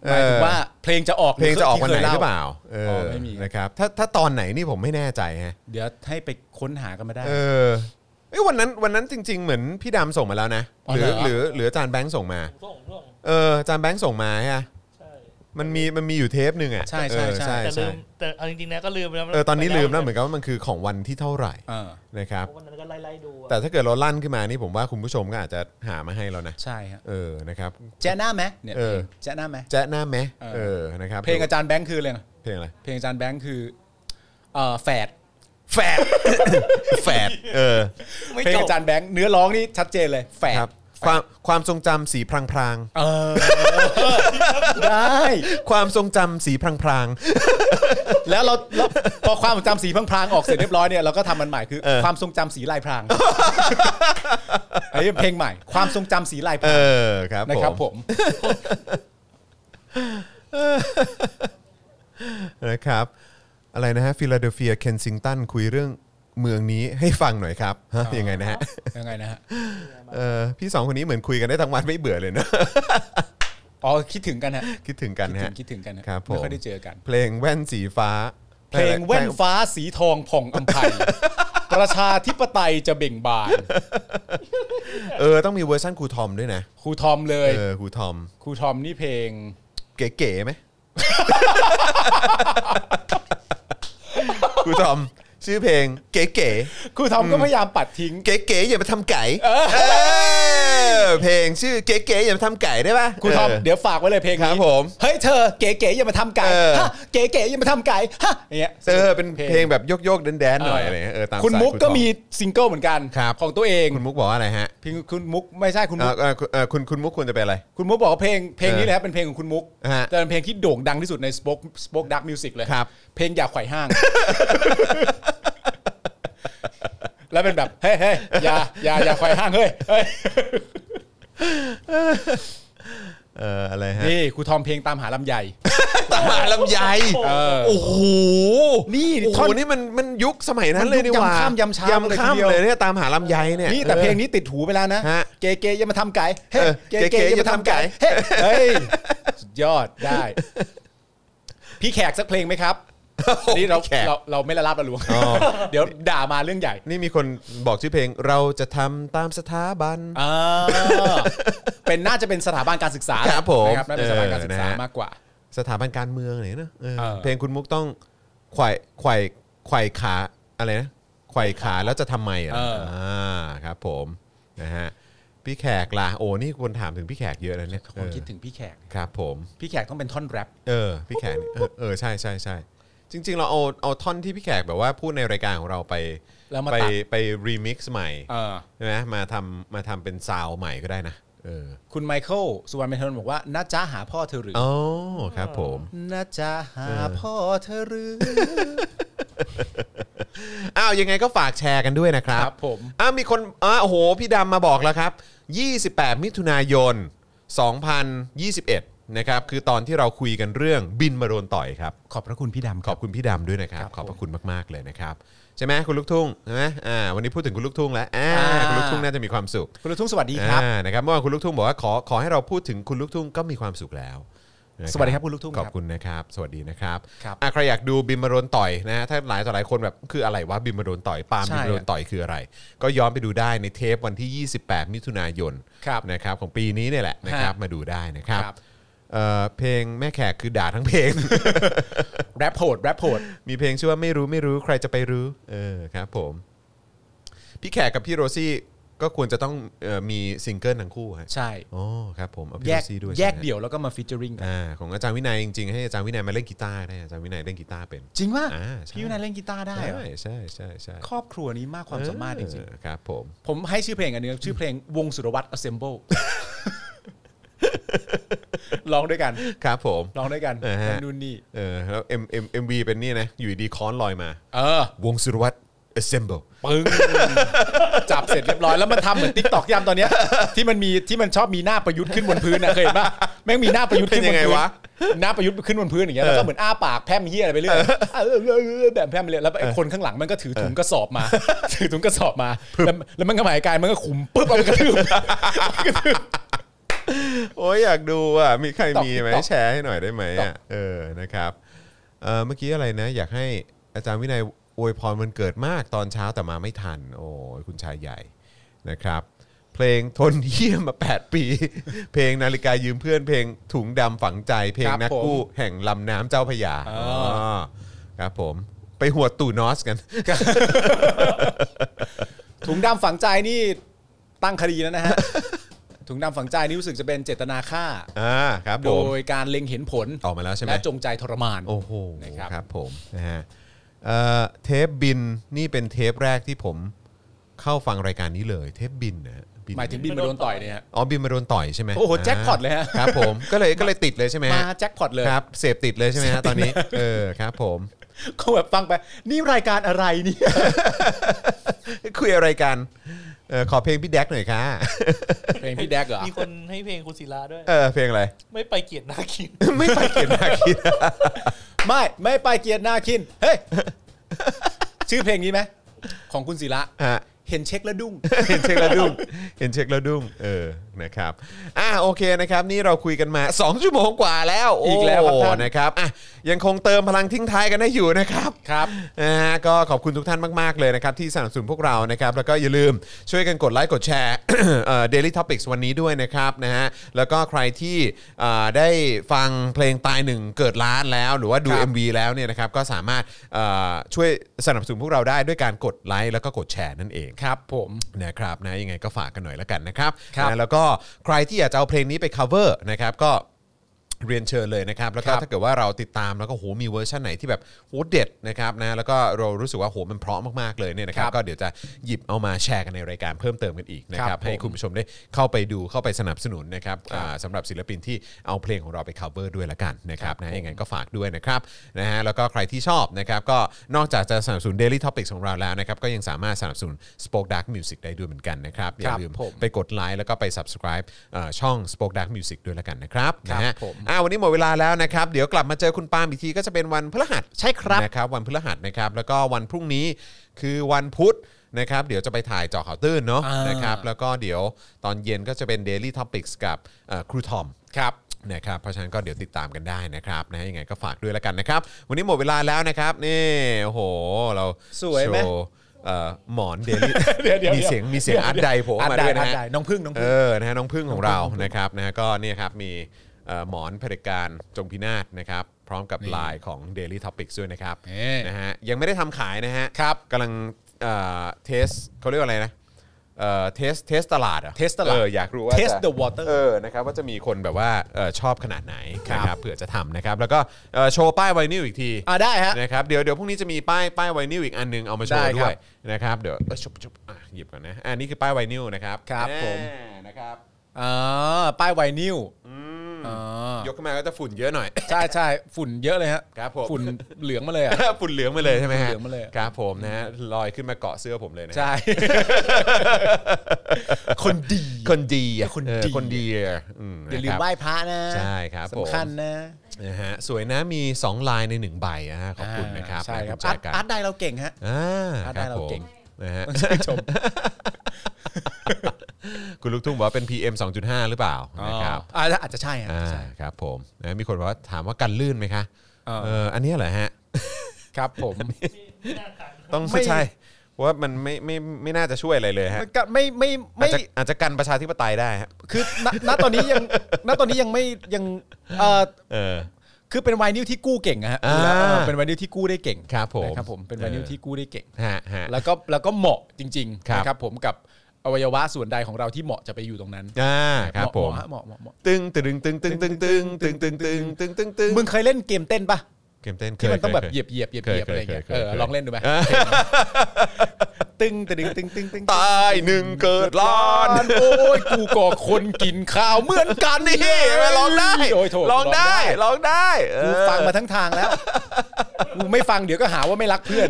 S3: หมายถึงว่า
S2: เอ
S3: เพลงจะออก
S2: อเพลงจะออกวันไหนห
S3: ที่คยล่
S2: รือเปล่าเอออ
S3: อไม่มี
S2: นะครับถ้าถ้าตอนไหนนี่ผมไม่แน่ใจฮะ
S3: เดี๋ยวให้ไปค้นหากันมาได้
S2: เออเอ้ยวันนั้นวันนั้นจริง ๆ เหมือนพี่ดำส่งมาแล้วนะ
S3: อ๋อ
S2: หรือห
S3: เหรอ
S2: รือหรืออาจารย์แบงค์ส่งมา
S4: ส่งร่วง
S2: เอออาจารย์แบงค์ส่งมาฮะ
S4: ใช่
S2: มันมีมันมีอยู่เทปหนึ่งอ่ะ
S3: ใช่ใช่
S2: เออ
S3: ใช่
S2: ใช่
S4: แต่ลื
S2: ใช่
S4: มแต่เอาจริงๆนะก็ลืมไปแล้ว
S2: เออตอนนี้ลืมแล้วเหมือนกันว่ามันคือของวันที่เท่าไหร่นะครับ
S4: วันนั้นก็ไล่ๆดูอะ
S2: แต่ถ้าเกิดเราลั่นขึ้นมานี่ผมว่าคุณผู้ชมก็อาจจะหามาให้แล้วนะ
S3: ใช่ฮะ
S2: เออนะครับ
S3: แจ๊ะหน้าไหมเนี่ย
S2: เออ
S3: แจ๊ะหน้าไหม
S2: แจ๊ะหน้าแมะ
S3: เออ
S2: เออนะครับ
S3: เพลงอาจารย์แบงค์คืออะไรนะ
S2: เพลงอะไร
S3: เพลงอาจารย์แบงค์คือเอ่อแฝด
S2: แฝด แฝดเออ
S4: ไม่
S3: เพลง
S4: จบ
S3: อาจารย์แบงค์เนื้อร้องนี่ชัดเจนเลยแฝด
S2: ครับความความทรงจำสีพรางพราง
S3: เออ ได้
S2: ๆความทรงจำสีพรางพราง
S3: แล้วเราแล้วพอความทรงจำสีพรางๆออกเสร็จเรียบร้อยเนี่ยเราก็ทำมันใหม่คือ
S2: เออ
S3: ความทรงจำสีลายพ รางอันนี้เพลงใหม่ ความทรงจำสีลายพ
S2: ๆเอ
S3: ราง
S2: อครับ
S3: นะครับผม
S2: นะครับอะไรนะฮะฟิลาเดลเฟียเคนซิงตันคุยเรื่องเมืองนี้ให้ฟังหน่อยครับฮะยังไงนะฮะ
S3: ยังไงนะฮะ
S2: เออ พี่สองคนนี้เหมือนคุยกันได้ทั้งวันไม่เบื่อเลยเนอะ
S3: อ๋อคิดถึงกันฮะ
S2: คิดถึงกัน
S3: คิดถึ
S2: ฮะ
S3: งคิดถึงกันฮะ
S2: ครับผม
S3: ไม่ค่อยได้เจอกัน
S2: เพลงแว่นสีฟ้า
S3: เพลงแว่นฟ้าสีทองผ่องอัมภัย ประชาธิปไตยจะเบ่งบาน
S2: เออต้องมีเวอร์ชันครูทอมด้วยนะ
S3: ครูทอมเลย
S2: เออครูทอม
S3: ครูทอมนี่เพลง
S2: เก๋ ๆไหม ครูทอม ชื่อเพลง เก๋
S3: ครูทอมก็พยายามปัดทิ้ง
S2: ๆเก๋ๆอย่ามาทำไก่เออเพลงชื่อเก๋ๆอย่ามาทำไก่ได้ป่ะ
S3: ครูทอม
S2: เ
S3: เดี๋ยวฝากไว้เลยเพลง
S2: ครับ
S3: นี้
S2: ผม
S3: เฮ้ยเธอเก๋ๆอย่ามาทำไก่
S2: เออ
S3: ฮะเก๋ๆอย่ามาทำไก่ฮะอย่างเงี้ย
S2: เออเป็นเพลงแบบโยกๆแดนๆหน่อยอะไรเงี้ยเออตาม
S3: คุณ
S2: สาย
S3: มุก
S2: ท
S3: ก็
S2: อ
S3: มีซิงเกิลเหมือนกัน
S2: ครับ
S3: ของตัวเอง
S2: คุณมุกบอกว่าอะไรฮะ
S3: เพลงคุณมุกไม่ใช่คุณ
S2: เอ่อ
S3: มุ
S2: ก เอ่อคุณเอ่อคุณคุณมุกควรจะเป็นอะไร
S3: คุณมุกบอกว่าเพลงเพลงนี้
S2: เออ
S3: แหละครับเป็นเพลงของคุณมุก
S2: ฮะ
S3: แต่เป็นเพลงที่โด่งดังที่สุดใน Spoke Spoke Dark Music เลย
S2: ครับ
S3: เพลงอย่าไขว่ห้าง แล้วเป็นแบบเฮ้ยเฮ้ยอย่าอย่าอย่าไขว่ห้างเฮ้ยเฮ้ย
S2: เอออะไรฮะ
S3: นี่ครูทอมเพลงตามหาลำใหญ่
S2: ตหาลำไย
S3: เออ
S2: โอ้โห
S3: นี่
S2: โอ้
S3: ท่
S2: โห
S3: อน
S2: นี่มันมันยุคสมัยนั้นเลย
S3: มันยุ
S2: นี่หว่าย
S3: คำข้ามยำเช้าย
S2: ข้าม
S3: เลยทีเดียว
S2: เลยเนี่ยตามหาลำไยเนี่ย
S3: นี่แต่เพลงนี้ติดหูไปแล้วนะ
S2: ฮะ
S3: เก๋ๆอย่ามาทำไก่เฮ้ย
S2: เออ
S3: เก๋ๆ
S2: เก๋ๆ
S3: อย่ามาทำไก่เฮ้ยเฮ้ยสุดยอดได้ พี่แขกสักเพลงไหม ครับอันนี่เรา
S2: พี่แขก
S3: เราเราไม่ละลาบละหลวง เดี๋ยวด่ามาเรื่องใหญ่
S2: นี่มีคนบอกชื่อเพลงเราจะทำตามสถาบัน
S3: อ่าเป็นน่าจะเป็นสถาบันการศึกษา
S2: ครับผม
S3: นะครับน่าเป็นสถาบันการศึกษา
S2: เออนะฮะ
S3: มากกว่า
S2: สถาบันการเมืองอะไรเนอะเออ
S3: เออ
S2: เพลงคุณมุกต้องไขว่ไขว่ไขว่ขาอะไรนะไขว่ขาแล้วจะทำไมอ่ะ่าครับผมนะฮะพี่แขกล่ะโอ้นี่คนถามถึงพี่แขกเยอะแล้วเนี่ย
S3: คนคิด
S2: เออ
S3: ถึงพี่แขก
S2: ครับผม
S3: พี่แขกต้องเป็นท่อนแรป
S2: เออพี่แขกนี่เออเออใช่ใช่ใช่จริง ๆ เราเอาเอาท่อนที่พี่แขกแบบว่าพูดในรายการของเราไป
S3: แล้วมา
S2: ไป
S3: ตัด
S2: ไปรีมิกซ์ใหม่
S3: เออ
S2: ใช่ไหมมาทำมาทำเป็นซาวด์ใหม่ก็ได้นะเออ
S3: คุณไมเคิลสุวรรณเมธานนท์บอกว่าน้าจ้าหาพ่อเธอหรือ
S2: อ๋อครับผม
S3: นะจ๊ะหาพ่อเธอหรือ
S2: อ้าวยังไงก็ฝากแชร์กันด้วยนะครับ
S3: ครับผม
S2: อ้าวมีคนอ้าวโอ้โหพี่ดำมาบอกแล้วครับ 28 มิถุนายน 2021 นะครับ คือตอนที่เราคุยกันเรื่องบินมาโดนต่อยครับ
S3: ขอบพระคุณพี่ดำ
S2: ขอบคุณพี่ดำด้วยนะครับ
S3: ครับ
S2: ขอบพระคุณมากๆเลยนะครับใช่ไหมคุณลูกทุ่งใช่ไหมอ่าวันนี้พูดถึงคุณลูกทุ่งแล้วอ่า
S3: อ่า
S2: คุณลูกทุ่งน่าจะมีความสุข
S3: คุณลูกทุ่งสวัสดีครับ
S2: อ่านะครับเมื่อวานคุณลูกทุ่งบอกว่าขอขอให้เราพูดถึงคุณลูกทุ่งก็มีความสุขแล้วนะ
S3: สวัสดีครับคุณลูกทุ่ง
S2: ข
S3: ครั
S2: อ
S3: บบ
S2: คุณนะครับ สวัสดีนะครับ
S3: ครับ
S2: อ่ะใครอยากดูบิมมาโดนต่อยนะฮะถ้าหลายต่อหลายคนแบบคืออะไรวะบิมมาโดนต่อยปาล์ม
S3: ใช่
S2: บิมมาโดนต่อยคืออะไร ก็ย้อนไปดูได้ในเทปวันที่ 28 มิถุนายน
S3: ครับ
S2: นะครับของปีนี้เนี่ยแหละนะครับ
S3: ฮะ
S2: มาดูได้นะครับ
S3: ครับ
S2: เอ่อเพลงแม่แขกคือด่าทั้งเพลง
S3: แรปโหดแรปโหด
S2: มีเพลงชื่อว่าไม่รู้ไม่รู้ใครจะไปรู้ เออครับผม พี่แขกกับพี่โรซี่ก็ควรจะต้องเออมีซิงเกิลทั้งคู่ฮะ
S3: ใช่
S2: อ๋อครับผมเอาพี่
S3: แย
S2: โร
S3: ก
S2: ซี่ด้วย
S3: แยก
S2: ใช่ไหม
S3: เดี่ยวแล้วก็มาฟิชเจอริงกัน
S2: อ่าของอาจารย์วินัยจริงๆ ให้อาจารย์วินัยมาเล่นกีตาร์ได้อาจารย์วินัยเล่นกีตาร์เป็น
S3: จริงป่ะ
S2: อ่าใช่
S3: พี่วินัยเล่นกีตาร์ได้
S2: ใช่
S3: เหรอ
S2: ใช่ใช่ใช่
S3: ครอบครัวนี้มากความสามารถจริง
S2: เออครับ ผม
S3: ๆผมให้ชื่อเพลงอันนึงครับชื่อเพลงวงสุรวัตร assemble ร้องด้วยกัน
S2: ครับผม
S3: ร้องด้วยกัน
S2: อ่าฮะ
S3: นู่นนี่
S2: เออแล้ว M M M V เป็นนี่นะอยู่ดีๆค้อนลอยมา
S3: เออ
S2: วงสุรวัตร assemble
S3: ปึ้ง จับเสร็จเรียบร้อยแล้วมันทำเหมือนติ๊กตอกยามตอนเนี้ยที่มันมีที่มันชอบมีหน้าประยุทธ์ขึ้นบนพื้นนะเคยเห็นปะแม่งมีหน้าประยุทธ์ขึ้นบน
S2: เป็นยังไง
S3: พื้น
S2: วะ
S3: หน้าประยุทธ์ขึ้นบนพื้นอย่างเงี้ยแล้วก็เหมือนอ้าปากแพร่มเฮียอะไรไปเรื่อยแบบแพร่มไปเรื่อยแล้วไอ้คนข้างหลังมันก็ถือถุงกระสอบมา ถือถุงกระสอบมาแล้วแล้วมันก็หมายการมันก็ขุมปึ๊บเอาไปก ระทืบ
S2: โอ้ยอยากดูอ่ะมีใครมีไหม
S3: TikTok
S2: แชร์ให้หน่อยได้ไหมอ่ะเออนะครับเอ่อเมื่อกี้อะไรนะ อยากให้อาจารย์วินัยอวยพรวันเกิดมากตอนเช้าแต่มาไม่ทัน โอ้ยคุณชายใหญ่นะครับ เพลงทนเยี่ยมมา 8 ปี เพลงนาฬิกายืมเพื่อนเพลงถุงดำฝังใจ เพลง
S3: ครับ
S2: นักกู้แห่งลำน้ำเจ้าพระยา
S3: อ๋ออ๋
S2: อครับผมไปหัวดตู่นอสกัน
S3: ถุงดำฝังใจนี่ตั้งคดีแล้วนะฮะถุงดำฝังใจนี่รู้สึกจะเป็นเจตนาฆ่า
S2: อ่าครับผ
S3: โด
S2: ม
S3: ยการเล็งเห็นผล
S2: ออกมาแล้วใช่ไหม
S3: และจงใจทรมาน
S2: โอ้โห
S3: นะครับ
S2: ครับผมนะฮะเอ่อเทปบินนี่เป็นเทปแรกที่ผมเข้าฟังรายการนี้เลย เทปบินนะฮะ
S3: หมายถึงบินมาโดนต่อยเนี่ยฮะ
S2: อ๋อบินมาโดนต่อยใช่ไหม
S3: โอ้โหแจ็คพอตเลยฮะ
S2: ครับผมก็เลยก็เลยติดเลยใช่ไหม
S3: มา
S2: ฮะ
S3: แจ็คพอตเลย
S2: ครับเสพติดเลยใช่ไหมฮะตอนนี้เออครับผม
S3: ก็แบบฟังไป นี่รายการอะไรเนี่ย
S2: คุยอะไรกันเออขอเพลงพี่แดกหน่อยค่ะ
S3: เพลงพี่แดกเหรอ
S4: มีคนให้เพลงคุณศิลาด้วย
S2: เออเพลงอะไร
S4: ไม่ไปเกียดนาคิน
S2: ไม่ไปเกียนนาคิด
S3: ไม่ไม่ไปเกียรตินาคิน เฮ้ย ชื่อเพลงนี้ไหม ของคุณศิระ
S2: ฮะ
S3: เห็นเช็คแล้วดุ้ง
S2: เห็นเช็คแล้วดุ้ง เห็นเช็คแล้วดุ้ง เออ นะครับ อ่ะโอเคนะครับ นี่เราคุยกันมา 2 ชั่วโมงกว่าแล้ว
S3: อีกแล้วครับท่าน
S2: โนะครับ อ่ะ ยังคงเติมพลังทิ้งท้ายกันได้อยู่นะครับ
S3: ครับ
S2: นะฮะก็ขอบคุณทุกท่านมาก ๆ เลยนะครับ ที่สนับสนุนพวกเรานะครับ แล้วก็อย่าลืมช่วยกันกดไลค์กดแชร์ เดลิทอพิกส์วันนี้ด้วยนะครับนะฮะแล้วก็ใครที่เอ่อได้ฟังเพลงตายหนึ่งเกิดล้านแล้ว หรือว่าดู
S3: ครับ
S2: MV แล้วเนี่ยนะครับก็สามารถเอ่อช่วยสนับสนุนพวกเราได้ด้วยการกดไลค์แล้วก็กดแชร์นั่นเอง
S3: ครับผม
S2: นะครับนะยังไงก็ฝากกันหน่อยละกันนะครับ
S3: ครับ
S2: นะแล้วก็ใครที่อยากจะเอาเพลงนี้ไป cover นะครับก็เรียนเชิญเลยนะครับ แล้วก็
S3: ครับ
S2: ถ้าเกิดว่าเราติดตามแล้วก็โหมีเวอร์ชันไหนที่แบบโหเด็ดนะครับนะแล้วก็เรารู้สึกว่าโหมันเพราะมากๆเลยเนี่ยนะครับ
S3: ครับ
S2: ก็เดี๋ยวจะหยิบเอามาแชร์กันในรายการเพิ่มเติมกันอีกนะค
S3: ค
S2: รั
S3: รั
S2: บบ
S3: ผม
S2: ให้คุณผู้ชมได้เข้าไปดูเข้าไปสนับสนุนนะครับอ่าสำหรับศิลปินที่เอาเพลงของเราไป cover ด้วยละกันนะครับนะยังไงก็ฝากด้วยนะครับนะฮะแล้วก็ใครที่ชอบนะครับก็นอกจากจะสนับสนุน Daily Topics ของเราแล้วนะครับก็ยังสามารถสนับสนุน Spoke Dark Music ได้ด้วยเหมือนกันนะครับ อย่าลืม
S3: ผม
S2: ไปกดไลค์แล้วก็ไป subscribe เอ่อช่อง Spoke Dark Music ด้วยละกันนะครับ
S3: ครับ
S2: นะฮะ
S3: ผม
S2: อ่าวันนี้หมดเวลาแล้วนะครับเดี๋ยวกลับมาเจอคุณปาล์มอีกทีก็จะเป็นวันพฤหัส
S3: ใช่ครับ
S2: นะครับวันพฤหัสนะครับแล้วก็วันพรุ่งนี้คือวันพุธนะครับ เดี๋ยวจะไปถ่ายเจาะข่าวตื้นเนาะ
S3: อ่าน
S2: นะครับแล้วก็เดี๋ยวตอนเย็นก็จะเป็น Daily Topics กับเอ่อครูทอมครับนะครับเพราะฉะนั้นก็เดี๋ยวติดตามกันได้นะครับนะฮะยังไงก็ฝากด้วยแล้วกันนะครับ วันนี้หมดเวลาแล้วนะครับนี่โอ้โหเรา
S3: สวยไหม
S2: โชเอ่อหมอน Daily
S3: เดี๋ยวเดี๋ยว
S2: มีเสียงมีเสียงอาร์ตไดโผล่
S3: อาร์
S2: มา
S3: ตได
S2: ด้วยนะ
S3: อาร์ตได
S2: ฮะ
S3: น้องพึ่งน้อง
S2: เอ
S3: พึ่ง
S2: อ นะฮะน้องพึ่งของเรานะครับนะฮะก็เนี่ยครับมีเอ่อหมอนเผด็จการจงพินาศนะครับ พร้อมกับลายของ Daily Topics ด้วยนะครับ
S3: เอ๊ะ
S2: นะฮะยังไม่ได้ทำขายนะฮะครับกำลังเอ่อเทสเขาเรียกว่าอะไรนะเอ่อเทสเทสตลาดหรอ่ะ
S3: test ตลาด
S2: เอออยากรู้ว่า
S3: test
S2: จะ
S3: the water
S2: เออนะครับว่าจะมีคนแบบว่าเอ่อชอบขนาดไหน
S3: ครับ
S2: นะครับเผื่อจะทำนะครับ แล้วก็เอ่อโชว์ป้ายไวนิลอีกที
S3: อ่าได้ฮะ
S2: นะครับเดี๋ยวเดี๋ยวพรุ่งนี้จะมีป้ายป้ายไวนิลอีกอันหนึงเอามาโชว์
S3: ได้
S2: ด้
S3: ครั
S2: ว
S3: บ
S2: ยนะครับเดี๋ยวเอ้ยชุบชุบอ่ะหยิบก่อนนะอันนี้คือป้ายไวนิลนะครับ
S3: ครับผม
S2: แน่นะครับ
S3: อ่าป้ายไวนิล
S2: อืม ยกขึ้นมาก็จะฝุ่นเยอะหน่อย
S3: ใช่ใช่ฝุ่นเยอะเลยฮะ
S2: ครับผม
S3: ฝุ่นเหลืองมาเลยอะ
S2: ฝุ่นเหลืองมาเลยใช่ไหมฮะ
S3: ฝุ่นเหลืองมาเลย
S2: ครับผมนะฮะลอยขึ้นมาเกาะเสื้อผมเลยนะฮะ
S3: ใช่ คนดี
S2: คนดีอะ
S3: คน
S2: เออ
S3: ดี
S2: คนดีอะอืม
S3: อย่าลื
S2: นะค
S3: ม
S2: รับ
S3: ไหว้พระนะ
S2: ใช่ครับผม
S3: สำคัญนะ
S2: นะฮะสวยนะมี 2 ลายใน 1 ใบนะฮะขอบคุณนะครับ
S3: ใช่ครับ
S2: นะณแจ
S3: อาร์ต
S2: กัน
S3: อาร์ตได้เราเก่งฮะ
S2: อ่า
S3: อาร์ต
S2: ค
S3: ได้
S2: รับผ
S3: เรา
S2: ม
S3: เก่ง
S2: นะฮะ
S3: ชม
S2: คุณลูกทุ่งบอกว่าเป็น PM 2.5 หรือเปล่านะครับ
S3: อ๋ออาจจะอาจจะใช่ฮะ
S2: อ่า
S3: ใช่
S2: ครับผมนะมีคนบอกว่าถามว่ากันลื่นไหมคะ
S3: เออ
S2: เอออันเนี้ยเหรอฮะ
S3: ครับผม
S2: ต้องไม่ใช่ว่ามันไม่ไม่ไม่น่าจะช่วยอะไรเลยฮะ
S3: มันก็ไม่ไม่
S2: อาจ
S3: ไม่
S2: จะอาจจะกันประชาธิปไตยได้ฮะ
S3: คือณณตอนนี้ยังณตอนนี้ยังไม่ยังเอ่อ
S2: เออ
S3: คือเป็นไวนิลที่กู้เก่งอะฮะ
S2: อ่า
S3: เออเป็นไวนิลที่กู้ได้เก่ง
S2: ครับผม
S3: นะครับผมเป็นไวนิล
S2: เออ
S3: ที่กู้ได้เก่ง
S2: ฮะฮะ
S3: แล้วก็แล้วก็เหมาะจริง
S2: ครับ
S3: ๆนะครับผมกับอวัยวะส่วนใดของเราที่เหมาะจะไปอยู่ตรงนั้น
S2: อ่าครับผม
S3: เหมาะเหมาะเหมาะเหมาะ
S2: ตึงตึงตึงตึงตึงตึงตึงตึงตึงตึงตึงตึง
S3: มึงเคยเล่นเกมเต้นปะ
S2: เกมเต้นเคย
S3: ที่มันต้องแบบ
S2: ค
S3: เหยียบเหยียบเหยียบ
S2: ค
S3: เหยียบอะไรอย่างเงี้ย
S2: คค
S3: เออ
S2: คย
S3: ลองเล่นดูไหมตึงตึงตึงตึงตึง
S2: ตายหนึ่งเกิดล้าน
S3: โอ้ยกูก็คนกินข้าวเหมือนกัน
S2: นี่มาลองได้
S3: โยโถ
S2: ลองได้ลองได้เอ
S3: กู
S2: อ
S3: ฟังมาทั้งทางแล้วกูไม่ฟังเดี๋ยวก็หาว่าไม่รักเพื่อน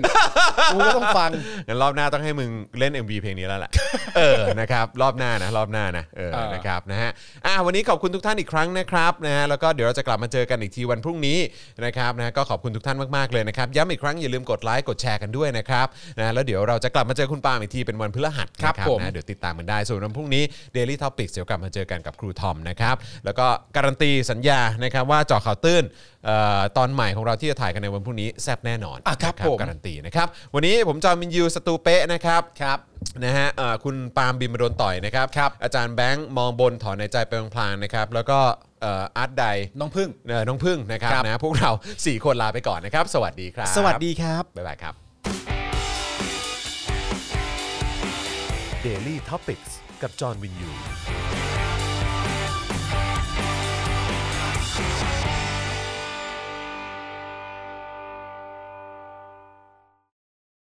S3: กูก็ต้องฟัง
S2: งั้นรอบหน้าต้องให้มึงเล่น MV เพลงนี้แล้วแหละเออนะครับรอบหน้านะรอบหน้านะเออ
S3: เออ
S2: นะครับนะฮะอ่ะวันนี้ขอบคุณทุกท่านอีกครั้งนะครับนะฮะแล้วก็เดี๋ยวเราจะกลับมาเจอกันอีกทีวันพรุ่งนี้นะครับนะฮะก็ขอบคุณทุกท่านมากๆเลยนะครับย้ำอีกครั้งอย่าลืมกดไลค์กดแชร์กันด้วยนะครับนะแล้วเดี๋ยวเราจะกลับมาเจอคุณปาล์มอีกทีเป็นวันพฤหัส
S3: ครับ
S2: นะ
S3: ผม
S2: นะเดี๋ยวติดตามกันได้ ส่วนวันพรุ่งนี้ Daily Topics เดี๋ยวกลับมาเจอกันกับครูทอมนะครับ แล้วก็การันตีสัญญานะครับว่าเจาะข่าวตื้นเอ่อตอนใหม่ของเราที่จะถ่ายกันในวันพรุ่งนี้แซ่บแน่นอน
S3: อ่ะครับ
S2: นะ
S3: ผม
S2: การันตีนะครับ วันนี้ผมจอมินยูสตูเป๊ะนะครับ
S3: ครับ
S2: นะฮะเอ่อคุณปาล์มบิมมาโดนต่อยนะครับ อาจารย์แบงค์มองบนถอนในใจไปพลางๆนะครับ แล้วก็เอ่ออาร์ตได
S3: น้องพึ่ง
S2: เอ่อน้องพึ่งนะครับ
S3: ครับ
S2: นะพวกเรา 4 คนลาไปก่อนนะครับ สวัสดีครับ
S3: สวัสดีครับ
S2: บ๊ายบายครับ
S1: Daily t o p i c กกับจอห์นวินยู